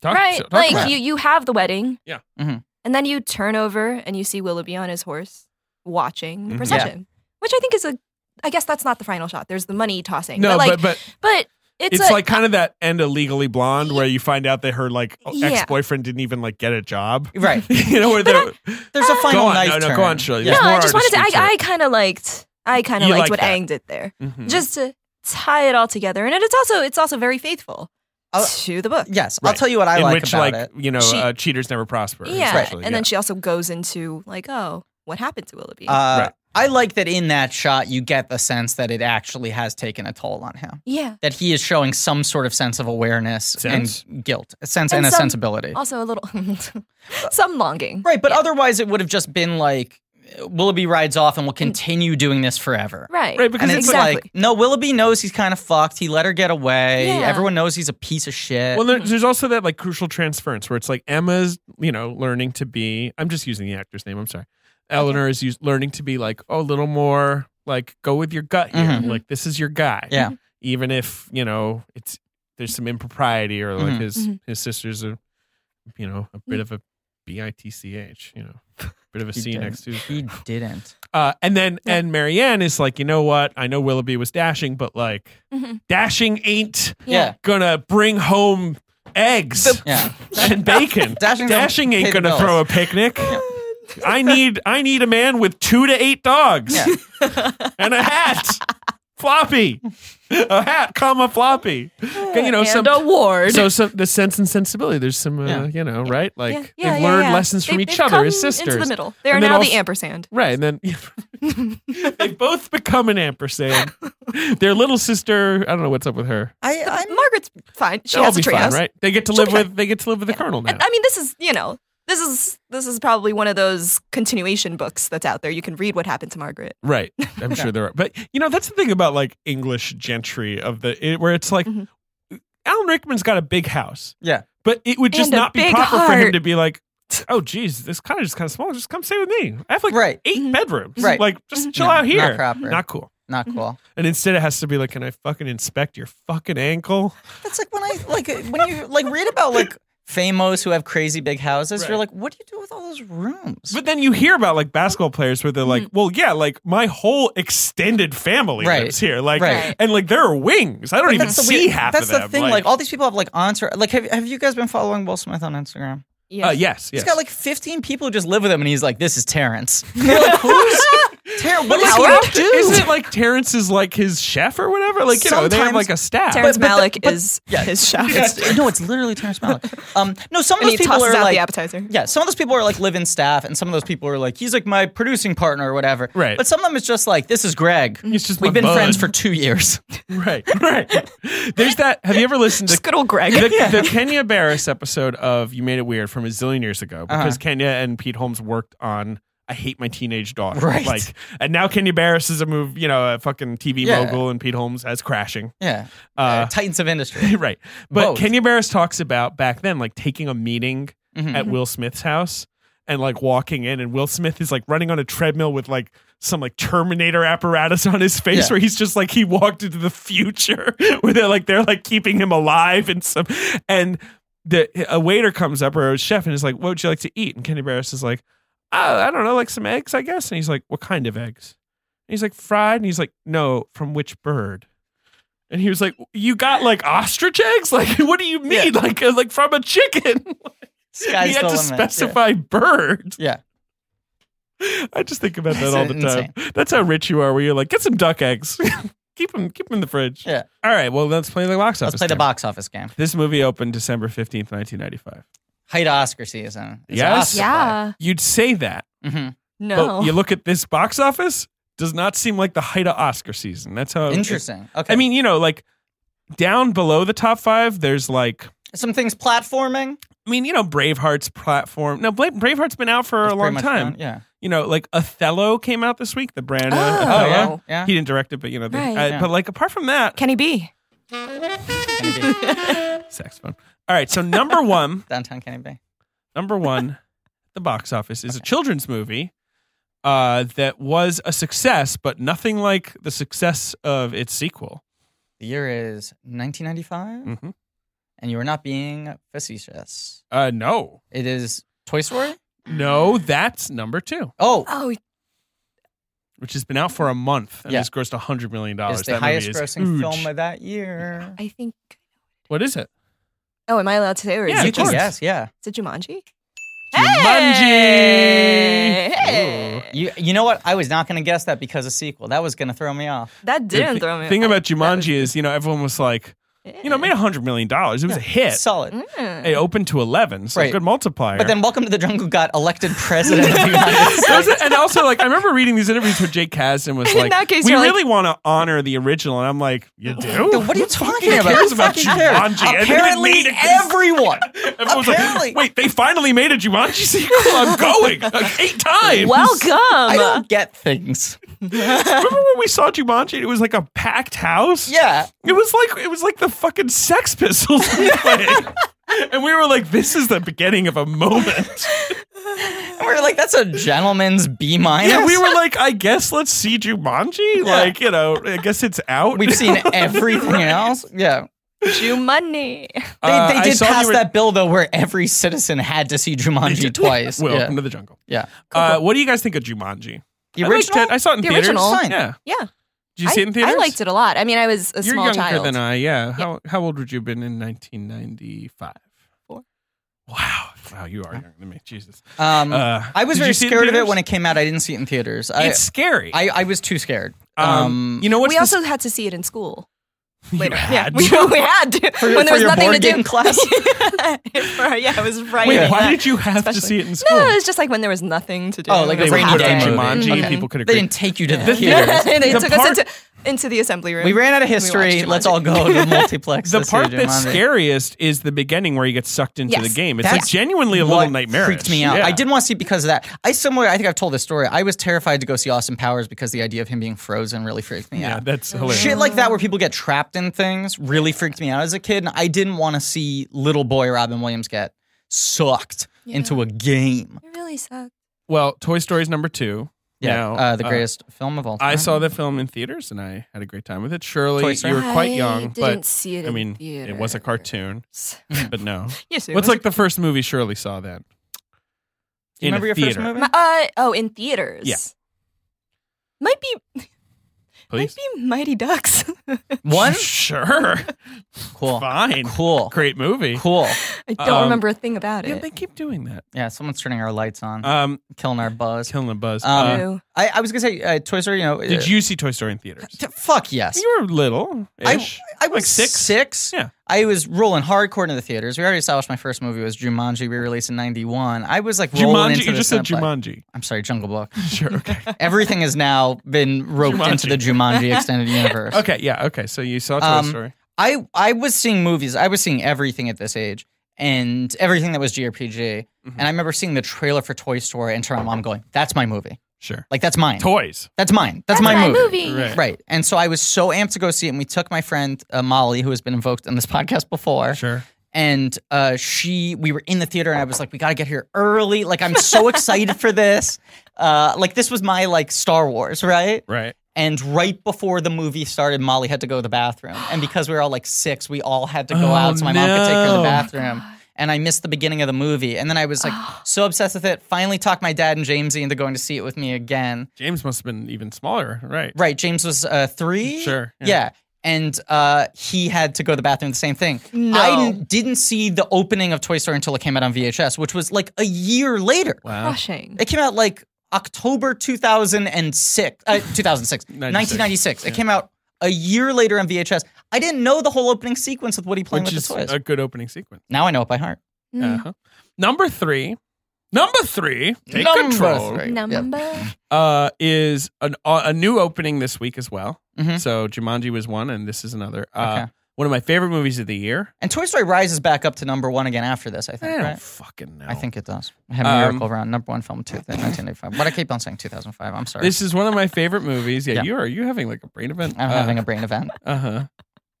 [SPEAKER 2] Talk-
[SPEAKER 5] right?
[SPEAKER 2] talk
[SPEAKER 5] like
[SPEAKER 2] about it.
[SPEAKER 5] you, you have the wedding.
[SPEAKER 2] Yeah.
[SPEAKER 4] Mhm.
[SPEAKER 5] And then you turn over and you see Willoughby on his horse watching the
[SPEAKER 2] Mhm.
[SPEAKER 5] procession, which I think is a. I guess that's not the final shot. There's the money tossing.
[SPEAKER 2] no,
[SPEAKER 5] but like,
[SPEAKER 2] but, but
[SPEAKER 5] but it's,
[SPEAKER 2] it's,
[SPEAKER 5] a-
[SPEAKER 2] like kind of that end of Legally Blonde where you find out that her like
[SPEAKER 5] Yeah.
[SPEAKER 2] ex boyfriend didn't even like get a job.
[SPEAKER 4] Right.
[SPEAKER 2] you know where
[SPEAKER 5] But
[SPEAKER 2] the
[SPEAKER 4] There's
[SPEAKER 5] Ah.
[SPEAKER 4] a final
[SPEAKER 2] go on,
[SPEAKER 4] knife
[SPEAKER 2] no, no,
[SPEAKER 4] turn.
[SPEAKER 2] go on, Shirley.
[SPEAKER 5] no.
[SPEAKER 2] There's more
[SPEAKER 5] I just wanted to.
[SPEAKER 2] artistry
[SPEAKER 5] I,
[SPEAKER 2] to
[SPEAKER 5] I kind of liked. I kind of
[SPEAKER 2] You
[SPEAKER 5] liked
[SPEAKER 2] like
[SPEAKER 5] what
[SPEAKER 2] that.
[SPEAKER 5] Ang did there,
[SPEAKER 2] Mhm.
[SPEAKER 5] just to tie it all together, and it, it's also it's also very faithful
[SPEAKER 4] I'll-
[SPEAKER 5] to the book.
[SPEAKER 4] Yes, I'll
[SPEAKER 2] Right.
[SPEAKER 4] tell you what I
[SPEAKER 2] in
[SPEAKER 4] like
[SPEAKER 2] which
[SPEAKER 4] about
[SPEAKER 2] like
[SPEAKER 4] it.
[SPEAKER 2] you know
[SPEAKER 5] She-
[SPEAKER 2] uh, cheaters never prosper.
[SPEAKER 5] Yeah,
[SPEAKER 2] essentially,
[SPEAKER 5] and then she also goes into like, oh, what happened to Willoughby?
[SPEAKER 4] Uh,
[SPEAKER 2] Right.
[SPEAKER 4] I like that in that shot you get the sense that it actually has taken a toll on him.
[SPEAKER 5] yeah,
[SPEAKER 4] That he is showing some sort of sense of awareness
[SPEAKER 2] Sense.
[SPEAKER 4] and guilt, a sense
[SPEAKER 5] And
[SPEAKER 4] and, a
[SPEAKER 5] some-
[SPEAKER 4] sensibility.
[SPEAKER 5] also a little some longing.
[SPEAKER 4] Right, but otherwise it would have just been like Willoughby rides off and will continue doing this forever.
[SPEAKER 5] Right,
[SPEAKER 2] Right, because
[SPEAKER 4] And
[SPEAKER 2] it's
[SPEAKER 4] it's
[SPEAKER 5] exactly.
[SPEAKER 4] like, no, Willoughby knows he's kind of fucked. He let her get away.
[SPEAKER 5] Yeah.
[SPEAKER 4] Everyone knows he's a piece of shit.
[SPEAKER 2] Well, there, there's also that like crucial transference where it's like Emma's, you know, learning to be. I'm just using the actor's name. I'm sorry. Eleanor is used, learning to be like oh, a little more like go with your gut here.
[SPEAKER 4] Mhm.
[SPEAKER 2] Like this is your guy.
[SPEAKER 4] Yeah.
[SPEAKER 2] Even if you know it's there's some impropriety or like
[SPEAKER 4] Mhm.
[SPEAKER 2] his
[SPEAKER 5] Mhm.
[SPEAKER 2] his sisters are, you know, a bit of a b i t c h. You know, bit of a
[SPEAKER 4] He
[SPEAKER 2] c
[SPEAKER 4] didn't.
[SPEAKER 2] next to.
[SPEAKER 4] He didn't.
[SPEAKER 2] Uh, and then and Marianne is like, you know what? I know Willoughby was dashing, but like
[SPEAKER 5] Mhm.
[SPEAKER 2] dashing ain't
[SPEAKER 4] Yeah.
[SPEAKER 2] gonna bring home eggs
[SPEAKER 4] Yeah.
[SPEAKER 2] and bacon.
[SPEAKER 4] Dashing don't
[SPEAKER 2] Dashing ain't
[SPEAKER 4] pay the
[SPEAKER 2] gonna
[SPEAKER 4] bills.
[SPEAKER 2] throw a picnic. I need I need a man with two to eight dogs
[SPEAKER 4] Yeah.
[SPEAKER 2] and a hat floppy, a hat, comma floppy. You know,
[SPEAKER 5] and
[SPEAKER 2] some
[SPEAKER 5] award.
[SPEAKER 2] so some the sense and sensibility. There's some, uh,
[SPEAKER 4] Yeah.
[SPEAKER 2] you know, right? Like
[SPEAKER 5] Yeah, yeah,
[SPEAKER 2] they've
[SPEAKER 5] yeah,
[SPEAKER 2] learned
[SPEAKER 5] yeah.
[SPEAKER 2] lessons from
[SPEAKER 5] They-
[SPEAKER 2] each
[SPEAKER 5] they've
[SPEAKER 2] other
[SPEAKER 5] come
[SPEAKER 2] as sisters.
[SPEAKER 5] Into the middle. They are
[SPEAKER 2] And then
[SPEAKER 5] now
[SPEAKER 2] also-
[SPEAKER 5] the ampersand.
[SPEAKER 2] Right, and then they've both become an ampersand. Their little sister, I don't know what's up with her.
[SPEAKER 4] I, I'm
[SPEAKER 5] Margaret's fine. She
[SPEAKER 2] They'll all
[SPEAKER 5] has
[SPEAKER 2] be
[SPEAKER 5] a treehouse.
[SPEAKER 2] fine, right? They get to
[SPEAKER 5] She'll
[SPEAKER 2] live
[SPEAKER 5] be
[SPEAKER 2] with they get to live with the colonel now.
[SPEAKER 5] And, I mean, this is you know, this is this is probably one of those continuation books that's out there. You can read what happened to Margaret.
[SPEAKER 2] Right. I'm sure there are. But you know, that's the thing about like English gentry of the it, where it's like
[SPEAKER 5] Mhm.
[SPEAKER 2] Alan Rickman's got a big house.
[SPEAKER 4] Yeah.
[SPEAKER 2] But it would just
[SPEAKER 5] And a
[SPEAKER 2] not be
[SPEAKER 5] big
[SPEAKER 2] proper for him
[SPEAKER 5] heart.
[SPEAKER 2] to be like, oh geez, this cottage is kind of small. Just come stay with me. I have like
[SPEAKER 4] Right.
[SPEAKER 2] 8
[SPEAKER 5] Mhm.
[SPEAKER 2] bedrooms.
[SPEAKER 4] Right.
[SPEAKER 2] Like
[SPEAKER 5] Mm-hmm.
[SPEAKER 2] just chill
[SPEAKER 4] No,
[SPEAKER 2] out here.
[SPEAKER 4] not proper.
[SPEAKER 2] Not cool.
[SPEAKER 4] not cool.
[SPEAKER 2] And instead it has to be like, can I fucking inspect your fucking ankle?
[SPEAKER 4] That's like when I like uh, when you like read about like famos who have crazy big houses. You're
[SPEAKER 2] Right.
[SPEAKER 4] like, what do you do with all those rooms?
[SPEAKER 2] But then you hear about like basketball players where they're like, well, yeah, like my whole extended family
[SPEAKER 4] Right.
[SPEAKER 2] lives here. Like
[SPEAKER 4] Right.
[SPEAKER 2] and like there are wings. I don't even
[SPEAKER 4] That's the
[SPEAKER 2] see
[SPEAKER 4] weird-
[SPEAKER 2] half
[SPEAKER 4] That's
[SPEAKER 2] of them.
[SPEAKER 4] the thing. Like, all these people have like aunts. Or, like, have, have you guys been following Will Smith on Instagram?
[SPEAKER 5] Yes.
[SPEAKER 2] Uh, yes, yes.
[SPEAKER 4] He's got like 15 people who just live with him, and he's like, "This is Terrence." And they're like, Who's Terrence? What does he
[SPEAKER 5] Howard?
[SPEAKER 4] do?
[SPEAKER 2] Isn't it like Terrence is like his chef or whatever? Like, you know, they have
[SPEAKER 4] Sometimes
[SPEAKER 2] like a staff.
[SPEAKER 5] Terrence
[SPEAKER 4] but the-
[SPEAKER 5] Malick
[SPEAKER 4] but-
[SPEAKER 5] is
[SPEAKER 4] yeah.
[SPEAKER 5] his chef,
[SPEAKER 4] It's- no, it's literally Terrence Malick. Um, no, some of
[SPEAKER 5] and
[SPEAKER 4] those
[SPEAKER 5] he
[SPEAKER 4] people
[SPEAKER 5] tosses
[SPEAKER 4] are
[SPEAKER 5] out
[SPEAKER 4] like,
[SPEAKER 5] the appetizer.
[SPEAKER 4] yeah, some of those people are like live in staff, and some of those people are like, he's like my producing partner or whatever.
[SPEAKER 2] Right.
[SPEAKER 4] But some of them is just like, this is Greg.
[SPEAKER 2] He's just
[SPEAKER 4] We've
[SPEAKER 2] my
[SPEAKER 4] been
[SPEAKER 2] bud.
[SPEAKER 4] friends for two years.
[SPEAKER 2] right, right. There's that. Have you ever listened to
[SPEAKER 5] Just good old Greg.
[SPEAKER 2] the, the Kenya Barris episode of You Made It Weird from a zillion years ago
[SPEAKER 4] Uh-huh.
[SPEAKER 2] because Kenya and Pete Holmes worked on I Hate My Teenage Daughter.
[SPEAKER 4] Right.
[SPEAKER 2] Like, and now Kenya Barris is a move, you know, a fucking TV
[SPEAKER 4] Yeah.
[SPEAKER 2] mogul, and Pete Holmes as crashing.
[SPEAKER 4] Yeah.
[SPEAKER 2] Uh,
[SPEAKER 4] Titans of Industry.
[SPEAKER 2] right. But
[SPEAKER 4] Both.
[SPEAKER 2] Kenya Barris talks about back then, like taking a meeting
[SPEAKER 4] Mhm.
[SPEAKER 2] at Will Smith's house and like walking in, and Will Smith is like running on a treadmill with like some like Terminator apparatus on his face,
[SPEAKER 4] Yeah.
[SPEAKER 2] where he's just like he walked into the future, where they're like they're like keeping him alive and some and. The a waiter comes up or a chef and is like, "What would you like to eat?" And Kenny Barris is like, "Oh, I don't know, like some eggs, I guess." And he's like, "What kind of eggs?" And he's like, "Fried." And he's like, "No, from which bird?" And he was like, "You got like ostrich eggs? Like, what do you mean? Like, uh, like from a chicken?"
[SPEAKER 4] Sky's
[SPEAKER 2] he had
[SPEAKER 4] the
[SPEAKER 2] to
[SPEAKER 4] limit. Yeah.
[SPEAKER 2] specify bird.
[SPEAKER 4] Yeah.
[SPEAKER 2] I just think about that
[SPEAKER 4] That's
[SPEAKER 2] all the time. That's how rich you are. Where you're like, get some duck eggs, keep them, keep them in the fridge.
[SPEAKER 4] Yeah.
[SPEAKER 2] All right. Well, let's play the box office.
[SPEAKER 4] Let's play the
[SPEAKER 2] game.
[SPEAKER 4] box office game.
[SPEAKER 2] This movie opened December fifteenth, nineteen ninety five.
[SPEAKER 4] Height of Oscar season. It's
[SPEAKER 2] Yes. Oh,
[SPEAKER 4] Oscar
[SPEAKER 5] Yeah.
[SPEAKER 2] You'd say that,
[SPEAKER 4] play. Mhm.
[SPEAKER 5] No.
[SPEAKER 2] but you look at this box office. Does not seem like the height of Oscar season. That's how
[SPEAKER 4] Interesting. Okay.
[SPEAKER 2] I mean, you know, like down below the top five, there's like.
[SPEAKER 4] some things platforming.
[SPEAKER 2] I mean, you know, Braveheart's platform. No, Bla- Braveheart's been out for
[SPEAKER 4] It's
[SPEAKER 2] a
[SPEAKER 4] pretty
[SPEAKER 2] long
[SPEAKER 4] much
[SPEAKER 2] time.
[SPEAKER 4] done, Yeah.
[SPEAKER 2] you know, like Othello came out this week, the Brandon
[SPEAKER 5] Oh.
[SPEAKER 2] Othello.
[SPEAKER 5] yeah?
[SPEAKER 4] Yeah.
[SPEAKER 2] He didn't direct it, but you know, the,
[SPEAKER 5] Right.
[SPEAKER 2] uh,
[SPEAKER 4] Yeah.
[SPEAKER 2] but like apart from that,
[SPEAKER 5] Kenny B.
[SPEAKER 4] Kenny B.
[SPEAKER 2] saxophone. All right, so number one,
[SPEAKER 4] Downtown Kenny Bay.
[SPEAKER 2] number one, the box office is a children's movie uh, that was a success, but nothing like the success of its sequel.
[SPEAKER 4] The year is 1995,
[SPEAKER 2] Mhm.
[SPEAKER 4] and you are not being facetious.
[SPEAKER 2] Uh, no,
[SPEAKER 4] It is Toy Story.
[SPEAKER 2] no, that's number two,
[SPEAKER 4] Oh,
[SPEAKER 5] Oh,
[SPEAKER 2] which has been out for a month and
[SPEAKER 4] Yeah.
[SPEAKER 2] has grossed hundred million dollars.
[SPEAKER 4] it's the highest grossing film of that year.
[SPEAKER 5] I think.
[SPEAKER 2] What is it?
[SPEAKER 5] Oh, am I allowed to say? Or is
[SPEAKER 2] Yeah,
[SPEAKER 5] it
[SPEAKER 2] of course.
[SPEAKER 5] just,
[SPEAKER 4] Yes, yeah.
[SPEAKER 5] Is it Jumanji?
[SPEAKER 2] Jumanji.
[SPEAKER 5] Hey!
[SPEAKER 4] You you know what? I was not going to guess that because of sequel. That was going to throw me off.
[SPEAKER 5] That didn't
[SPEAKER 2] the
[SPEAKER 5] throw me.
[SPEAKER 2] thing
[SPEAKER 5] off.
[SPEAKER 2] about
[SPEAKER 5] That was-
[SPEAKER 2] Jumanji is, you know, everyone was like, you know, it made hundred million dollars. It was a hit.
[SPEAKER 4] Solid.
[SPEAKER 5] Mm.
[SPEAKER 2] it opened to 11 so
[SPEAKER 4] Right.
[SPEAKER 2] good multiplier
[SPEAKER 4] But then Welcome to the Jungle got elected president of the United States.
[SPEAKER 2] There was a- and also like i remember reading these interviews where jake kasdan was
[SPEAKER 5] And in
[SPEAKER 2] like
[SPEAKER 5] that case,
[SPEAKER 2] we
[SPEAKER 5] you're like-
[SPEAKER 2] really want to honor the original and i'm like you do
[SPEAKER 4] Dude, what are you talking about?
[SPEAKER 2] cares about
[SPEAKER 4] Who fucking cares?
[SPEAKER 2] Jumanji? I didn't
[SPEAKER 4] Apparently,
[SPEAKER 2] need it.
[SPEAKER 4] everyone.
[SPEAKER 2] Everyone's like,
[SPEAKER 4] Apparently.
[SPEAKER 2] wait they finally made a jumanji sequel i'm going like, eight times
[SPEAKER 5] Welcome.
[SPEAKER 4] I don't get things.
[SPEAKER 2] remember when we saw jumanji and it was like a packed house
[SPEAKER 4] Yeah.
[SPEAKER 2] it was like it was like the fucking sex pistols we played. and we were like this is the beginning of a moment
[SPEAKER 4] And we were like, that's a gentleman's B minus.
[SPEAKER 2] yeah we were like i guess let's see jumanji like you know i guess it's out
[SPEAKER 4] We've seen everything else. Yeah.
[SPEAKER 5] Jumanji.
[SPEAKER 4] They,
[SPEAKER 2] Uh,
[SPEAKER 4] they
[SPEAKER 2] I
[SPEAKER 4] did
[SPEAKER 2] saw you
[SPEAKER 4] pass
[SPEAKER 2] were-
[SPEAKER 4] that bill, though, where every citizen had to see Jumanji twice.
[SPEAKER 2] Well,
[SPEAKER 4] yeah.
[SPEAKER 2] into the jungle.
[SPEAKER 4] yeah.
[SPEAKER 2] Uh, what do you guys think of Jumanji?
[SPEAKER 4] The
[SPEAKER 2] I liked
[SPEAKER 4] original?
[SPEAKER 2] it. I saw it in
[SPEAKER 5] The
[SPEAKER 2] theaters.
[SPEAKER 5] original?
[SPEAKER 4] Fine.
[SPEAKER 2] Yeah.
[SPEAKER 5] Yeah.
[SPEAKER 2] Did you see
[SPEAKER 5] I,
[SPEAKER 2] it in theaters?
[SPEAKER 5] I liked it a lot. I mean, I was a
[SPEAKER 2] You're
[SPEAKER 5] small
[SPEAKER 2] younger
[SPEAKER 5] child.
[SPEAKER 2] than uh, I. Yeah. How how old would you have been in 1995?
[SPEAKER 5] Four.
[SPEAKER 2] Wow. Wow. You are younger than me. Jesus.
[SPEAKER 4] Um,
[SPEAKER 2] Uh,
[SPEAKER 4] I was
[SPEAKER 2] did
[SPEAKER 4] very
[SPEAKER 2] you see in
[SPEAKER 4] scared of it
[SPEAKER 2] theaters?
[SPEAKER 4] when it came out. I didn't see it in theaters. I,
[SPEAKER 2] it's scary.
[SPEAKER 4] I, I was too scared.
[SPEAKER 2] Um,
[SPEAKER 4] Um,
[SPEAKER 2] you know what's
[SPEAKER 5] we
[SPEAKER 2] the-
[SPEAKER 5] also had to see it in school later.
[SPEAKER 2] had
[SPEAKER 5] Yeah, we, we had to
[SPEAKER 4] For your-
[SPEAKER 5] when
[SPEAKER 4] for
[SPEAKER 5] there was
[SPEAKER 4] your
[SPEAKER 5] nothing
[SPEAKER 4] board
[SPEAKER 5] to do.
[SPEAKER 4] game class?
[SPEAKER 5] For- yeah, it was right.
[SPEAKER 2] Wait,
[SPEAKER 5] in
[SPEAKER 2] why
[SPEAKER 5] that,
[SPEAKER 2] did you have to
[SPEAKER 5] especially.
[SPEAKER 2] see it in school?
[SPEAKER 5] No, it was just like when there was nothing to do.
[SPEAKER 4] Oh, like
[SPEAKER 2] they
[SPEAKER 4] a
[SPEAKER 5] It was
[SPEAKER 2] would
[SPEAKER 4] rainy
[SPEAKER 5] hot
[SPEAKER 2] put it
[SPEAKER 4] day
[SPEAKER 2] on
[SPEAKER 5] out.
[SPEAKER 4] movie. Mm-hmm.
[SPEAKER 2] Jumanji.
[SPEAKER 5] Mhm.
[SPEAKER 2] People could
[SPEAKER 4] They
[SPEAKER 2] agree.
[SPEAKER 4] didn't take you to the
[SPEAKER 2] The-
[SPEAKER 4] theater.
[SPEAKER 5] they
[SPEAKER 2] The
[SPEAKER 5] took
[SPEAKER 2] part-
[SPEAKER 5] us into, into the assembly room.
[SPEAKER 4] We ran out of
[SPEAKER 5] and we watched
[SPEAKER 4] history. Let's all
[SPEAKER 5] Jumanji.
[SPEAKER 4] go to the multiplex.
[SPEAKER 2] the
[SPEAKER 4] this year,
[SPEAKER 2] part that's
[SPEAKER 4] Jumanji.
[SPEAKER 2] scariest is the beginning where you get sucked into
[SPEAKER 5] Yes.
[SPEAKER 2] the game. It's
[SPEAKER 4] That's
[SPEAKER 2] like genuinely a
[SPEAKER 4] what
[SPEAKER 2] little nightmare.
[SPEAKER 4] Freaked me out. I didn't want to see it because of that. I somewhere I think I've told this story. I was terrified to go see Austin Powers because the idea of him being frozen really freaked me
[SPEAKER 2] Yeah,
[SPEAKER 4] out.
[SPEAKER 2] that's hilarious.
[SPEAKER 4] Shit like that where people get trapped in things really freaked me out as a kid, and I didn't want to see little boy Robin Williams get sucked into a game.
[SPEAKER 5] It really sucked.
[SPEAKER 2] Well, Toy Story's number two.
[SPEAKER 4] Yeah,
[SPEAKER 2] Now,
[SPEAKER 4] uh, the
[SPEAKER 2] uh,
[SPEAKER 4] greatest film of all time.
[SPEAKER 2] I saw the film in theaters and I had a great time with it.
[SPEAKER 4] Toy
[SPEAKER 2] Surely
[SPEAKER 4] Story?
[SPEAKER 2] you were quite
[SPEAKER 5] I
[SPEAKER 2] young,
[SPEAKER 5] didn't
[SPEAKER 2] but
[SPEAKER 5] see it
[SPEAKER 2] I
[SPEAKER 5] in
[SPEAKER 2] mean, it was a
[SPEAKER 5] theater.
[SPEAKER 2] cartoon. But no,
[SPEAKER 5] Yes, it
[SPEAKER 2] what's
[SPEAKER 5] was.
[SPEAKER 2] like the first movie Shirley saw then?
[SPEAKER 4] Do you
[SPEAKER 2] in a
[SPEAKER 4] remember your
[SPEAKER 2] theater.
[SPEAKER 4] first movie?
[SPEAKER 5] My- uh, oh, in theaters.
[SPEAKER 2] Yeah.
[SPEAKER 5] Might be
[SPEAKER 2] Please,
[SPEAKER 5] might be Mighty Ducks.
[SPEAKER 4] One
[SPEAKER 2] sure,
[SPEAKER 4] cool,
[SPEAKER 2] fine,
[SPEAKER 4] cool,
[SPEAKER 2] great movie.
[SPEAKER 4] cool.
[SPEAKER 5] I don't
[SPEAKER 2] Um,
[SPEAKER 5] remember a thing about
[SPEAKER 2] Yeah,
[SPEAKER 5] it.
[SPEAKER 2] they keep doing that.
[SPEAKER 4] Yeah, someone's turning our lights on,
[SPEAKER 2] Um,
[SPEAKER 4] killing our buzz.
[SPEAKER 2] killing the buzz.
[SPEAKER 4] Um,
[SPEAKER 2] Uh,
[SPEAKER 5] True.
[SPEAKER 4] I, I was gonna say uh, Toy Story. You know,
[SPEAKER 2] did
[SPEAKER 4] uh,
[SPEAKER 2] you see Toy Story in theaters?
[SPEAKER 4] t- fuck yes.
[SPEAKER 2] You were little. ish
[SPEAKER 4] I was
[SPEAKER 2] Like six?
[SPEAKER 4] Six.
[SPEAKER 2] Yeah.
[SPEAKER 4] I was rolling hardcore into the theaters. We already established my first movie was Jumanji. We released in '91. I was like
[SPEAKER 2] Jumanji.
[SPEAKER 4] rolling into
[SPEAKER 2] You
[SPEAKER 4] the
[SPEAKER 2] just said
[SPEAKER 4] cineplex.
[SPEAKER 2] Jumanji.
[SPEAKER 4] I'm sorry, Jungle Book.
[SPEAKER 2] Sure. Okay.
[SPEAKER 4] Everything has now been roped
[SPEAKER 2] Jumanji.
[SPEAKER 4] into the Jumanji extended universe.
[SPEAKER 2] okay. Yeah. Okay. So you saw Toy
[SPEAKER 4] Um,
[SPEAKER 2] Story.
[SPEAKER 4] I I was seeing movies. I was seeing everything at this age and everything that was GRPG.
[SPEAKER 2] Mm-hmm.
[SPEAKER 4] And I remember seeing the trailer for Toy Story and to my mom going, "That's my movie.
[SPEAKER 2] Sure.
[SPEAKER 4] Like that's mine.
[SPEAKER 2] Toys.
[SPEAKER 4] that's mine. That's, my, movie."
[SPEAKER 2] Right.
[SPEAKER 4] Right. And so I was so amped to go see it. And we took my friend uh, Molly, who has been invoked on this podcast before.
[SPEAKER 2] Sure.
[SPEAKER 4] and uh, she we were in the theater and i was like we gotta get here early like i'm so excited for this uh, like this was my like star wars right
[SPEAKER 2] Right.
[SPEAKER 4] and right before the movie started molly had to go to the bathroom and because we were all like six we all had to go
[SPEAKER 2] Oh,
[SPEAKER 4] out so my mom could take her to the
[SPEAKER 2] no.
[SPEAKER 4] bathroom and i missed the beginning of the movie and then i was like so obsessed with it finally talked my dad and jamesy into going to see it with me again
[SPEAKER 2] James must have been even smaller. Right.
[SPEAKER 4] Right. James was uh, three.
[SPEAKER 2] Sure,
[SPEAKER 4] Yeah.
[SPEAKER 2] yeah.
[SPEAKER 4] And uh, he had to go to the bathroom. The same thing.
[SPEAKER 5] No.
[SPEAKER 4] I n- didn't see the opening of Toy Story until it came out on VHS, which was like a year later.
[SPEAKER 2] Wow.
[SPEAKER 5] Crushing.
[SPEAKER 4] It came out like October 2006, uh, 2006, 1996. It came out a year later on VHS. I didn't know the whole opening sequence with Woody playing
[SPEAKER 2] Which
[SPEAKER 4] with
[SPEAKER 2] is
[SPEAKER 4] the toys.
[SPEAKER 2] a good opening sequence.
[SPEAKER 4] now I know it by heart.
[SPEAKER 5] Mm.
[SPEAKER 2] Uh-huh. Number three. Number three. Take
[SPEAKER 4] Number
[SPEAKER 2] control.
[SPEAKER 4] three. Yep.
[SPEAKER 5] Number.
[SPEAKER 2] Uh, is an, uh, a new opening this week as well.
[SPEAKER 4] Mhm.
[SPEAKER 2] So Jumanji was one, and this is another. Uh,
[SPEAKER 4] Okay.
[SPEAKER 2] One of my favorite movies of the year.
[SPEAKER 4] And Toy Story rises back up to number one again after this. I
[SPEAKER 2] I
[SPEAKER 4] think.
[SPEAKER 2] don't
[SPEAKER 4] right?
[SPEAKER 2] fucking know.
[SPEAKER 4] I think it does. I had
[SPEAKER 2] Um,
[SPEAKER 4] Miracle around number one film, two, 1985. But I keep on saying 2005. I'm sorry.
[SPEAKER 2] this is one of my favorite movies. Yeah,
[SPEAKER 4] Yeah.
[SPEAKER 2] you are. You having like a brain event?
[SPEAKER 4] I'm having a brain event.
[SPEAKER 2] Uh huh.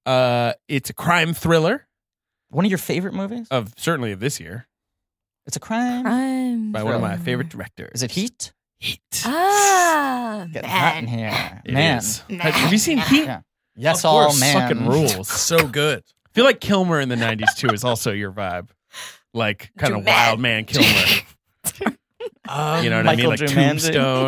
[SPEAKER 2] Uh, it's a crime thriller
[SPEAKER 4] One of your favorite movies?
[SPEAKER 2] of certainly of this year
[SPEAKER 4] It's a crime.
[SPEAKER 5] Prime.
[SPEAKER 2] by one of my
[SPEAKER 5] Thriller.
[SPEAKER 2] favorite directors.
[SPEAKER 4] Is it Heat?
[SPEAKER 2] Heat?
[SPEAKER 5] Ah,
[SPEAKER 4] Get hot in
[SPEAKER 5] man.
[SPEAKER 4] here,
[SPEAKER 2] It
[SPEAKER 4] man.
[SPEAKER 2] is. Have, have you seen Heat?
[SPEAKER 4] Yeah. Yes,
[SPEAKER 6] Of
[SPEAKER 4] all
[SPEAKER 6] course,
[SPEAKER 4] man.
[SPEAKER 6] fucking rules. So good.
[SPEAKER 2] I feel like Kilmer in the '90s too is also your vibe, like kind of
[SPEAKER 5] Jumanji.
[SPEAKER 2] wild man Kilmer.
[SPEAKER 6] Um,
[SPEAKER 2] You know what I mean?
[SPEAKER 4] Michael
[SPEAKER 2] Like
[SPEAKER 4] Jumanji.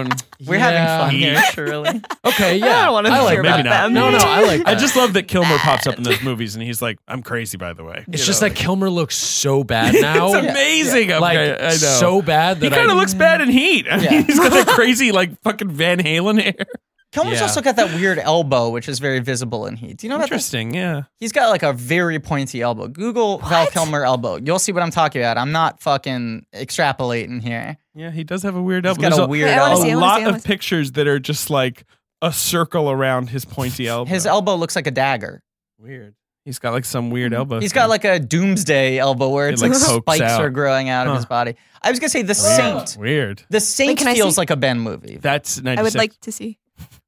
[SPEAKER 2] Tombstone.
[SPEAKER 4] We're having
[SPEAKER 6] Yeah.
[SPEAKER 4] fun here,
[SPEAKER 2] Heat.
[SPEAKER 4] surely.
[SPEAKER 6] Okay, yeah.
[SPEAKER 5] don't wanna
[SPEAKER 6] like
[SPEAKER 5] hear
[SPEAKER 6] that.
[SPEAKER 2] about that.
[SPEAKER 6] No, no, I like.
[SPEAKER 2] I
[SPEAKER 6] that.
[SPEAKER 2] just love that Kilmer pops up in those movies and he's like, "I'm crazy, by the way."
[SPEAKER 6] It's
[SPEAKER 2] You
[SPEAKER 6] just
[SPEAKER 2] know,
[SPEAKER 6] that Kilmer looks so bad now.
[SPEAKER 2] it's amazing. I'm
[SPEAKER 6] Like
[SPEAKER 2] kinda- I know.
[SPEAKER 6] so bad
[SPEAKER 2] he
[SPEAKER 6] that
[SPEAKER 2] kind
[SPEAKER 6] I-
[SPEAKER 2] of looks bad in Heat. I mean,
[SPEAKER 4] Yeah.
[SPEAKER 2] he's got that crazy like fucking Van Halen hair.
[SPEAKER 4] Kilmer's
[SPEAKER 6] Yeah.
[SPEAKER 4] also got that weird elbow, which is very visible in Heat. Do you know about this?
[SPEAKER 2] Interesting, yeah.
[SPEAKER 4] He's got like a very pointy elbow. Google Val Kilmer elbow. You'll see what I'm talking about. I'm not fucking extrapolating here.
[SPEAKER 2] Yeah, he does have a weird elbow.
[SPEAKER 4] He's got
[SPEAKER 2] There's
[SPEAKER 4] a weird
[SPEAKER 5] Wait, I wanna
[SPEAKER 4] elbow.
[SPEAKER 5] see
[SPEAKER 2] a
[SPEAKER 5] it, I wanna
[SPEAKER 2] lot
[SPEAKER 5] see it, I wanna
[SPEAKER 2] of pictures that are just like a circle around his pointy elbow.
[SPEAKER 4] His elbow looks like a dagger.
[SPEAKER 2] weird. He's got like some weird elbow.
[SPEAKER 4] Mm-hmm. He's got like a doomsday elbow where it's
[SPEAKER 2] It,
[SPEAKER 4] like,
[SPEAKER 2] like, pokes
[SPEAKER 4] spikes
[SPEAKER 2] out.
[SPEAKER 4] are growing out of
[SPEAKER 2] Huh.
[SPEAKER 4] his body. I was gonna say the
[SPEAKER 2] weird.
[SPEAKER 4] Saint.
[SPEAKER 2] Weird.
[SPEAKER 4] The Saint
[SPEAKER 5] can I
[SPEAKER 4] feels
[SPEAKER 5] see-
[SPEAKER 4] like a Ben movie.
[SPEAKER 2] That's 96.
[SPEAKER 5] I would like to see.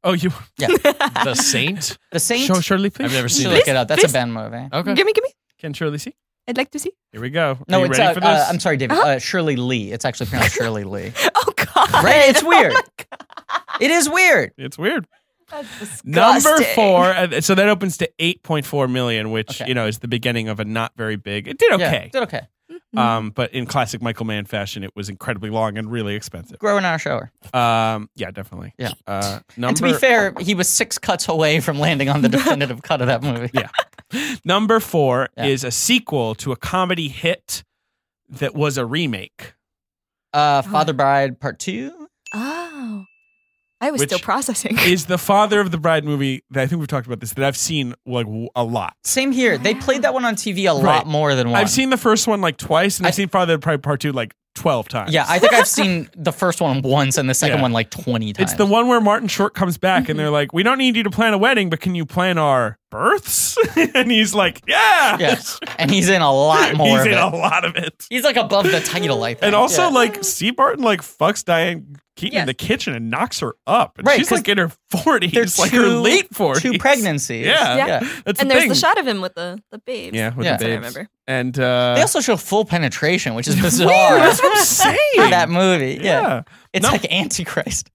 [SPEAKER 2] Oh, you
[SPEAKER 6] the Saint.
[SPEAKER 4] The Saint.
[SPEAKER 2] show Shirley, please.
[SPEAKER 6] I've never
[SPEAKER 4] You
[SPEAKER 6] seen
[SPEAKER 4] should
[SPEAKER 6] it.
[SPEAKER 4] look it up. That's a Ben movie.
[SPEAKER 6] Okay.
[SPEAKER 5] Give me, give me.
[SPEAKER 2] Can Shirley see?
[SPEAKER 5] I'd like to see.
[SPEAKER 2] Here we go.
[SPEAKER 4] No,
[SPEAKER 2] Are you
[SPEAKER 4] it's
[SPEAKER 2] ready
[SPEAKER 4] uh,
[SPEAKER 2] for this?
[SPEAKER 4] uh, I'm sorry, David. Uh, Shirley Lee. It's actually pronounced Shirley Lee.
[SPEAKER 5] Oh God,
[SPEAKER 4] Right? It's weird. it is weird.
[SPEAKER 2] It's weird.
[SPEAKER 5] that's disgusting.
[SPEAKER 2] Number four. uh, So that opens to 8.4 million, which,
[SPEAKER 4] Okay.
[SPEAKER 2] you know, is the beginning of a not very big. It did
[SPEAKER 4] Yeah, Mm-hmm.
[SPEAKER 2] okay.
[SPEAKER 4] did okay.
[SPEAKER 2] Um, but in classic Michael Mann fashion, it was incredibly long and really expensive.
[SPEAKER 4] Growing our shower.
[SPEAKER 2] Um, yeah, definitely.
[SPEAKER 4] Yeah.
[SPEAKER 2] Uh, number,
[SPEAKER 4] And to be fair, he was six cuts away from landing on the definitive cut of that movie.
[SPEAKER 2] Yeah. Number four
[SPEAKER 4] Yeah.
[SPEAKER 2] is a sequel to a comedy hit that was a remake.
[SPEAKER 4] Uh, Father Bride Part Two.
[SPEAKER 5] Oh, I I was
[SPEAKER 2] Which-
[SPEAKER 5] still processing.
[SPEAKER 2] is the father of the bride movie that I think we've talked about this that I've seen like w- a lot.
[SPEAKER 4] Same here. They played that one on TV a
[SPEAKER 2] Right.
[SPEAKER 4] lot more than one.
[SPEAKER 2] I've seen the first one like twice, and I,
[SPEAKER 4] I-
[SPEAKER 2] have seen Father of the Bride Part Two like twelve times.
[SPEAKER 4] Yeah, I think I've seen the first one once and the second
[SPEAKER 2] Yeah.
[SPEAKER 4] one like 20 times. Mm-hmm.
[SPEAKER 2] it's the one where Martin Short comes back, and they're like, "We don't need you to plan a wedding, but can you plan our births?" and he's like, "Yeah,
[SPEAKER 4] Yes. And he's in a lot more
[SPEAKER 2] he's
[SPEAKER 4] of
[SPEAKER 2] in
[SPEAKER 4] it.
[SPEAKER 2] a lot of it."
[SPEAKER 4] He's like above the title, I think.
[SPEAKER 2] And also,
[SPEAKER 4] Yeah.
[SPEAKER 2] like Steve Martin, like fucks Diane Keaton in
[SPEAKER 5] Yes.
[SPEAKER 2] the kitchen and knocks her up, and
[SPEAKER 4] Right,
[SPEAKER 2] she's
[SPEAKER 4] 'cause
[SPEAKER 2] like in her forties,
[SPEAKER 4] They're
[SPEAKER 2] like
[SPEAKER 4] two-
[SPEAKER 2] her late forties,
[SPEAKER 4] Two pregnancies.
[SPEAKER 2] Yeah.
[SPEAKER 5] Yeah.
[SPEAKER 2] That's
[SPEAKER 5] and
[SPEAKER 2] the
[SPEAKER 5] there's
[SPEAKER 2] thing.
[SPEAKER 5] the shot of him with the the babes.
[SPEAKER 2] Yeah, with
[SPEAKER 4] Yeah.
[SPEAKER 2] the
[SPEAKER 5] That's what I
[SPEAKER 2] babes.
[SPEAKER 5] remember.
[SPEAKER 2] And uh,
[SPEAKER 4] They also show full penetration, which is bizarre.
[SPEAKER 2] that's what I'm saying.
[SPEAKER 4] for that movie. Yeah.
[SPEAKER 2] yeah.
[SPEAKER 4] It's
[SPEAKER 2] No.
[SPEAKER 4] like Antichrist.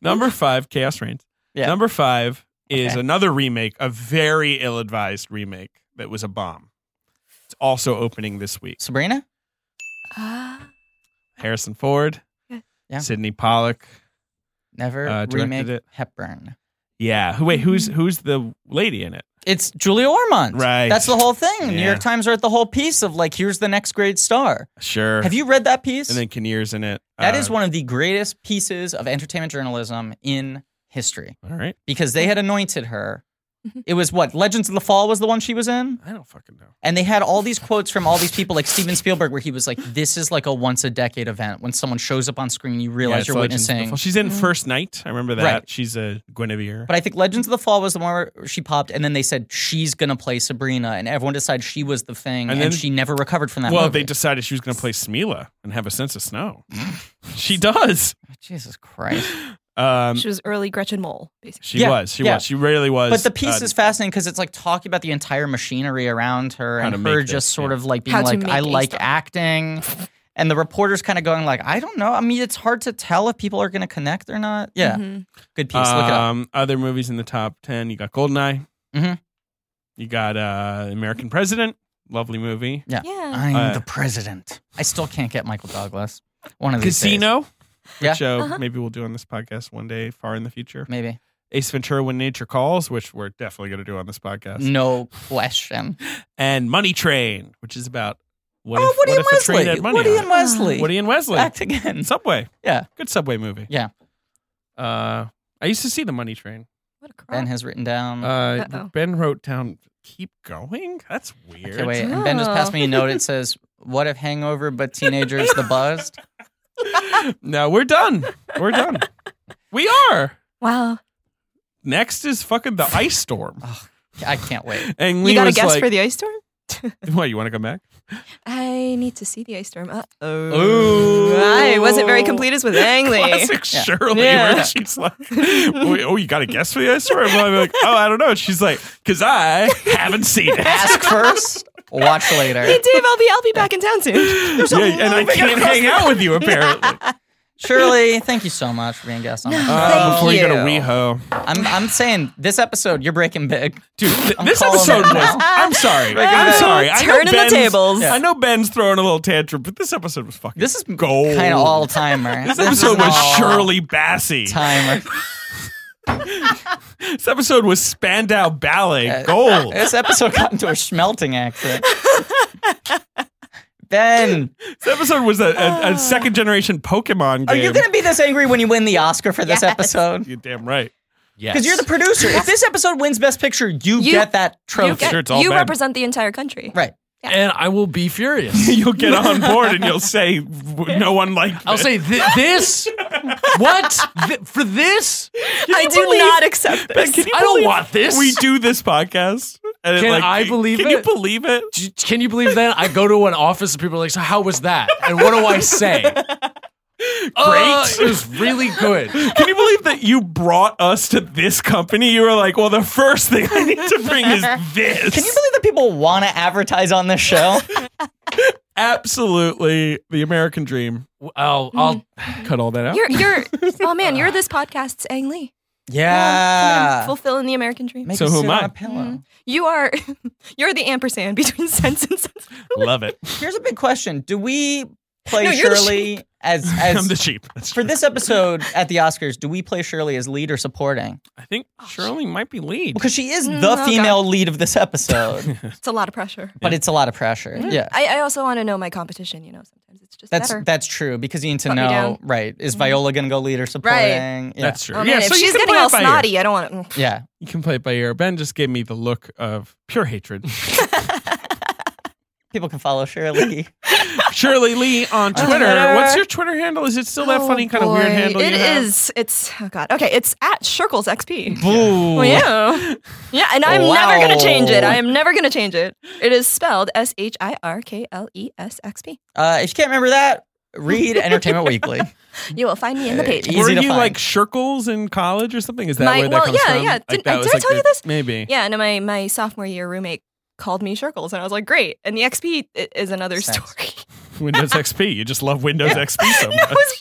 [SPEAKER 2] Number five, Chaos Reigns.
[SPEAKER 4] Yeah.
[SPEAKER 2] Number five is
[SPEAKER 4] Okay.
[SPEAKER 2] another remake, a very ill-advised remake that was a bomb. It's also opening this week.
[SPEAKER 4] Sabrina?
[SPEAKER 5] Ah,
[SPEAKER 2] Um, Harrison Ford,
[SPEAKER 5] Yeah.
[SPEAKER 4] Yeah.
[SPEAKER 2] Sidney Pollock.
[SPEAKER 4] Never
[SPEAKER 2] Uh, directed
[SPEAKER 4] remake
[SPEAKER 2] it.
[SPEAKER 4] Hepburn.
[SPEAKER 2] Yeah. Who- Wait, who's who's the lady in it?
[SPEAKER 4] It's Julia Ormond.
[SPEAKER 2] Right.
[SPEAKER 4] That's the whole thing. New
[SPEAKER 2] Yeah.
[SPEAKER 4] York Times wrote the whole piece of like, here's the next great star.
[SPEAKER 2] Sure.
[SPEAKER 4] Have you read that piece?
[SPEAKER 2] And then uh, Kinnear's in it.
[SPEAKER 4] That is one of the greatest pieces of entertainment journalism in history
[SPEAKER 2] All right.
[SPEAKER 4] because they had anointed her.
[SPEAKER 5] Mhm.
[SPEAKER 4] It was what Legends of the Fall was the one she was in,
[SPEAKER 2] I don't fucking know.
[SPEAKER 4] and they had all these quotes from all these people, like Steven Spielberg, where he was like, "This is like a once a decade event. When someone shows up on screen, you
[SPEAKER 2] Yeah,
[SPEAKER 4] realize
[SPEAKER 2] it's
[SPEAKER 4] you're
[SPEAKER 2] Legends of the
[SPEAKER 4] witnessing."
[SPEAKER 2] Fall. She's in First Night. I remember that.
[SPEAKER 4] Right.
[SPEAKER 2] She's a Guinevere.
[SPEAKER 4] But I think Legends of the Fall was the one where she popped, and then they said she's gonna play Sabrina, and everyone decided she was the thing,
[SPEAKER 2] And then-
[SPEAKER 4] and, she never recovered from that.
[SPEAKER 2] well,
[SPEAKER 4] movie.
[SPEAKER 2] they decided she was going to play Smila and have a sense of snow.
[SPEAKER 4] Mm.
[SPEAKER 2] she does.
[SPEAKER 4] Jesus Christ.
[SPEAKER 2] Um,
[SPEAKER 5] she was early Gretchen Mole. Basically.
[SPEAKER 2] She
[SPEAKER 4] Yeah,
[SPEAKER 2] was. She
[SPEAKER 4] yeah.
[SPEAKER 2] was. She really was.
[SPEAKER 4] But the piece
[SPEAKER 2] uh,
[SPEAKER 4] is fascinating because it's like talking about the entire machinery around her
[SPEAKER 2] How to
[SPEAKER 4] and
[SPEAKER 2] make
[SPEAKER 4] her
[SPEAKER 2] this,
[SPEAKER 4] just sort
[SPEAKER 2] yeah.
[SPEAKER 4] of like being
[SPEAKER 5] How to
[SPEAKER 4] like,
[SPEAKER 5] make
[SPEAKER 4] I
[SPEAKER 5] a
[SPEAKER 4] like
[SPEAKER 5] stuff."
[SPEAKER 4] acting. And the reporter's kind of going like, I don't know. I mean, it's hard to tell if people are going to connect or not. Yeah,
[SPEAKER 2] Mm-hmm.
[SPEAKER 5] Mhm.
[SPEAKER 4] good piece. Look it up.
[SPEAKER 2] um, Other movies in the top ten. You got Goldeneye.
[SPEAKER 4] Mhm.
[SPEAKER 2] You got uh, American President. Lovely movie.
[SPEAKER 5] Yeah.
[SPEAKER 4] I'm
[SPEAKER 2] uh,
[SPEAKER 4] the president. I still can't get Michael Douglas. One of these
[SPEAKER 2] Casino.
[SPEAKER 4] Yeah.
[SPEAKER 2] Which uh,
[SPEAKER 5] Uh-huh.
[SPEAKER 2] maybe we'll do on this podcast one day, far in the future.
[SPEAKER 4] days. maybe.
[SPEAKER 2] Ace Ventura: When Nature Calls, which we're definitely going to do on this podcast,
[SPEAKER 4] No question.
[SPEAKER 2] and Money Train, which is about what
[SPEAKER 4] oh,
[SPEAKER 2] if,
[SPEAKER 4] Woody and
[SPEAKER 2] if a train
[SPEAKER 4] Wesley.
[SPEAKER 2] had money
[SPEAKER 4] Woody
[SPEAKER 2] on
[SPEAKER 4] and Wesley.
[SPEAKER 2] it? Woody and Wesley.
[SPEAKER 4] back again.
[SPEAKER 2] Subway.
[SPEAKER 4] Yeah.
[SPEAKER 2] Good Subway movie.
[SPEAKER 4] Yeah.
[SPEAKER 2] Uh, I used to see the Money Train.
[SPEAKER 5] What a crap.
[SPEAKER 4] Ben has written down.
[SPEAKER 2] Uh,
[SPEAKER 5] Uh-oh.
[SPEAKER 2] ben wrote down, "Keep going." That's weird.
[SPEAKER 4] okay, wait. And Ben just passed me a note. It says, "What if Hangover but teenagers the buzzed?"
[SPEAKER 2] no, we're done. We're done. We are.
[SPEAKER 5] wow.
[SPEAKER 2] Next is fucking the ice storm.
[SPEAKER 4] I can't wait.
[SPEAKER 2] And
[SPEAKER 5] You
[SPEAKER 2] Lee
[SPEAKER 5] got a
[SPEAKER 2] was
[SPEAKER 5] guess
[SPEAKER 2] like,
[SPEAKER 5] for the ice storm?
[SPEAKER 2] What, you want to come back?
[SPEAKER 5] I need to see the ice storm. Uh
[SPEAKER 2] Ooh.
[SPEAKER 5] oh. I wasn't very complete as with Angley.
[SPEAKER 2] Classic Shirley,
[SPEAKER 5] Yeah.
[SPEAKER 2] where she's like, "Oh, you- "Oh, you got a guess for the ice storm?" And I'm like, "Oh, I don't know." And she's like, "Cause I haven't seen it."
[SPEAKER 4] Ask first, watch
[SPEAKER 5] Hey
[SPEAKER 4] later.
[SPEAKER 5] Dave, I'll be I'll be back in town soon.
[SPEAKER 2] Yeah, and I can't hang out with you apparently.
[SPEAKER 4] Shirley, thank you so much for being a guest on the
[SPEAKER 5] No.
[SPEAKER 4] show.
[SPEAKER 2] Uh,
[SPEAKER 5] Thank
[SPEAKER 2] before you go to
[SPEAKER 5] you.
[SPEAKER 2] WeHo,
[SPEAKER 4] I'm, I'm saying this episode, you're breaking big.
[SPEAKER 2] Dude, th-
[SPEAKER 4] I'm
[SPEAKER 2] this
[SPEAKER 4] calling
[SPEAKER 2] episode
[SPEAKER 4] it
[SPEAKER 2] was.
[SPEAKER 4] now.
[SPEAKER 2] I'm sorry.
[SPEAKER 5] gonna
[SPEAKER 2] I'm sorry. I know
[SPEAKER 5] turn in uh, the
[SPEAKER 2] Ben's-
[SPEAKER 5] tables.
[SPEAKER 2] I know Ben's throwing a little tantrum, but this episode was fucking.
[SPEAKER 4] This is
[SPEAKER 2] gold.
[SPEAKER 4] Kind of all timer.
[SPEAKER 2] This episode was
[SPEAKER 4] Shirley
[SPEAKER 2] Shirley Bassey.
[SPEAKER 4] timer.
[SPEAKER 2] This episode was Spandau Ballet Gold.
[SPEAKER 4] This episode got into a smelting accident. Ben,
[SPEAKER 2] This episode was a, a,
[SPEAKER 6] Ah.
[SPEAKER 2] a second generation Pokemon game.
[SPEAKER 4] are you going to be this angry when you win the Oscar for this episode?
[SPEAKER 2] You're damn right.
[SPEAKER 6] Yes.
[SPEAKER 4] Because you're the producer. If this episode wins Best Picture, you,
[SPEAKER 5] You-
[SPEAKER 4] get that trophy.
[SPEAKER 5] You, get-
[SPEAKER 2] sure it's all
[SPEAKER 5] you
[SPEAKER 2] Ben.
[SPEAKER 5] represent the entire country.
[SPEAKER 4] right.
[SPEAKER 6] and I will be furious.
[SPEAKER 2] You'll get on board and you'll say "W- no one liked.
[SPEAKER 6] I'll
[SPEAKER 2] this."
[SPEAKER 6] say th- this. what Th- for this?
[SPEAKER 5] I do not accept this.
[SPEAKER 2] Ben, can you
[SPEAKER 6] I don't
[SPEAKER 2] believe
[SPEAKER 6] want this.
[SPEAKER 2] We do this podcast. And it,
[SPEAKER 6] Can I believe
[SPEAKER 2] can
[SPEAKER 6] it?
[SPEAKER 2] you believe it?
[SPEAKER 6] D- Can you believe that? I go to an office and people are like, "So how was that?" And what do I say? Great. it was really good.
[SPEAKER 2] Can you believe that you brought us to this company? You were like, well, the first thing I need to bring is this.
[SPEAKER 4] Can you believe that people want to advertise on this show?
[SPEAKER 2] Absolutely, the American dream.
[SPEAKER 6] I'll, I'll
[SPEAKER 2] Cut all that out.
[SPEAKER 5] You're you're oh man, you're this podcast's Ang Lee.
[SPEAKER 4] Yeah.
[SPEAKER 5] fulfilling the American dream.
[SPEAKER 4] Make
[SPEAKER 2] So
[SPEAKER 4] us
[SPEAKER 2] who
[SPEAKER 4] sit
[SPEAKER 2] am
[SPEAKER 4] on
[SPEAKER 2] I?
[SPEAKER 4] a pillow.
[SPEAKER 5] You are you're the ampersand between sense and sense.
[SPEAKER 2] Love it.
[SPEAKER 4] Here's a big question: Do we play
[SPEAKER 5] No, you're the
[SPEAKER 4] Shirley as
[SPEAKER 2] I'm
[SPEAKER 4] as
[SPEAKER 2] the sheep. That's
[SPEAKER 4] for
[SPEAKER 2] true.
[SPEAKER 4] this episode at the Oscars, do we play Shirley as lead or supporting?
[SPEAKER 2] I think Shirley might be lead.
[SPEAKER 4] Because she is
[SPEAKER 5] Mm,
[SPEAKER 4] the
[SPEAKER 5] okay.
[SPEAKER 4] female lead of this episode,
[SPEAKER 5] It's a lot of pressure.
[SPEAKER 4] but it's a lot of pressure. Yeah.
[SPEAKER 5] I, I also want to know my competition. You know, sometimes it's just
[SPEAKER 4] That's
[SPEAKER 5] better.
[SPEAKER 4] that's true because you need to
[SPEAKER 5] Put me
[SPEAKER 4] know
[SPEAKER 5] down. Mm-hmm.
[SPEAKER 4] right is Viola going to go lead or supporting? Yeah.
[SPEAKER 2] That's true.
[SPEAKER 5] Oh, man,
[SPEAKER 2] yeah,
[SPEAKER 5] if
[SPEAKER 2] so you
[SPEAKER 5] she's
[SPEAKER 2] can
[SPEAKER 5] getting
[SPEAKER 2] play
[SPEAKER 5] all
[SPEAKER 2] it by ear.
[SPEAKER 5] snotty, I don't want. to
[SPEAKER 4] yeah.
[SPEAKER 2] You can play it by ear. Ben just gave me the look of pure hatred.
[SPEAKER 4] People can follow Shirley.
[SPEAKER 2] Shirley Lee on Twitter.
[SPEAKER 4] Twitter.
[SPEAKER 2] What's your Twitter handle? Is it still that funny kind of weird handle?
[SPEAKER 5] Oh, It
[SPEAKER 2] you have?
[SPEAKER 5] is. It's oh god. Okay, it's at Circles XP.
[SPEAKER 2] Boo.
[SPEAKER 5] Well, yeah, yeah, and I'm never gonna change it.
[SPEAKER 4] Wow.
[SPEAKER 5] I am never gonna change it. It is spelled S H I R K L E S X P.
[SPEAKER 4] Uh, if you can't remember that, read Entertainment Weekly.
[SPEAKER 5] You will find me in the page.
[SPEAKER 4] Easy
[SPEAKER 2] Were
[SPEAKER 4] to
[SPEAKER 2] you
[SPEAKER 4] find.
[SPEAKER 2] like circles in college or something? Is that
[SPEAKER 5] My-
[SPEAKER 2] where that
[SPEAKER 5] well,
[SPEAKER 2] comes
[SPEAKER 5] yeah,
[SPEAKER 2] from?
[SPEAKER 5] yeah.
[SPEAKER 2] Like,
[SPEAKER 5] Didn't-
[SPEAKER 2] that
[SPEAKER 5] did
[SPEAKER 2] was,
[SPEAKER 5] I
[SPEAKER 2] like,
[SPEAKER 5] tell
[SPEAKER 2] the-
[SPEAKER 5] you this?
[SPEAKER 2] Maybe.
[SPEAKER 5] Yeah, and my my sophomore year roommate called me Circles, and I was like, great. And the XP i- is another
[SPEAKER 4] Sense.
[SPEAKER 5] story.
[SPEAKER 2] Windows XP. You just love Windows XP so
[SPEAKER 5] It
[SPEAKER 2] much. Oh.
[SPEAKER 5] was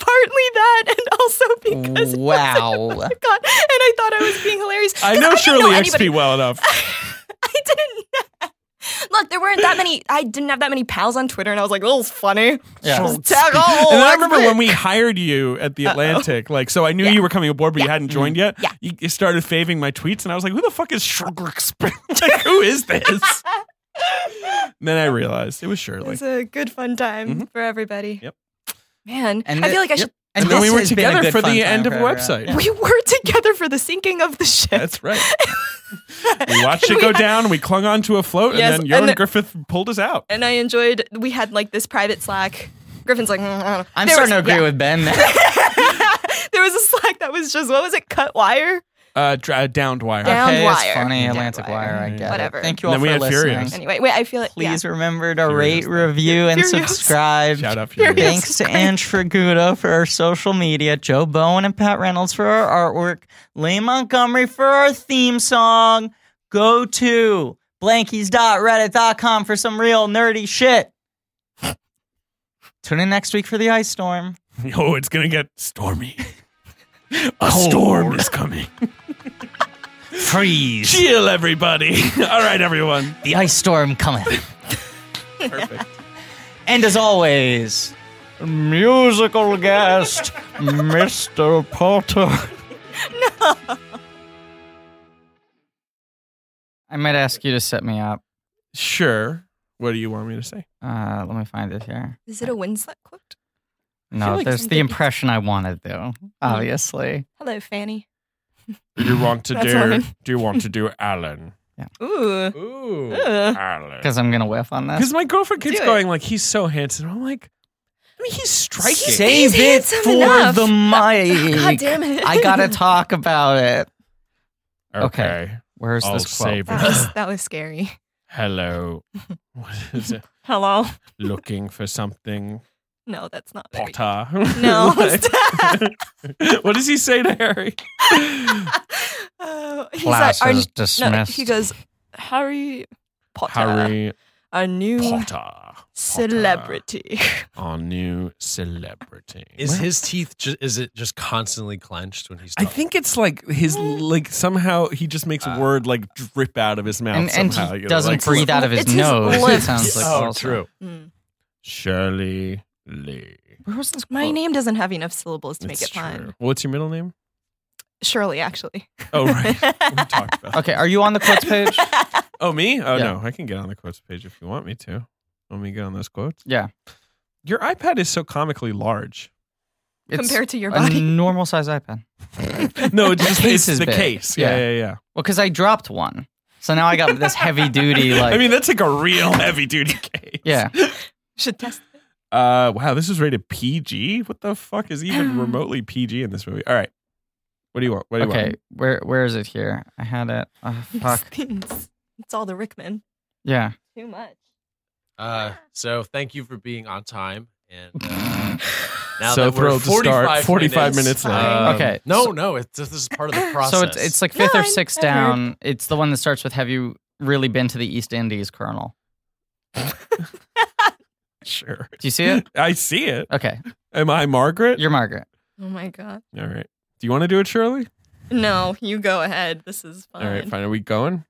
[SPEAKER 5] partly that, and also because
[SPEAKER 4] wow.
[SPEAKER 5] I got, and I thought I was being hilarious. 'Cause
[SPEAKER 2] I know
[SPEAKER 5] didn't
[SPEAKER 2] Shirley
[SPEAKER 5] anybody-
[SPEAKER 2] XP well enough.
[SPEAKER 5] I didn't. Look, there weren't that many. I didn't have that many pals on Twitter, and I was like, "Well, it's funny."
[SPEAKER 4] Yeah.
[SPEAKER 5] Tackle.
[SPEAKER 2] and then I remember when we hired you at the Atlantic, like, so I knew you were coming aboard, but you hadn't joined yet.
[SPEAKER 5] Yeah.
[SPEAKER 2] You, you started faving my tweets, and I was like, who the fuck is Shirley XP? like, who is this? And then I realized it was
[SPEAKER 5] It
[SPEAKER 2] Shirley.
[SPEAKER 5] was a good fun time for everybody.
[SPEAKER 2] Yep.
[SPEAKER 5] Man,
[SPEAKER 4] Mm-hmm. And
[SPEAKER 5] I feel
[SPEAKER 4] the-
[SPEAKER 5] like I
[SPEAKER 4] yep.
[SPEAKER 5] should.
[SPEAKER 2] And, then
[SPEAKER 4] this
[SPEAKER 2] we were
[SPEAKER 4] has been a
[SPEAKER 2] together
[SPEAKER 4] good
[SPEAKER 2] for
[SPEAKER 4] fun
[SPEAKER 2] the
[SPEAKER 4] time
[SPEAKER 2] end of
[SPEAKER 4] for everyone.
[SPEAKER 2] website.
[SPEAKER 5] We were together for the sinking of the ship.
[SPEAKER 2] That's right. we watched it
[SPEAKER 5] We
[SPEAKER 2] go
[SPEAKER 5] had-
[SPEAKER 2] down. We clung onto a float,
[SPEAKER 5] Yes,
[SPEAKER 2] and then Yoram
[SPEAKER 5] and the-
[SPEAKER 2] Griffith pulled us out.
[SPEAKER 5] and I enjoyed. We had like this private Slack. Griffin's like, "Mm, I don't know."
[SPEAKER 4] I'm
[SPEAKER 5] There
[SPEAKER 4] starting
[SPEAKER 5] was-
[SPEAKER 4] to agree
[SPEAKER 5] yeah.
[SPEAKER 4] with Ben.
[SPEAKER 5] There was a Slack that was just what was it? Cut wire.
[SPEAKER 2] Uh, dr- uh, downed wire.
[SPEAKER 5] Down
[SPEAKER 4] okay,
[SPEAKER 5] wire.
[SPEAKER 4] it's funny.
[SPEAKER 5] Down
[SPEAKER 4] Atlantic
[SPEAKER 5] wire.
[SPEAKER 4] Wire. I get
[SPEAKER 5] Whatever.
[SPEAKER 4] it. Thank you all
[SPEAKER 2] And then we
[SPEAKER 4] for
[SPEAKER 2] had
[SPEAKER 4] listening.
[SPEAKER 2] Furious.
[SPEAKER 5] Anyway, wait. I feel like yeah.
[SPEAKER 4] Please remember to
[SPEAKER 2] Furious.
[SPEAKER 4] rate, review, and
[SPEAKER 5] Furious.
[SPEAKER 4] subscribe.
[SPEAKER 2] Shout out for
[SPEAKER 5] Furious.
[SPEAKER 2] you.
[SPEAKER 4] Thanks to Ange Fraguda for our social media, Joe Bowen and Pat Reynolds for our artwork, Leigh Montgomery for our theme song. Go to blankies.reddit.com for some real nerdy shit. Tune in next week for the ice storm.
[SPEAKER 2] Oh, it's gonna get stormy. A storm is coming.
[SPEAKER 3] Freeze.
[SPEAKER 2] Chill, everybody. All right, everyone.
[SPEAKER 4] The ice storm coming.
[SPEAKER 2] Perfect.
[SPEAKER 4] And as always, musical guest, Mr. Potter. No. I might ask you to set me up.
[SPEAKER 2] Sure. What do you want me to say?
[SPEAKER 4] Uh, let me find it here.
[SPEAKER 5] Is it a Winslet quote?
[SPEAKER 4] No,
[SPEAKER 2] like
[SPEAKER 4] there's
[SPEAKER 5] some
[SPEAKER 4] the
[SPEAKER 5] good- Mm-hmm.
[SPEAKER 4] impression I wanted, though, obviously.
[SPEAKER 5] Hello, Fanny.
[SPEAKER 2] Do you want to
[SPEAKER 5] That's
[SPEAKER 2] do?
[SPEAKER 5] fine.
[SPEAKER 2] Do you want to do Alan?
[SPEAKER 5] Ooh.
[SPEAKER 2] Ooh,
[SPEAKER 5] Ugh.
[SPEAKER 2] Alan.
[SPEAKER 4] Because I'm going to whiff on this.
[SPEAKER 2] Because my girlfriend keeps
[SPEAKER 5] Do it.
[SPEAKER 2] going like he's so handsome. I'm like, I mean, he's striking.
[SPEAKER 4] Save it
[SPEAKER 5] He's
[SPEAKER 4] for
[SPEAKER 5] handsome enough.
[SPEAKER 4] the mic.
[SPEAKER 5] God damn it.
[SPEAKER 4] I got to talk about it. Okay. Where's
[SPEAKER 2] I'll
[SPEAKER 4] this quote?
[SPEAKER 2] save
[SPEAKER 5] That
[SPEAKER 2] it.
[SPEAKER 5] was, that was scary.
[SPEAKER 2] Hello. What is it?
[SPEAKER 5] Hello.
[SPEAKER 2] Looking for something,
[SPEAKER 5] No, that's not. very-
[SPEAKER 2] Potter.
[SPEAKER 5] No.
[SPEAKER 2] what does he say to Harry?
[SPEAKER 5] Uh, he's
[SPEAKER 3] Class
[SPEAKER 5] like, "Are
[SPEAKER 3] is
[SPEAKER 5] you-" no,
[SPEAKER 3] dismissed.
[SPEAKER 5] he goes, Harry Potter,
[SPEAKER 2] Harry
[SPEAKER 5] a new
[SPEAKER 2] Potter.
[SPEAKER 5] celebrity.
[SPEAKER 2] Our new celebrity.
[SPEAKER 6] Is his teeth? Ju- is it just constantly clenched when he's?
[SPEAKER 2] I
[SPEAKER 6] Talking?
[SPEAKER 2] think it's like his like somehow he just makes a word like drip out of his mouth
[SPEAKER 4] Uh, And, and
[SPEAKER 2] somehow. you
[SPEAKER 4] he
[SPEAKER 2] know,
[SPEAKER 4] doesn't
[SPEAKER 2] like-
[SPEAKER 4] breathe out of his
[SPEAKER 5] It's his
[SPEAKER 4] nose. it
[SPEAKER 5] lips.
[SPEAKER 4] sounds like
[SPEAKER 6] oh,
[SPEAKER 4] also.
[SPEAKER 6] true.
[SPEAKER 5] Mm.
[SPEAKER 2] Shirley Lee.
[SPEAKER 4] Where was this
[SPEAKER 5] My
[SPEAKER 4] quote?
[SPEAKER 5] name doesn't have enough syllables to make
[SPEAKER 2] It's
[SPEAKER 5] it fun.
[SPEAKER 2] true. What's your middle name?
[SPEAKER 5] Shirley, actually.
[SPEAKER 2] Oh right, we talked about.
[SPEAKER 4] Okay, are you on the quotes page?
[SPEAKER 2] Oh, me? Oh,
[SPEAKER 4] Yeah.
[SPEAKER 2] no. I can get on the quotes page if you want me to. Let me get on those quotes.
[SPEAKER 4] yeah.
[SPEAKER 2] Your iPad is so comically large.
[SPEAKER 5] Compared to your
[SPEAKER 4] a
[SPEAKER 5] body.
[SPEAKER 4] normal size iPad.
[SPEAKER 2] No, it's just
[SPEAKER 4] case
[SPEAKER 2] it's
[SPEAKER 4] is
[SPEAKER 2] the
[SPEAKER 4] big.
[SPEAKER 2] case. Yeah,
[SPEAKER 4] Yeah.
[SPEAKER 2] yeah, yeah.
[SPEAKER 4] Well, because I dropped one, so now I got this heavy duty like.
[SPEAKER 2] I mean, that's like a real heavy duty case.
[SPEAKER 4] yeah.
[SPEAKER 5] Should test.
[SPEAKER 2] Uh, wow, this is rated PG. What the fuck is even remotely PG in this movie? All right. What do you want? What do you
[SPEAKER 4] Okay.
[SPEAKER 2] want?
[SPEAKER 4] Where Where is it here? I had it. Oh, fuck.
[SPEAKER 5] It's, it's all the Rickman.
[SPEAKER 4] Yeah.
[SPEAKER 5] Too much.
[SPEAKER 6] Uh, so thank you for being on time. And uh, now
[SPEAKER 2] So
[SPEAKER 6] that we're
[SPEAKER 2] thrilled to start 45 minutes
[SPEAKER 5] late.
[SPEAKER 6] um,
[SPEAKER 4] Okay,
[SPEAKER 6] No,
[SPEAKER 4] so-
[SPEAKER 6] no. It's, this is part of the process.
[SPEAKER 4] So it's it's like fifth or
[SPEAKER 5] Nine,
[SPEAKER 4] sixth
[SPEAKER 5] I heard.
[SPEAKER 4] down. It's the one that starts with "Have you really been to the East Indies, Colonel?"
[SPEAKER 2] Sure.
[SPEAKER 4] Do you see it?
[SPEAKER 2] I see it.
[SPEAKER 4] Okay,
[SPEAKER 2] Am I Margaret?
[SPEAKER 4] you're Margaret.
[SPEAKER 5] Oh my God.
[SPEAKER 2] All right. Do you want to do it, Shirley?
[SPEAKER 5] No, you go ahead. This is fun.
[SPEAKER 2] All right, fine. Are we going?